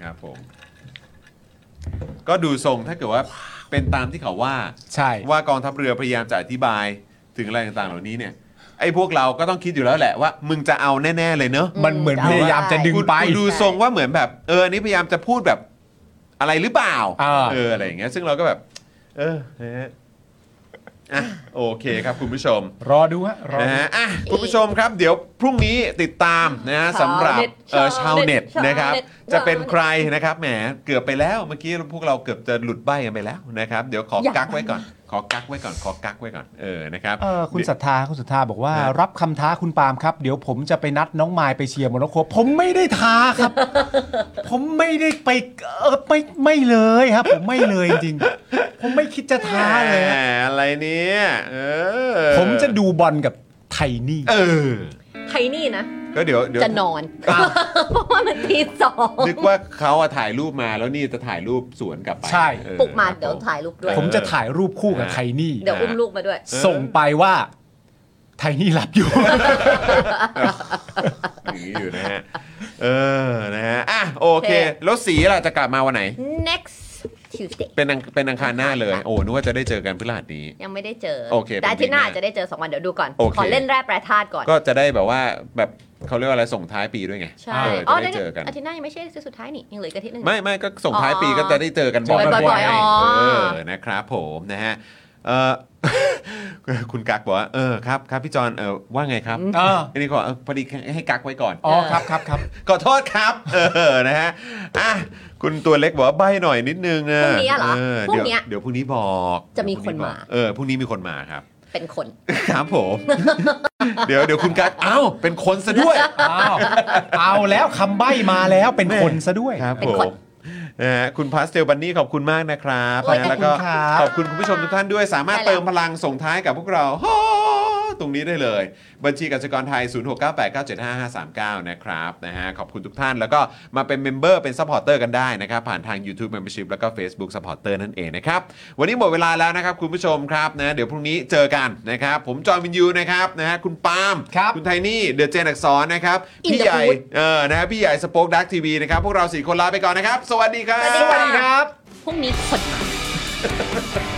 Speaker 3: ครับผม ก็ดูทรงถ้าเกิดว่าเป็นตามที่เขาว่า
Speaker 4: ใช่
Speaker 3: ว่ากองทัพเรือพยายามจะอธิบายถึงอะไรต่างๆ เหล่านี้เนี่ยไอ้พวกเราก็ต้องคิดอยู่แล้วแหละว่า มึงจะเอาแน่ ๆ เลยเนอะ
Speaker 4: มันเหมือน
Speaker 5: อื
Speaker 4: พยายามจะดึง
Speaker 3: กู
Speaker 4: ไป
Speaker 3: กูดูทรงว่าเหมือนแบบเอออันนี้พยายามจะพูดแบบอะไรหรือเปล่า
Speaker 4: อ่า
Speaker 3: เอออะไรอย่างเงี้ยซึ่งเราก็แบบ เออนะฮะอ่ะโอเคครับคุณผู้ชม
Speaker 4: รอดูฮะรอ
Speaker 3: นะ
Speaker 4: ดู
Speaker 3: ฮะอ่ะคุณผู้ชมครับ เดี๋ยวพรุ่งนี้ติดตามนะฮะ
Speaker 5: ชาว
Speaker 3: สำหรับ
Speaker 5: เน็ต
Speaker 3: เอ่อชา
Speaker 5: ชาว ว
Speaker 3: เน็ต
Speaker 5: เน็ต
Speaker 3: นะครับ
Speaker 5: ชาวเน็ต
Speaker 3: จะเป็นใครนะครับแหมเกือบไปแล้วเมื่อกี้พวกเราเกือบจะหลุดใบกันไปแล้วนะครับ เดี๋ยวขออกักไว้ก่อน ขอกักไว้ก่อนขอกักไว้ก่อนเออนะครับ
Speaker 4: เออคุณศรัทธาคุณศรัทธาบอกว่า
Speaker 3: ครับ
Speaker 4: รับคำท้าคุณปาล์มครับ เดี๋ยวผมจะไปนัดน้องมายไปเชียร์โมร็อกโกผมไม่ได้ท้าครับ ผมไม่ได้ไปเออไม่ไม่เลยครับ ผมไม่เลยจริงๆผมไม่คิดจะท้าเลย
Speaker 3: แหมอะไรเนี่ยเออ
Speaker 4: ผมจะดูบอลกับไทนี่
Speaker 3: เออ
Speaker 5: ใครนี่นะ
Speaker 3: ก็เดี๋ยวเดี๋ยว
Speaker 5: จะนอน เพราะว่ามันทีสอง
Speaker 3: นึกว่าเขาอะถ่ายรูปมาแล้วนี่จะถ่ายรูปสวนกลับไป
Speaker 4: ใช่
Speaker 3: เออ
Speaker 5: ปลุกมาเดี๋ยว
Speaker 3: ครับ
Speaker 5: ถ่ายรูปด้วย
Speaker 4: ผมจะถ่ายรูปคู่กับไทนี่
Speaker 5: เดี๋ยวอุ้มลูกมาด้วย
Speaker 4: ส่งไปว่า ไทนี่หลับอยู่
Speaker 3: อย่างนี้อยู่นะฮะ เออ นะฮะ อ่ะ โอเค
Speaker 5: โอเค
Speaker 3: แล้วสีล่ะจะกลับมาวันไหน
Speaker 5: next Tuesday
Speaker 3: เป็นอังเป็นอังคารหน้าเลย โอ้นึกว่าจะได้เจอกันพฤหัสนี้
Speaker 5: ยังไม่ได้เจอ
Speaker 3: โอเค
Speaker 5: แต่อาที่หน้า
Speaker 3: เป็นปีหน้า
Speaker 5: จะได้เจอ 2 วันเดี๋ยวดูก่อน
Speaker 3: โอเค
Speaker 5: ขอเล่นแร่แปรธาตุก่อน
Speaker 3: ก็จะได้แบบว่า แบบเขาเรียกว่าอะไรส่งท้ายปีด้วยไง
Speaker 5: ใช่
Speaker 3: เออ
Speaker 5: อ๋อ
Speaker 3: จะได้
Speaker 5: นั่น
Speaker 3: เจอกัน
Speaker 5: อาทิตย์หน้ายังไม่ใช่อาทิตย์สุดท้ายนี่ยังเหลืออีกอาทิตย์หนึง
Speaker 3: ไม่ไม่ก็ส่งท้ายปี
Speaker 5: อ๋อ
Speaker 3: ก็จะได้เจอกันบ่อย
Speaker 5: บ่อยๆอ๋อ
Speaker 3: เออ นะครับผมนะฮะ เออ คุณกักบอกว่า เออ ครับ ครับพี่จอน เออ ว่าไงครับ
Speaker 4: เออ
Speaker 3: นนี้ก็เออพอดีให้กักไว้ก่อน
Speaker 4: อ๋อครับครับครับ
Speaker 3: ขอโทษครับ เออ นะฮะ อ่ะ คุณตัวเล็กบอกว่าใบหน่อยนิดนึงอะ
Speaker 5: พรุ่งนี้อะเหรอพรุ่ง
Speaker 3: เดี๋ยว
Speaker 5: เนี้ย
Speaker 3: เดี๋ยวพรุ่งนี้บอก
Speaker 5: จะมี
Speaker 3: เดี๋ยวพรุ่ง
Speaker 5: คนมา
Speaker 3: บอกเออ พรุ่งนี้มีคนมาครับ
Speaker 5: เป็นคน
Speaker 3: ครับผม เดี๋ยวเดี๋ยวคุณกักเอ้า เป็นคนซะด้วย
Speaker 4: อ้าวเอาแล้วคำใบ้มาแล้วเป็นคนซะด้วย
Speaker 3: ครับ
Speaker 5: เป็
Speaker 3: ผ
Speaker 5: นคน
Speaker 3: มนะฮะคุณพาสเทลบันนี่ขอบคุณมากนะครับ
Speaker 5: โอ้ย
Speaker 3: นะแล้วก็
Speaker 4: ขอบคุณค
Speaker 3: ขอบคุณคุ
Speaker 4: รับ
Speaker 3: ณผู้ชมทุกท่านด้วยสามารถ
Speaker 5: ใช่แล้ว
Speaker 3: เติมพลังส่งท้ายกับพวกเรา ฮ่าตรงนี้ได้เลย บัญชีกสิกรไทย 0698975539 นะครับนะฮะขอบคุณทุกท่านแล้วก็มาเป็นเมมเบอร์เป็นซัพพอร์เตอร์กันได้นะครับ ผ่านทาง YouTube Membership แล้วก็ Facebook Supporter นั่นเองนะครับ วันนี้หมดเวลาแล้วนะครับคุณผู้ชมครับนะเดี๋ยวพรุ่งนี้เจอกันนะครับ ผมจอห์นวินยูนะครับนะฮะคุณปาล์ม
Speaker 4: ครับ
Speaker 3: คุณไทนี่เดอะเจนอักษรนะครับ
Speaker 5: In
Speaker 3: พี่
Speaker 5: the
Speaker 3: ใหญ่
Speaker 5: mood
Speaker 3: เออนะฮะพี่ใหญ่สป็อคดักทีวีนะครับ พวกเราสี่คนลาไปก่อนนะครับ สวัสดีครับ
Speaker 5: สวัสดีครับ พรุ่งนี้คน มา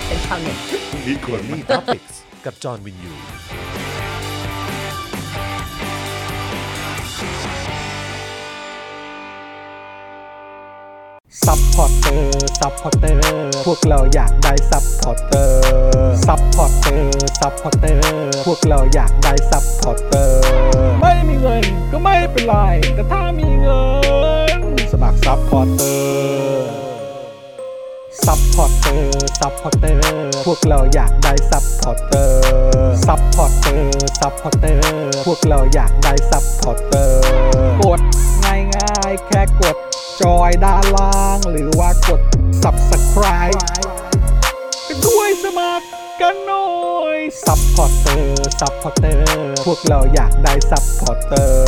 Speaker 5: เป็นชาวเน็ต
Speaker 2: Daily Topics กับจอห์นวินยู
Speaker 1: ซัพพอร์เตอร์ ซัพพอร์เตอร์ พวกเราอยากได้ซัพพอร์เตอร์ ซัพพอร์เตอร์ ซัพพอร์เตอร์ พวกเราอยากได้ซัพพอร์เตอร์ ไม่มีเงินก็ไม่เป็นไร แต่ถ้ามีเงิน สมัครซัพพอร์เตอร์ ซัพพอร์เตอร์ ซัพพอร์เตอร์ พวกเราอยากได้ซัพพอร์เตอร์ ซัพพอร์เตอร์ ซัพพอร์เตอร์ พวกเราอยากได้ซัพพอร์เตอร์ กดง่ายง่ายๆแค่กดจอยด้านล่าง หรือว่ากด subscribe ไปด้วยสมัครกันหน่อย ซัพพอร์เตอร์ ซัพพอร์เตอร์ พวกเราอยากได้ซัพพอร์เตอร์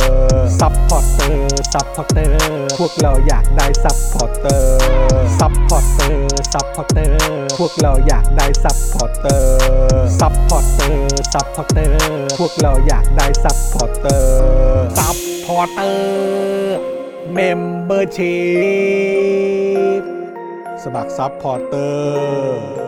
Speaker 1: ซัพพอร์เตอร์ ซัพพอร์เตอร์ พวกเราอยากได้ซัพพอร์เตอร์ ซัพพอร์เตอร์ ซัพพอร์เตอร์ พวกเราอยากได้ซัพพอร์เตอร์ ซัพพอร์เตอร์ ซัพพอร์เตอร์ พวกเราอยากได้ซัพพอร์เตอร์ ซัพพอร์เตอร์ เมมเบอร์ชีพสมัครซัพพอร์เตอร์